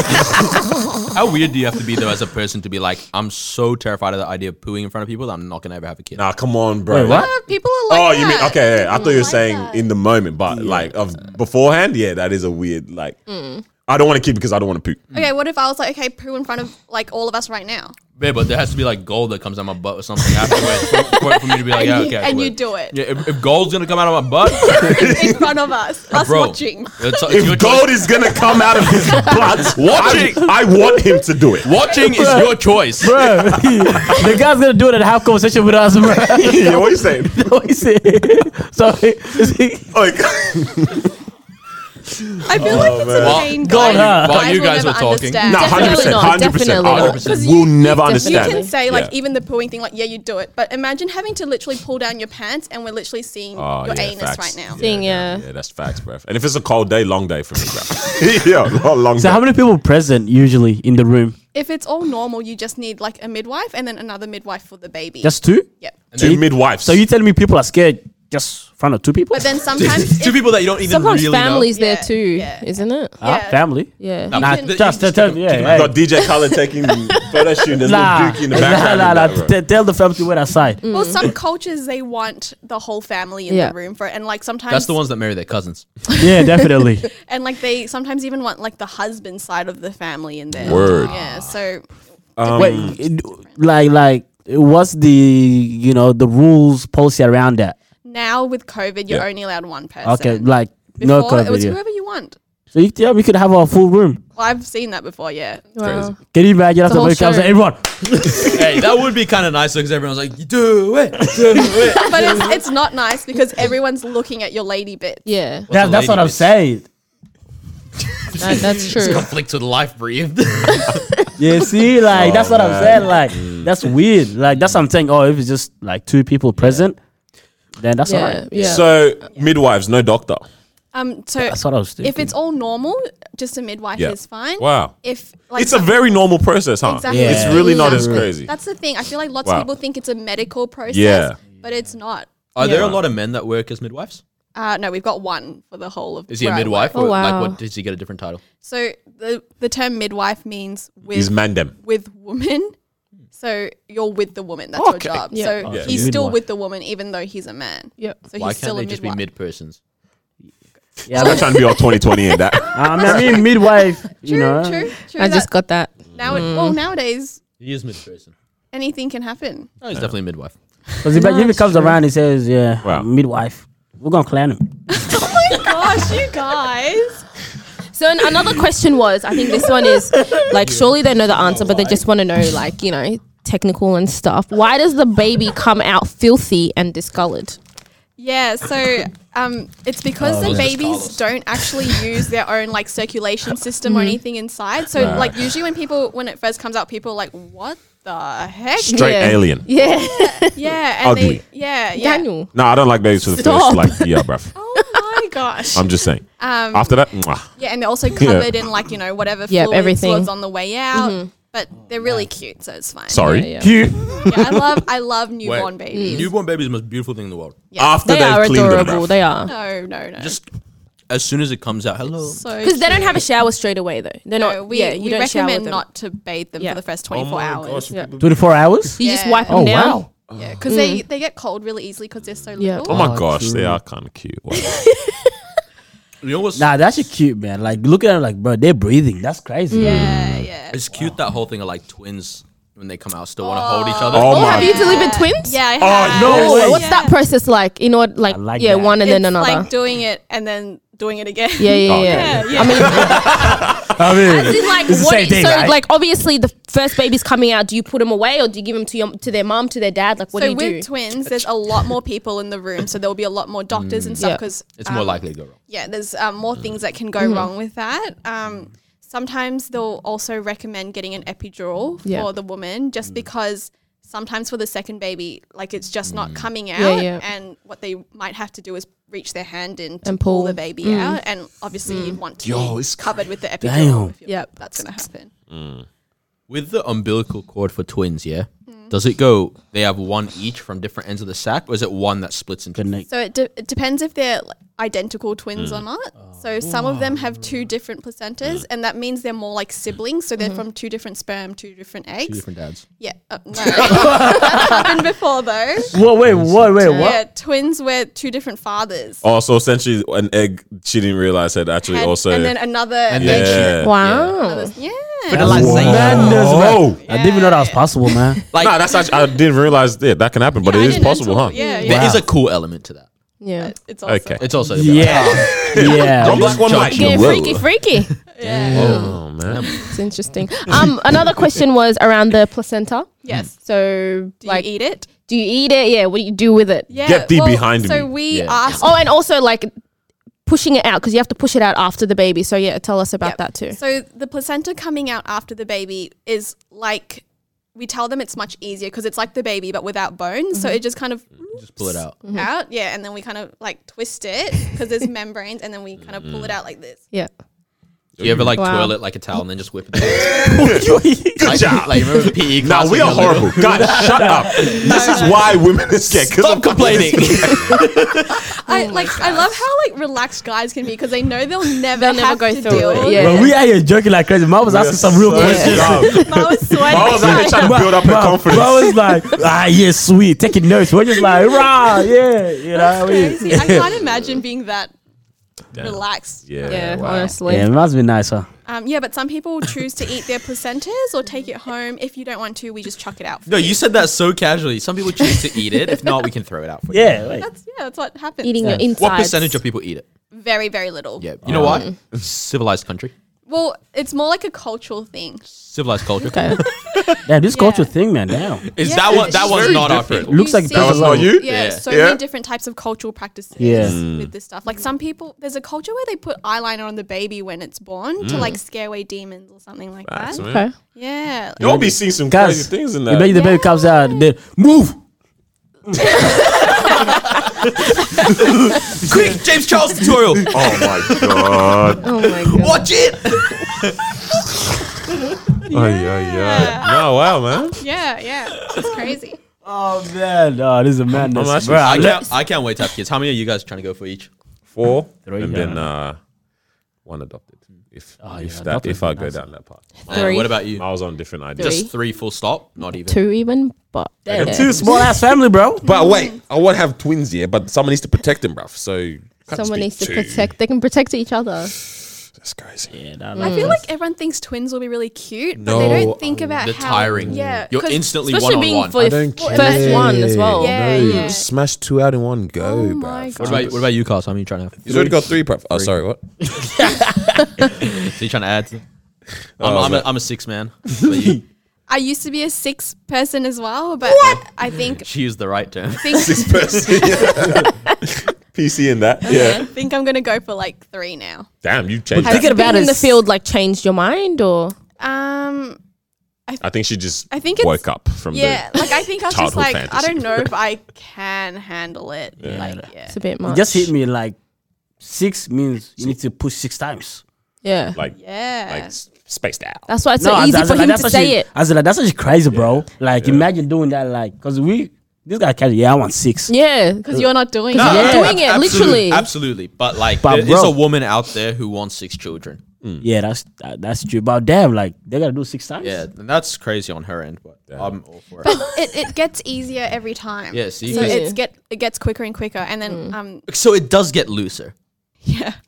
[SPEAKER 2] How weird do you have to be though as a person to be like, I'm so terrified of the idea of pooing in front of people that I'm not gonna ever have a kid.
[SPEAKER 3] nah, come on, bro.
[SPEAKER 5] Wait, what?
[SPEAKER 6] Uh, People are like.
[SPEAKER 3] Oh, you mean
[SPEAKER 6] that. Mm,
[SPEAKER 3] okay? yeah, I thought you were
[SPEAKER 6] Like
[SPEAKER 3] saying
[SPEAKER 6] that.
[SPEAKER 3] in the moment, but like of beforehand, yeah, that is a weird like.
[SPEAKER 6] Mm.
[SPEAKER 3] I don't want to keep because I don't want to poop.
[SPEAKER 6] Okay, what if I was like, okay, poo in front of like all of us right now,
[SPEAKER 2] Yeah, but there has to be like gold that comes out my butt or something afterwards for, for, for me to be like, yeah, okay.
[SPEAKER 6] and you
[SPEAKER 2] afterwards."
[SPEAKER 6] do it
[SPEAKER 2] Yeah, if, if gold's gonna come out of my butt,
[SPEAKER 6] in front of us, us
[SPEAKER 2] bro.
[SPEAKER 6] watching.
[SPEAKER 2] It's, it's your
[SPEAKER 3] If
[SPEAKER 2] choice.
[SPEAKER 3] gold is gonna come out of his blood,
[SPEAKER 2] Watching.
[SPEAKER 3] I, I want him to do it.
[SPEAKER 2] watching is your choice.
[SPEAKER 5] Bro, the guy's gonna do it and have conversation with us, bro.
[SPEAKER 3] yeah, what are you saying?
[SPEAKER 5] what he said. So is he-
[SPEAKER 3] Like,
[SPEAKER 6] I feel like it's
[SPEAKER 3] Oh, man.
[SPEAKER 6] a pain.
[SPEAKER 5] Go on,
[SPEAKER 6] guys,
[SPEAKER 5] huh?
[SPEAKER 2] While you
[SPEAKER 6] will
[SPEAKER 2] guys
[SPEAKER 6] never
[SPEAKER 2] were talking.
[SPEAKER 6] understand.
[SPEAKER 3] nah, hundred percent,
[SPEAKER 4] not,
[SPEAKER 3] hundred percent.
[SPEAKER 4] definitely not.
[SPEAKER 6] Because
[SPEAKER 3] We'll
[SPEAKER 6] you-
[SPEAKER 3] never
[SPEAKER 6] You
[SPEAKER 3] understand.
[SPEAKER 6] can say like
[SPEAKER 3] Yeah.
[SPEAKER 6] even the pooing thing, like yeah, you do it, but imagine having to literally pull down your pants and we're literally seeing
[SPEAKER 3] Oh,
[SPEAKER 6] your
[SPEAKER 3] yeah,
[SPEAKER 6] anus
[SPEAKER 3] facts.
[SPEAKER 6] right now.
[SPEAKER 4] Thing, yeah.
[SPEAKER 3] Yeah, that's facts, bro. And if it's a cold day, long day for me, bro. yeah, long- long
[SPEAKER 5] So
[SPEAKER 3] day.
[SPEAKER 5] how many people present usually in the room?
[SPEAKER 6] If it's all normal, you just need like a midwife and then another midwife for the baby.
[SPEAKER 5] Just two?
[SPEAKER 6] yep.
[SPEAKER 3] Two midwives.
[SPEAKER 5] So you telling me people are scared just in front of two people?
[SPEAKER 6] But then sometimes
[SPEAKER 2] Two
[SPEAKER 6] if-
[SPEAKER 2] people that you don't even
[SPEAKER 4] Sometimes
[SPEAKER 2] really
[SPEAKER 4] families
[SPEAKER 6] Yeah,
[SPEAKER 4] there too,
[SPEAKER 6] yeah.
[SPEAKER 4] isn't it?
[SPEAKER 5] Ah,
[SPEAKER 6] yeah.
[SPEAKER 5] family.
[SPEAKER 4] Yeah.
[SPEAKER 2] know.
[SPEAKER 5] Nah,
[SPEAKER 2] You can-
[SPEAKER 5] just, just,
[SPEAKER 2] you
[SPEAKER 5] just
[SPEAKER 2] can-
[SPEAKER 5] tell, yeah,
[SPEAKER 3] You
[SPEAKER 5] hey.
[SPEAKER 3] got DJ Khaled taking photo shoot. and There's
[SPEAKER 5] Nah,
[SPEAKER 3] no dookie in the background.
[SPEAKER 5] nah, nah,
[SPEAKER 3] of
[SPEAKER 5] nah.
[SPEAKER 3] that, bro.
[SPEAKER 5] T- Tell the family to wait aside.
[SPEAKER 6] well, some cultures they want the whole family in
[SPEAKER 4] Yeah.
[SPEAKER 6] the room for it, and like sometimes
[SPEAKER 2] That's the ones that marry their cousins.
[SPEAKER 5] Yeah, definitely.
[SPEAKER 6] and like they sometimes even want like the husband side of the family in there.
[SPEAKER 3] Word.
[SPEAKER 6] Yeah. So
[SPEAKER 3] Um,
[SPEAKER 5] Wait, it- like, like, what's the you know the rules policy around that?
[SPEAKER 6] now with COVID, you're
[SPEAKER 3] Yeah.
[SPEAKER 6] only allowed one person.
[SPEAKER 5] Okay, like
[SPEAKER 6] Before,
[SPEAKER 5] no
[SPEAKER 6] It was
[SPEAKER 5] COVID. Yeah.
[SPEAKER 6] whoever you want.
[SPEAKER 5] So you, yeah, we could have a full room.
[SPEAKER 6] Well, I've seen that before. Yeah.
[SPEAKER 4] Wow.
[SPEAKER 5] Can you imagine after
[SPEAKER 4] whole
[SPEAKER 5] break comes
[SPEAKER 4] show.
[SPEAKER 5] everyone?
[SPEAKER 2] hey, that would be kind of nice because everyone's like, do it, do it.
[SPEAKER 6] but it's, it's not nice because everyone's looking at your lady bit.
[SPEAKER 4] Yeah,
[SPEAKER 5] That, that's what I'm saying.
[SPEAKER 4] that, that's true.
[SPEAKER 2] Conflict with life breathed.
[SPEAKER 5] Yeah, see, like that's what I'm
[SPEAKER 3] man.
[SPEAKER 5] saying. Like that's weird. Like that's what I'm saying. Oh, if it's just like two people present, then that's
[SPEAKER 4] Yeah,
[SPEAKER 5] alright.
[SPEAKER 4] yeah.
[SPEAKER 3] So midwives, no doctor.
[SPEAKER 6] Um. So
[SPEAKER 5] That's what I was
[SPEAKER 6] if
[SPEAKER 5] thinking.
[SPEAKER 6] it's all normal, just a midwife
[SPEAKER 3] Yeah.
[SPEAKER 6] is fine.
[SPEAKER 3] Wow.
[SPEAKER 6] If like
[SPEAKER 3] it's a very normal process, huh?
[SPEAKER 6] Exactly.
[SPEAKER 5] Yeah.
[SPEAKER 3] It's really not as
[SPEAKER 5] Exactly.
[SPEAKER 3] crazy.
[SPEAKER 6] That's the thing. I feel like lots
[SPEAKER 3] Wow.
[SPEAKER 6] of people think it's a medical process.
[SPEAKER 3] Yeah.
[SPEAKER 6] But it's not.
[SPEAKER 2] Are there a
[SPEAKER 6] Yeah.
[SPEAKER 2] lot of men that work as midwives?
[SPEAKER 6] Uh, no, we've got one for the whole of.
[SPEAKER 2] Is he a
[SPEAKER 6] where I work.
[SPEAKER 2] midwife?
[SPEAKER 4] Oh,
[SPEAKER 2] or
[SPEAKER 4] wow.
[SPEAKER 2] Like, what does he get a different title?
[SPEAKER 6] So the the term midwife means with
[SPEAKER 3] He's mandem.
[SPEAKER 6] with woman. So you're with the woman. That's
[SPEAKER 3] Okay.
[SPEAKER 6] your job.
[SPEAKER 4] Yeah.
[SPEAKER 6] So
[SPEAKER 5] Oh, so
[SPEAKER 6] he's
[SPEAKER 5] you're
[SPEAKER 6] still
[SPEAKER 5] midwife.
[SPEAKER 6] with the woman, even though he's a man.
[SPEAKER 4] Yep.
[SPEAKER 6] So he's
[SPEAKER 2] Why can't
[SPEAKER 6] still a
[SPEAKER 2] they
[SPEAKER 6] midwife.
[SPEAKER 2] just be mid persons?
[SPEAKER 5] yeah,
[SPEAKER 3] I'm trying to be all 2020 in that.
[SPEAKER 5] I mean, I mean, midwife. You
[SPEAKER 6] True,
[SPEAKER 5] know,
[SPEAKER 6] true, true.
[SPEAKER 4] I just
[SPEAKER 6] that-
[SPEAKER 4] got that.
[SPEAKER 6] now. Well, nowadays
[SPEAKER 2] He is mid person.
[SPEAKER 6] anything can happen.
[SPEAKER 2] No, he's definitely a midwife.
[SPEAKER 5] because if, if it comes around, he says, "Yeah,
[SPEAKER 3] Wow.
[SPEAKER 5] midwife." We're gonna clan him.
[SPEAKER 6] Gosh, you guys.
[SPEAKER 4] So an- another question was, I think this one is like, surely they know the answer, but they just want to know, like, you know, technical and stuff. Why does the baby come out filthy and discolored?
[SPEAKER 6] Yeah, so um, it's because the babies don't actually use their own like circulation system or anything inside. So like usually when people when it first comes out, people are like, "What the heck?"
[SPEAKER 3] Straight
[SPEAKER 4] Yeah.
[SPEAKER 3] alien.
[SPEAKER 4] Yeah,
[SPEAKER 6] Yeah, and
[SPEAKER 3] Ugly.
[SPEAKER 6] they yeah, yeah.
[SPEAKER 4] Daniel.
[SPEAKER 3] No, I don't like babies for the
[SPEAKER 4] Stop.
[SPEAKER 3] first. Like, yeah, bruv.
[SPEAKER 6] Oh my gosh.
[SPEAKER 3] I'm just saying.
[SPEAKER 6] Um,
[SPEAKER 3] After that, mwah.
[SPEAKER 6] yeah, and they're also covered in like you know whatever
[SPEAKER 4] Yep,
[SPEAKER 6] fluid
[SPEAKER 4] everything. Mm-hmm.
[SPEAKER 6] fluids on the way out. But they're really cute, so it's fine.
[SPEAKER 3] sorry.
[SPEAKER 4] Yeah, yeah.
[SPEAKER 3] Cute.
[SPEAKER 6] Yeah, I love I love newborn babies.
[SPEAKER 2] Newborn baby is the most beautiful thing in the world.
[SPEAKER 3] After
[SPEAKER 4] They are
[SPEAKER 3] they've cleaned them,
[SPEAKER 4] adorable.
[SPEAKER 3] bruv.
[SPEAKER 4] They are
[SPEAKER 6] No, no, no.
[SPEAKER 2] Just as soon as it comes out, hello.
[SPEAKER 6] so
[SPEAKER 4] because they don't have a shower straight away though. They're
[SPEAKER 6] no,
[SPEAKER 4] not.
[SPEAKER 6] we,
[SPEAKER 4] yeah, you
[SPEAKER 6] we
[SPEAKER 4] don't shower
[SPEAKER 6] recommend
[SPEAKER 4] them.
[SPEAKER 6] not to bathe them
[SPEAKER 4] Yeah.
[SPEAKER 6] for the
[SPEAKER 2] Oh
[SPEAKER 6] first 24
[SPEAKER 5] Oh
[SPEAKER 6] hours. Yeah, 'cause
[SPEAKER 5] Twenty-four hours.
[SPEAKER 4] You just
[SPEAKER 6] Yeah.
[SPEAKER 4] wipe them
[SPEAKER 5] Oh,
[SPEAKER 4] down.
[SPEAKER 5] wow.
[SPEAKER 6] Yeah, because they, they get cold really easily because they're so
[SPEAKER 4] Mm. Yeah.
[SPEAKER 6] little.
[SPEAKER 3] Oh my
[SPEAKER 5] Oh,
[SPEAKER 3] gosh,
[SPEAKER 5] true.
[SPEAKER 3] they are kind of cute. Wow.
[SPEAKER 2] You know what's
[SPEAKER 5] Nah, that's actually cute, man. Like, look at them, like, bro, they're breathing. That's crazy.
[SPEAKER 6] Yeah, yeah.
[SPEAKER 2] It's cute that whole thing of like twins when they come out still want to hold each other.
[SPEAKER 3] Oh
[SPEAKER 4] Oh, have
[SPEAKER 3] my.
[SPEAKER 4] you delivered twins?
[SPEAKER 6] Yeah, I
[SPEAKER 3] Oh,
[SPEAKER 6] have.
[SPEAKER 3] no way.
[SPEAKER 4] What's that process like? You know, what, like,
[SPEAKER 5] like
[SPEAKER 4] yeah,
[SPEAKER 5] that.
[SPEAKER 4] one and then
[SPEAKER 6] It's
[SPEAKER 4] another.
[SPEAKER 6] like doing it and then doing it again.
[SPEAKER 4] yeah, yeah,
[SPEAKER 3] Oh,
[SPEAKER 4] yeah.
[SPEAKER 6] Yeah, yeah.
[SPEAKER 5] I mean,
[SPEAKER 4] As in, like,
[SPEAKER 5] It's the
[SPEAKER 4] what
[SPEAKER 5] same
[SPEAKER 4] i-
[SPEAKER 5] thing,
[SPEAKER 4] so
[SPEAKER 5] right?
[SPEAKER 4] like obviously the first baby's coming out. Do you put them away or do you give them to your to their mom to their dad? Like what
[SPEAKER 6] so
[SPEAKER 4] do you do?
[SPEAKER 6] with twins, there's a lot more people in the room, so there will be a lot more doctors and
[SPEAKER 4] Mm. Yeah.
[SPEAKER 6] stuff um, because
[SPEAKER 2] It's more likely to go wrong.
[SPEAKER 6] yeah, there's um, more things that can go
[SPEAKER 4] Mm.
[SPEAKER 6] wrong with that. Um, sometimes they'll also recommend getting an epidural
[SPEAKER 4] Yeah.
[SPEAKER 6] for the woman just
[SPEAKER 3] Mm.
[SPEAKER 6] because sometimes for the second baby, like it's just
[SPEAKER 3] Mm.
[SPEAKER 6] not coming out.
[SPEAKER 4] Yeah, yeah.
[SPEAKER 6] And what they might have to do is reach their hand in to
[SPEAKER 4] And
[SPEAKER 6] pull.
[SPEAKER 4] pull. Mm.
[SPEAKER 6] the baby out. And obviously, you'd want to
[SPEAKER 3] Mm. Yo,
[SPEAKER 6] be
[SPEAKER 3] it's
[SPEAKER 6] covered with the
[SPEAKER 5] Damn.
[SPEAKER 6] epidural. If you're,
[SPEAKER 4] Yep.
[SPEAKER 6] That's going to happen.
[SPEAKER 2] With the umbilical cord for twins, yeah,
[SPEAKER 6] Hmm.
[SPEAKER 2] does it go? They have one each from different ends of the sack, or is it one that splits into?
[SPEAKER 5] Connect.
[SPEAKER 6] So it, de- it depends if they're like, identical twins
[SPEAKER 3] Mm.
[SPEAKER 6] or not.
[SPEAKER 3] Oh.
[SPEAKER 6] So some of them have two different placentas, and that means they're more like siblings. So they're
[SPEAKER 4] Mm-hmm.
[SPEAKER 6] from two different sperm, two different eggs.
[SPEAKER 2] Two different dads.
[SPEAKER 6] Yeah, uh, no, that's happened before though.
[SPEAKER 5] Whoa, wait, wait, wait, what?
[SPEAKER 6] Yeah, twins were two different fathers.
[SPEAKER 3] Oh, so essentially, an egg she didn't realize had actually
[SPEAKER 6] And,
[SPEAKER 3] also.
[SPEAKER 6] and then another.
[SPEAKER 2] And
[SPEAKER 3] yeah.
[SPEAKER 2] then she-
[SPEAKER 4] Wow.
[SPEAKER 6] yeah.
[SPEAKER 5] Madness,
[SPEAKER 3] Oh.
[SPEAKER 5] man. I didn't even know that was possible, man.
[SPEAKER 2] Like
[SPEAKER 3] no, that's actually I didn't realize that that can happen, but it is
[SPEAKER 6] Identical,
[SPEAKER 3] possible, huh?
[SPEAKER 6] Yeah, yeah.
[SPEAKER 2] there is a cool element to that.
[SPEAKER 4] Yeah.
[SPEAKER 6] It's also
[SPEAKER 3] Okay.
[SPEAKER 2] It's also
[SPEAKER 5] yeah, yeah.
[SPEAKER 3] Black one white.
[SPEAKER 4] Getting freaky, freaky.
[SPEAKER 3] Oh man,
[SPEAKER 4] It's interesting. Um, another question was around the placenta.
[SPEAKER 6] Yes.
[SPEAKER 4] So, Mm-hmm.
[SPEAKER 6] Do
[SPEAKER 4] like,
[SPEAKER 6] you eat it?
[SPEAKER 4] do you eat it? Yeah. What do you do with it?
[SPEAKER 6] Yeah.
[SPEAKER 3] Get thee behind
[SPEAKER 6] so
[SPEAKER 3] me.
[SPEAKER 6] we
[SPEAKER 2] Yeah.
[SPEAKER 6] asked.
[SPEAKER 4] Oh, and also like pushing it out because you have to push it out after the baby. So yeah, tell us about
[SPEAKER 6] Yep.
[SPEAKER 4] that too.
[SPEAKER 6] oh, So the placenta coming out after the baby is like we tell them it's much easier because it's like the baby but without bones. So it just kind of
[SPEAKER 2] just pull it out.
[SPEAKER 6] out, yeah, and then we kind of like twist it because there's membranes, and then we kind of
[SPEAKER 3] Mm.
[SPEAKER 6] pull it out like this.
[SPEAKER 4] Yeah.
[SPEAKER 2] Do you ever like
[SPEAKER 4] Wow.
[SPEAKER 2] twirl it like a towel and then just whip it? Good like, job. Like remember PE class?
[SPEAKER 3] now we
[SPEAKER 2] when
[SPEAKER 3] are
[SPEAKER 2] you're little?
[SPEAKER 3] horrible. God, shut up. This is why women is scared. 'cause
[SPEAKER 2] Stop
[SPEAKER 3] of-
[SPEAKER 2] complaining.
[SPEAKER 6] I like I love how like relaxed guys can be because they know they'll never
[SPEAKER 4] They'll never
[SPEAKER 6] have
[SPEAKER 4] go
[SPEAKER 6] to
[SPEAKER 4] through
[SPEAKER 6] deal
[SPEAKER 4] it,
[SPEAKER 6] with
[SPEAKER 4] yeah.
[SPEAKER 5] Bro, we are here joking like crazy. Mom was asking some real
[SPEAKER 3] Yes,
[SPEAKER 5] questions.
[SPEAKER 3] God.
[SPEAKER 6] I was sweating.
[SPEAKER 3] I was actually trying to build up her confidence.
[SPEAKER 5] Mom was like, ah, yeah, sweet, taking notes. We're just like, rah, yeah, you know. what I mean?
[SPEAKER 6] Crazy. I can't imagine being that
[SPEAKER 3] Damn.
[SPEAKER 6] relaxed.
[SPEAKER 3] Yeah.
[SPEAKER 4] Yeah,
[SPEAKER 3] wow.
[SPEAKER 4] honestly.
[SPEAKER 5] Yeah, it must be nicer.
[SPEAKER 6] Um, yeah, but some people choose to eat their placentas or take it home. If you don't want to, we just chuck it out. For
[SPEAKER 2] No, you said that so casually. Some people choose to eat it. If not, we can throw it out for you.
[SPEAKER 5] Yeah, like,
[SPEAKER 6] That's, yeah, that's what happens.
[SPEAKER 4] Eating your insides.
[SPEAKER 2] What percentage of people eat it?
[SPEAKER 6] very, very little.
[SPEAKER 2] Yeah. You know what? Civilized country.
[SPEAKER 6] Well, it's more like a cultural thing.
[SPEAKER 2] Civilized culture.
[SPEAKER 5] damn, this culture thing, man. Damn,
[SPEAKER 2] Is
[SPEAKER 6] Yeah,
[SPEAKER 2] that
[SPEAKER 6] it's
[SPEAKER 2] what that
[SPEAKER 6] just
[SPEAKER 2] one's
[SPEAKER 6] very
[SPEAKER 2] not
[SPEAKER 6] different.
[SPEAKER 2] our
[SPEAKER 5] looks
[SPEAKER 6] You
[SPEAKER 5] like
[SPEAKER 6] see-
[SPEAKER 5] that was not
[SPEAKER 3] you?
[SPEAKER 6] Yeah,
[SPEAKER 2] Yeah.
[SPEAKER 6] so
[SPEAKER 3] Yeah. Mm.
[SPEAKER 6] many different types of cultural practices
[SPEAKER 5] Yeah.
[SPEAKER 6] with this stuff. Like some people, there's a culture where they put eyeliner on the baby when it's born to like scare away demons or something like
[SPEAKER 3] That's
[SPEAKER 6] that.
[SPEAKER 3] Mm. right.
[SPEAKER 4] Okay.
[SPEAKER 6] Yeah,
[SPEAKER 3] You'll be seeing some crazy
[SPEAKER 5] guys.
[SPEAKER 3] things in
[SPEAKER 5] You bet
[SPEAKER 3] that.
[SPEAKER 5] the baby comes out. They move.
[SPEAKER 2] Quick, James Charles tutorial.
[SPEAKER 3] Oh my god.
[SPEAKER 4] Oh my god.
[SPEAKER 2] Watch it.
[SPEAKER 3] Oh yeah, yeah. No, wow, man.
[SPEAKER 6] yeah, yeah. It's crazy.
[SPEAKER 5] Oh man, oh, this is a madness,
[SPEAKER 3] actually-
[SPEAKER 5] bro.
[SPEAKER 2] I can't, I can't wait to have kids. How many are you guys trying to go for each?
[SPEAKER 3] Four,
[SPEAKER 5] Three,
[SPEAKER 3] and
[SPEAKER 5] yeah. Oh,
[SPEAKER 3] then uh, one adopted. If if
[SPEAKER 5] yeah,
[SPEAKER 3] that
[SPEAKER 5] adopted
[SPEAKER 3] if I
[SPEAKER 5] would be
[SPEAKER 3] go
[SPEAKER 5] nice.
[SPEAKER 3] down that path,
[SPEAKER 2] And
[SPEAKER 4] Three.
[SPEAKER 2] what about you?
[SPEAKER 3] I was on different ideas.
[SPEAKER 2] Just three full stop? Not even.
[SPEAKER 4] Two even, but yeah.
[SPEAKER 3] Two
[SPEAKER 5] Small ass family, bro.
[SPEAKER 3] But wait, I want to have twins, yeah, but someone needs to protect them, bruv. So can't just
[SPEAKER 4] someone
[SPEAKER 3] be
[SPEAKER 4] needs to
[SPEAKER 3] two.
[SPEAKER 4] protect. They can protect each other.
[SPEAKER 3] That's crazy.
[SPEAKER 5] Yeah,
[SPEAKER 6] I feel like everyone thinks twins will be really cute, but they
[SPEAKER 3] Mm. No,
[SPEAKER 6] don't think about
[SPEAKER 2] The
[SPEAKER 6] how
[SPEAKER 2] tiring.
[SPEAKER 6] Yeah,
[SPEAKER 2] You're
[SPEAKER 6] 'cause-
[SPEAKER 2] instantly one
[SPEAKER 4] Especially
[SPEAKER 2] on
[SPEAKER 4] being
[SPEAKER 2] one.
[SPEAKER 4] for
[SPEAKER 2] What
[SPEAKER 4] your
[SPEAKER 8] don't
[SPEAKER 4] f- first
[SPEAKER 8] care.
[SPEAKER 4] one as well.
[SPEAKER 6] Yeah, yeah.
[SPEAKER 8] Smash two out in one go,
[SPEAKER 4] Oh
[SPEAKER 8] bruv.
[SPEAKER 4] my God.
[SPEAKER 2] about, what about you, Carl? So How many are you trying to have?
[SPEAKER 3] He's already got three, bruv. Oh, sorry, what?
[SPEAKER 2] So you trying to add? to- I'm, I'm, a, I'm a six man. But you-
[SPEAKER 6] I used to be a six person as well, but I think
[SPEAKER 2] she used the right term.
[SPEAKER 6] think,
[SPEAKER 3] Person, PC in that. Yeah.
[SPEAKER 6] think I'm gonna go for like three now.
[SPEAKER 3] Damn, you changed.
[SPEAKER 4] Have
[SPEAKER 3] that.
[SPEAKER 4] you
[SPEAKER 5] Thinking about
[SPEAKER 4] been in the
[SPEAKER 5] is-
[SPEAKER 4] field like changed your mind or
[SPEAKER 6] Um,
[SPEAKER 3] I think she just
[SPEAKER 6] I think it's-
[SPEAKER 3] woke up from
[SPEAKER 6] yeah,
[SPEAKER 3] the.
[SPEAKER 6] like I think I was just
[SPEAKER 3] Childhood
[SPEAKER 6] like, I
[SPEAKER 3] fantasy.
[SPEAKER 6] don't know if I can handle it. Like, yeah.
[SPEAKER 4] it's a bit
[SPEAKER 5] It
[SPEAKER 4] much?
[SPEAKER 5] just hit me like six means you need to push six times.
[SPEAKER 4] Yeah.
[SPEAKER 3] Like,
[SPEAKER 6] Yeah.
[SPEAKER 3] like s- spaced out.
[SPEAKER 4] that's why it's so easy
[SPEAKER 5] as- as
[SPEAKER 4] for
[SPEAKER 5] in, like,
[SPEAKER 4] him
[SPEAKER 5] that's
[SPEAKER 4] to
[SPEAKER 5] actually-
[SPEAKER 4] say it.
[SPEAKER 5] As in, like, that's actually crazy, bro. Like imagine doing that, like, cause we this guy carry. Yeah, I want six.
[SPEAKER 4] Yeah, because you're not doing it.
[SPEAKER 5] Yeah.
[SPEAKER 4] You're doing it,
[SPEAKER 2] Absolute-
[SPEAKER 4] literally.
[SPEAKER 2] Absolutely. But like,
[SPEAKER 5] But
[SPEAKER 2] there is
[SPEAKER 5] bro-
[SPEAKER 2] a woman out there who wants six children.
[SPEAKER 5] Yeah, that's that, that's true. But damn, like they gotta do six times.
[SPEAKER 2] Yeah, and that's crazy on her end, but I'm all for it.
[SPEAKER 6] But it, it gets easier every time.
[SPEAKER 2] Yeah, see,
[SPEAKER 6] so
[SPEAKER 2] because-
[SPEAKER 6] it's get it gets quicker and quicker, and then um
[SPEAKER 2] So it does get looser.
[SPEAKER 6] yeah.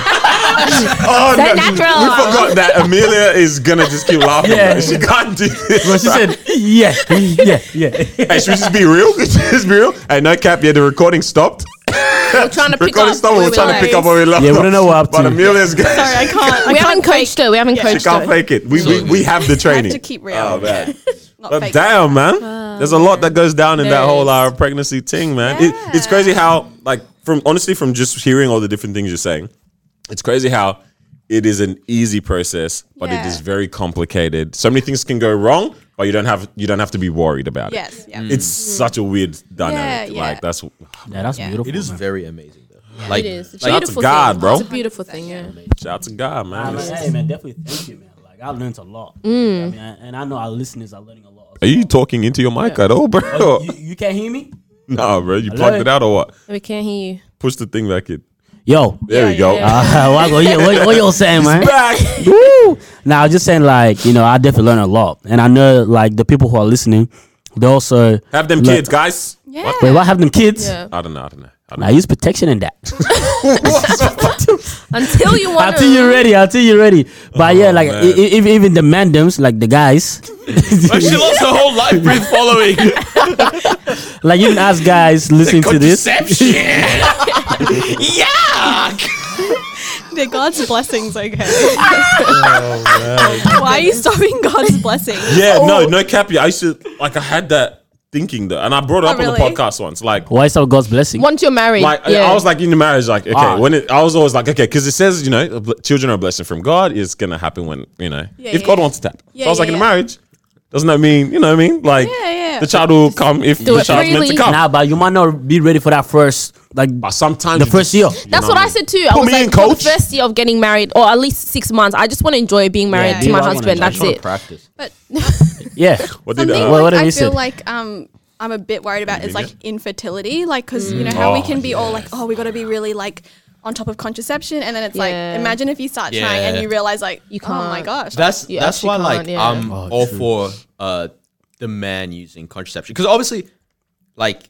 [SPEAKER 3] Oh,
[SPEAKER 4] Say natural.
[SPEAKER 3] We forgot that Amelia is gonna just keep laughing.
[SPEAKER 5] Yeah.
[SPEAKER 3] Yeah. She can't do this.
[SPEAKER 5] But she said, yeah, yeah, yeah.
[SPEAKER 3] Hey, should we just be real? Should we just be real. Hey, no cap. Yeah, the recording stopped.
[SPEAKER 4] We're trying to pick
[SPEAKER 3] Recording
[SPEAKER 4] up.
[SPEAKER 3] stopped. We're trying to pick up where we left
[SPEAKER 5] Yeah, we don't
[SPEAKER 3] off.
[SPEAKER 5] know what up
[SPEAKER 3] But
[SPEAKER 5] to.
[SPEAKER 3] Amelia's gonna.
[SPEAKER 6] Sorry, I can't. I
[SPEAKER 4] We
[SPEAKER 6] can't
[SPEAKER 4] haven't
[SPEAKER 6] fake-
[SPEAKER 4] coached her. We haven't
[SPEAKER 3] She
[SPEAKER 4] coached
[SPEAKER 3] can't
[SPEAKER 4] her.
[SPEAKER 3] fake it. We, we, we have the
[SPEAKER 6] I have
[SPEAKER 3] training.
[SPEAKER 6] to keep real.
[SPEAKER 3] Oh, man.
[SPEAKER 6] Not
[SPEAKER 3] But
[SPEAKER 6] fake.
[SPEAKER 3] damn, man. There's a lot that goes down in that whole uh, pregnancy thing, man. It, it's crazy how, like, from honestly, from just hearing all the different things you're saying, it's crazy how it is an easy process, but it
[SPEAKER 6] Yeah.
[SPEAKER 3] is very complicated. So many things can go wrong, but you don't have you don't have to be worried about
[SPEAKER 6] Yes.
[SPEAKER 3] it.
[SPEAKER 6] Yeah.
[SPEAKER 3] It's such a weird dynamic.
[SPEAKER 6] yeah.
[SPEAKER 3] Like that's
[SPEAKER 5] Yeah, that's beautiful.
[SPEAKER 2] It is very amazing, though. Like,
[SPEAKER 4] It is. It's a
[SPEAKER 2] like,
[SPEAKER 4] beautiful
[SPEAKER 3] God,
[SPEAKER 4] thing.
[SPEAKER 3] bro.
[SPEAKER 4] It's a beautiful thing, yeah.
[SPEAKER 3] shout out to God, man.
[SPEAKER 5] Like,
[SPEAKER 3] It's-
[SPEAKER 5] hey man, definitely thank you, man. Like I learned a lot.
[SPEAKER 4] Mm.
[SPEAKER 5] I mean, and I know our listeners are learning a lot.
[SPEAKER 3] Are you talking into your mic at all, bro?
[SPEAKER 5] Oh, You, you can't hear me?
[SPEAKER 3] nah, bro. You plugged it out or what?
[SPEAKER 4] We can't hear you.
[SPEAKER 3] Push the thing back in.
[SPEAKER 5] Yo,
[SPEAKER 3] There we go.
[SPEAKER 5] Uh, what, what, you- what, what you saying, man? Woo! Now, I was just saying, like, you know, I definitely learned a lot. And I know, like, the people who are listening, they also.
[SPEAKER 3] Have them
[SPEAKER 5] Look.
[SPEAKER 3] kids, guys.
[SPEAKER 6] Yeah.
[SPEAKER 5] Wait, what happened to kids?
[SPEAKER 4] Yeah.
[SPEAKER 3] I don't know. I don't know. I don't
[SPEAKER 5] Now, use protection in that.
[SPEAKER 4] Until you want
[SPEAKER 5] until you're ready, until you're ready. But yeah, like,
[SPEAKER 3] Oh, man.
[SPEAKER 5] e- e- even- even the mandems, like the guys,
[SPEAKER 2] she lost her whole life breath following.
[SPEAKER 5] like, even us guys listening to this.
[SPEAKER 6] They're God's blessings, okay? Why are you stopping God's blessings?
[SPEAKER 3] Yeah,
[SPEAKER 5] Oh.
[SPEAKER 3] no, no cap. yeah, I used to like I had that thinking though, and I brought it up
[SPEAKER 6] Oh,
[SPEAKER 3] on
[SPEAKER 6] really?
[SPEAKER 3] the podcast once. Like,
[SPEAKER 5] Why is our God's blessing?
[SPEAKER 4] Once you're married.
[SPEAKER 3] like I-
[SPEAKER 4] yeah.
[SPEAKER 3] I was like in the marriage, like okay,
[SPEAKER 5] Ah.
[SPEAKER 3] when it, I was always like okay, because it says you know a bl- children are a blessing from God. It's gonna happen when you know if
[SPEAKER 6] yeah,
[SPEAKER 3] God
[SPEAKER 6] yeah.
[SPEAKER 3] wants to happen.
[SPEAKER 6] Yeah,
[SPEAKER 3] so I was
[SPEAKER 6] yeah,
[SPEAKER 3] like in the
[SPEAKER 6] yeah.
[SPEAKER 3] marriage, doesn't that mean you know what I mean? Like
[SPEAKER 6] Yeah, yeah.
[SPEAKER 3] the child will come if the
[SPEAKER 4] it
[SPEAKER 3] child's meant to
[SPEAKER 4] freely.
[SPEAKER 3] come.
[SPEAKER 5] Nah, but you might not be ready for that first, like,
[SPEAKER 3] But sometimes
[SPEAKER 5] the
[SPEAKER 3] you
[SPEAKER 5] first
[SPEAKER 3] just-
[SPEAKER 5] year.
[SPEAKER 4] That's what I said too. I
[SPEAKER 3] Put
[SPEAKER 4] was
[SPEAKER 3] me
[SPEAKER 4] like,
[SPEAKER 3] in,
[SPEAKER 4] for the
[SPEAKER 3] coach.
[SPEAKER 4] first year of getting married, or at least six months, I just want to enjoy being married
[SPEAKER 6] Yeah.
[SPEAKER 4] to
[SPEAKER 5] Yeah,
[SPEAKER 4] my
[SPEAKER 5] I wanna
[SPEAKER 4] husband.
[SPEAKER 5] enjoy
[SPEAKER 4] That's
[SPEAKER 2] trying
[SPEAKER 4] it.
[SPEAKER 2] to practice.
[SPEAKER 6] But uh,
[SPEAKER 5] Yeah.
[SPEAKER 3] What did
[SPEAKER 6] something
[SPEAKER 3] uh,
[SPEAKER 5] Well, what
[SPEAKER 6] like,
[SPEAKER 5] have
[SPEAKER 6] I
[SPEAKER 5] you
[SPEAKER 6] feel
[SPEAKER 5] said?
[SPEAKER 6] like um I'm a bit worried about is like infertility, like because you know
[SPEAKER 5] Mm.
[SPEAKER 6] how we
[SPEAKER 3] Oh,
[SPEAKER 6] can be all like, oh, we got to be really like on top of contraception, and then it's
[SPEAKER 4] Yeah.
[SPEAKER 6] like, imagine if you start trying and
[SPEAKER 2] Yeah.
[SPEAKER 6] you realize like,
[SPEAKER 4] You
[SPEAKER 6] oh my
[SPEAKER 4] can't.
[SPEAKER 6] gosh,
[SPEAKER 2] That's
[SPEAKER 4] You
[SPEAKER 2] that's
[SPEAKER 4] actually
[SPEAKER 2] why like
[SPEAKER 4] can't, yeah.
[SPEAKER 2] I'm all for uh the man using contraception because obviously, like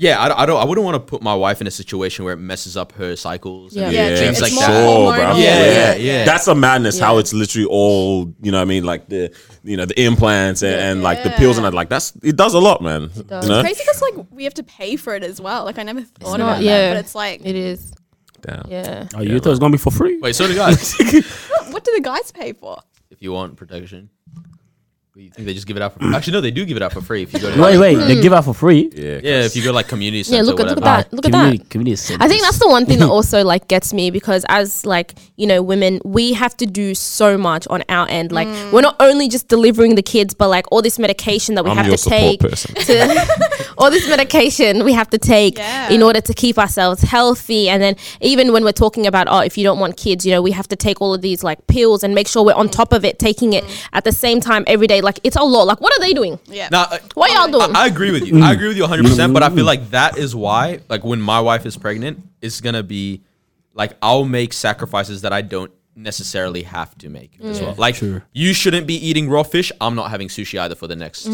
[SPEAKER 2] yeah, I, I don't. I wouldn't want to put my wife in a situation where it messes up her cycles.
[SPEAKER 4] Yeah.
[SPEAKER 2] And
[SPEAKER 4] Yeah,
[SPEAKER 2] things
[SPEAKER 3] for
[SPEAKER 2] like
[SPEAKER 6] more
[SPEAKER 2] that.
[SPEAKER 3] sure,
[SPEAKER 6] hormonal.
[SPEAKER 3] bruv.
[SPEAKER 2] Yeah, yeah, yeah.
[SPEAKER 3] That's a madness. How
[SPEAKER 4] Yeah.
[SPEAKER 3] it's literally all you know. what I mean, like the you know the implants and, and like the pills and that. Like that's it does a lot, man.
[SPEAKER 4] does.
[SPEAKER 3] You know?
[SPEAKER 6] It's crazy because like we have to pay for it as well. Like I never thought
[SPEAKER 4] not-
[SPEAKER 6] about
[SPEAKER 4] yeah.
[SPEAKER 6] that, but it's like,
[SPEAKER 4] It is.
[SPEAKER 3] Damn.
[SPEAKER 4] Yeah.
[SPEAKER 5] Oh, you thought it was gonna be for free?
[SPEAKER 2] Wait, so do guys.
[SPEAKER 6] what do the guys pay for?
[SPEAKER 2] if you want protection, But you think they just give it out for free? Actually, no, they do give it out for free if you go to.
[SPEAKER 5] Wait, wait, they give out for free. Ah,
[SPEAKER 3] Yeah,
[SPEAKER 2] Yeah, if you go to, like community center,
[SPEAKER 4] Yeah, look at
[SPEAKER 2] whatever.
[SPEAKER 4] Hmm. look at that. Look at that.
[SPEAKER 5] Community
[SPEAKER 4] I think that's the one thing that also like gets me because as like you know women we have to do so much on our end like we're not only just delivering the kids but like all this medication that we
[SPEAKER 3] I'm
[SPEAKER 4] have
[SPEAKER 3] your
[SPEAKER 4] to
[SPEAKER 3] support
[SPEAKER 4] take
[SPEAKER 3] person.
[SPEAKER 4] to all this medication we have to take
[SPEAKER 6] Yeah.
[SPEAKER 4] in order to keep ourselves healthy and then even when we're talking about oh if you don't want kids you know we have to take all of these like pills and make sure we're on top of it taking
[SPEAKER 6] Mm.
[SPEAKER 4] it at the same time every day like it's a lot like what are they doing
[SPEAKER 6] Yeah.
[SPEAKER 2] Nah, uh,
[SPEAKER 4] what y'all doing
[SPEAKER 2] I, I agree with you. I agree with you 100. percent But I feel like that is why, like, when my wife is pregnant, it's gonna be like I'll make sacrifices that I don't necessarily have to make as well. Like, you shouldn't be eating raw fish. I'm not having sushi either for the next.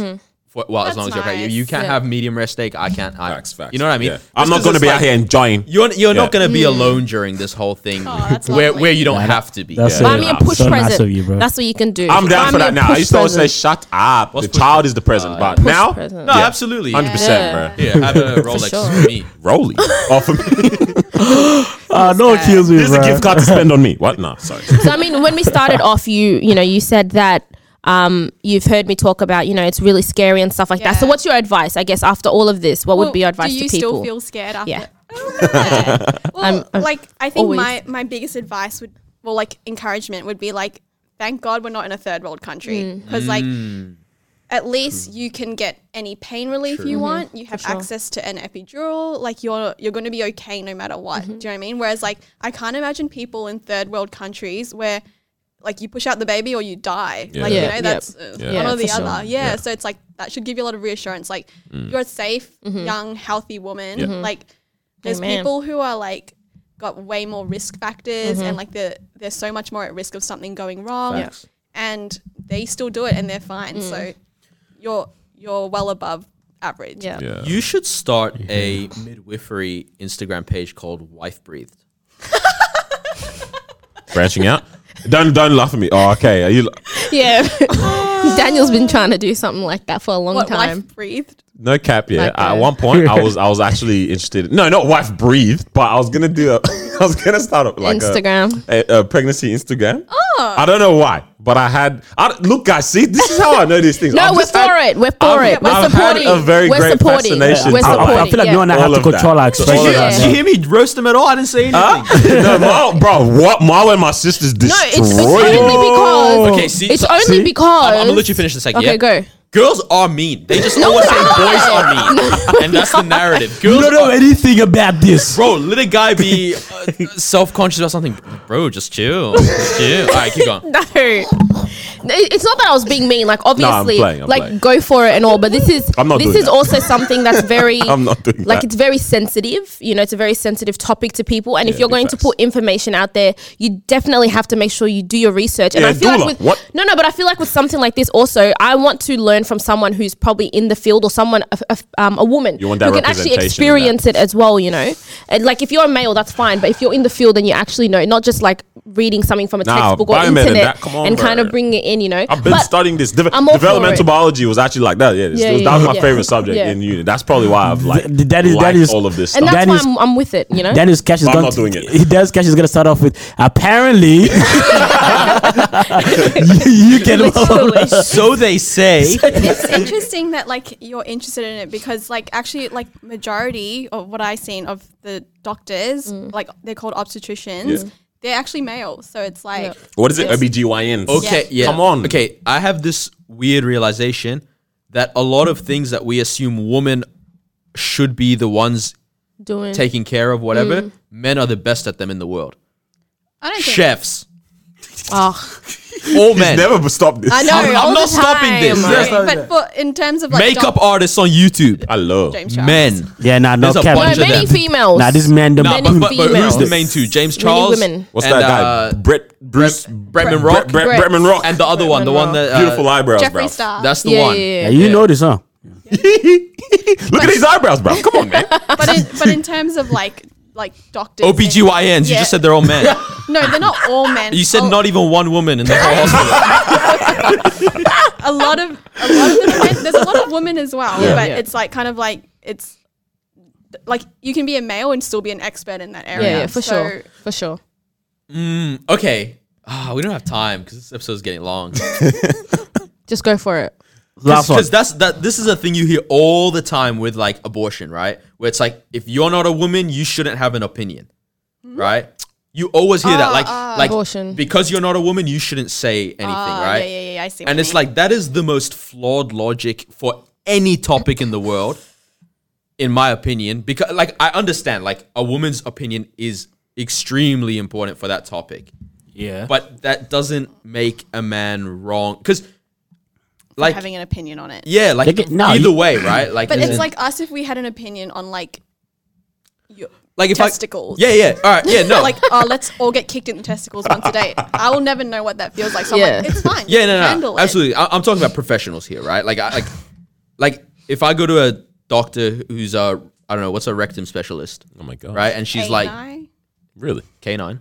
[SPEAKER 2] For, well, as
[SPEAKER 6] That's
[SPEAKER 2] long as you're pregnant, you, you
[SPEAKER 6] nice.
[SPEAKER 2] can't have medium rare steak. I can't. I,
[SPEAKER 3] Facts, facts.
[SPEAKER 2] You know what I mean?
[SPEAKER 3] Yeah.
[SPEAKER 2] Just
[SPEAKER 3] I'm not
[SPEAKER 2] 'cause
[SPEAKER 3] gonna
[SPEAKER 2] it's
[SPEAKER 3] be
[SPEAKER 2] like-
[SPEAKER 3] out here enjoying.
[SPEAKER 2] You're you're not
[SPEAKER 3] Yeah.
[SPEAKER 2] gonna be alone during this whole thing,
[SPEAKER 6] that's
[SPEAKER 2] where
[SPEAKER 6] lovely.
[SPEAKER 2] where you don't have to be.
[SPEAKER 5] that's
[SPEAKER 2] Yeah.
[SPEAKER 5] it.
[SPEAKER 4] Buy me a
[SPEAKER 5] Wow,
[SPEAKER 4] push
[SPEAKER 5] so nice
[SPEAKER 4] present.
[SPEAKER 5] of you, bro.
[SPEAKER 4] That's what you can do.
[SPEAKER 3] I'm down
[SPEAKER 4] Buy
[SPEAKER 3] for
[SPEAKER 4] me a
[SPEAKER 3] that now. I
[SPEAKER 4] push
[SPEAKER 3] used to always say,
[SPEAKER 4] present.
[SPEAKER 3] "Shut up.
[SPEAKER 2] What's
[SPEAKER 3] the
[SPEAKER 2] push
[SPEAKER 3] child
[SPEAKER 2] present?
[SPEAKER 3] is the present."
[SPEAKER 2] Uh,
[SPEAKER 3] but
[SPEAKER 4] Push
[SPEAKER 3] now,
[SPEAKER 4] present.
[SPEAKER 2] No,
[SPEAKER 3] Yeah.
[SPEAKER 2] absolutely.
[SPEAKER 3] hundred
[SPEAKER 2] Yeah.
[SPEAKER 3] percent, bro.
[SPEAKER 2] Yeah, have a Rolex
[SPEAKER 4] sure.
[SPEAKER 2] for me.
[SPEAKER 3] Rolly. oh, for me,
[SPEAKER 5] Ah, no one kills me,
[SPEAKER 3] this is a
[SPEAKER 5] bro.
[SPEAKER 3] gift card to spend on me. What? Nah, sorry.
[SPEAKER 4] so I mean, when we started off, you you know, you said that um, you've heard me talk about you know it's really scary and stuff like that. So
[SPEAKER 6] Yeah.
[SPEAKER 4] what's your advice? I guess after all of this, what would be your
[SPEAKER 6] Well,
[SPEAKER 4] advice
[SPEAKER 6] Do
[SPEAKER 4] to
[SPEAKER 6] you
[SPEAKER 4] people?
[SPEAKER 6] still feel scared after?
[SPEAKER 4] Yeah.
[SPEAKER 6] Yeah. well,
[SPEAKER 4] I'm-
[SPEAKER 6] like I think
[SPEAKER 4] always.
[SPEAKER 6] my my biggest advice would, well, like encouragement would be like, thank God we're not in a third world country
[SPEAKER 4] Mm.
[SPEAKER 6] because like, at least you can get any pain relief
[SPEAKER 4] Mm-hmm.
[SPEAKER 6] you want. You have access to an epidural. Like you're you're going to be okay no matter what.
[SPEAKER 4] Mm-hmm.
[SPEAKER 6] Do you know what I mean? Whereas like I can't imagine people in third world countries where. Like you push out the baby or you die. Like
[SPEAKER 4] Yeah.
[SPEAKER 6] you
[SPEAKER 4] Yeah.
[SPEAKER 6] know that's uh,
[SPEAKER 3] Yeah.
[SPEAKER 6] one
[SPEAKER 4] Yeah,
[SPEAKER 6] or the
[SPEAKER 4] for sure.
[SPEAKER 6] other. Yeah. So it's like that should give you a lot of reassurance. Like you're a safe,
[SPEAKER 4] Mm-hmm.
[SPEAKER 6] young, healthy woman.
[SPEAKER 3] Yeah. Mhm.
[SPEAKER 6] Like there's
[SPEAKER 4] Amen.
[SPEAKER 6] people who are like got way more risk factors
[SPEAKER 4] Mm-hmm.
[SPEAKER 6] and like they're they're so much more at risk of something going wrong.
[SPEAKER 2] Facts.
[SPEAKER 6] And they still do it and they're
[SPEAKER 4] Mm.
[SPEAKER 6] fine. So you're you're well above average.
[SPEAKER 4] Yeah.
[SPEAKER 3] Yeah.
[SPEAKER 2] You should start a midwifery Instagram page called Wife Breathed.
[SPEAKER 3] branching out. Don't don't laugh at me. Oh, okay. Are you
[SPEAKER 4] yeah. Daniel's been trying to do something like that for a long
[SPEAKER 6] What
[SPEAKER 4] time.
[SPEAKER 6] life breathed.
[SPEAKER 3] no cap? Yeah.
[SPEAKER 4] Like
[SPEAKER 3] At
[SPEAKER 4] a-
[SPEAKER 3] one point, I was I was actually interested. No, not wife breathed, but I was gonna do a. I was gonna start up like a-
[SPEAKER 4] Instagram.
[SPEAKER 3] A, a pregnancy Instagram. Oh. I don't know why, but I had. I, don't- look, guys, see, this is how I know these things.
[SPEAKER 4] No,
[SPEAKER 3] I've
[SPEAKER 4] we're
[SPEAKER 3] just
[SPEAKER 4] for
[SPEAKER 3] had-
[SPEAKER 4] it. We're for
[SPEAKER 3] I've-
[SPEAKER 4] it. We're
[SPEAKER 3] I've had
[SPEAKER 4] supporting.
[SPEAKER 3] a very
[SPEAKER 4] We're
[SPEAKER 3] great
[SPEAKER 4] supporting.
[SPEAKER 3] fascination
[SPEAKER 4] We're
[SPEAKER 3] for it.
[SPEAKER 5] I, I
[SPEAKER 4] supporting.
[SPEAKER 5] feel like
[SPEAKER 4] yeah.
[SPEAKER 5] you and I have
[SPEAKER 3] All
[SPEAKER 5] to
[SPEAKER 3] of that.
[SPEAKER 5] control our
[SPEAKER 2] Did
[SPEAKER 5] expression.
[SPEAKER 2] you,
[SPEAKER 4] Yeah.
[SPEAKER 5] right
[SPEAKER 2] did you
[SPEAKER 5] now.
[SPEAKER 2] hear me roast them at all? I didn't say anything.
[SPEAKER 3] no, my, bro, what? Marlo and my sisters
[SPEAKER 4] No,
[SPEAKER 3] destroyed.
[SPEAKER 4] it's, it's only because.
[SPEAKER 2] Okay, see,
[SPEAKER 4] It's
[SPEAKER 2] so-
[SPEAKER 4] only
[SPEAKER 2] see?
[SPEAKER 4] because.
[SPEAKER 2] I'm, I'm gonna let you finish the second.
[SPEAKER 4] Okay,
[SPEAKER 2] yeah?
[SPEAKER 4] go.
[SPEAKER 2] Girls are mean. They just always say boys are mean, and that's the narrative.
[SPEAKER 5] You
[SPEAKER 2] Girls
[SPEAKER 5] don't know
[SPEAKER 2] are-
[SPEAKER 5] anything about this.
[SPEAKER 2] Bro, let a guy be uh, self-conscious about something. Bro, just chill. Just chill. All right, keep going.
[SPEAKER 4] No. It- It's not that I was being mean. Like obviously,
[SPEAKER 3] playing, I'm
[SPEAKER 4] like
[SPEAKER 3] playing.
[SPEAKER 4] go for it and all. But this is
[SPEAKER 3] I'm not
[SPEAKER 4] this
[SPEAKER 3] doing
[SPEAKER 4] is
[SPEAKER 3] that.
[SPEAKER 4] also something that's very
[SPEAKER 3] I'm not doing
[SPEAKER 4] like
[SPEAKER 3] that.
[SPEAKER 4] it's very sensitive. You know, it's a very sensitive topic to people. And if
[SPEAKER 3] Yeah,
[SPEAKER 4] you're
[SPEAKER 3] big
[SPEAKER 4] going to
[SPEAKER 3] facts.
[SPEAKER 4] put information out there, you definitely have to make sure you do your research. And
[SPEAKER 3] Yeah,
[SPEAKER 4] I feel
[SPEAKER 3] doula,
[SPEAKER 4] like with
[SPEAKER 3] what?
[SPEAKER 4] no, no, but I feel like with something like this, also I want to learn from someone who's probably in the field or someone a, a, um, a woman
[SPEAKER 3] You want that
[SPEAKER 4] who can actually
[SPEAKER 3] representation in that.
[SPEAKER 4] experience it as well. You know, and like if you're a male, that's fine. But if you're in the field and you actually know, not just like reading something from a
[SPEAKER 3] Nah,
[SPEAKER 4] textbook or
[SPEAKER 3] biomed and
[SPEAKER 4] internet and,
[SPEAKER 3] that, come on,
[SPEAKER 4] kind
[SPEAKER 3] bro.
[SPEAKER 4] of bring it in. You know,
[SPEAKER 3] I've been
[SPEAKER 4] But-
[SPEAKER 3] studying this. Deve-
[SPEAKER 4] I'm all for
[SPEAKER 3] developmental
[SPEAKER 4] it.
[SPEAKER 3] biology was actually like that. Yeah, this-
[SPEAKER 4] Yeah,
[SPEAKER 3] this-
[SPEAKER 4] yeah,
[SPEAKER 3] that was
[SPEAKER 4] yeah,
[SPEAKER 3] my
[SPEAKER 4] yeah.
[SPEAKER 3] favorite subject
[SPEAKER 4] Yeah.
[SPEAKER 3] in uni. That's probably why I've like
[SPEAKER 5] Th- that is- that
[SPEAKER 3] liked
[SPEAKER 5] is-
[SPEAKER 3] all of this
[SPEAKER 4] and
[SPEAKER 3] stuff.
[SPEAKER 4] that's
[SPEAKER 5] That
[SPEAKER 4] why
[SPEAKER 5] is-
[SPEAKER 4] I'm, I'm with it. You know,
[SPEAKER 5] Daniel's cash is
[SPEAKER 3] I'm
[SPEAKER 5] going.
[SPEAKER 3] not doing
[SPEAKER 5] to,
[SPEAKER 3] it.
[SPEAKER 5] He does cash is going to start off with apparently. you, you can.
[SPEAKER 4] Literally.
[SPEAKER 2] So they say.
[SPEAKER 6] it's interesting that like you're interested in it because like actually like majority of what I've seen of the doctors,
[SPEAKER 4] Mm.
[SPEAKER 6] like they're called obstetricians,
[SPEAKER 3] Yeah.
[SPEAKER 6] they're actually male. So it's like
[SPEAKER 3] what is it? OBGYN.
[SPEAKER 2] Okay, yeah.
[SPEAKER 3] Come on.
[SPEAKER 2] Okay, I have this weird realization that a lot of things that we assume women should be the ones
[SPEAKER 4] doing
[SPEAKER 2] taking care of, whatever,
[SPEAKER 4] Mm.
[SPEAKER 2] men are the best at them in the world.
[SPEAKER 6] I don't think
[SPEAKER 2] Chefs,
[SPEAKER 4] oh,
[SPEAKER 2] all men,
[SPEAKER 3] Never stop this.
[SPEAKER 4] I know.
[SPEAKER 2] I'm- I'm
[SPEAKER 4] all
[SPEAKER 2] not
[SPEAKER 4] the
[SPEAKER 2] stopping
[SPEAKER 4] time.
[SPEAKER 2] this. Yes,
[SPEAKER 6] but, for in terms of like
[SPEAKER 2] makeup
[SPEAKER 6] doc-
[SPEAKER 2] artists on YouTube,
[SPEAKER 3] I love.
[SPEAKER 6] James Charles.
[SPEAKER 2] men.
[SPEAKER 5] Yeah, nah, no
[SPEAKER 2] There's a
[SPEAKER 5] cap.
[SPEAKER 4] No,
[SPEAKER 2] bunch of
[SPEAKER 4] many
[SPEAKER 2] them.
[SPEAKER 4] females.
[SPEAKER 5] Nah, this man, the
[SPEAKER 2] Nah,
[SPEAKER 4] Many
[SPEAKER 2] but, but, but who's the
[SPEAKER 4] females.
[SPEAKER 2] main two? James Charles,
[SPEAKER 4] women.
[SPEAKER 3] What's
[SPEAKER 2] and,
[SPEAKER 3] that guy?
[SPEAKER 2] uh,
[SPEAKER 3] Brett Bruce
[SPEAKER 2] Bretman Rock,
[SPEAKER 3] Brett, Brett, Bretman Rock.
[SPEAKER 2] and the other one, the one that uh,
[SPEAKER 3] Beautiful eyebrows,
[SPEAKER 6] Jeffree
[SPEAKER 3] bro.
[SPEAKER 6] Star.
[SPEAKER 2] That's the
[SPEAKER 4] Uh, yeah,
[SPEAKER 2] one.
[SPEAKER 4] yeah, yeah.
[SPEAKER 5] Yeah, you
[SPEAKER 2] Yeah.
[SPEAKER 5] know this, huh?
[SPEAKER 3] Look at his eyebrows, bro. Come on, man. Oh
[SPEAKER 6] but in, but in terms of like like doctors, and-
[SPEAKER 2] OBGYNs. You
[SPEAKER 6] Yeah.
[SPEAKER 2] just said they're all men.
[SPEAKER 6] No, they're not all men.
[SPEAKER 2] You said
[SPEAKER 6] Oh,
[SPEAKER 2] not even one woman in the whole hospital.
[SPEAKER 6] a lot of a lot of the men, there's a lot of women as well, but
[SPEAKER 2] Yeah.
[SPEAKER 6] it's like kind of like it's like you can be a male and still be an expert in that area.
[SPEAKER 4] Yeah, yeah, for
[SPEAKER 6] So,
[SPEAKER 4] sure, for sure.
[SPEAKER 2] Okay. Ah, we don't have time because this episode's getting long.
[SPEAKER 4] Just go for it.
[SPEAKER 5] Last one.
[SPEAKER 2] because that's that this is a thing you hear all the time with like abortion right where it's like if you're not a woman you shouldn't have an opinion
[SPEAKER 6] Mm-hmm.
[SPEAKER 2] right you always hear that like like
[SPEAKER 4] Abortion.
[SPEAKER 2] because you're not a woman you shouldn't say anything
[SPEAKER 6] Ah,
[SPEAKER 2] right
[SPEAKER 6] Yeah, yeah, yeah. I see. what
[SPEAKER 2] and
[SPEAKER 6] you
[SPEAKER 2] it's
[SPEAKER 6] mean.
[SPEAKER 2] like that is the most flawed logic for any topic in the world in my opinion because like i understand like a woman's opinion is extremely important for that topic
[SPEAKER 5] yeah.
[SPEAKER 2] but that doesn't make a man wrong because like
[SPEAKER 6] having an opinion on it.
[SPEAKER 2] yeah, like
[SPEAKER 5] They get- no,
[SPEAKER 2] either
[SPEAKER 5] you-
[SPEAKER 2] way, right? Like,
[SPEAKER 6] But
[SPEAKER 2] isn't-
[SPEAKER 6] it's like us if we had an opinion on like your
[SPEAKER 2] like if
[SPEAKER 6] testicles.
[SPEAKER 2] I, yeah, yeah. All right, yeah, no,
[SPEAKER 6] like oh let's all get kicked in the testicles once a day. I will never know what that feels like. So
[SPEAKER 4] Yeah.
[SPEAKER 6] I'm like, it's fine.
[SPEAKER 2] yeah, no, no,
[SPEAKER 6] handle it.
[SPEAKER 2] absolutely. I, I'm talking about professionals here, right? Like, I, like, like if I go to a doctor who's a, I don't know, what's a rectum specialist,
[SPEAKER 3] Oh my god.
[SPEAKER 2] right? And she's
[SPEAKER 6] Ain't
[SPEAKER 2] like
[SPEAKER 6] I?
[SPEAKER 3] Really?
[SPEAKER 2] canine,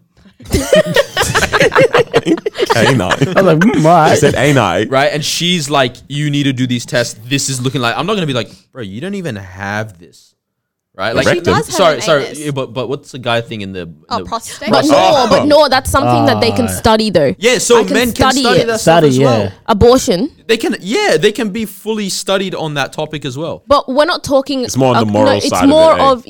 [SPEAKER 3] Ain't I?
[SPEAKER 5] I was like, mm,
[SPEAKER 3] I
[SPEAKER 5] why?
[SPEAKER 3] said ain't I?
[SPEAKER 2] right? And she's like, you need to do these tests. This is looking like I'm not gonna be like, bro, you don't even have this. Right, like
[SPEAKER 3] She Rectum. does
[SPEAKER 6] have
[SPEAKER 2] sorry,
[SPEAKER 6] an
[SPEAKER 2] sorry,
[SPEAKER 6] anus.
[SPEAKER 2] yeah, but but what's the guy thing in the, in
[SPEAKER 6] Oh,
[SPEAKER 2] the-
[SPEAKER 6] prostate.
[SPEAKER 4] But no, but no, that's something that they can
[SPEAKER 5] Ah.
[SPEAKER 4] study though.
[SPEAKER 2] Yeah, so
[SPEAKER 4] I can
[SPEAKER 2] men can
[SPEAKER 4] study
[SPEAKER 2] study
[SPEAKER 4] it.
[SPEAKER 2] that
[SPEAKER 5] Study,
[SPEAKER 2] stuff as well.
[SPEAKER 5] yeah.
[SPEAKER 4] Abortion,
[SPEAKER 2] They can, yeah, they can be fully studied on that topic as well.
[SPEAKER 4] but we're not talking.
[SPEAKER 3] It's more on the
[SPEAKER 4] uh,
[SPEAKER 3] moral
[SPEAKER 4] it's
[SPEAKER 3] side of it,
[SPEAKER 4] more
[SPEAKER 3] eh?
[SPEAKER 4] of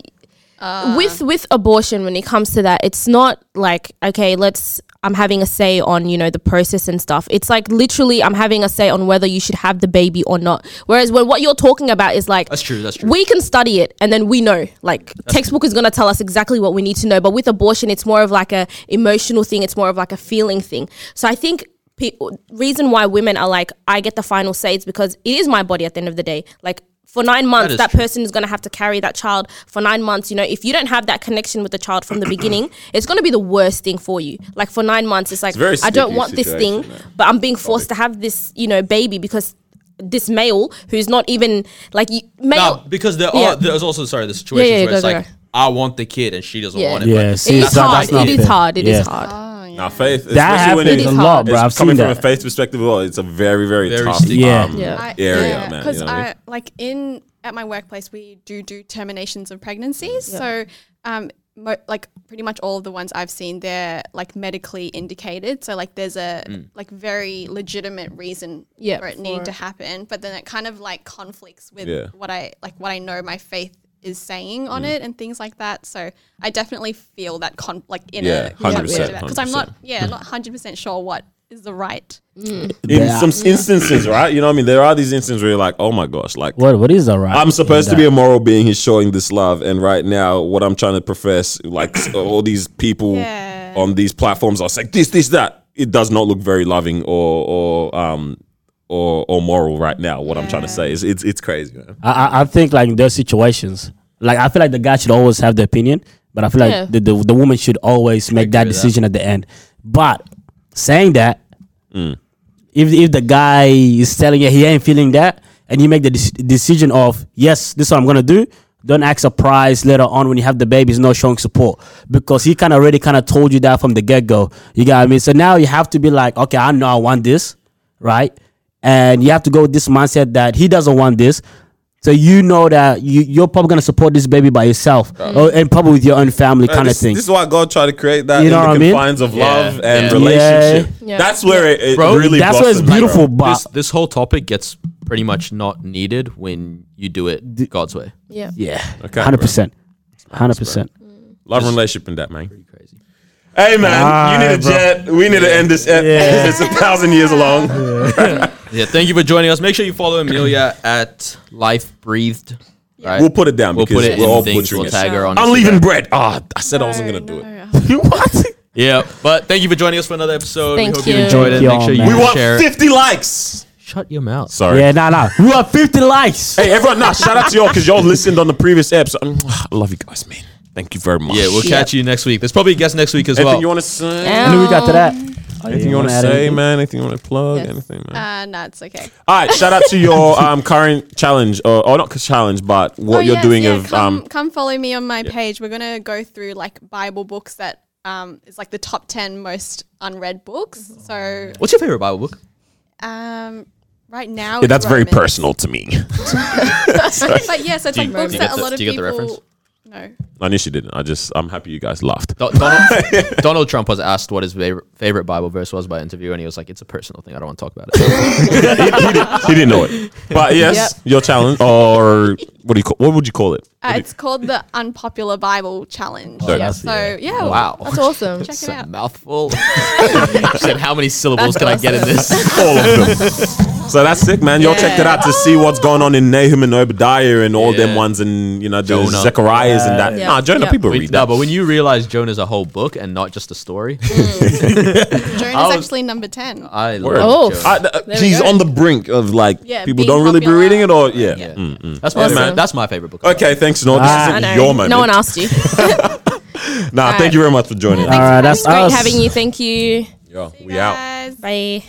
[SPEAKER 4] with with abortion when it comes to that. It's not like okay, let's. I'm having a say on you know the process and stuff. It's like literally, I'm having a say on whether you should have the baby or not. Whereas when what you're talking about is like
[SPEAKER 2] That's true, that's true.
[SPEAKER 4] We can study it and then we know. Like textbook is going to tell us exactly what we need to know. But with abortion, it's more of like a emotional thing. It's more of like a feeling thing. So I think pe- reason why women are like I get the final say is because it is my body at the end of the day. Like for nine months,
[SPEAKER 2] is
[SPEAKER 4] that,
[SPEAKER 2] true.
[SPEAKER 4] person is going to have to carry that child for nine months. You know, if you don't have that connection with the child from the beginning, it's going to be the worst thing for you. Like for nine months, it's like
[SPEAKER 3] very
[SPEAKER 4] I don't
[SPEAKER 3] sticky
[SPEAKER 4] want this
[SPEAKER 3] situation,
[SPEAKER 4] thing, but I'm being forced to have this. You know, baby because. This male who's not even like you, male.
[SPEAKER 2] No, because there
[SPEAKER 4] Yeah.
[SPEAKER 2] are there's also sorry the situations
[SPEAKER 4] yeah,
[SPEAKER 2] where it's
[SPEAKER 4] go, go,
[SPEAKER 2] like
[SPEAKER 4] go.
[SPEAKER 2] I want the kid and she doesn't
[SPEAKER 4] Yeah.
[SPEAKER 2] want it.
[SPEAKER 5] Yeah,
[SPEAKER 2] but
[SPEAKER 4] It
[SPEAKER 5] see, It's
[SPEAKER 4] is
[SPEAKER 5] not-
[SPEAKER 4] hard.
[SPEAKER 5] that's not
[SPEAKER 4] It is
[SPEAKER 5] fair.
[SPEAKER 4] hard. It is
[SPEAKER 5] Yeah.
[SPEAKER 4] hard.
[SPEAKER 3] Now faith,
[SPEAKER 5] That
[SPEAKER 3] especially when
[SPEAKER 5] happens
[SPEAKER 3] it's,
[SPEAKER 4] It
[SPEAKER 5] a
[SPEAKER 4] is
[SPEAKER 5] lot,
[SPEAKER 4] hard.
[SPEAKER 5] bro. I've
[SPEAKER 3] coming
[SPEAKER 5] seen
[SPEAKER 3] from a
[SPEAKER 5] that.
[SPEAKER 3] faith perspective, well, it's a very, very,
[SPEAKER 2] Very
[SPEAKER 3] tough.
[SPEAKER 2] sticky.
[SPEAKER 5] Yeah.
[SPEAKER 3] um,
[SPEAKER 4] Yeah.
[SPEAKER 6] I-
[SPEAKER 3] area,
[SPEAKER 6] yeah,
[SPEAKER 3] man,
[SPEAKER 6] Because
[SPEAKER 3] you know what I
[SPEAKER 6] I,
[SPEAKER 3] mean?
[SPEAKER 6] like in at my workplace, we do do terminations of pregnancies.
[SPEAKER 4] Mm,
[SPEAKER 6] So, um, mo- like pretty much all of the ones I've seen, they're like medically indicated. So like there's a
[SPEAKER 3] Mm.
[SPEAKER 6] like very legitimate reason
[SPEAKER 4] Yeah,
[SPEAKER 6] for it
[SPEAKER 4] for
[SPEAKER 6] needing to
[SPEAKER 4] it.
[SPEAKER 6] happen. But then it kind of like conflicts with
[SPEAKER 3] Yeah. Mm.
[SPEAKER 6] what I like what I know my faith is saying on it and things like that. So I definitely feel that con like in
[SPEAKER 3] Yeah,
[SPEAKER 6] a
[SPEAKER 3] 100%,
[SPEAKER 6] because I'm not yeah not hundred percent sure what is the right
[SPEAKER 4] Mm.
[SPEAKER 3] in
[SPEAKER 5] Yeah.
[SPEAKER 3] some s- instances, right? You know what I mean? There are these instances where you're like, oh my gosh, like
[SPEAKER 5] What? What is that? Right?
[SPEAKER 3] I'm supposed to be a moral being. He's showing this love, and right now, what I'm trying to profess, like s- all these people
[SPEAKER 6] Yeah.
[SPEAKER 3] on these platforms are saying this, this, that. It does not look very loving or or um or or moral right now. What I'm trying to say is, it's it's crazy, man.
[SPEAKER 5] I, I- I think like in those situations, like I feel like the guy should always have the opinion, but I feel like
[SPEAKER 4] Yeah.
[SPEAKER 5] the, the the woman should always make that
[SPEAKER 2] with that.
[SPEAKER 5] decision at the end. But saying that, if if the guy is telling you he ain't feeling that, and you make the dec- decision of yes, this is what I'm gonna do. Don't act surprised later on when you have the babies not showing support because he kind of already kind of told you that from the get go. You got what I mean. So now you have to be like, okay, I know I want this, right? And you have to go with this mindset that he doesn't want this. So you know that you, you're probably gonna support this baby by yourself, or, and probably with your own family kind of
[SPEAKER 3] this,
[SPEAKER 5] thing.
[SPEAKER 3] This is why God tried to create that
[SPEAKER 5] You
[SPEAKER 3] in
[SPEAKER 5] know
[SPEAKER 3] the
[SPEAKER 5] what I mean?
[SPEAKER 3] confines of
[SPEAKER 2] Yeah.
[SPEAKER 3] love and
[SPEAKER 2] Yeah.
[SPEAKER 3] relationship.
[SPEAKER 4] Yeah.
[SPEAKER 3] That's where it, it
[SPEAKER 2] Bro,
[SPEAKER 3] really.
[SPEAKER 5] That's why it's
[SPEAKER 3] blossoms, bro.
[SPEAKER 5] beautiful, but
[SPEAKER 2] This this whole topic gets pretty much not needed when you do it God's way.
[SPEAKER 4] Yeah.
[SPEAKER 5] yeah,
[SPEAKER 3] Okay,
[SPEAKER 5] hundred percent, hundred percent.
[SPEAKER 3] Love and relationship in that man.
[SPEAKER 2] Crazy.
[SPEAKER 3] Hey man,
[SPEAKER 5] Ah,
[SPEAKER 3] you need a
[SPEAKER 5] bro.
[SPEAKER 3] jet. We need to end this. Ep- it's a thousand years long.
[SPEAKER 2] Yeah, thank you for joining us. Make sure you follow Amelia at Life Breathed. Right?
[SPEAKER 3] We'll put it down
[SPEAKER 2] We'll
[SPEAKER 3] because
[SPEAKER 2] put it
[SPEAKER 3] we're
[SPEAKER 2] in
[SPEAKER 3] all
[SPEAKER 2] things.
[SPEAKER 3] butchering
[SPEAKER 2] We'll
[SPEAKER 3] it.
[SPEAKER 2] tag her on.
[SPEAKER 3] Unleavened
[SPEAKER 2] Instagram.
[SPEAKER 3] bread. Ah, I said I wasn't gonna do it. what?
[SPEAKER 2] Yeah, but thank you for joining us for another episode.
[SPEAKER 4] Thank
[SPEAKER 2] we hope
[SPEAKER 4] you.
[SPEAKER 2] enjoyed it.
[SPEAKER 5] Thank
[SPEAKER 2] Make
[SPEAKER 5] you,
[SPEAKER 2] sure you
[SPEAKER 5] man.
[SPEAKER 3] We want
[SPEAKER 2] share. it.
[SPEAKER 3] fifty likes.
[SPEAKER 2] Shut your mouth.
[SPEAKER 3] Sorry.
[SPEAKER 5] Yeah, nah, nah. We are fifty likes.
[SPEAKER 3] Hey everyone, nah. Shout out to y'all because y'all listened on the previous episode. Mm, I love you guys, man. Thank you very much.
[SPEAKER 2] Yeah, we'll catch you next week. There's probably a guest next week as
[SPEAKER 3] Anything
[SPEAKER 2] well.
[SPEAKER 3] you want to say?
[SPEAKER 5] And we got to that.
[SPEAKER 3] Anything you want
[SPEAKER 5] wanna
[SPEAKER 3] to
[SPEAKER 5] add
[SPEAKER 3] say,
[SPEAKER 5] anything?
[SPEAKER 3] man? Anything you want to plug?
[SPEAKER 6] Yes.
[SPEAKER 3] Anything, man?
[SPEAKER 6] Uh, no, it's okay.
[SPEAKER 3] All right, shout out to your um, current challenge, or, or not challenge, but what
[SPEAKER 6] Oh,
[SPEAKER 3] you're
[SPEAKER 6] yes,
[SPEAKER 3] doing
[SPEAKER 6] yeah,
[SPEAKER 3] of
[SPEAKER 6] come,
[SPEAKER 3] um,
[SPEAKER 6] come follow me on my page. We're gonna go through like Bible books that um is like the top ten most unread books.
[SPEAKER 2] Mm-hmm.
[SPEAKER 6] So
[SPEAKER 2] What's your favorite Bible book?
[SPEAKER 6] um right now
[SPEAKER 3] yeah,
[SPEAKER 6] it's
[SPEAKER 3] that's very
[SPEAKER 6] Romans.
[SPEAKER 3] personal to me.
[SPEAKER 6] But yes, it's
[SPEAKER 2] Do you-
[SPEAKER 6] like
[SPEAKER 2] do you
[SPEAKER 6] books
[SPEAKER 2] get
[SPEAKER 6] that a
[SPEAKER 2] the-
[SPEAKER 6] lot of
[SPEAKER 2] do you get the reference?
[SPEAKER 6] people. No,
[SPEAKER 3] I knew she didn't. I just I'm happy you guys laughed.
[SPEAKER 2] Do- Donald, Donald Trump was asked what his favorite, favorite Bible verse was by an interview, and he was like, "It's a personal thing. I don't want to talk about it."
[SPEAKER 3] He didn't know it, but yes, your challenge, or what do you call? What would you call it?
[SPEAKER 6] uh, it's called the Unpopular Bible Challenge.
[SPEAKER 2] Oh,
[SPEAKER 3] Okay.
[SPEAKER 6] yeah, so yeah,
[SPEAKER 2] wow,
[SPEAKER 4] That's awesome.
[SPEAKER 6] check
[SPEAKER 2] It's
[SPEAKER 6] it
[SPEAKER 2] a
[SPEAKER 6] out.
[SPEAKER 2] mouthful. She said, "How many syllables can I get in this?"
[SPEAKER 3] all of them. So that's sick, man. Y'all check it out to see what's going on in Nahum and Obadiah and all them
[SPEAKER 2] Yeah.
[SPEAKER 3] ones, and you know the
[SPEAKER 2] Jonah.
[SPEAKER 3] Zechariahs and that.
[SPEAKER 4] Yeah.
[SPEAKER 3] Nah, Jonah,
[SPEAKER 4] Yeah.
[SPEAKER 3] people
[SPEAKER 2] When,
[SPEAKER 3] read
[SPEAKER 2] no,
[SPEAKER 3] that.
[SPEAKER 2] but when you realize Jonah's a whole book and not just a story,
[SPEAKER 6] Jonah's
[SPEAKER 2] was-
[SPEAKER 6] actually number ten.
[SPEAKER 2] I love
[SPEAKER 3] Word.
[SPEAKER 4] Oh.
[SPEAKER 2] Jonah.
[SPEAKER 3] I- th-
[SPEAKER 4] There we
[SPEAKER 3] he's
[SPEAKER 4] go.
[SPEAKER 3] on the brink of like
[SPEAKER 6] Yeah,
[SPEAKER 3] people
[SPEAKER 6] being
[SPEAKER 3] don't really
[SPEAKER 6] popular.
[SPEAKER 3] be reading it, or yeah.
[SPEAKER 2] Yeah.
[SPEAKER 3] Mm.
[SPEAKER 2] That's my
[SPEAKER 4] Awesome.
[SPEAKER 2] favorite, that's my favorite book.
[SPEAKER 3] Okay, thanks, Nor. This
[SPEAKER 4] I
[SPEAKER 3] is
[SPEAKER 4] know.
[SPEAKER 3] your moment.
[SPEAKER 4] No one asked you.
[SPEAKER 3] Nah, thank you very much for joining.
[SPEAKER 5] All
[SPEAKER 3] us.
[SPEAKER 5] right, Uh, that's
[SPEAKER 4] It's great
[SPEAKER 5] us.
[SPEAKER 4] having you. Thank you.
[SPEAKER 3] Yo, we out.
[SPEAKER 6] Guys.
[SPEAKER 4] Bye.